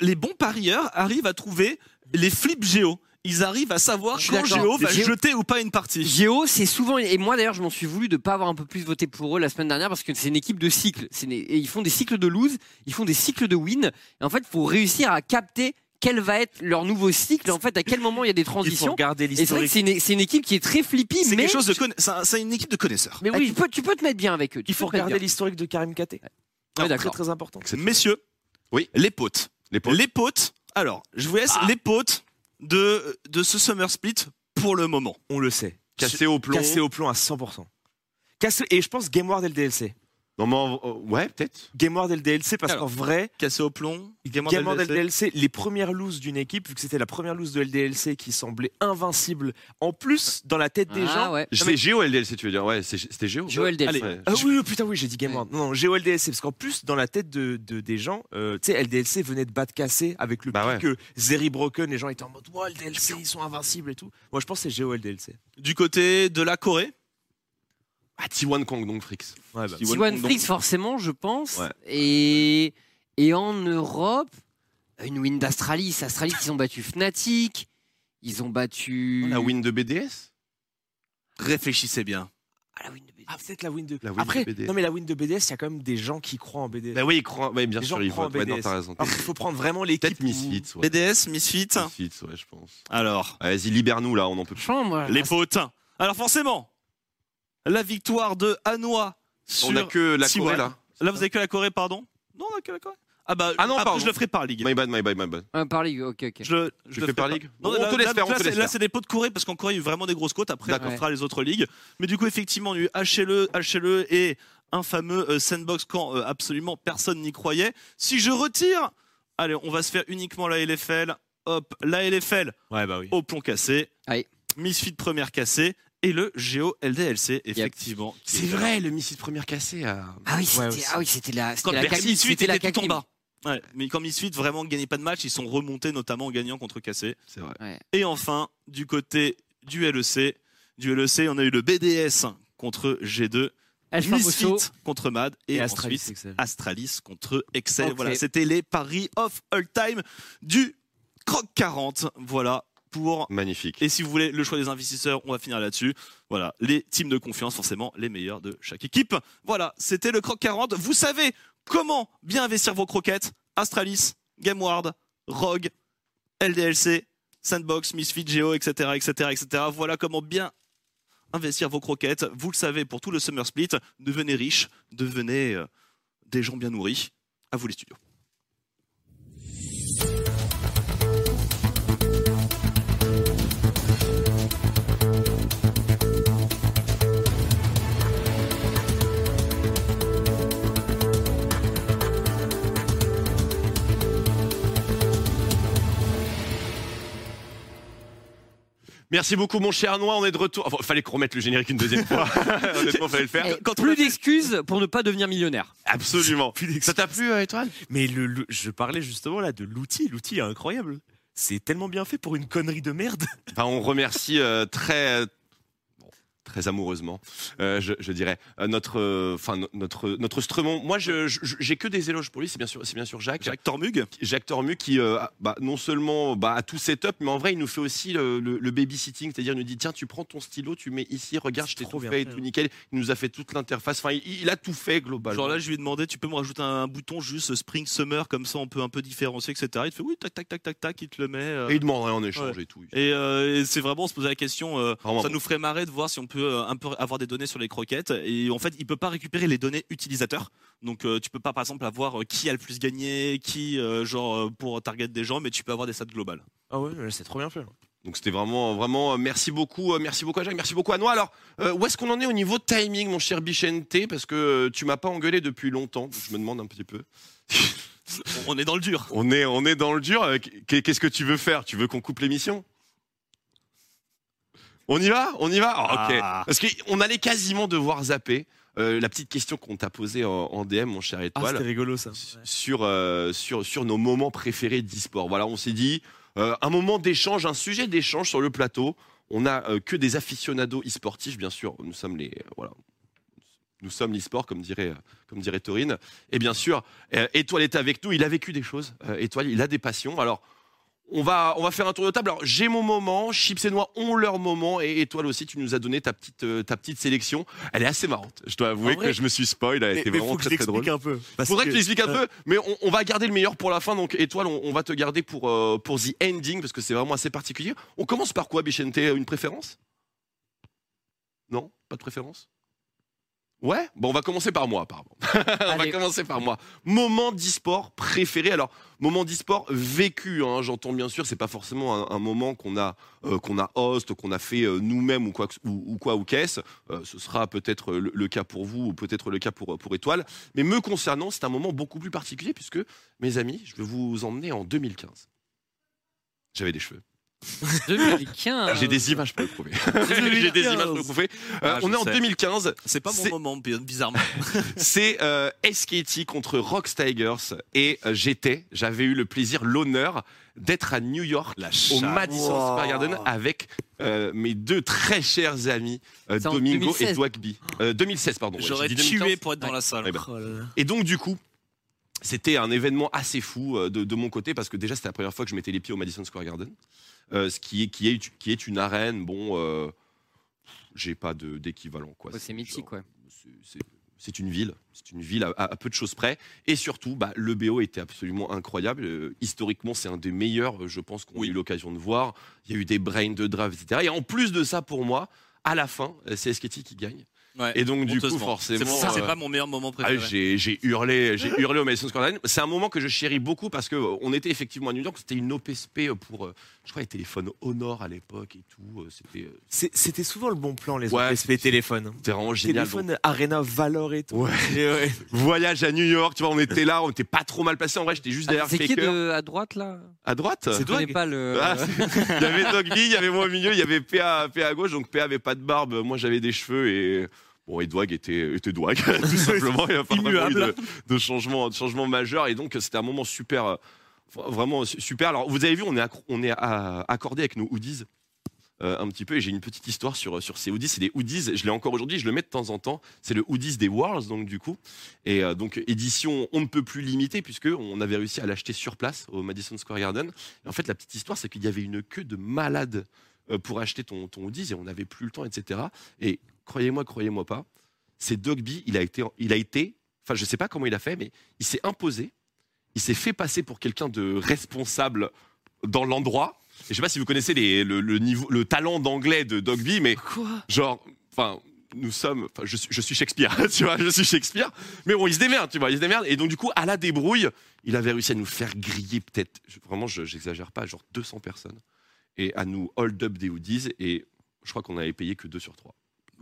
Speaker 5: les bons parieurs arrivent à trouver les flips géo. Ils arrivent à savoir
Speaker 4: Je suis
Speaker 5: quand géo
Speaker 4: d'accord.
Speaker 5: va
Speaker 4: Géo-
Speaker 5: jeter ou pas une partie.
Speaker 4: Géo, c'est souvent et moi d'ailleurs je m'en suis voulu de pas avoir un peu plus voté pour eux la semaine dernière parce que c'est une équipe de cycles. C'est une- et ils font des cycles de lose, ils font des cycles de win. Et en fait, faut réussir à capter quel va être leur nouveau cycle. En fait, à quel moment il y a des transitions.
Speaker 3: regarder
Speaker 4: Et c'est vrai que
Speaker 3: l'historique.
Speaker 4: c'est une, c'est une équipe qui est très flippy,
Speaker 5: C'est
Speaker 4: mais
Speaker 5: quelque chose de conna- c'est un- c'est une équipe de connaisseurs.
Speaker 4: mais oui, Ah, tu peux, tu peux te mettre bien avec eux. tu
Speaker 3: Il faut
Speaker 4: peux te mettre
Speaker 3: regarder
Speaker 4: bien.
Speaker 3: l'historique de Karim KT.
Speaker 4: Ouais,
Speaker 3: Très
Speaker 4: d'accord.
Speaker 3: très important.
Speaker 5: Messieurs,
Speaker 1: oui.
Speaker 5: les potes.
Speaker 1: Les
Speaker 5: potes. Alors, je vous laisse
Speaker 1: Ah.
Speaker 5: les potes de, de ce summer split pour le moment.
Speaker 3: On le sait.
Speaker 1: Casser au plomb.
Speaker 3: Cassé au plomb à 100%. Cassé, et je pense Game War dès le DLC.
Speaker 1: Non, mais en- euh, ouais, peut-être.
Speaker 3: Game War dès le DLC parce
Speaker 5: Alors,
Speaker 3: qu'en vrai,
Speaker 5: Cassé au plomb, Game
Speaker 3: Game War dès le DLC, les premières looses d'une équipe, vu que c'était la première loose de LDLC qui semblait invincible, en plus dans la tête des
Speaker 4: Ah
Speaker 3: gens.
Speaker 4: ouais.
Speaker 3: Non,
Speaker 1: C'est
Speaker 3: mais-
Speaker 1: Géo LDLC, tu veux dire Ouais, c'est- c'était Géo.
Speaker 4: Géo LDLC.
Speaker 1: Ouais.
Speaker 3: Ah oui, oui, putain, oui, j'ai dit Game War. Non, non, GOLDLC, parce qu'en plus, dans la tête de, de- des gens, euh, tu sais, LDLC venait de battre cassé avec le
Speaker 1: Bah
Speaker 3: pic euh, Zeri Broken, les gens étaient en mode, wow, LDLC, ils sont invincibles et tout. Moi, je pense que c'est GOLDLC.
Speaker 5: Du côté de la Corée,
Speaker 1: Ah, T1 Kong, donc Frix.
Speaker 3: Ouais, bah,
Speaker 4: Siwan
Speaker 5: Condon.
Speaker 4: Fricks, forcément, je pense.
Speaker 1: Ouais.
Speaker 4: Et, et en Europe, une win d'Astralis. Astralis, ils ont battu Fnatic. Ils ont battu.
Speaker 1: La win de BDS
Speaker 5: réfléchissez bien.
Speaker 4: Ah, la win de BDS.
Speaker 3: Ah, peut-être la win de.
Speaker 1: La win
Speaker 3: Après,
Speaker 1: de BDS.
Speaker 3: non, mais la win de BDS, il y a quand même des gens qui croient en BDS.
Speaker 1: Bah oui, il croit. ouais, bien
Speaker 3: les
Speaker 1: sûr,
Speaker 3: gens
Speaker 1: il
Speaker 3: croient
Speaker 1: vote. Ouais,
Speaker 3: en
Speaker 1: non,
Speaker 3: BDS.
Speaker 1: t'as raison.
Speaker 3: Alors, il faut prendre vraiment l'équipe.
Speaker 1: Peut-être Misfits, ouais.
Speaker 5: BDS, Misfits.
Speaker 1: Misfits, ouais, je pense. Ah,
Speaker 5: Alors,
Speaker 1: Vas-y, libère-nous là, on en peut plus.
Speaker 4: Franchement, moi,
Speaker 5: les potes. Alors forcément, la victoire de Hanois sur
Speaker 1: On a que la Corée
Speaker 5: Siwan.
Speaker 1: là.
Speaker 5: Là, vous avez que la Corée, pardon Non, on a que la Corée. Ah bah,
Speaker 1: Ah non,
Speaker 5: après,
Speaker 1: pardon.
Speaker 5: je le ferai par ligue.
Speaker 1: My bad, my bad, my bad.
Speaker 4: Ah, par ligue, ok, ok.
Speaker 5: Je le,
Speaker 1: Tu
Speaker 5: je le
Speaker 1: fais par
Speaker 5: ferai
Speaker 1: ligue
Speaker 5: Non,
Speaker 1: On
Speaker 5: là-
Speaker 1: te laisse
Speaker 5: là-
Speaker 1: faire, on
Speaker 5: là,
Speaker 1: te
Speaker 5: c'est-
Speaker 1: laisse
Speaker 5: Là,
Speaker 1: faire.
Speaker 5: c'est des pots de Corée parce qu'en Corée, il y a eu vraiment des grosses côtes. Après,
Speaker 1: D'accord.
Speaker 5: on fera les autres ligues. Mais du E, coup, effectivement, il y a eu HLE, HLE et un fameux euh, sandbox quand euh, absolument personne n'y croyait. Si je retire, allez, on va se faire uniquement la LFL. Hop, la LFL
Speaker 3: Ouais, bah oui.
Speaker 5: au plomb cassé.
Speaker 4: Allez.
Speaker 5: Misfit première cassée. Et le Géo LDLC, effectivement. qui
Speaker 1: C'est
Speaker 5: est là.
Speaker 1: vrai, le missile première cassée. euh, à-
Speaker 4: Ah oui, c'était
Speaker 3: Ouais, aussi.
Speaker 4: ah oui, c'était la, c'était
Speaker 5: Quand
Speaker 4: la
Speaker 5: Bercy
Speaker 4: cagnotte,
Speaker 5: Misfit
Speaker 4: c'était la
Speaker 5: était tout en
Speaker 4: cagnotte.
Speaker 5: bas. Ouais, mais quand Misfit vraiment ne gagnait pas de match, ils sont remontés notamment en gagnant contre Cassé.
Speaker 1: C'est vrai.
Speaker 4: Ouais.
Speaker 5: Et enfin, du côté du LEC, du LEC, on a eu le BDS contre G2,
Speaker 4: Alpha
Speaker 5: Misfit
Speaker 4: Mosso.
Speaker 5: contre Mad et,
Speaker 3: Et
Speaker 5: ensuite
Speaker 3: Astralis,
Speaker 5: Astralis,
Speaker 3: Excel.
Speaker 5: contre Excel.
Speaker 4: Ok.
Speaker 5: Voilà, c'était les paris of all time du Croc 40. Voilà pour.
Speaker 1: Magnifique.
Speaker 5: Et si vous voulez le choix des investisseurs, on va finir là-dessus. Voilà, les teams de confiance, forcément les meilleurs de chaque équipe. Voilà, c'était le Croc 40. Vous savez comment bien investir vos croquettes Astralis, Gameward, Rogue, LDLC, Sandbox, Misfit, Geo, etc., etc., etc. Voilà comment bien investir vos croquettes. Vous le savez, pour tout le Summer Split, devenez riches, devenez euh, des gens bien nourris. À vous les studios.
Speaker 1: Merci beaucoup, mon cher Noir. On est de retour. Enfin, fallait qu'on remette le générique une deuxième fois. Honnêtement, fallait le faire.
Speaker 4: Quand Eh, plus d'excuses pour ne pas devenir millionnaire.
Speaker 1: Absolument. Ça t'a plu, euh, Étoile
Speaker 3: Mais le, le- je parlais justement là de l'outil. L'outil est incroyable. C'est tellement bien fait pour une connerie de merde.
Speaker 1: Enfin, on remercie euh, très euh, bon, très amoureusement, euh, je, je dirais euh, notre, euh, enfin no- notre notre Stremon. Moi, je- je- j'ai que des éloges pour lui. C'est bien sûr, c'est bien sûr Jacques. Jacques Tormug. Jacques Tormug qui, euh, a- bah, non seulement bah, a tout setup, mais en vrai, il nous fait aussi le, le- le babysitting, c'est-à-dire il nous dit tiens, tu prends ton stylo, tu mets ici, regarde, je t'ai tout
Speaker 5: bien
Speaker 1: fait, et
Speaker 5: fait,
Speaker 1: tout nickel. Il nous a fait toute l'interface. Enfin, il, il a tout fait globalement.
Speaker 5: Genre là, je lui ai demandé, tu peux me rajouter un, un bouton juste euh, spring summer comme ça, on peut un peu différencier, etc. Il te fait oui, tac tac tac tac tac, il te le met. euh.
Speaker 1: Et il demande rien en échange
Speaker 5: Ouais.
Speaker 1: et tout.
Speaker 5: Et, euh, et c'est vraiment, on se posait la question. euh,
Speaker 1: Vraiment
Speaker 5: ça
Speaker 1: Ah, bon.
Speaker 5: nous ferait marrer de voir si on peut euh, un peu avoir des données sur les croquettes. Et en fait, il peut pas récupérer les données utilisateurs. Donc, euh, tu peux pas, par exemple, avoir euh, qui a le plus gagné, qui, euh, genre, euh, pour target des gens, mais tu peux avoir des stats globales.
Speaker 3: Ah ouais, c'est trop bien fait.
Speaker 1: Donc c'était vraiment, vraiment, euh, merci beaucoup, euh, merci beaucoup à Jacques, merci beaucoup à Noah. Alors, euh, où est-ce qu'on en est au niveau timing, mon cher Bichente Parce que euh, tu m'as pas engueulé depuis longtemps, donc je me demande un petit peu.
Speaker 5: on est dans le dur.
Speaker 1: On est, on est dans le dur. euh, qu'est- Qu'est-ce que tu veux faire Tu veux qu'on coupe l'émission on y va On y va Ah, ok.
Speaker 5: Ah.
Speaker 1: Parce qu'on allait quasiment devoir zapper euh, la petite question qu'on t'a posée en, en DM, mon cher
Speaker 3: Ah,
Speaker 1: Étoile
Speaker 3: c'était rigolo ça.
Speaker 1: sur, euh, sur, sur nos moments préférés d'e-sport. Voilà, on s'est dit euh, un moment d'échange, un sujet d'échange sur le plateau. On n'a euh, que des aficionados e-sportifs, bien sûr. Nous sommes les euh, voilà, nous sommes l'e-sport, comme dirait, euh, comme dirait Taurine. Et bien sûr, euh, Étoile est avec nous. Il a vécu des choses. euh, Étoile, il a des passions. Alors, on va, on va faire un tour de table. Alors, j'ai mon moment. Chips et Noix ont leur moment. Et Étoile aussi, tu nous as donné ta petite, euh, ta petite sélection. Elle est assez marrante. Je dois avouer
Speaker 3: En vrai,
Speaker 1: que je me suis spoil. Elle
Speaker 3: mais-
Speaker 1: était
Speaker 3: mais
Speaker 1: vraiment
Speaker 3: faut que je
Speaker 1: très, très
Speaker 3: l'explique
Speaker 1: drôle.
Speaker 3: un peu, parce
Speaker 1: Faudrait que,
Speaker 3: que-
Speaker 1: tu l'expliques un
Speaker 3: euh,
Speaker 1: peu. Mais on, on va garder le meilleur pour la fin. Donc, Étoile, on, on va te garder pour, euh, pour The Ending parce que c'est vraiment assez particulier. On commence par quoi, Bichente Une préférence Non Pas de préférence Ouais Bon, on va commencer par moi, pardon. on va commencer par moi. Moment d'e-sport préféré. Alors, moment d'e-sport vécu, hein, j'entends bien sûr, c'est pas forcément un, un moment qu'on a, euh, qu'on a host, qu'on a fait euh, nous-mêmes ou quoi, que- ou, ou quoi ou qu'est-ce. Euh, ce sera peut-être le, le cas pour vous ou peut-être le cas pour, pour Étoile. Mais me concernant, c'est un moment beaucoup plus particulier puisque, mes amis, je vais vous emmener en 2015. J'avais des cheveux.
Speaker 5: Ah,
Speaker 4: 2015.
Speaker 1: J'ai des images pour le prouver. J'ai des images pour le prouver. Euh,
Speaker 5: Ah, je
Speaker 1: on est en
Speaker 5: sais.
Speaker 1: 2015.
Speaker 5: C'est pas mon moment, bi- bizarrement.
Speaker 1: C'est euh, SKT contre Rox Tigers et euh, j'étais, j'avais eu le plaisir, l'honneur d'être à New York au
Speaker 5: chatte.
Speaker 1: Madison
Speaker 5: Wow.
Speaker 1: Square Garden avec euh, mes deux très chers amis euh,
Speaker 5: C'est en
Speaker 1: Domingo
Speaker 5: 2016.
Speaker 1: et Dwagby. Euh, 2016 pardon. ouais,
Speaker 5: J'aurais
Speaker 1: j'ai dit
Speaker 5: tué
Speaker 1: 2015.
Speaker 5: pour être dans la salle.
Speaker 1: Eh ben. Et donc du coup, c'était un événement assez fou euh, de, de mon côté parce que déjà c'était la première fois que je mettais les pieds au Madison Square Garden, euh, ce qui est, qui, est, qui est une arène, bon, euh, j'ai pas de- d'équivalent quoi.
Speaker 4: Ouais, c'est mythique, ouais.
Speaker 1: c'est- c'est une ville, c'est une ville à, à- à peu de choses près. Et surtout, bah, le BO était absolument incroyable. Euh, historiquement, c'est un des meilleurs, euh, je pense, qu'on a eu l'occasion de voir. Il y a eu des brains de draft, etc. Et en plus de ça, pour moi, à la fin, euh, c'est Esketti qui gagne.
Speaker 5: Ouais,
Speaker 1: Et donc, du coup,
Speaker 5: honteusement. C'est
Speaker 1: forcément.
Speaker 5: pour ça que c'est
Speaker 1: euh,
Speaker 5: pas mon meilleur moment
Speaker 1: ah oui,
Speaker 5: préféré.
Speaker 1: j'ai j'ai hurlé, j'ai hurlé au Madison Square Garden. C'est un moment que je chéris beaucoup parce que euh, on était effectivement à New York. C'était une OPSP pour, euh, je crois, les téléphones Honor à l'époque et tout. euh, C'était euh,
Speaker 3: C'est- C'était souvent le bon plan, les
Speaker 1: Ouais,
Speaker 3: OPSP téléphones.
Speaker 1: c'était vraiment génial.
Speaker 3: Téléphone, Arena, Valor et tout.
Speaker 1: Ouais. Voyage à New York, tu vois, on était là, on était pas trop mal placé. En vrai, j'étais juste derrière
Speaker 4: Ah, C'est qui
Speaker 1: Faker.
Speaker 4: de, à droite là
Speaker 1: À droite
Speaker 4: Je connais pas le.
Speaker 1: Ah, c'est- Il y avait Dogby, il y avait moi au milieu, il y avait PA, PA à gauche, donc PA avait pas de barbe, moi j'avais des cheveux et. Bon, et Dwag était, était Dwag, tout simplement. Il n'y a pas vraiment eu de,
Speaker 3: Immuable.
Speaker 1: de changement, de changement majeur. Et donc, c'était un moment super, euh, vraiment super. Alors, vous avez vu, on est, accro- on est à- accordé avec nos hoodies euh, un petit peu. Et j'ai une petite histoire sur, sur ces hoodies. C'est des hoodies, je l'ai encore aujourd'hui, je le mets de temps en temps. C'est le hoodies des Worlds, donc du coup. Et euh, donc, édition on ne peut plus limitée, puisqu'on avait réussi à l'acheter sur place au Madison Square Garden. Et en fait, la petite histoire, c'est qu'il y avait une queue de malade euh, pour acheter ton, ton hoodies et on n'avait plus le temps, etc. Et croyez-moi, croyez-moi pas, c'est Dogby, il a été. Il a été Enfin, je sais pas comment il a fait, mais il s'est imposé il s'est fait passer pour quelqu'un de responsable dans l'endroit. Et je sais pas si vous connaissez les- le, le niveau, le talent d'anglais de Dogby, mais genre, enfin, nous sommes, enfin, je, suis- je suis Shakespeare, tu vois, je suis Shakespeare. Mais bon, il se démerde, tu vois, il se démerde. Et donc du coup, à la débrouille, il avait réussi à nous faire griller peut-être, je- vraiment, je- j'exagère pas, genre 200 personnes, et à nous hold up des hoodies. Et je crois qu'on avait payé que 2 sur 3.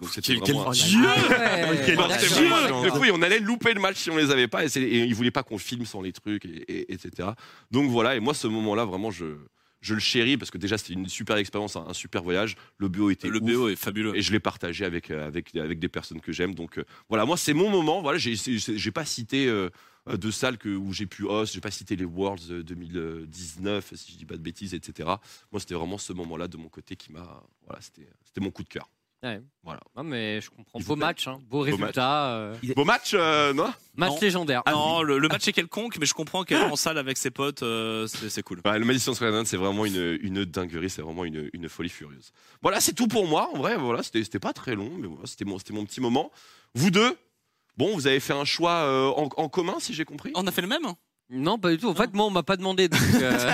Speaker 1: Donc c'était
Speaker 5: Quel- quel
Speaker 1: vraiment un-
Speaker 5: dieu
Speaker 1: Ah ouais.
Speaker 5: Quel
Speaker 1: Non, c'était
Speaker 5: dieu
Speaker 1: vraiment- Du coup, et on allait louper le match si on les avait pas. Et, c'est- et ils voulaient pas qu'on filme sans les trucs, et- et- etc. Donc voilà. Et moi, ce moment-là, vraiment, je, Je le chéris parce que déjà c'était une super expérience, un, un super voyage. Le BO était
Speaker 5: Le
Speaker 1: ouf.
Speaker 5: BO est fabuleux.
Speaker 1: Et je l'ai partagé avec, euh, avec, avec des personnes que j'aime. Donc euh, voilà, moi c'est mon moment. Voilà, j'ai- c'est- c'est- j'ai pas cité euh, euh, de salles que, où j'ai pu host, j'ai pas cité les Worlds euh, 2019, euh, si je dis pas de bêtises, etc. Moi c'était vraiment ce moment-là de mon côté qui m'a. Voilà, c'était c'était mon coup de cœur.
Speaker 4: Ouais.
Speaker 1: Voilà.
Speaker 4: Non, mais je comprends.
Speaker 1: Il
Speaker 4: Beau
Speaker 1: vous
Speaker 4: match, hein, beau
Speaker 1: match.
Speaker 4: résultat. euh,
Speaker 1: Beau match, euh, non
Speaker 4: Match
Speaker 5: Non.
Speaker 4: légendaire.
Speaker 5: Ah non, le, le match est quelconque, mais je comprends qu'elle est en salle avec ses potes, euh, c'est c'est cool.
Speaker 1: Ouais, le Madison Square Garden, c'est vraiment une, une dinguerie, c'est vraiment une, une folie furieuse. Voilà, c'est tout pour moi. En vrai, voilà, c'était c'était pas très long, mais voilà, c'était mon, c'était mon petit moment. Vous deux, bon, vous avez fait un choix euh, en, en commun, si j'ai compris.
Speaker 5: On a fait le même hein.
Speaker 4: Non, pas du tout. En fait, moi, on m'a pas demandé. donc, euh,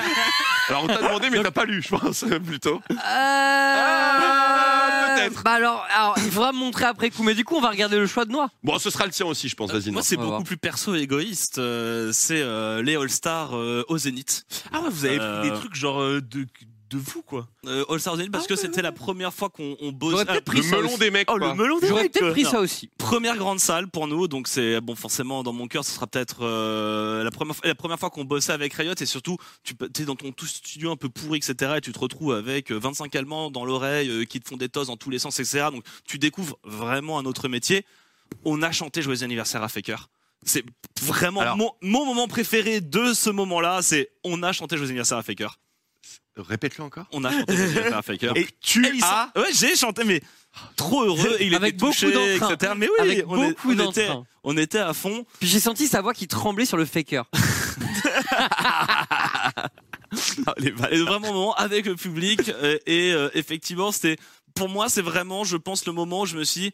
Speaker 1: Alors on t'a demandé, mais t'as pas lu, je pense, plutôt.
Speaker 4: peut-être. Bah alors, alors, il faudra me montrer après coup. Mais du coup, on va regarder le choix de Noix.
Speaker 1: Bon, ce sera le tien aussi, je pense. Vas-y.
Speaker 5: Euh, Moi,
Speaker 1: Noah.
Speaker 5: c'est
Speaker 1: On va
Speaker 5: beaucoup
Speaker 1: voir.
Speaker 5: plus perso et égoïste. euh, c'est euh, les All-Stars euh, au Zénith.
Speaker 3: Ah ouais, vous avez pris des
Speaker 5: Euh,
Speaker 3: trucs genre euh, de, de vous, quoi.
Speaker 5: Euh, All-Stars au Zénith parce que c'était la première fois qu'on on bosse.
Speaker 3: Ah J'aurais
Speaker 5: Ah,
Speaker 3: peut-être pris Le ça melon aussi. des mecs, Oh, le quoi. melon des
Speaker 5: J'aurais
Speaker 3: mecs,
Speaker 5: peut-être
Speaker 3: quoi.
Speaker 5: pris ça
Speaker 3: Non.
Speaker 4: aussi.
Speaker 5: Première grande salle pour nous, donc c'est bon forcément dans mon cœur, ce sera peut-être euh, la première la première fois qu'on bossait avec Riot et surtout tu es dans ton tout studio un peu pourri etc et tu te retrouves avec euh, 25 Allemands dans l'oreille euh, qui te font des tosses dans tous les sens etc donc tu découvres vraiment un autre métier. On a chanté joyeux anniversaire à Faker. C'est vraiment mon, mon moment préféré de ce moment-là, c'est on a chanté joyeux anniversaire à Faker.
Speaker 1: Répète-le encore.
Speaker 5: On a chanté Joyeux anniversaire à Faker.
Speaker 3: Et tu
Speaker 5: Et il s'en- Ouais, j'ai chanté, mais trop heureux. et il
Speaker 4: Ah. Avec
Speaker 5: était touché,
Speaker 4: beaucoup d'entrain.
Speaker 5: etc. Mais oui,
Speaker 4: Avec
Speaker 5: on, est-
Speaker 4: beaucoup
Speaker 5: on était,
Speaker 4: d'entrain.
Speaker 5: on était à fond.
Speaker 4: Puis j'ai senti sa voix qui tremblait sur le faker.
Speaker 5: bah, Et vraiment un moment avec le public. euh, et euh, effectivement, c'était pour moi, c'est vraiment, je pense, le moment où je me suis dit,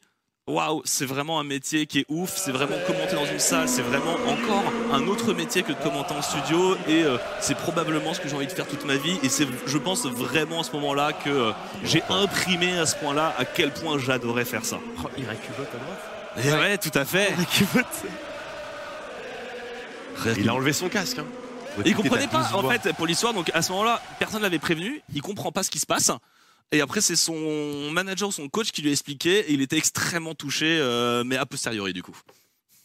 Speaker 5: Waouh, c'est vraiment un métier qui est ouf, c'est vraiment commenter dans une salle, c'est vraiment encore un autre métier que de commenter en studio et euh, c'est probablement ce que j'ai envie de faire toute ma vie et c'est je pense vraiment à ce moment-là que euh, j'ai imprimé à ce point-là à quel point j'adorais faire ça.
Speaker 3: Oh, il récupère à droite.
Speaker 5: Et ouais, tout à fait.
Speaker 1: Il a enlevé son casque. Hein.
Speaker 5: Et il comprenait pas, en fait, pour l'histoire. Donc à ce moment-là, personne l'avait prévenu. Il comprend pas ce qui se passe. Et après, c'est son manager ou son coach qui lui a expliqué. Et il était extrêmement touché, euh, mais a posteriori du coup.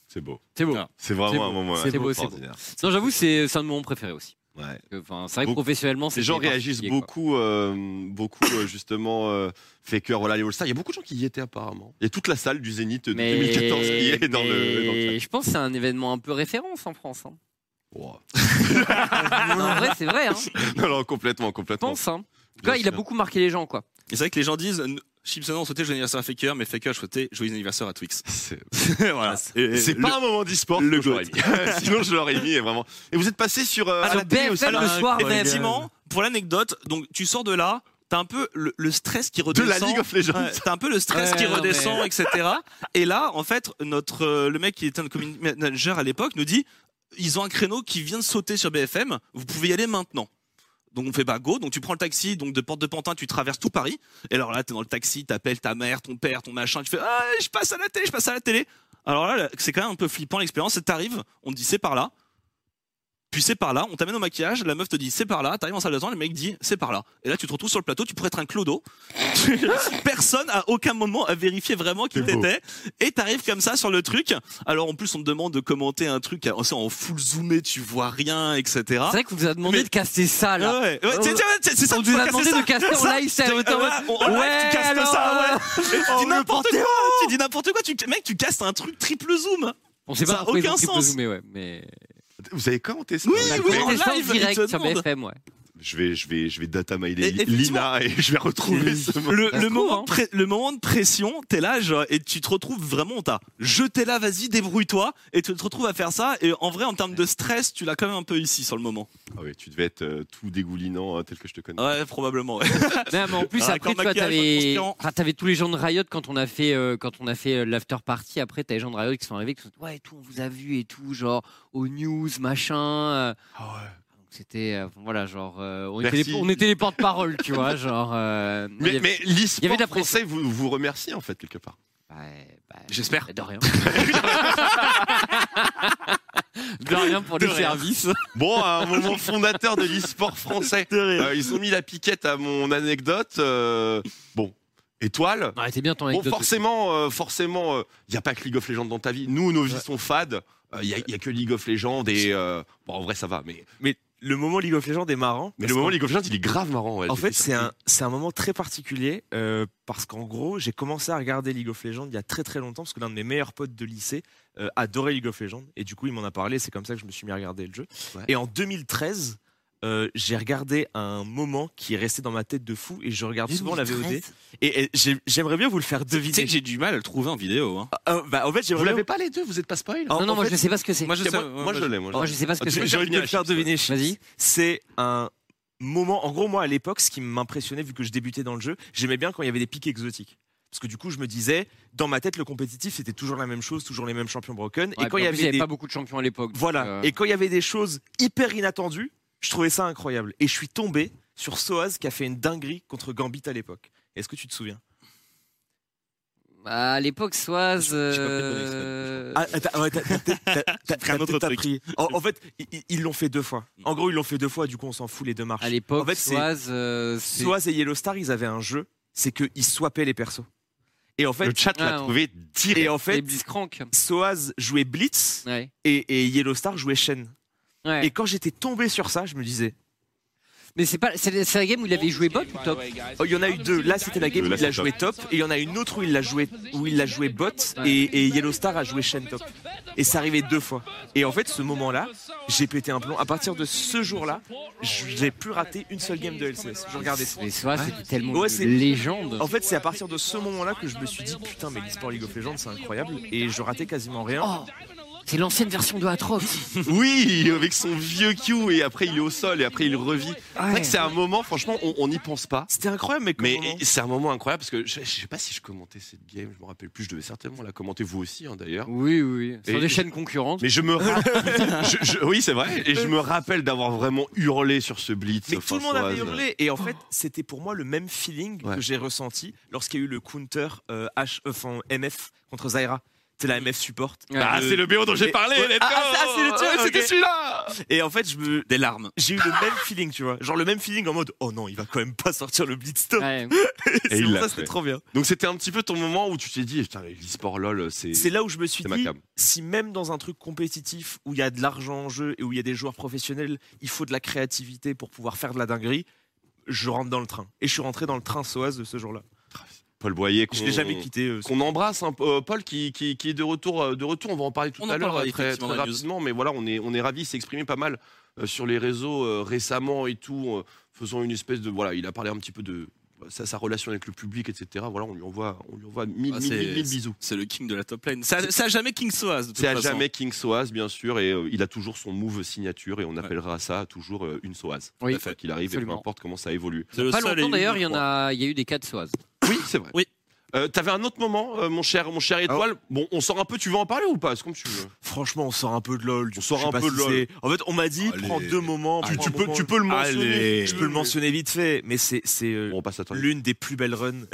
Speaker 1: C'est beau.
Speaker 4: C'est
Speaker 5: Ah.
Speaker 4: beau.
Speaker 1: C'est vraiment
Speaker 4: C'est beau.
Speaker 1: un moment
Speaker 4: C'est beau, c'est beau.
Speaker 1: extraordinaire.
Speaker 4: Non, j'avoue, c'est c'est un de mes moments préférés aussi.
Speaker 1: Ouais.
Speaker 4: Enfin, c'est vrai que
Speaker 1: Beaucoup-
Speaker 4: professionnellement, c'est
Speaker 1: les gens réagissent beaucoup, euh, beaucoup euh, justement euh, Faker, voilà les All-Stars. Il y a beaucoup de gens qui y étaient apparemment. Il y a toute la salle du Zénith de
Speaker 4: Mais,
Speaker 1: 2014 qui est dans le. dans le
Speaker 4: mais
Speaker 1: chat.
Speaker 4: je pense que c'est un événement un peu référence en France. hein.
Speaker 1: Wow.
Speaker 5: Ah.
Speaker 4: Non, en vrai, c'est vrai. Hein.
Speaker 1: non, non, complètement,
Speaker 4: Je
Speaker 1: complètement.
Speaker 4: pense. Hein. En tout cas,
Speaker 5: Bien
Speaker 4: il a
Speaker 5: sûr.
Speaker 4: beaucoup marqué les gens, quoi.
Speaker 5: Et c'est vrai que les gens disent euh, Chipson, on souhaitait joyeux anniversaire à Faker, mais Faker, je souhaitais joyeux anniversaire à Twix. voilà. Et-
Speaker 1: Ah, C'est
Speaker 5: le-
Speaker 1: pas un moment d'e-sport. Le Sinon, je l'aurais mis et vraiment. Et vous êtes passé sur.
Speaker 5: Ah,
Speaker 1: euh, à la télé aussi.
Speaker 5: Alors, effectivement, pour l'anecdote, donc tu sors de là, t'as un peu le, le stress qui redescend.
Speaker 1: la League of Legends.
Speaker 5: Ouais, t'as un peu le stress
Speaker 1: Ouais,
Speaker 5: qui
Speaker 1: non,
Speaker 5: redescend,
Speaker 1: mais-
Speaker 5: etc. Et là, en fait, notre euh, le mec qui était un community manager à l'époque nous dit ils ont un créneau qui vient de sauter sur BFM, vous pouvez y aller maintenant. Donc on fait bah go, donc tu prends le taxi, donc de Porte de Pantin tu traverses tout Paris. Et alors là t'es dans le taxi, t'appelles ta mère, ton père, ton machin, tu fais ah je passe à la télé, je passe à la télé. Alors là c'est quand même un peu flippant l'expérience, Et t'arrives, on te dit c'est par là, puis c'est par là, on t'amène au maquillage, la meuf te dit c'est par là, t'arrives en salle d'attente, le mec dit c'est par là. Et là tu te retrouves sur le plateau, tu pourrais être un clodo. Personne à aucun moment a vérifié vraiment qui t'étais. Et t'arrives comme ça sur le truc. Alors en plus on te demande de commenter un truc en en full zoomé, tu vois rien, etc. C'est
Speaker 4: vrai qu'on vous a demandé de caster ça, là. Euh,
Speaker 5: Ouais, ouais, c'est- c'est- c'est ça,
Speaker 4: On
Speaker 5: tu
Speaker 4: nous
Speaker 5: vas
Speaker 4: a demandé
Speaker 5: casser
Speaker 4: de caster
Speaker 5: ça,
Speaker 4: en live, c'est
Speaker 5: ça,
Speaker 4: en mode,
Speaker 5: ouais, en live, tu castes
Speaker 4: alors,
Speaker 5: ça, ouais.
Speaker 4: euh,
Speaker 5: Et
Speaker 4: oh,
Speaker 5: tu dis
Speaker 4: le
Speaker 5: n'importe quoi,
Speaker 4: Panthéon.
Speaker 5: tu dis n'importe quoi, tu, mec, tu castes un truc triple zoom.
Speaker 4: On sait pas
Speaker 5: ça a
Speaker 4: pourquoi ils ont
Speaker 5: aucun
Speaker 4: triple
Speaker 5: sens.
Speaker 4: zoomé, ouais, mais...
Speaker 1: Vous avez commenté ça
Speaker 5: Oui,
Speaker 1: On a
Speaker 5: oui,
Speaker 1: fait-
Speaker 5: en
Speaker 4: C'était ça en
Speaker 5: live, ils
Speaker 4: direct
Speaker 5: te
Speaker 4: sur
Speaker 5: demandent.
Speaker 4: BFM, ouais.
Speaker 1: Je vais, je vais, je vais data miler
Speaker 5: Et-
Speaker 1: Li-
Speaker 5: effectivement.
Speaker 1: Lina et je vais retrouver ce moment.
Speaker 5: le, le moment de pré- le moment de pression, t'es là genre, et tu te retrouves vraiment, on t'a jeté là, vas-y, débrouille-toi, et tu te retrouves à faire ça. Et en vrai, en termes de stress, tu l'as quand même un peu ici sur le moment.
Speaker 1: Ah ouais, tu devais être euh, tout dégoulinant euh, tel que je te connais.
Speaker 5: Ouais, probablement. ouais.
Speaker 4: Non, mais en plus,
Speaker 5: Avec
Speaker 4: après,
Speaker 5: leur
Speaker 4: tu vois,
Speaker 5: maquillage,
Speaker 4: t'avais
Speaker 5: leur
Speaker 4: enfin, t'avais tous les gens de Riot quand on a fait, euh, quand on a fait euh, l'after party. Après, t'as les gens de Riot qui sont arrivés, qui sont dit, ouais, et tout, on vous a vu et tout, genre, aux news, machin. euh. Donc, C'était, euh, voilà, genre, euh, on, était
Speaker 1: Merci.
Speaker 4: les, on était les porte-parole, tu vois, genre. euh, il y
Speaker 1: Mais,
Speaker 4: avait-
Speaker 1: mais
Speaker 4: il y avait de
Speaker 1: l'e-sport
Speaker 4: la pression.
Speaker 1: français vous, vous remercie en fait quelque part.
Speaker 5: J'espère.
Speaker 4: bah, De rien. De rien pour
Speaker 1: De
Speaker 4: les
Speaker 1: rien.
Speaker 4: services.
Speaker 1: Bon, à un moment fondateur de l'e-sport français. Euh, ils ont mis la piquette à mon anecdote. euh, bon, étoile.
Speaker 4: Ouais, t'es bien ton
Speaker 1: Bon,
Speaker 4: anecdote.
Speaker 1: forcément, euh, forcément, il n'y a pas que League of Legends dans euh, ta vie. Nous, nos vies sont fades. Il n'y a, y a que League of Legends et euh, bon, en vrai, ça va. Mais, mais
Speaker 3: le moment League of Legends est marrant.
Speaker 1: Mais le moment League of Legends, il est grave marrant. ouais,
Speaker 3: En
Speaker 1: j'étais
Speaker 3: fait, c'est un, c'est un moment très particulier euh, parce qu'en gros, j'ai commencé à regarder League of Legends il y a très très longtemps parce que l'un de mes meilleurs potes de lycée euh, adorait League of Legends et du coup, il m'en a parlé. C'est comme ça que je me suis mis à regarder le jeu. Et en 2013, euh, j'ai regardé un moment qui est resté dans ma tête de fou et je regarde souvent la VOD.
Speaker 7: 2013?
Speaker 3: Et, et j'ai- j'aimerais bien vous le faire deviner.
Speaker 7: sais que j'ai du mal à le trouver en vidéo. Hein.
Speaker 3: Ah, euh, bah, en fait, j'aimerais
Speaker 1: Vous l'avez
Speaker 3: bien-
Speaker 1: pas les deux Vous êtes pas spoil
Speaker 3: En-
Speaker 4: Non, non,
Speaker 3: Ah, en
Speaker 4: moi,
Speaker 3: fait-
Speaker 4: je sais pas ce que c'est. Moi, je
Speaker 3: Et
Speaker 4: sais- moi, je l'ai, moi, je l'ai. Ah, tu veux
Speaker 3: J'ai
Speaker 4: faire
Speaker 3: envie de le
Speaker 4: deviner,
Speaker 3: faire
Speaker 4: Chips,
Speaker 3: deviner.
Speaker 4: ouais. Vas-y.
Speaker 3: Chips. C'est un moment. En gros, moi, à l'époque, ce qui m'impressionnait, vu que je débutais dans le jeu, j'aimais bien quand il y avait des pics exotiques. Parce que du coup, je me disais, dans ma tête, le compétitif, c'était toujours la même chose, toujours les mêmes champions broken.
Speaker 4: Ouais,
Speaker 3: et quand
Speaker 4: puis
Speaker 3: il y
Speaker 4: en plus,
Speaker 3: avait, des...
Speaker 4: pas beaucoup de champions à l'époque. donc,
Speaker 3: Voilà.
Speaker 4: euh,
Speaker 3: Et quand il y avait des choses hyper inattendues, je trouvais ça incroyable. Et je suis tombé sur Soaz qui a fait une dinguerie contre Gambit à l'époque. Est-ce que tu te souviens
Speaker 4: Bah, À l'époque, Soaz. euh,
Speaker 3: Ah, t'as- ouais, t'as- t'as- t'as- t'as- t'as peut-être appris. En, en fait, i- i- ils l'ont fait deux fois. En gros, ils l'ont fait deux fois, du coup, on s'en fout les deux marches.
Speaker 4: À l'époque,
Speaker 3: en fait, c'est-
Speaker 4: Soaz, euh, c'est-
Speaker 3: Soaz et Yellow Star, ils avaient un jeu, c'est qu'ils swappaient les persos. Et en fait,
Speaker 1: Le chat l'a Ah, on- trouvé
Speaker 3: direct. Et en fait,
Speaker 4: Les Blitzcrank.
Speaker 3: Soaz jouait Blitz et, et Yellow Star jouait Shen.
Speaker 4: Ouais.
Speaker 3: Et quand j'étais tombé sur ça, je me disais.
Speaker 4: Mais c'est pas, c'est c'est la game où il avait joué Bob ou top
Speaker 3: Oh, il y en a eu deux. Là, c'était la game où
Speaker 4: Là,
Speaker 3: il a
Speaker 4: c'est
Speaker 3: joué top. Et il y en a une autre où il l'a joué, où il l'a joué bot. Et, et Yellow Star a joué Shen top. Et c'est arrivé deux fois. Et en fait, ce moment-là, j'ai pété un plomb. À partir de ce jour-là, j'ai plus raté une seule game de LCS. Je regardais tout.
Speaker 4: Mais Soaz, c'était tellement
Speaker 3: Ouais,
Speaker 4: une
Speaker 3: c'est-
Speaker 4: légende.
Speaker 3: En fait, c'est à partir de ce moment-là que je me suis dit putain, mais l'e-sport League of Legends, c'est incroyable. Et je ratais quasiment rien.
Speaker 4: Oh, C'est l'ancienne version de Atrox.
Speaker 1: Oui, avec son vieux Q et après il est au sol et après il revit. C'est vrai que c'est un moment, franchement, on on n'y pense pas.
Speaker 3: C'était incroyable, mais
Speaker 1: c'est un moment incroyable parce que je, je sais pas si je commentais cette game, je me rappelle plus. Je devais certainement la commenter vous aussi, hein, d'ailleurs.
Speaker 4: Oui, oui. Sur
Speaker 1: Et
Speaker 4: des
Speaker 1: je-
Speaker 4: chaînes concurrentes.
Speaker 1: Mais je me rappelle. je- je- oui, c'est vrai. Et je me rappelle d'avoir vraiment hurlé sur ce blitz.
Speaker 3: Mais tout le monde avait
Speaker 1: Françoise.
Speaker 3: hurlé. Et en fait, c'était pour moi le même feeling
Speaker 1: Ouais.
Speaker 3: que j'ai ressenti lorsqu'il y a eu le counter euh, H, euh, enfin, MF contre Zaira. C'est la MF support.
Speaker 1: Ah, c'est le BO dont j'ai parlé,
Speaker 3: Ouais.
Speaker 1: let's
Speaker 3: Ah,
Speaker 1: go.
Speaker 3: ah, c'est le tien,
Speaker 1: Ouais, c'était
Speaker 3: ok.
Speaker 1: celui-là.
Speaker 3: Et en fait, je me... des larmes. J'ai eu le même feeling, tu vois. Genre le même feeling en mode, oh non, il va quand même pas sortir le blitz top.
Speaker 1: Et
Speaker 3: c'est
Speaker 1: il
Speaker 3: pour
Speaker 1: l'a
Speaker 3: ça,
Speaker 1: fait.
Speaker 3: c'était trop bien.
Speaker 1: Donc c'était un petit peu ton moment où tu t'es dit, putain, l'e-sport lol, c'est.
Speaker 3: C'est là où je me suis
Speaker 1: c'est
Speaker 3: dit,
Speaker 1: ma cam.
Speaker 3: si même dans un truc compétitif où il y a de l'argent en jeu et où il y a des joueurs professionnels, il faut de la créativité pour pouvoir faire de la dinguerie, je rentre dans le train. Et je suis rentré dans le train Soaz de ce jour-là.
Speaker 1: Paul Boyer,
Speaker 3: Je
Speaker 1: qu'on-
Speaker 3: l'ai jamais quitté, euh,
Speaker 1: qu'on embrasse, hein, euh, Paul, qui, qui- qui est de retour, euh, de retour. On va en parler tout
Speaker 7: On en
Speaker 1: à l'heure
Speaker 7: parlera
Speaker 1: euh, très,
Speaker 7: effectivement
Speaker 1: très
Speaker 7: dans la news.
Speaker 1: rapidement, mais voilà, on est, on est ravis. Il s'est exprimé pas mal euh, sur les réseaux euh, récemment et tout, euh, faisant une espèce de. Voilà, il a parlé un petit peu de euh, sa, sa relation avec le public, etc. Voilà, on lui envoie, on lui envoie mille,
Speaker 7: Ah,
Speaker 1: mille, mille, mille
Speaker 7: c'est-
Speaker 1: bisous.
Speaker 7: C'est le king de la top lane. Ça, ça a jamais King Soaz. de toute
Speaker 1: C'est à
Speaker 7: façon.
Speaker 1: jamais King Soaz, bien sûr, et euh, il a toujours son move signature, et on appellera ça toujours euh, une Soaz.
Speaker 4: Oui,
Speaker 1: Quoi qu'il arrive, et
Speaker 4: absolument.
Speaker 1: peu importe comment ça évolue.
Speaker 4: Pas longtemps d'ailleurs, il y en a, il y a eu des cas de Soaz.
Speaker 1: Oui, c'est vrai.
Speaker 7: Oui.
Speaker 1: T'avais un autre moment, euh, mon cher, mon cher étoile. Bon, on sort un peu. Tu veux en parler ou pas C'est comme tu veux.
Speaker 7: Euh,
Speaker 3: Franchement, on sort un peu de LOL. On
Speaker 1: sort un peu de LOL.
Speaker 3: En fait, on m'a dit,
Speaker 1: Allez.
Speaker 3: prends deux moments.
Speaker 1: Tu-
Speaker 3: prends
Speaker 1: tu
Speaker 3: un
Speaker 1: peux-
Speaker 3: moment.
Speaker 1: tu peux le mentionner.
Speaker 3: Allez. Je peux le mentionner vite fait, mais c'est c'est, euh, l'une des plus belles runs.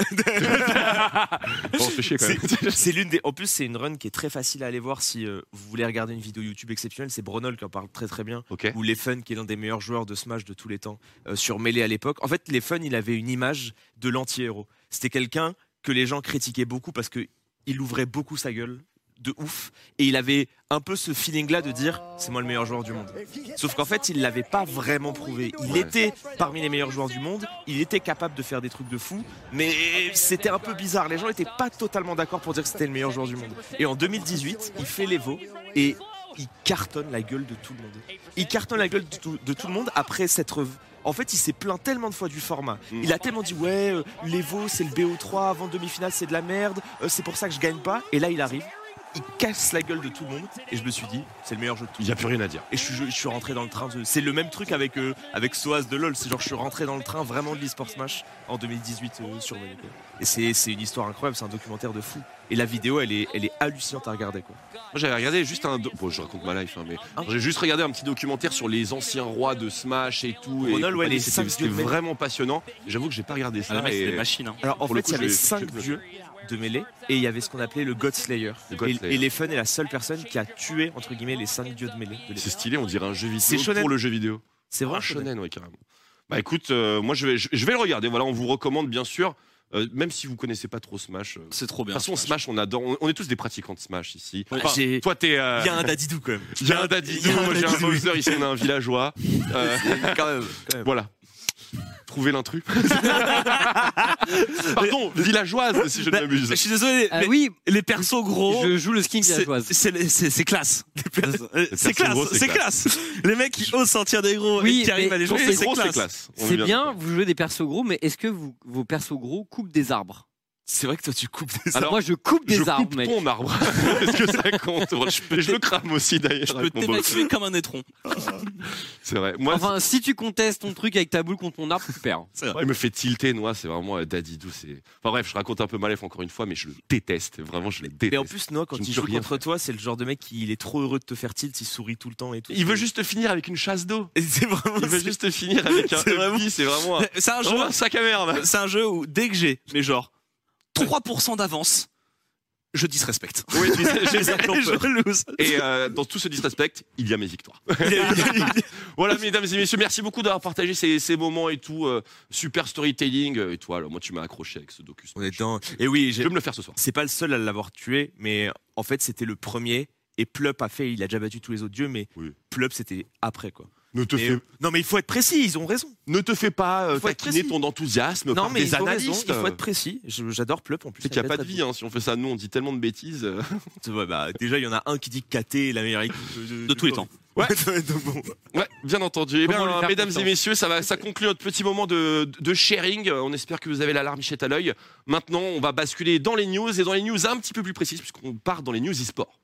Speaker 1: on se fait chier quand même.
Speaker 3: C'est- C'est l'une des. En plus, c'est une run qui est très facile à aller voir si euh, vous voulez regarder une vidéo YouTube exceptionnelle. C'est Bronol qui en parle très très bien. Ou Leffen, qui est l'un des meilleurs joueurs de Smash de tous les temps euh, sur Melee à l'époque. En fait, Leffen, il avait une image de l'anti-héros. C'était quelqu'un que les gens critiquaient beaucoup parce que il ouvrait beaucoup sa gueule de ouf et il avait un peu ce feeling là de dire c'est moi le meilleur joueur du monde sauf qu'en fait il l'avait pas vraiment prouvé il était parmi les meilleurs joueurs du monde il était capable de faire des trucs de fou mais c'était un peu bizarre les gens étaient pas totalement d'accord pour dire que c'était le meilleur joueur du monde et en 2018 il fait l'Evo et il cartonne la gueule de tout le monde. Il cartonne la gueule de tout, de tout le monde après cette revue. En fait, il s'est plaint tellement de fois du format. Il a tellement dit ouais, euh, l'Evo c'est le BO3 avant demi-finale, c'est de la merde. euh, c'est pour ça que je gagne pas. Et là, il arrive, il casse la gueule de tout le monde. Et je me suis dit, c'est le meilleur jeu de tout.
Speaker 1: Il y a plus rien à dire.
Speaker 3: Et je suis, je suis rentré dans le train. de- C'est le même truc avec euh, avec Soaz de lol. C'est genre je suis rentré dans le train vraiment de l'e-sport Smash en 2018 euh, sur Monaco. Et c'est c'est une histoire incroyable. C'est un documentaire de fou. Et la vidéo, elle est elle est hallucinante à regarder quoi.
Speaker 1: Moi, j'avais regardé juste un. do- Bon, je raconte ma life, hein, mais
Speaker 3: Ah.
Speaker 1: j'ai juste regardé un petit documentaire sur les anciens rois de Smash et tout. et
Speaker 3: Ronald, ouais,
Speaker 1: compagnie.
Speaker 3: les
Speaker 1: C'était-
Speaker 3: cinq
Speaker 1: C'était
Speaker 3: dieux de Mel-
Speaker 1: vraiment passionnant. J'avoue que j'ai pas regardé ça.
Speaker 3: Ah, mais c'est
Speaker 1: et-
Speaker 7: euh,
Speaker 3: des machines, hein. Alors,
Speaker 1: Pour
Speaker 3: en fait,
Speaker 1: le coup,
Speaker 3: il y
Speaker 1: je
Speaker 3: avait
Speaker 1: vais-
Speaker 3: cinq
Speaker 1: je-
Speaker 3: dieux de mêlée et il y avait ce qu'on appelait le God Slayer.
Speaker 1: God
Speaker 3: et,
Speaker 1: Slayer.
Speaker 3: et Leffen est la seule personne qui a tué entre guillemets les cinq dieux de mêlée. de
Speaker 1: C'est
Speaker 3: l'époque.
Speaker 1: stylé, on dirait un jeu
Speaker 3: C'est
Speaker 1: vidéo
Speaker 3: shonen.
Speaker 1: pour le jeu vidéo.
Speaker 3: C'est vraiment
Speaker 1: un shonen, ouais, carrément. Bah écoute, euh, moi je vais, je, je vais le regarder. Voilà, on vous recommande bien sûr. Euh, même si vous connaissez pas trop Smash. euh,
Speaker 5: C'est trop bien.
Speaker 1: De toute façon, Smash, on adore. On, on est tous des pratiquants de Smash ici.
Speaker 5: Ouais,
Speaker 1: Enfin,
Speaker 5: j'ai-
Speaker 1: toi, t'es. euh,
Speaker 5: Il y a un dadidou quand même.
Speaker 1: Il y a un dadidou,
Speaker 5: Il y a un
Speaker 1: moi j'ai un
Speaker 5: dadidou.
Speaker 1: Bowser, ici on a un villageois. Euh,
Speaker 3: quand même, quand même.
Speaker 1: Voilà. Trouvez l'intrus. Pardon, villageoise si je ne
Speaker 5: Bah,
Speaker 1: m'abuse.
Speaker 5: Je suis désolé.
Speaker 4: Ah
Speaker 5: mais
Speaker 4: oui.
Speaker 5: les persos
Speaker 3: oh,
Speaker 5: gros.
Speaker 4: Je joue le skin
Speaker 5: c'est-
Speaker 4: villageoise.
Speaker 5: C'est c'est- c'est classe. Les per- euh,
Speaker 1: persos
Speaker 5: C'est classe.
Speaker 1: gros, c'est
Speaker 5: C'est classe. Les mecs qui osent sortir des gros et qui arrivent
Speaker 4: mais
Speaker 5: à les jouer,
Speaker 4: quand
Speaker 5: c'est classe.
Speaker 1: On est
Speaker 4: C'est
Speaker 1: bien
Speaker 4: bien, vous jouez des persos gros, mais est-ce que vous, vos persos gros coupent des arbres
Speaker 3: C'est vrai que toi tu coupes des
Speaker 4: Alors, moi, je coupe des
Speaker 1: je
Speaker 4: arbres,
Speaker 1: coupe
Speaker 4: mec.
Speaker 1: ton arbre. Est-ce que ça compte Et je le crame aussi d'ailleurs.
Speaker 5: Je peux
Speaker 1: avec mon boss.
Speaker 5: t'évacuer comme un étron.
Speaker 1: C'est vrai. Moi,
Speaker 4: Enfin, si tu contestes ton truc avec ta boule contre mon arbre, tu perds.
Speaker 1: c'est- ouais, il me fait tilter, Noah. C'est vraiment euh, Dadidou. C'est. Enfin bref, je raconte un peu Malef encore une fois, mais je le déteste. Vraiment, je le déteste.
Speaker 3: Mais en plus, Noah, quand
Speaker 1: Je ne
Speaker 3: il
Speaker 1: peux
Speaker 3: joue
Speaker 1: rien
Speaker 3: contre toi, c'est le genre de mec qui il est trop heureux de te faire tilt, il sourit tout le temps et tout.
Speaker 1: Il veut juste finir avec une chasse d'eau.
Speaker 3: Et C'est vraiment.
Speaker 1: Il veut
Speaker 3: c'est-
Speaker 1: juste finir avec un.
Speaker 3: C'est vraiment-
Speaker 1: Ubi, C'est vraiment.
Speaker 5: Mais C'est un jeu.
Speaker 1: Vraiment un sac à merde.
Speaker 5: C'est un jeu où dès que j'ai, mais genre 3% d'avance, je disrespecte.
Speaker 1: Oui, tu sais, j'ai bien compris.
Speaker 5: je lose.
Speaker 1: Et euh, dans tout ce disrespect, il y a mes victoires. voilà, mesdames et messieurs, merci beaucoup d'avoir partagé ces, ces moments et tout. euh, super storytelling. euh, Et toi, alors, moi, tu m'as accroché avec ce docus.
Speaker 3: On est dedans. Et oui,
Speaker 1: Je
Speaker 3: j'ai-
Speaker 1: vais me le faire ce soir.
Speaker 3: c'est pas le seul à l'avoir tué, mais en fait, c'était le premier. Et Plup a fait, il a déjà battu tous les autres dieux, mais Plup, c'était après quoi.
Speaker 1: Ne te,
Speaker 3: Mais- euh,
Speaker 1: fais,
Speaker 3: Non, mais il faut être précis, ils ont raison.
Speaker 1: ne te fais pas euh,
Speaker 3: Faut être
Speaker 1: taquiner
Speaker 3: précis.
Speaker 1: ton enthousiasme
Speaker 3: Non,
Speaker 1: par
Speaker 3: mais
Speaker 1: des
Speaker 3: ils ont raison,
Speaker 1: analystes.
Speaker 3: il faut être précis. Je- J'adore Plup en plus.
Speaker 1: C'est qu'il n'y a
Speaker 3: elle est
Speaker 1: pas de
Speaker 3: très
Speaker 1: vie. hein. Si on fait ça, nous, on dit tellement de bêtises. euh.
Speaker 3: bonne. Ouais, bah, déjà, il y en a un qui dit que KT est la meilleure équipe de,
Speaker 5: De tous les temps.
Speaker 1: Ouais.
Speaker 3: Donc, bon.
Speaker 1: Ouais, bien entendu. Eh bien,
Speaker 3: Comment lui faire
Speaker 1: mesdames et
Speaker 3: confiance
Speaker 1: messieurs, ça, va, ça conclut notre petit moment de, de sharing. Euh, On espère que vous avez la larmichette à l'œil. Maintenant, on va basculer dans les news et dans les news un petit peu plus précises, puisqu'on part dans les news e-sport.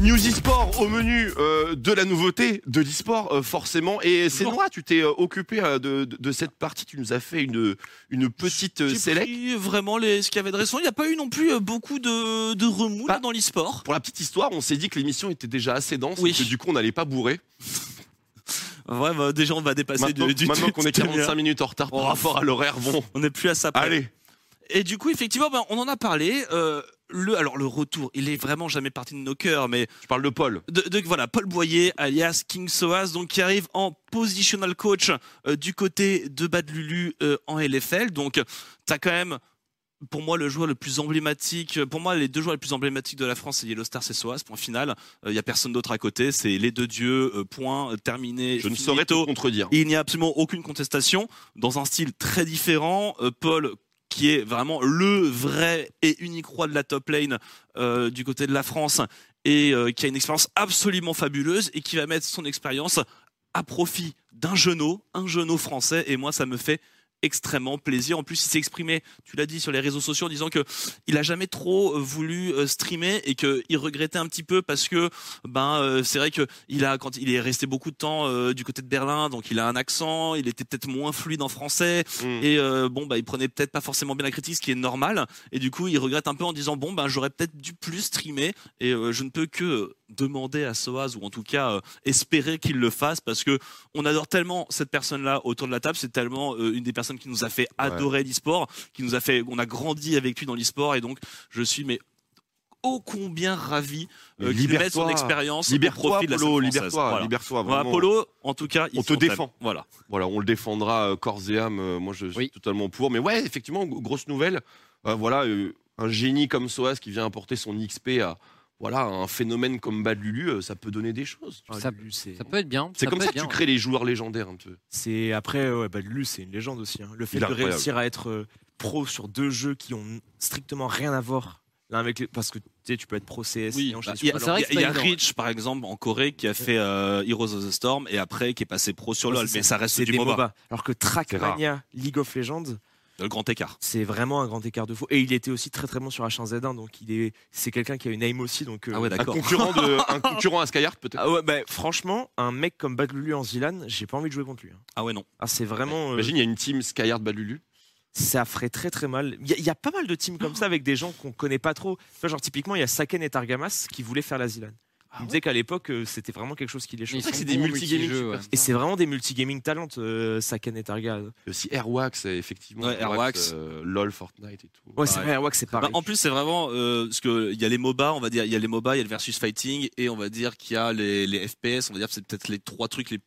Speaker 1: News e-sport au menu euh, de la nouveauté de l'e-sport, euh, forcément. Et c'est
Speaker 5: Toujours.
Speaker 1: moi, tu t'es euh, occupé euh, de, de- de cette partie. Tu nous as fait une, une petite euh,
Speaker 5: J'ai
Speaker 1: select.
Speaker 5: pris vraiment les, ce qu'il y avait de récent. Il n'y a pas eu non plus euh, beaucoup de, de remous là, dans l'e-sport.
Speaker 1: Pour la petite histoire, on s'est dit que l'émission était déjà assez dense
Speaker 5: Oui.
Speaker 1: et que du coup, on n'allait pas bourrer.
Speaker 5: Ouais, bah, déjà, on va dépasser
Speaker 1: Maintenant,
Speaker 5: du, du
Speaker 1: maintenant qu'on est
Speaker 5: du demi-heure.
Speaker 1: 45 minutes en retard par
Speaker 5: Oh,
Speaker 1: rapport à l'horaire, bon,
Speaker 5: On n'est plus à ça. près.
Speaker 1: allez.
Speaker 5: Et du coup, effectivement, ben, on en a parlé. euh, le, alors, le retour, il est vraiment jamais parti de nos cœurs, mais
Speaker 1: Je parle de Paul.
Speaker 5: de, de- voilà, Paul Boyer, alias King Soas, donc qui arrive en positional coach euh, du côté de Bad Lulu euh, en LFL. Donc, t'as quand même, pour moi, le joueur le plus emblématique. euh, Pour moi, les deux joueurs les plus emblématiques de la France, c'est Yellowstar et Soas. Point final. Il y a personne d'autre à côté. C'est les deux dieux. euh, point euh, terminé.
Speaker 1: Je ne
Speaker 5: finito.
Speaker 1: saurais te contredire.
Speaker 5: Il n'y a absolument aucune contestation dans un style très différent. Euh, Paul qui est vraiment le vrai et unique roi de la top lane euh, du côté de la France et euh, qui a une expérience absolument fabuleuse et qui va mettre son expérience à profit d'un genou, un genou français et moi ça me fait extrêmement plaisir. En plus, il s'est exprimé, tu l'as dit, sur les réseaux sociaux en disant que il a jamais trop euh, voulu euh, streamer et qu'il regrettait un petit peu parce que ben euh, c'est vrai que il a quand il est resté beaucoup de temps euh, du côté de Berlin, donc il a un accent, il était peut-être moins fluide en français
Speaker 1: Mm.
Speaker 5: et euh, bon bah il prenait peut-être pas forcément bien la critique, ce qui est normal. Et du coup, il regrette un peu en disant bon ben j'aurais peut-être dû plus streamer et euh, je ne peux que euh, demander à Soaz ou en tout cas euh, espérer qu'il le fasse parce que on adore tellement cette personne là autour de la table, c'est tellement euh, une des personnes qui nous a fait adorer l'e-sport, qui nous a fait on a grandi avec lui dans l'e-sport et donc je suis mais ô combien ravi
Speaker 1: Mais
Speaker 5: euh, qu'il
Speaker 1: libère-toi.
Speaker 5: mette son expérience au
Speaker 1: Libère-toi,
Speaker 5: profit de la scène
Speaker 1: Polo,
Speaker 5: française.
Speaker 1: libère-toi,
Speaker 5: Voilà.
Speaker 1: libère-toi.
Speaker 5: Voilà,
Speaker 1: vraiment.
Speaker 5: Polo, en tout cas, ils
Speaker 1: On te
Speaker 5: sont tels.
Speaker 1: défend.
Speaker 5: Voilà.
Speaker 1: Voilà, on le défendra euh, corps et âme. Euh, Moi, je suis
Speaker 4: Oui.
Speaker 1: totalement pour. Mais ouais, effectivement, g- grosse nouvelle. Euh, voilà, euh, un génie comme Soas qui vient apporter son XP à voilà un phénomène comme Bad Lulu, euh, ça peut donner des choses.
Speaker 3: Ah,
Speaker 4: Ça-
Speaker 3: Lulu, c'est-
Speaker 4: Ça peut être bien.
Speaker 1: C'est comme
Speaker 4: peut
Speaker 1: ça
Speaker 4: être
Speaker 1: que tu
Speaker 4: bien.
Speaker 1: crées les joueurs légendaires un peu.
Speaker 3: C'est après, ouais, bah, Lulu, c'est une légende aussi. hein. Le fait
Speaker 1: Il est
Speaker 3: de
Speaker 1: incroyable.
Speaker 3: réussir à être euh, pro sur deux jeux qui ont strictement rien à voir l'un avec les- parce que tu sais, tu peux être pro CS.
Speaker 5: Oui,
Speaker 3: et enchaîner
Speaker 5: bah,
Speaker 3: sur
Speaker 5: il y a,
Speaker 3: Valorant.
Speaker 4: c'est vrai que
Speaker 5: il y a
Speaker 4: c'est pas évident,
Speaker 5: Rich, par exemple, en Corée, qui a fait euh, Heroes of the Storm et après qui est passé pro sur
Speaker 3: Ouais,
Speaker 5: LoL.
Speaker 3: c'est
Speaker 5: Mais
Speaker 3: ça.
Speaker 5: ça reste
Speaker 3: C'est
Speaker 5: du
Speaker 3: des
Speaker 5: MOBA.
Speaker 3: MOBA. Alors que Trackmania, League of Legends,
Speaker 5: Le grand écart.
Speaker 3: c'est vraiment un grand écart de fou. Et il était aussi très très bon sur H1Z1, donc il est, c'est quelqu'un qui a une aim aussi. Donc, euh,
Speaker 5: Ah ouais,
Speaker 1: Un
Speaker 5: d'accord.
Speaker 1: concurrent, de, un concurrent à Skyheart peut-être.
Speaker 3: ah ouais, bah, franchement, un mec comme Bad Lulu en Zilan, j'ai pas envie de jouer contre lui. hein.
Speaker 5: Ah ouais, non.
Speaker 3: Ah, c'est vraiment, euh,
Speaker 1: Imagine, il y a une team Skyheart Bad Lulu.
Speaker 3: ça ferait très très mal. Il y, a- il y a pas mal de teams comme ça avec des gens qu'on connaît pas trop. Tu vois, genre typiquement, il y a Saken et Targamas qui voulaient faire la Zilan. Il me disait qu'à l'époque, euh, c'était vraiment quelque chose qui les
Speaker 4: Mais ils
Speaker 3: choquait.
Speaker 1: que c'est
Speaker 4: sont
Speaker 1: des
Speaker 4: bons
Speaker 1: multigaming
Speaker 4: multijeux, ouais.
Speaker 3: Et c'est vraiment des multigaming talents, euh, Saken et Targamas.
Speaker 1: Il y a aussi Airwax, euh, effectivement.
Speaker 5: Ouais, Airwax.
Speaker 1: euh, LOL, Fortnite et tout.
Speaker 3: Ouais, c'est
Speaker 5: Ouais.
Speaker 3: vrai, ouais, que c'est pareil.
Speaker 5: Bah, en plus, c'est vraiment euh, parce que il y a les MOBA, on va dire, il y a les MOBA, il y a le versus fighting et on va dire qu'il y a les, les FPS. On va dire que c'est peut-être les trois trucs les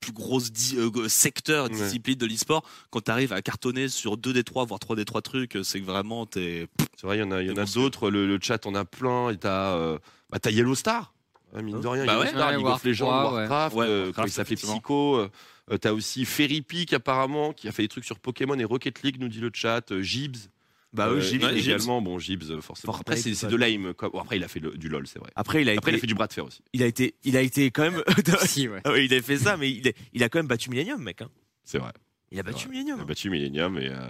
Speaker 5: plus gros di- euh, secteur, discipline de l'e-sport, quand tu arrives à cartonner sur 2 des 3, voire 3 des 3 trucs, euh, c'est que vraiment t'es.
Speaker 1: C'est vrai, il y en a, il y en a d'autres. Le, le chat en a plein. Et t'as, euh, bah, t'as Yellow Star. hein, mine de rien,
Speaker 5: Bah
Speaker 1: Yellow
Speaker 5: ouais.
Speaker 1: Star,
Speaker 5: Ouais,
Speaker 1: League of
Speaker 5: Warcraft,
Speaker 1: Legends,
Speaker 5: ouais.
Speaker 1: Warcraft,
Speaker 5: Ouais,
Speaker 1: euh,
Speaker 5: Warcraft,
Speaker 1: comment il s'appelait
Speaker 5: effectivement.
Speaker 1: Psycho. euh, euh, t'as aussi Ferry Peak, apparemment, qui a fait des trucs sur Pokémon et Rocket League, nous dit le chat. euh, Gibbs. Euh,
Speaker 3: Bah oui, Gibbs, Gibbs.
Speaker 1: également. Bon, Gibbs, euh, forcément.
Speaker 3: Fortnite,
Speaker 1: Après, c'est, c'est
Speaker 3: ouais.
Speaker 1: de l'aim. quoi. Bon, après, il a fait le- du LOL, c'est vrai.
Speaker 3: Après, il a
Speaker 1: Après, il
Speaker 3: été-
Speaker 1: a fait du bras de fer aussi.
Speaker 3: Il a été, il a été quand même.
Speaker 4: Si, ouais.
Speaker 3: Ah oui, il a fait ça, mais il a, il a quand même battu Millennium, mec. hein.
Speaker 1: C'est vrai.
Speaker 3: Il a battu
Speaker 1: Ouais.
Speaker 3: Millennium.
Speaker 1: Il a battu Millennium et euh,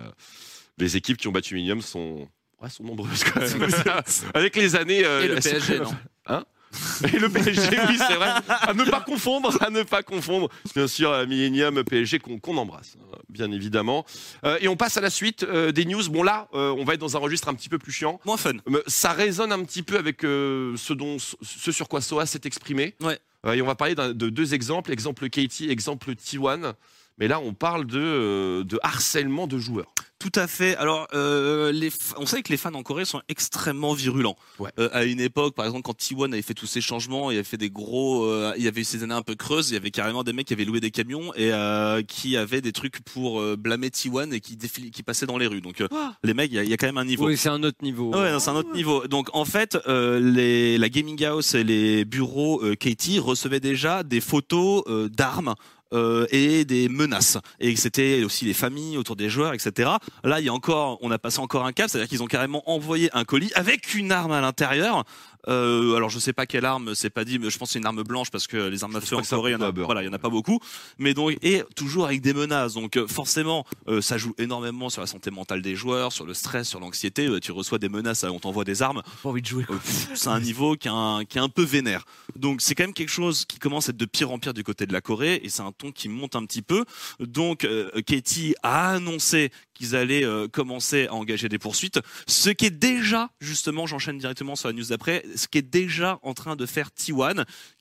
Speaker 1: les équipes qui ont battu Millennium sont, ouais, sont nombreuses quand même. Avec les années. euh,
Speaker 5: Et le
Speaker 1: elles sont-
Speaker 5: PSG, non
Speaker 1: Hein et le PSG, oui, c'est vrai. À ne pas confondre, à ne pas confondre. Bien sûr, euh, Millennium, PSG qu'on qu'on embrasse, hein, bien évidemment. Euh, et on passe à la suite euh, des news. Bon, là, euh, on va être dans un registre un petit peu plus chiant.
Speaker 5: Moins fun.
Speaker 1: Mais Ça résonne un petit peu avec euh, ce, dont, ce sur quoi Soa s'est exprimé.
Speaker 5: Ouais.
Speaker 1: Euh, et on va parler d'un- de deux exemples, exemple Katie, exemple T1. Mais là, on parle de, euh, de harcèlement de joueurs.
Speaker 5: Tout à fait. Alors, euh, les f- on sait que les fans en Corée sont extrêmement virulents. Euh, à une époque, par exemple, quand T1 avait fait tous ces changements, il avait fait des gros, euh, il y avait eu ces années un peu creuses, il y avait carrément des mecs qui avaient loué des camions et euh, qui avaient des trucs pour euh, blâmer T1 et qui, défil- qui passaient dans les rues. Donc, euh, les mecs, il y, a- il y a quand même un niveau.
Speaker 4: Oui, c'est un autre niveau.
Speaker 1: Ah
Speaker 5: Ah Ouais, non, c'est un autre niveau. Donc en fait, euh, les, la gaming house et les bureaux euh, Katie recevaient déjà des photos euh, d'armes. euh, et des menaces et que c'était aussi les familles autour des joueurs etc là il y a encore on a passé encore un cap c'est à dire qu'ils ont carrément envoyé un colis avec une arme à l'intérieur Euh, alors je sais pas quelle arme c'est pas dit mais je pense que c'est une arme blanche parce que les armes à feu en Corée il y en a- voilà il y en a pas beaucoup mais donc et toujours avec des menaces donc euh, forcément euh, ça joue énormément sur la santé mentale des joueurs sur le stress sur l'anxiété Euh, tu reçois des menaces euh, on t'envoie des armes
Speaker 3: Pas envie de jouer.
Speaker 5: euh, pff, c'est un niveau qui est un, qui est un peu vénère. Donc c'est quand même quelque chose qui commence à être de pire en pire du côté de la Corée et c'est un ton qui monte un petit peu. Donc euh, Katie a annoncé qu'ils allaient euh, commencer à engager des poursuites, ce qui est déjà justement, j'enchaîne directement sur la news d'après, ce qui est déjà en train de faire T1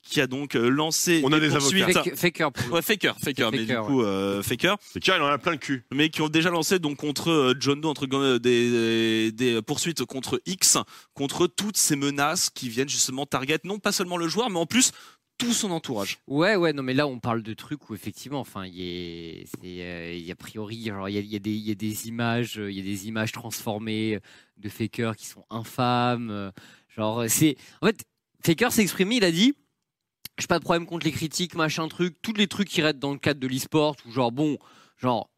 Speaker 5: qui a donc euh, lancé
Speaker 1: On a des
Speaker 5: poursuites.
Speaker 1: avocats.
Speaker 4: Fake- faker, pour le
Speaker 5: Ouais, faker, faker, mais
Speaker 4: Faker,
Speaker 5: du coup euh, faker.
Speaker 1: Faker, il en a plein le cul.
Speaker 5: Mais qui ont déjà lancé donc contre euh, John Doe entre gu- euh, des, des euh, poursuites contre X, contre toutes ces menaces qui viennent justement target non pas seulement le joueur, mais en plus tout son entourage.
Speaker 4: Ouais, ouais, non, mais là, on parle de trucs où effectivement, enfin, il y a, c'est, euh, il y a a priori, genre, il y a, il y a des, il y a des images, euh, il y a des images transformées euh, de Faker qui sont infâmes. euh, Genre, c'est, en fait, Faker s'est exprimé, il a dit, j'ai pas de problème contre les critiques, machin truc, tous les trucs qui restent dans le cadre de l'e-sport, ou genre, bon, genre,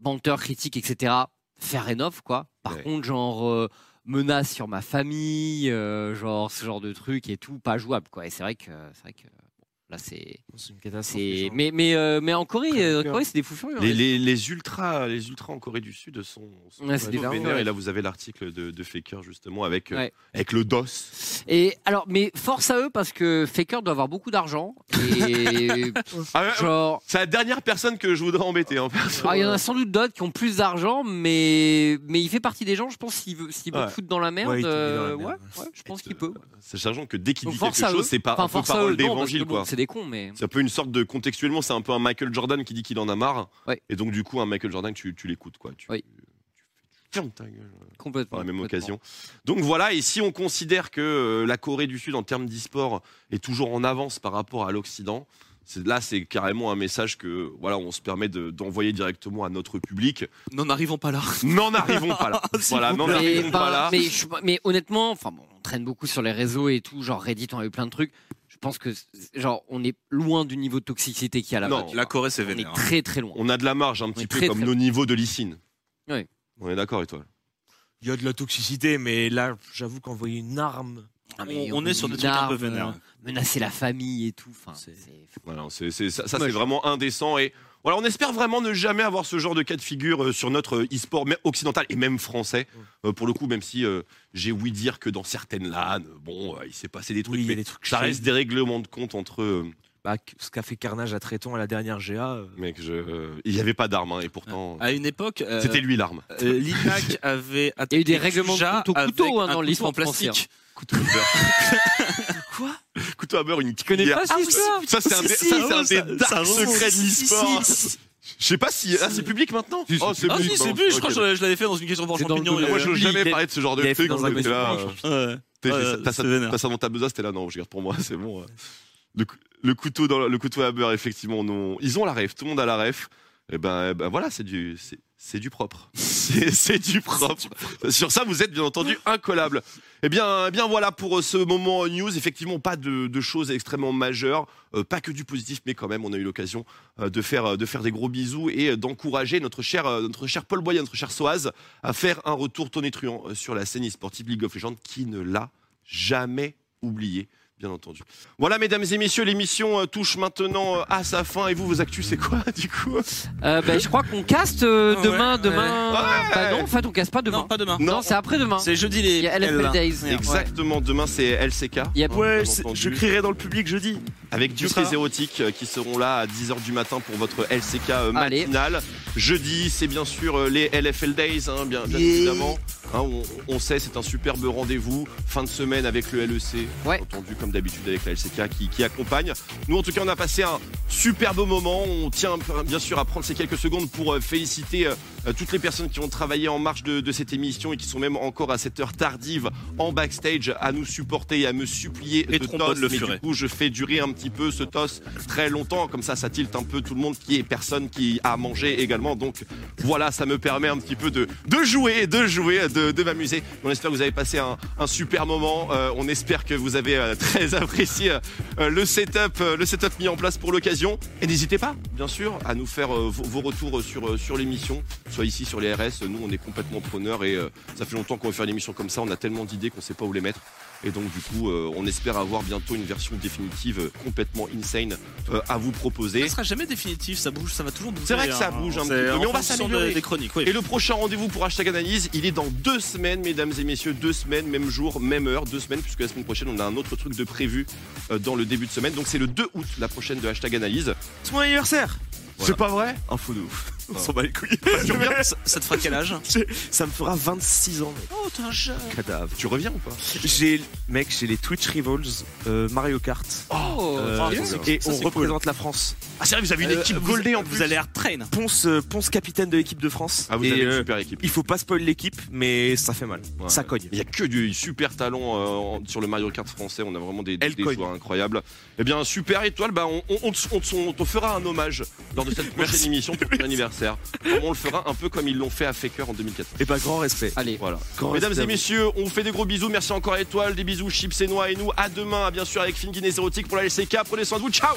Speaker 4: banteur, critique, etc. Faire enough, quoi. Par contre, genre, euh, menace sur ma famille, euh, genre, ce genre de truc et tout, pas jouable, quoi. Et c'est vrai que, c'est vrai que, bon, là, c'est.
Speaker 3: C'est une
Speaker 4: C'est- Mais, mais, euh, mais en Corée, euh, en Corée, c'est des fous furieux.
Speaker 1: Les,
Speaker 4: hein.
Speaker 1: les, les ultras, les ultras en Corée du Sud sont, sont
Speaker 4: Ouais, c'est des
Speaker 1: plutôt
Speaker 4: darons,
Speaker 1: vénères.
Speaker 4: ouais.
Speaker 1: Et là, vous avez l'article de, de Faker justement avec, euh,
Speaker 4: Ouais.
Speaker 1: avec le DOS.
Speaker 4: Et alors, mais force à eux parce que Faker doit avoir beaucoup d'argent. Et
Speaker 1: Ah
Speaker 4: genre,
Speaker 1: C'est la dernière personne que je voudrais embêter en perso.
Speaker 4: ah, il y en a sans doute d'autres qui ont plus d'argent, mais mais il fait partie des gens. Je pense s'il veut, s'il veut
Speaker 1: Ouais.
Speaker 4: te foutre dans la merde,
Speaker 1: Ouais, il te met dans la
Speaker 4: euh,
Speaker 1: merde.
Speaker 4: ouais, ouais, je pense qu'il peut.
Speaker 1: C'est chargeant que dès qu'il
Speaker 4: Donc
Speaker 1: dit
Speaker 4: force
Speaker 1: quelque
Speaker 4: à eux.
Speaker 1: chose, c'est pas
Speaker 4: Enfin,
Speaker 1: un peu
Speaker 4: force à eux,
Speaker 1: parole
Speaker 4: non, parce que
Speaker 1: d'évangile
Speaker 4: bon,
Speaker 1: quoi.
Speaker 4: c'est des cons, mais-
Speaker 1: C'est un peu une sorte de contextuellement, c'est un peu un Michael Jordan qui dit qu'il en a marre. Et donc du coup, un Michael Jordan, tu, tu l'écoutes quoi. Tu, tu- tu fermes ta gueule. euh,
Speaker 4: Complètement.
Speaker 1: Par la même occasion. Donc voilà, et si on considère que euh, la Corée du Sud en termes d'e-sport est toujours en avance par rapport à l'Occident, c'est- là c'est carrément un message que voilà, on se permet de- d'envoyer directement à notre public.
Speaker 5: N'en arrivons pas là.
Speaker 1: N'en arrivons pas là.
Speaker 5: S'il
Speaker 1: voilà,
Speaker 5: vous
Speaker 1: n'en
Speaker 5: plaît.
Speaker 1: arrivons
Speaker 4: ben,
Speaker 1: pas là.
Speaker 4: mais je- mais honnêtement, enfin bon, on traîne beaucoup sur les réseaux et tout, genre Reddit, on a eu plein de trucs. Je pense que c'est- genre on est loin du niveau de toxicité qu'il y a là-bas.
Speaker 1: Non,
Speaker 4: tu
Speaker 1: la
Speaker 4: vois.
Speaker 5: Corée c'est
Speaker 4: vénère. Très très loin.
Speaker 1: On a de la marge un petit peu
Speaker 4: très,
Speaker 1: comme
Speaker 4: très
Speaker 1: nos niveaux de lycine.
Speaker 4: Ouais.
Speaker 1: On est d'accord, étoile.
Speaker 3: Il y a de la toxicité, mais là, j'avoue qu'envoyer une arme.
Speaker 4: Ah, mais
Speaker 3: on, on est sur des
Speaker 4: une
Speaker 3: trucs un peu
Speaker 4: arme,
Speaker 3: vénères.
Speaker 4: euh, Menacer la famille et tout. Enfin, c'est-
Speaker 1: Voilà, c'est- c'est- ça, ça, c'est vraiment indécent et voilà, on espère vraiment ne jamais avoir ce genre de cas de figure euh, sur notre euh, e-sport mais occidental et même français. Euh, pour le coup, même si euh, j'ai ouï dire que dans certaines LAN, euh, bon, euh, il s'est passé des trucs, mais ça reste des règlements de compte entre. euh,
Speaker 3: Bah, ce qu'a fait Carnage à Traiton à la dernière GA. euh,
Speaker 1: mec, je, euh, il n'y avait pas d'arme hein, et pourtant.
Speaker 5: À une époque, euh,
Speaker 1: C'était lui l'arme.
Speaker 5: euh, L'INAC avait
Speaker 4: Il y a eu des
Speaker 5: attaqué
Speaker 4: règlements de
Speaker 5: Kuja
Speaker 4: compte au couteau,
Speaker 5: avec
Speaker 4: hein,
Speaker 5: un
Speaker 4: dans
Speaker 5: couteau
Speaker 4: l'histoire
Speaker 5: en plastique.
Speaker 4: française.
Speaker 1: Couteau à beurre. Couteau à beurre, une cuillère.
Speaker 4: pas cette
Speaker 1: Ah oui,
Speaker 4: histoire
Speaker 1: Ça, c'est un,
Speaker 4: Si,
Speaker 1: des-
Speaker 4: si,
Speaker 1: ça, c'est un
Speaker 4: ça-
Speaker 1: des
Speaker 4: ça
Speaker 1: dark
Speaker 4: remonte.
Speaker 1: secrets de
Speaker 4: Si, si,
Speaker 1: l'e-sport.
Speaker 4: si.
Speaker 1: Je sais pas si. Ah, c'est public maintenant Oh, c'est
Speaker 5: Ah,
Speaker 1: public.
Speaker 5: si, c'est
Speaker 1: bon,
Speaker 5: plus, je
Speaker 1: ok,
Speaker 5: crois que
Speaker 1: d'accord.
Speaker 5: je l'avais fait dans une question pour
Speaker 1: C'est dans le
Speaker 5: champignon.
Speaker 1: double. Moi, je veux jamais parler de ce genre de truc. donc t'es là, euh,
Speaker 5: Ouais.
Speaker 1: t'es-
Speaker 5: Ouais,
Speaker 1: T'as ça
Speaker 5: c'est vénère.
Speaker 1: t'as ça dans ta besace, t'es là, non, je garde pour moi, c'est bon. euh. Le, cou- le couteau dans le, le couteau à beurre, effectivement. non. Ils ont la ref, tout le monde a la ref. Et ben, eh ben voilà, c'est du, c'est- c'est du propre. C'est c'est du propre. Sur ça, vous êtes bien entendu incollable. Eh bien, eh bien voilà pour euh, ce moment euh, news. Effectivement, pas de, de choses extrêmement majeures, euh, pas que du positif, mais quand même, on a eu l'occasion euh, de faire, euh, de faire des gros bisous et euh, d'encourager notre cher, euh, notre cher Paul Boyen, notre cher Soaz, à faire un retour tonitruant euh, sur la scène e-sportive League of Legends, qui ne l'a jamais oublié. Bien entendu. Voilà, mesdames et messieurs, l'émission euh, touche maintenant euh, à sa fin. Et vous, vos actus, c'est quoi, du coup
Speaker 4: Euh, ben, je crois qu'on caste euh, demain, demain. Bah non, en fait, on casse pas demain. Non,
Speaker 5: pas demain.
Speaker 4: Non, c'est après-demain.
Speaker 5: C'est jeudi les
Speaker 4: Il y a LFL
Speaker 5: L.
Speaker 4: Days.
Speaker 1: Exactement, demain c'est LCK.
Speaker 4: Yep.
Speaker 1: Bien
Speaker 3: Ouais, c'est-
Speaker 1: entendu.
Speaker 3: je crierai dans le public jeudi.
Speaker 1: Avec
Speaker 3: Tu
Speaker 1: du
Speaker 3: seras
Speaker 1: les érotiques euh, qui seront là à 10h du matin pour votre LCK euh, matinale. Jeudi, c'est bien sûr euh, les LFL Days, hein, bien, bien
Speaker 4: Yeah.
Speaker 1: évidemment. Hein, on, on sait, c'est un superbe rendez-vous. Fin de semaine avec le LEC, bien entendu, comme d'habitude avec la LCK qui, qui accompagne. Nous, en tout cas, on a passé un superbe moment. On tient euh, bien sûr à prendre ces quelques secondes pour euh, féliciter euh, euh, toutes les personnes qui ont travaillé en marge de, de cette émission et qui sont même encore à cette heure tardive en backstage à nous supporter et à me supplier
Speaker 5: Et
Speaker 1: de
Speaker 5: trombone,
Speaker 1: toss.
Speaker 5: le
Speaker 1: Mais du
Speaker 5: furet.
Speaker 1: coup, je fais durer un petit peu ce toss très longtemps. Comme ça, ça tilte un peu tout le monde qui est personne qui a mangé également. Donc voilà, ça me permet un petit peu de, de jouer, de jouer, de, de m'amuser. On espère que vous avez passé un, un super moment. Euh, on espère que vous avez euh, très apprécié euh, le setup, euh, le setup mis en place pour l'occasion. Et n'hésitez pas, bien sûr, à nous faire euh, vos, vos retours sur, euh, sur l'émission, soit ici sur les RS. Nous, on est complètement preneurs et euh, ça fait longtemps qu'on veut faire une émission comme ça. On a tellement d'idées qu'on sait pas où les mettre. Et donc, du coup, euh, on espère avoir bientôt une version définitive euh, complètement insane euh, à vous proposer.
Speaker 5: Ça sera jamais définitif, ça bouge, ça va toujours bouger.
Speaker 1: C'est vrai que ça
Speaker 5: hein.
Speaker 1: bouge un petit
Speaker 5: C'est
Speaker 1: peu,
Speaker 5: en
Speaker 1: mais on va
Speaker 5: fonction
Speaker 1: s'améliorer.
Speaker 5: de- Des chroniques, oui.
Speaker 1: Et le prochain rendez-vous pour Hashtag Analyse, il est dans deux semaines, mesdames et messieurs. Deux semaines, même jour, même heure. Deux semaines, puisque la semaine prochaine, on a un autre truc de prévu euh, dans le début de semaine. Donc, c'est le 2 août, la prochaine de Hashtag Analyse.
Speaker 3: C'est mon anniversaire. C'est pas vrai
Speaker 1: Info de ouf.
Speaker 3: On s'en bat les couilles.
Speaker 5: Bah, ça, te fera quel âge
Speaker 3: Ça me fera 26 ans, mec.
Speaker 5: Oh, t'es un jeune.
Speaker 3: Cadavre.
Speaker 1: Tu reviens ou pas
Speaker 3: J'ai, mec, j'ai les Twitch Rivals euh, Mario Kart.
Speaker 5: Oh,
Speaker 3: Euh,
Speaker 5: ça, c'est cool.
Speaker 3: et
Speaker 5: Ça,
Speaker 3: on
Speaker 5: c'est
Speaker 3: représente la France.
Speaker 5: Ah, sérieux, vous avez une
Speaker 3: Euh,
Speaker 5: équipe
Speaker 3: vous-
Speaker 5: goldée en plus.
Speaker 3: vous allez
Speaker 5: à train.
Speaker 3: Ponce, euh, Ponce capitaine de l'équipe de France.
Speaker 1: Ah, vous
Speaker 3: Et,
Speaker 1: avez une
Speaker 3: euh,
Speaker 1: super équipe.
Speaker 3: Il faut pas spoil l'équipe, mais ça fait mal.
Speaker 1: Ouais.
Speaker 3: Ça cogne.
Speaker 1: Il y a que du super talent euh, en- sur le Mario Kart français. On a vraiment des, des
Speaker 3: cogne.
Speaker 1: joueurs incroyables. Eh bien, super étoile, bah, on, on- on te- on te- on te fera un hommage lors de cette prochaine émission pour ton anniversaire. Comme on le fera un peu comme ils l'ont fait à Faker en 2014.
Speaker 3: Et bah, grand respect.
Speaker 4: Allez.
Speaker 1: Voilà.
Speaker 3: Grand
Speaker 1: Mesdames
Speaker 3: respect à
Speaker 1: et
Speaker 3: vous.
Speaker 1: messieurs, on vous fait des gros bisous. Merci encore à Étoile. Des bisous, chips et noix et nous. À demain, bien sûr, avec Fingin et Zérotique pour la LCK. Prenez soin de vous. Ciao!